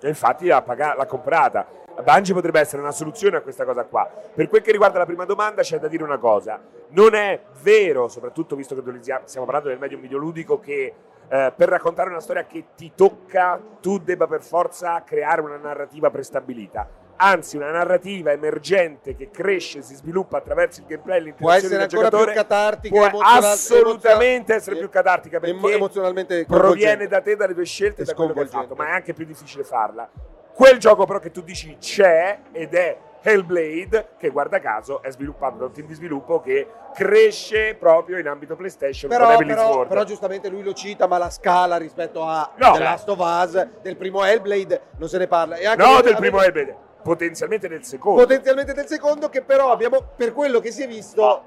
Speaker 3: E infatti l'ha, paga- l'ha comprata. Bungie potrebbe essere una soluzione a questa cosa qua. Per quel che riguarda la prima domanda c'è da dire una cosa. Non è vero, soprattutto visto che utilizziamo- stiamo parlando del medium videoludico, che eh, per raccontare una storia che ti tocca tu debba per forza creare una narrativa prestabilita. Anzi, una narrativa emergente che cresce e si sviluppa attraverso il gameplay e
Speaker 2: Può essere
Speaker 3: l'interazione del
Speaker 2: ancora più
Speaker 3: giocatore
Speaker 2: catartica.
Speaker 3: può
Speaker 2: emozional-
Speaker 3: assolutamente essere
Speaker 2: emozional-
Speaker 3: più catartica perché
Speaker 2: emo- emozionalmente
Speaker 3: proviene
Speaker 2: coinvolgente.
Speaker 3: da te, dalle tue scelte,
Speaker 2: E
Speaker 3: da quello che hai fatto,
Speaker 2: sconvolgente.
Speaker 3: ma è anche più difficile farla. Quel gioco però che tu dici c'è ed è Hellblade, che guarda caso è sviluppato da un team di sviluppo che cresce proprio in ambito PlayStation con
Speaker 2: Però,
Speaker 3: Evelyn's
Speaker 2: però,
Speaker 3: World.
Speaker 2: però giustamente lui lo cita, ma la scala rispetto a
Speaker 3: No.
Speaker 2: The Last of Us, del primo Hellblade, non se ne parla. E anche
Speaker 3: no,
Speaker 2: del-
Speaker 3: del primo
Speaker 2: avete-
Speaker 3: Hellblade, potenzialmente del secondo.
Speaker 2: potenzialmente del secondo che però abbiamo per quello che si è visto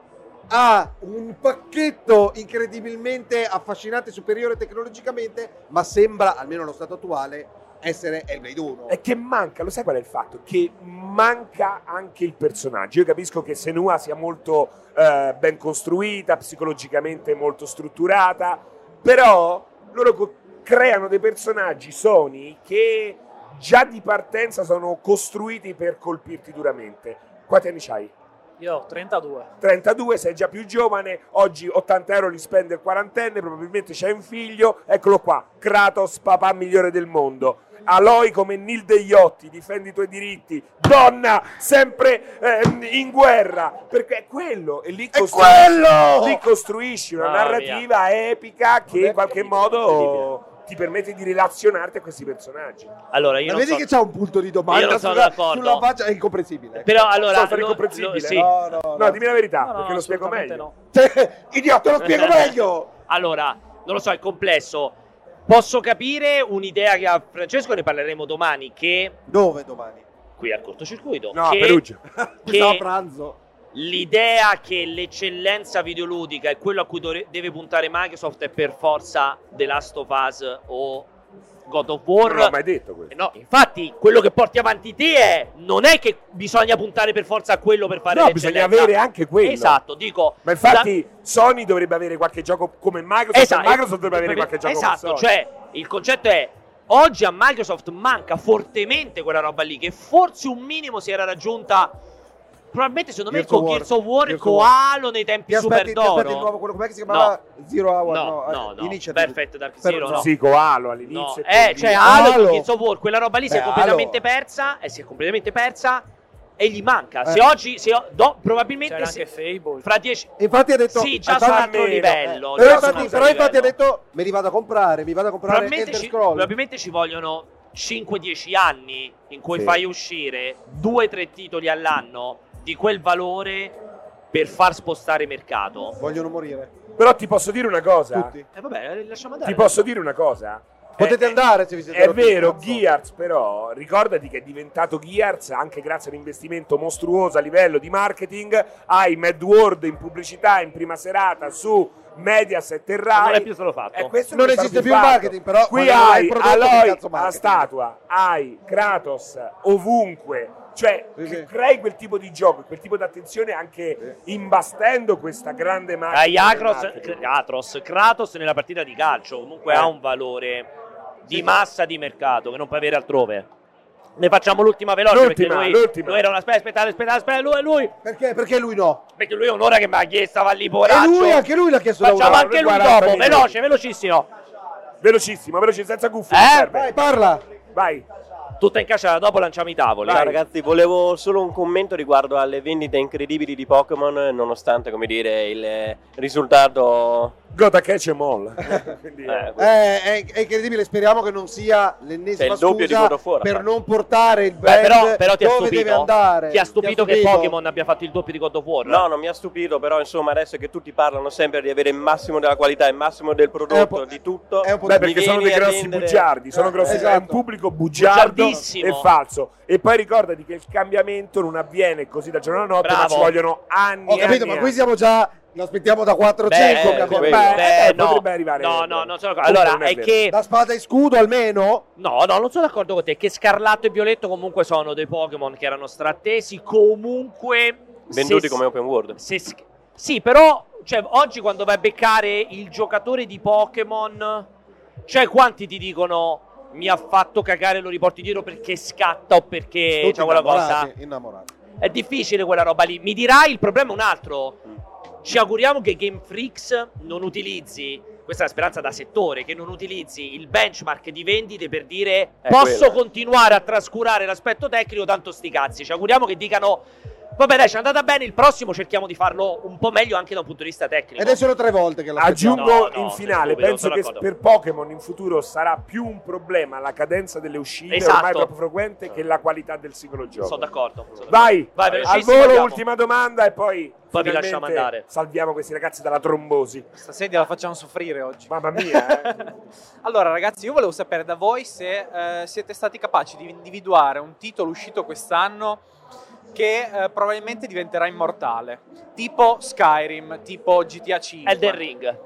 Speaker 2: ha un pacchetto incredibilmente affascinante superiore tecnologicamente ma sembra almeno allo stato attuale essere Hellblade 1
Speaker 1: Eh,
Speaker 3: È che manca, lo sai qual è il fatto? Che manca anche il personaggio. Io capisco che Senua sia molto eh, ben costruita, psicologicamente molto strutturata, però loro co- creano dei personaggi Sony che già di partenza sono costruiti per colpirti duramente. Quanti anni c'hai?
Speaker 12: Io ho 32.
Speaker 3: 32, sei già più giovane, oggi 80 euro li spende il quarantenne, probabilmente c'è un figlio, eccolo qua, Kratos, papà migliore del mondo. Aloy come Nil Degliotti, difendi i tuoi diritti, donna sempre ehm, in guerra, perché è quello, e lì, costru- lì costruisci una
Speaker 1: Mamma
Speaker 3: narrativa epica che
Speaker 1: Vabbè,
Speaker 3: in qualche modo ti permette di relazionarti a questi personaggi.
Speaker 1: Allora,
Speaker 2: ma
Speaker 1: io non
Speaker 2: vedi
Speaker 1: so-
Speaker 2: che c'è un punto di
Speaker 1: Io non
Speaker 2: domanda
Speaker 1: sono
Speaker 2: sulla,
Speaker 1: d'accordo.
Speaker 2: sulla faccia è incomprensibile
Speaker 1: Però allora...
Speaker 3: Sono stato
Speaker 1: lo-
Speaker 3: incomprensibile?
Speaker 1: lo- sì.
Speaker 2: no, no, no.
Speaker 3: No, dimmi la verità,
Speaker 12: No, no,
Speaker 3: Ah, perché lo spiego
Speaker 12: assolutamente
Speaker 3: meglio.
Speaker 12: no.
Speaker 2: Cioè, idiota lo
Speaker 1: Eh.
Speaker 2: spiego meglio
Speaker 1: Allora, non lo so, è complesso. Posso capire un'idea che ha Francesco, ne parleremo domani, che
Speaker 2: dove domani?
Speaker 1: qui al cortocircuito,
Speaker 3: No,
Speaker 1: che
Speaker 3: Perugia.
Speaker 1: Che-
Speaker 2: no pranzo
Speaker 1: l'idea che l'eccellenza videoludica è quello a cui dovre- deve puntare Microsoft è per forza The Last of Us o God of War.
Speaker 3: Non l'ho mai detto questo.
Speaker 1: Eh No, infatti, quello che porti avanti te è non è che bisogna puntare per forza a quello per fare
Speaker 3: No, bisogna
Speaker 1: l'eccellenza.
Speaker 3: avere anche quello.
Speaker 1: Esatto, dico
Speaker 3: Ma infatti Sony dovrebbe avere qualche gioco come Microsoft,
Speaker 1: Esatto,
Speaker 3: e Microsoft dovrebbe avere qualche gioco
Speaker 1: esatto,
Speaker 3: come Sony.
Speaker 1: cioè il concetto è Oggi a Microsoft manca fortemente quella roba lì che forse un minimo si era raggiunta probabilmente secondo me
Speaker 2: Gears
Speaker 1: con
Speaker 2: of War.
Speaker 1: Gears of War e
Speaker 2: Gears of War.
Speaker 1: Koalo nei tempi
Speaker 2: Ti aspetti- ti
Speaker 1: super
Speaker 2: aspetti il
Speaker 1: d'oro.
Speaker 2: nuovo, quello com'è che si chiamava? Zero Hour,
Speaker 1: No,
Speaker 2: no,
Speaker 1: no,
Speaker 2: eh,
Speaker 1: no.
Speaker 2: Initiative.
Speaker 1: Perfect
Speaker 2: Per-
Speaker 1: Dark Zero,
Speaker 2: no.
Speaker 1: no.
Speaker 3: Sì, Koalo all'inizio.
Speaker 1: No, Eh, cioè Halo,
Speaker 2: Halo. Eh,
Speaker 1: con Gears of War, quella roba lì si è
Speaker 2: Beh,
Speaker 1: completamente persa, e si è completamente persa e gli manca. Se
Speaker 2: Eh.
Speaker 1: oggi, se o- do- probabilmente
Speaker 12: C'era
Speaker 1: se-
Speaker 12: anche Fable.
Speaker 1: fra 10
Speaker 2: E infatti ha detto
Speaker 1: Sì, già
Speaker 2: "Ah,
Speaker 1: su un
Speaker 2: guarda,
Speaker 1: altro
Speaker 2: meno".
Speaker 1: livello,
Speaker 2: Eh,
Speaker 1: già
Speaker 2: Però,
Speaker 1: su un
Speaker 2: infatti,
Speaker 1: altro
Speaker 2: però infatti ha
Speaker 1: livello.
Speaker 2: detto me li vado a comprare, mi vado a comprare
Speaker 1: probabilmente
Speaker 2: Elder
Speaker 1: ci,
Speaker 2: Scrolls.
Speaker 1: probabilmente ci vogliono 5-10 anni in cui
Speaker 2: Sì.
Speaker 1: fai uscire 2-3 titoli all'anno di quel valore per far spostare mercato.
Speaker 2: Vogliono morire
Speaker 3: Però ti posso dire una cosa.
Speaker 2: tutti.
Speaker 1: E vabbè, lasciamo andare.
Speaker 3: Ti posso dire una cosa?
Speaker 2: Potete
Speaker 3: Eh,
Speaker 2: andare se vi siete
Speaker 3: È
Speaker 2: rotti il
Speaker 3: vero,
Speaker 2: cazzo.
Speaker 3: Gears però, ricordati che è diventato Gears anche grazie all'investimento mostruoso a livello di marketing, hai Mad World in pubblicità in prima serata su Mediaset e
Speaker 1: Ma non è
Speaker 3: Rai.
Speaker 1: più solo fatto.
Speaker 3: E Eh, questo
Speaker 2: Esatto. Non
Speaker 3: è stato
Speaker 2: esiste più il
Speaker 3: fatto.
Speaker 2: marketing, però
Speaker 3: Qui
Speaker 2: quando hai
Speaker 3: hai
Speaker 2: il prodotto, che
Speaker 3: Aloy
Speaker 2: cazzo
Speaker 3: la
Speaker 2: marketing?
Speaker 3: statua, hai Kratos ovunque. Cioè,
Speaker 2: Sì, sì.
Speaker 3: crei quel tipo di gioco, quel tipo di attenzione anche imbastendo questa grande macchina.
Speaker 1: Hai
Speaker 3: del
Speaker 1: Akros,
Speaker 3: marketing.
Speaker 1: Atros, Kratos nella partita di calcio comunque
Speaker 3: Eh.
Speaker 1: ha un valore di
Speaker 3: Sì,
Speaker 1: massa di mercato che non puoi avere altrove. Ne facciamo l'ultima veloce
Speaker 3: L'ultima,
Speaker 1: perché lui,
Speaker 3: l'ultima.
Speaker 1: lui era una aspetta, aspetta, aspetta, aspetta, lui, lui,
Speaker 2: Perché? Perché lui no?
Speaker 1: perché lui è un'ora che mi ha chiesto va lì
Speaker 2: E
Speaker 1: poraccio.
Speaker 2: lui anche lui l'ha chiesto da
Speaker 1: Facciamo
Speaker 2: un'ora.
Speaker 1: anche lui
Speaker 3: 40
Speaker 1: dopo,
Speaker 3: minuti.
Speaker 1: veloce, velocissimo.
Speaker 3: Velocissimo, velocissimo, senza cuffie.
Speaker 1: Eh?
Speaker 3: non serve.
Speaker 2: Vai, parla.
Speaker 3: Vai.
Speaker 1: Tutta in caccia, dopo lanciamo i tavoli.
Speaker 13: Ciao
Speaker 1: Vai.
Speaker 13: ragazzi, volevo solo un commento riguardo alle vendite incredibili di Pokémon, nonostante come dire il risultato.
Speaker 3: Gota catch e moll. Quindi, eh,
Speaker 13: eh,
Speaker 2: Eh, è, è incredibile, speriamo che non sia l'ennesima
Speaker 13: C'è il doppio di
Speaker 2: scusa
Speaker 13: God of War,
Speaker 2: per
Speaker 13: infatti.
Speaker 2: non portare il brand
Speaker 1: Beh, però, però ti ha
Speaker 2: dove deve
Speaker 1: stupito.
Speaker 2: andare.
Speaker 1: Ti ha stupito che Pokémon abbia fatto il doppio di God of War?
Speaker 13: No, non mi ha stupito, però insomma adesso che tutti parlano sempre di avere il massimo della qualità, il massimo del
Speaker 2: È un
Speaker 13: prodotto,
Speaker 2: po'-
Speaker 13: di tutto.
Speaker 2: è un po'
Speaker 3: Beh,
Speaker 13: mi
Speaker 3: perché sono
Speaker 13: vieni
Speaker 3: dei
Speaker 13: a
Speaker 3: grossi
Speaker 13: vendere-
Speaker 3: bugiardi, sono
Speaker 2: Eh,
Speaker 3: grossi,
Speaker 2: esatto.
Speaker 3: è un pubblico bugiardo
Speaker 1: Bugiardissimo.
Speaker 3: e falso. E poi ricordati che il cambiamento non avviene così da giorno alla notte, ma
Speaker 1: Bravo.
Speaker 3: ci vogliono anni.
Speaker 2: Ho capito,
Speaker 3: anni,
Speaker 2: ma qui
Speaker 3: anni.
Speaker 2: siamo già. Lo aspettiamo da 4-5.
Speaker 1: Beh,
Speaker 13: eh,
Speaker 2: capito?
Speaker 13: come-
Speaker 2: Beh,
Speaker 1: beh,
Speaker 3: eh,
Speaker 1: no.
Speaker 3: potrebbe arrivare.
Speaker 1: No, no, non sono d'accordo.
Speaker 3: Comunque
Speaker 1: Allora,
Speaker 3: non è
Speaker 1: è
Speaker 3: vero.
Speaker 1: che
Speaker 2: da spada e scudo almeno.
Speaker 1: No, no, non sono d'accordo con te. Che Scarlatto e Violetto comunque sono dei Pokémon che erano strattesi. Comunque.
Speaker 13: Venduti
Speaker 1: se-
Speaker 13: come open world.
Speaker 1: se- sì, però. Cioè, oggi quando vai a beccare il giocatore di Pokémon. Cioè, quanti ti dicono. Mi ha fatto cagare, lo riporti dietro perché scatta o perché.
Speaker 2: Tutti
Speaker 1: Cioè, quella cosa.
Speaker 2: innamorati, innamorati.
Speaker 1: È difficile quella roba lì. Mi dirai il problema è un altro. Ci auguriamo che Game Freaks non utilizzi. Questa è la speranza da settore, che non utilizzi il benchmark di vendite per dire
Speaker 13: È
Speaker 1: posso
Speaker 13: quello.
Speaker 1: continuare a trascurare l'aspetto tecnico, tanto sti cazzi. Ci auguriamo che dicano vabbè dai, ci è andata bene, il prossimo cerchiamo di farlo un po' meglio anche da un punto di vista tecnico.
Speaker 2: Ed è solo tre volte che la
Speaker 3: Aggiungo
Speaker 1: No, no,
Speaker 3: in
Speaker 1: sei
Speaker 3: finale,
Speaker 1: stupido,
Speaker 3: penso
Speaker 1: sono
Speaker 3: che
Speaker 1: d'accordo.
Speaker 3: per Pokémon in futuro sarà più un problema la cadenza delle uscite
Speaker 1: Esatto.
Speaker 3: ormai troppo frequente che la qualità del singolo gioco.
Speaker 1: Sono d'accordo. sono d'accordo.
Speaker 3: Vai,
Speaker 1: Vai,
Speaker 3: al
Speaker 1: velocissimo,
Speaker 3: volo
Speaker 1: andiamo.
Speaker 3: ultima domanda e poi,
Speaker 1: Poi vi
Speaker 3: finalmente
Speaker 1: lasciamo andare.
Speaker 3: salviamo questi ragazzi dalla trombosi.
Speaker 11: Questa sedia la facciamo soffrire oggi.
Speaker 3: Mamma mia, eh.
Speaker 11: Allora, ragazzi, io volevo sapere da voi se eh, siete stati capaci di individuare un titolo uscito quest'anno che eh, probabilmente diventerà immortale, tipo Skyrim, tipo GTA 5.
Speaker 1: Elden Ring.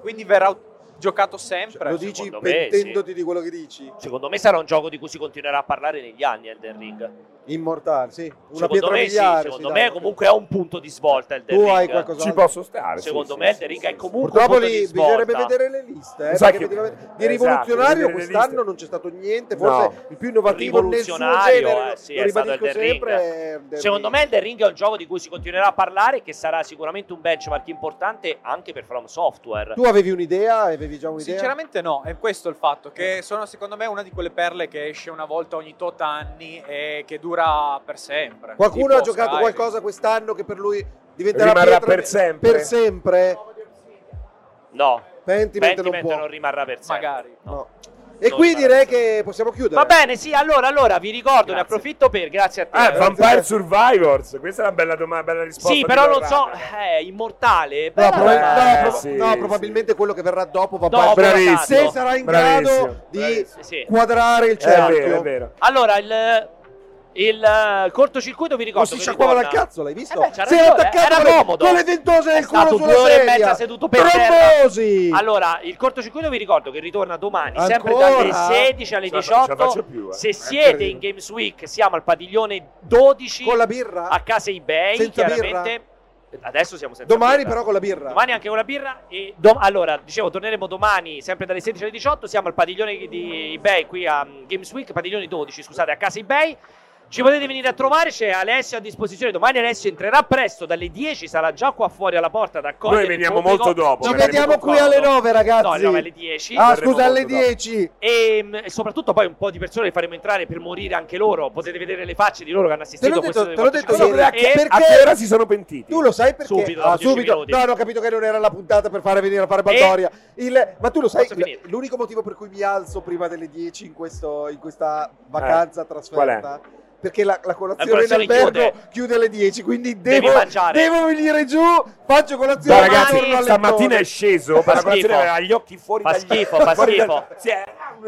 Speaker 11: Quindi verrà giocato sempre.
Speaker 2: Lo dici
Speaker 1: Cioè, secondo me,
Speaker 2: pentendoti di quello che dici?
Speaker 1: Secondo me sarà un gioco di cui si continuerà a parlare negli anni Elden Ring.
Speaker 2: Immortale, sì. Una
Speaker 1: Secondo
Speaker 2: pietra
Speaker 1: me sì,
Speaker 2: miliare.
Speaker 1: secondo
Speaker 2: sì,
Speaker 1: me
Speaker 2: dai.
Speaker 1: comunque è un punto di svolta Elden
Speaker 2: Tu
Speaker 1: Ring.
Speaker 2: hai qualcosa
Speaker 3: ci posso stare.
Speaker 1: Secondo
Speaker 3: sì,
Speaker 1: me
Speaker 3: sì, Eh,
Speaker 1: Elden Ring
Speaker 3: sì,
Speaker 1: è
Speaker 3: sì,
Speaker 1: comunque
Speaker 2: Purtroppo
Speaker 1: un punto
Speaker 2: lì
Speaker 1: di
Speaker 2: bisognerà
Speaker 1: svolta.
Speaker 2: vedere le liste. Eh,
Speaker 3: Sai
Speaker 2: perché
Speaker 3: che-
Speaker 2: effettivamente di
Speaker 3: esatto,
Speaker 2: rivoluzionario
Speaker 3: vedere le
Speaker 2: quest'anno
Speaker 3: liste.
Speaker 2: non c'è stato niente.
Speaker 3: No.
Speaker 2: Forse il più innovativo nel suo
Speaker 1: Rivoluzionario,
Speaker 2: genere.
Speaker 1: eh, sì,
Speaker 2: lo
Speaker 1: è stato
Speaker 2: ribadisco
Speaker 1: Elden Ring.
Speaker 2: sempre. è Elden
Speaker 1: Secondo
Speaker 2: Ring.
Speaker 1: me Elden Ring è un gioco di cui si continuerà a parlare e che sarà sicuramente un benchmark importante anche per From Software.
Speaker 2: Tu avevi un'idea? Avevi già un'idea?
Speaker 11: Sinceramente no, è questo il fatto, che sono secondo me una di quelle perle che esce una volta ogni tot anni e che dura per sempre.
Speaker 2: Qualcuno
Speaker 11: Tipo
Speaker 2: ha giocato
Speaker 11: Skyrim.
Speaker 2: quest'anno quest'anno quest'anno che per lui diventerà
Speaker 3: Rimarrà
Speaker 2: pietra-
Speaker 3: per sempre.
Speaker 2: Per sempre?
Speaker 1: No,
Speaker 2: Pentiment, non
Speaker 1: Pentiment
Speaker 2: può.
Speaker 1: non, rimarrà per sempre.
Speaker 11: Magari.
Speaker 2: No. E
Speaker 1: Non
Speaker 2: qui
Speaker 1: rimarrà
Speaker 2: direi
Speaker 1: per sempre.
Speaker 2: che possiamo chiudere.
Speaker 1: Va bene, sì, allora, allora vi ricordo, ne
Speaker 11: Grazie. Eh,
Speaker 1: approfitto per, grazie a te.
Speaker 3: Ah,
Speaker 1: Allora,
Speaker 3: Vampire Survivors, questa è una bella domanda, bella risposta.
Speaker 1: sì,
Speaker 3: di
Speaker 1: però non
Speaker 3: Corrado.
Speaker 1: so, eh, immortale,
Speaker 2: No,
Speaker 1: però-
Speaker 2: proba-
Speaker 3: Eh,
Speaker 2: no, proba-
Speaker 3: sì,
Speaker 2: no,
Speaker 3: sì.
Speaker 2: probabilmente quello che verrà dopo va
Speaker 1: Dopo,
Speaker 2: bene.
Speaker 3: bravissimo,
Speaker 2: Se sarà in
Speaker 3: bravissimo,
Speaker 2: grado di
Speaker 3: bravissimo.
Speaker 1: Sì.
Speaker 2: quadrare il
Speaker 3: Eh, È
Speaker 1: certo.
Speaker 3: vero, è
Speaker 2: cerchio.
Speaker 3: vero.
Speaker 1: Allora, il, il eh, cortocircuito vi
Speaker 2: Non
Speaker 1: ricordo
Speaker 2: si
Speaker 1: che
Speaker 2: sciacquava la
Speaker 1: ricorda-
Speaker 2: cazzo, l'hai visto?
Speaker 1: Eh beh, c'ha
Speaker 2: si era
Speaker 1: ragione,
Speaker 2: attaccato
Speaker 1: era
Speaker 2: con le-
Speaker 1: comodo.
Speaker 2: con le ventose
Speaker 1: È
Speaker 2: del culo
Speaker 1: stato
Speaker 2: sulla
Speaker 1: due ore e
Speaker 2: sedia.
Speaker 1: mezza seduto per
Speaker 2: Trombosi!
Speaker 1: Allora, il cortocircuito vi ricordo che ritorna domani, sempre
Speaker 2: Ancora? Ah.
Speaker 1: dalle 16 alle
Speaker 3: Ce la fa- ce la
Speaker 1: 18.
Speaker 3: faccio più, eh.
Speaker 1: Se
Speaker 3: È
Speaker 1: siete
Speaker 2: incredibile.
Speaker 1: in Games Week, siamo al padiglione 12
Speaker 2: Con la birra?
Speaker 1: a casa eBay,
Speaker 2: Senza birra?
Speaker 1: chiaramente. Adesso siamo senza
Speaker 2: Domani
Speaker 1: birra.
Speaker 2: però con la birra.
Speaker 1: Domani anche con la birra. E dom- allora, dicevo, torneremo domani sempre dalle 16 alle 18. Siamo al padiglione di eBay qui a mm, Games Week, padiglione 12, scusate, a casa eBay. Ci potete venire a trovare, c'è Alessio a disposizione. Domani Alessio entrerà presto, dalle 10 sarà già qua fuori alla porta ad accogliere.
Speaker 3: Noi veniamo
Speaker 1: il pubblico.
Speaker 3: molto dopo,
Speaker 2: Ci vediamo qui alle 9, ragazzi.
Speaker 1: No, alle nove, alle 10.
Speaker 2: Ah,
Speaker 1: Verremo
Speaker 2: scusa, alle
Speaker 1: molto dopo.
Speaker 2: 10.
Speaker 1: E, mm, e soprattutto poi un po' di persone le faremo entrare per morire anche loro. Potete vedere le facce di loro che hanno assistito a
Speaker 2: l'ho
Speaker 1: questo
Speaker 2: detto- te l'ho detto
Speaker 1: Cosa
Speaker 2: ieri.
Speaker 1: ubriachi-
Speaker 2: Perché-
Speaker 1: a
Speaker 3: A che ora si sono pentiti?
Speaker 2: Tu lo sai perché?
Speaker 1: Subito,
Speaker 2: Ah,
Speaker 1: dopo 10
Speaker 2: subito.
Speaker 1: minuti. Eh?
Speaker 2: No, no, ho capito che non era la puntata per fare venire a fare Baldoria. Il- Ma tu lo sai,
Speaker 1: Posso
Speaker 2: il-
Speaker 1: finire?
Speaker 2: l'unico motivo per cui mi alzo prima delle 10 in, questo- in questa vacanza trasferta? Perché la, la colazione,
Speaker 1: Eh. La colazione
Speaker 2: in albergo
Speaker 1: chiude.
Speaker 2: chiude. alle 10, quindi
Speaker 1: Devi
Speaker 2: devo,
Speaker 1: mangiare.
Speaker 2: devo venire giù, faccio colazione
Speaker 3: Dai,
Speaker 2: e
Speaker 3: ragazzi,
Speaker 2: torno al
Speaker 3: stamattina
Speaker 2: lettore.
Speaker 3: è sceso
Speaker 1: Fa
Speaker 3: per la colazione
Speaker 1: schifo.
Speaker 3: aveva gli occhi fuori
Speaker 1: Fa
Speaker 3: dagli-
Speaker 1: schifo, fa
Speaker 3: fuori dal-
Speaker 1: schifo.
Speaker 3: Sì,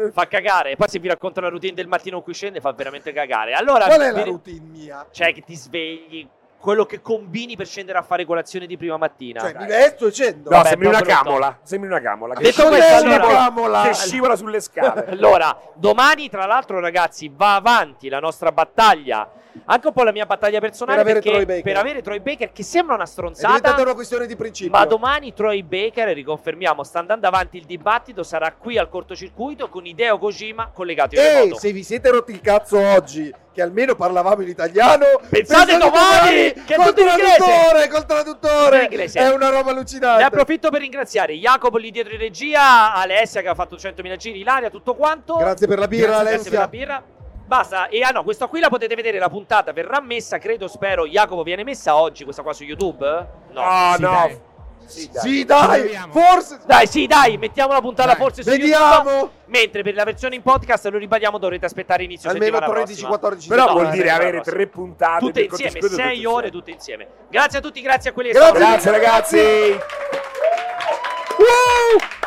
Speaker 3: eh,
Speaker 1: Fa cagare. Poi se vi racconta la routine del mattino in cui scende fa veramente cagare. Allora,
Speaker 2: Qual è la
Speaker 1: vi-
Speaker 2: routine mia?
Speaker 1: Cioè che ti svegli, quello che combini per scendere a fare colazione di prima mattina.
Speaker 2: Cioè, mi
Speaker 1: Dai.
Speaker 2: vesto e scendo.
Speaker 3: No,
Speaker 1: Vabbè,
Speaker 3: sembri una
Speaker 1: brutto.
Speaker 3: camola. Sembri una camola. Che,
Speaker 1: Detto
Speaker 3: scivola,
Speaker 1: questo,
Speaker 3: che
Speaker 1: allora-
Speaker 3: scivola- che scivola sulle scale.
Speaker 1: Allora, domani, tra l'altro, ragazzi, va avanti la nostra battaglia. Anche un po' la mia battaglia personale
Speaker 2: Per avere
Speaker 1: perché-
Speaker 2: Troy Baker.
Speaker 1: per avere Troy Baker, che sembra una
Speaker 2: È diventata
Speaker 1: stronzata.
Speaker 2: una questione di principio.
Speaker 1: Ma domani Troy Baker, riconfermiamo, sta andando avanti il dibattito, sarà qui al cortocircuito con Ideo Kojima collegato in
Speaker 2: E
Speaker 1: remoto.
Speaker 2: se vi siete rotti il cazzo oggi, che almeno parlavamo in italiano,
Speaker 1: Pensate domani, che è
Speaker 2: col
Speaker 1: tutto in
Speaker 2: traduttore,
Speaker 1: inglese.
Speaker 2: col
Speaker 1: Tutto in
Speaker 2: traduttore.
Speaker 1: inglese.
Speaker 2: È una roba
Speaker 1: Ne
Speaker 2: allucinante.
Speaker 1: approfitto per ringraziare Jacopo lì dietro in regia, Alessia che ha fatto 100.000 giri, Ilaria, tutto quanto.
Speaker 2: Grazie per la birra,
Speaker 1: Grazie, grazie per la
Speaker 2: Alessia.
Speaker 1: birra. Basta, e ah no, questa qui la potete vedere, la puntata verrà messa, credo, spero, Jacopo viene messa oggi, questa qua su YouTube? No,
Speaker 2: Ah,
Speaker 3: No,
Speaker 1: Sì,
Speaker 3: no.
Speaker 1: dai.
Speaker 3: Sì,
Speaker 2: Sì, dai,
Speaker 4: Proviamo.
Speaker 2: forse
Speaker 1: Dai, sì, dai, mettiamo la puntata
Speaker 4: Dai,
Speaker 1: forse su
Speaker 2: vediamo.
Speaker 1: YouTube. Mentre per la versione in podcast, lo ribadiamo, dovrete aspettare inizio
Speaker 2: almeno
Speaker 1: settimana
Speaker 2: 13
Speaker 1: prossima.
Speaker 2: 14
Speaker 3: Però
Speaker 1: No,
Speaker 3: vuol
Speaker 1: dai,
Speaker 3: dire
Speaker 1: dai,
Speaker 3: avere
Speaker 1: dai,
Speaker 3: tre puntate.
Speaker 1: Tutte
Speaker 3: del
Speaker 1: insieme,
Speaker 3: cortocircuito tutte
Speaker 1: 6 ore
Speaker 3: insieme.
Speaker 1: tutte insieme. Grazie a tutti, grazie a quelli che
Speaker 2: Grazie.
Speaker 1: sono
Speaker 3: Grazie ragazzi.
Speaker 2: Wow!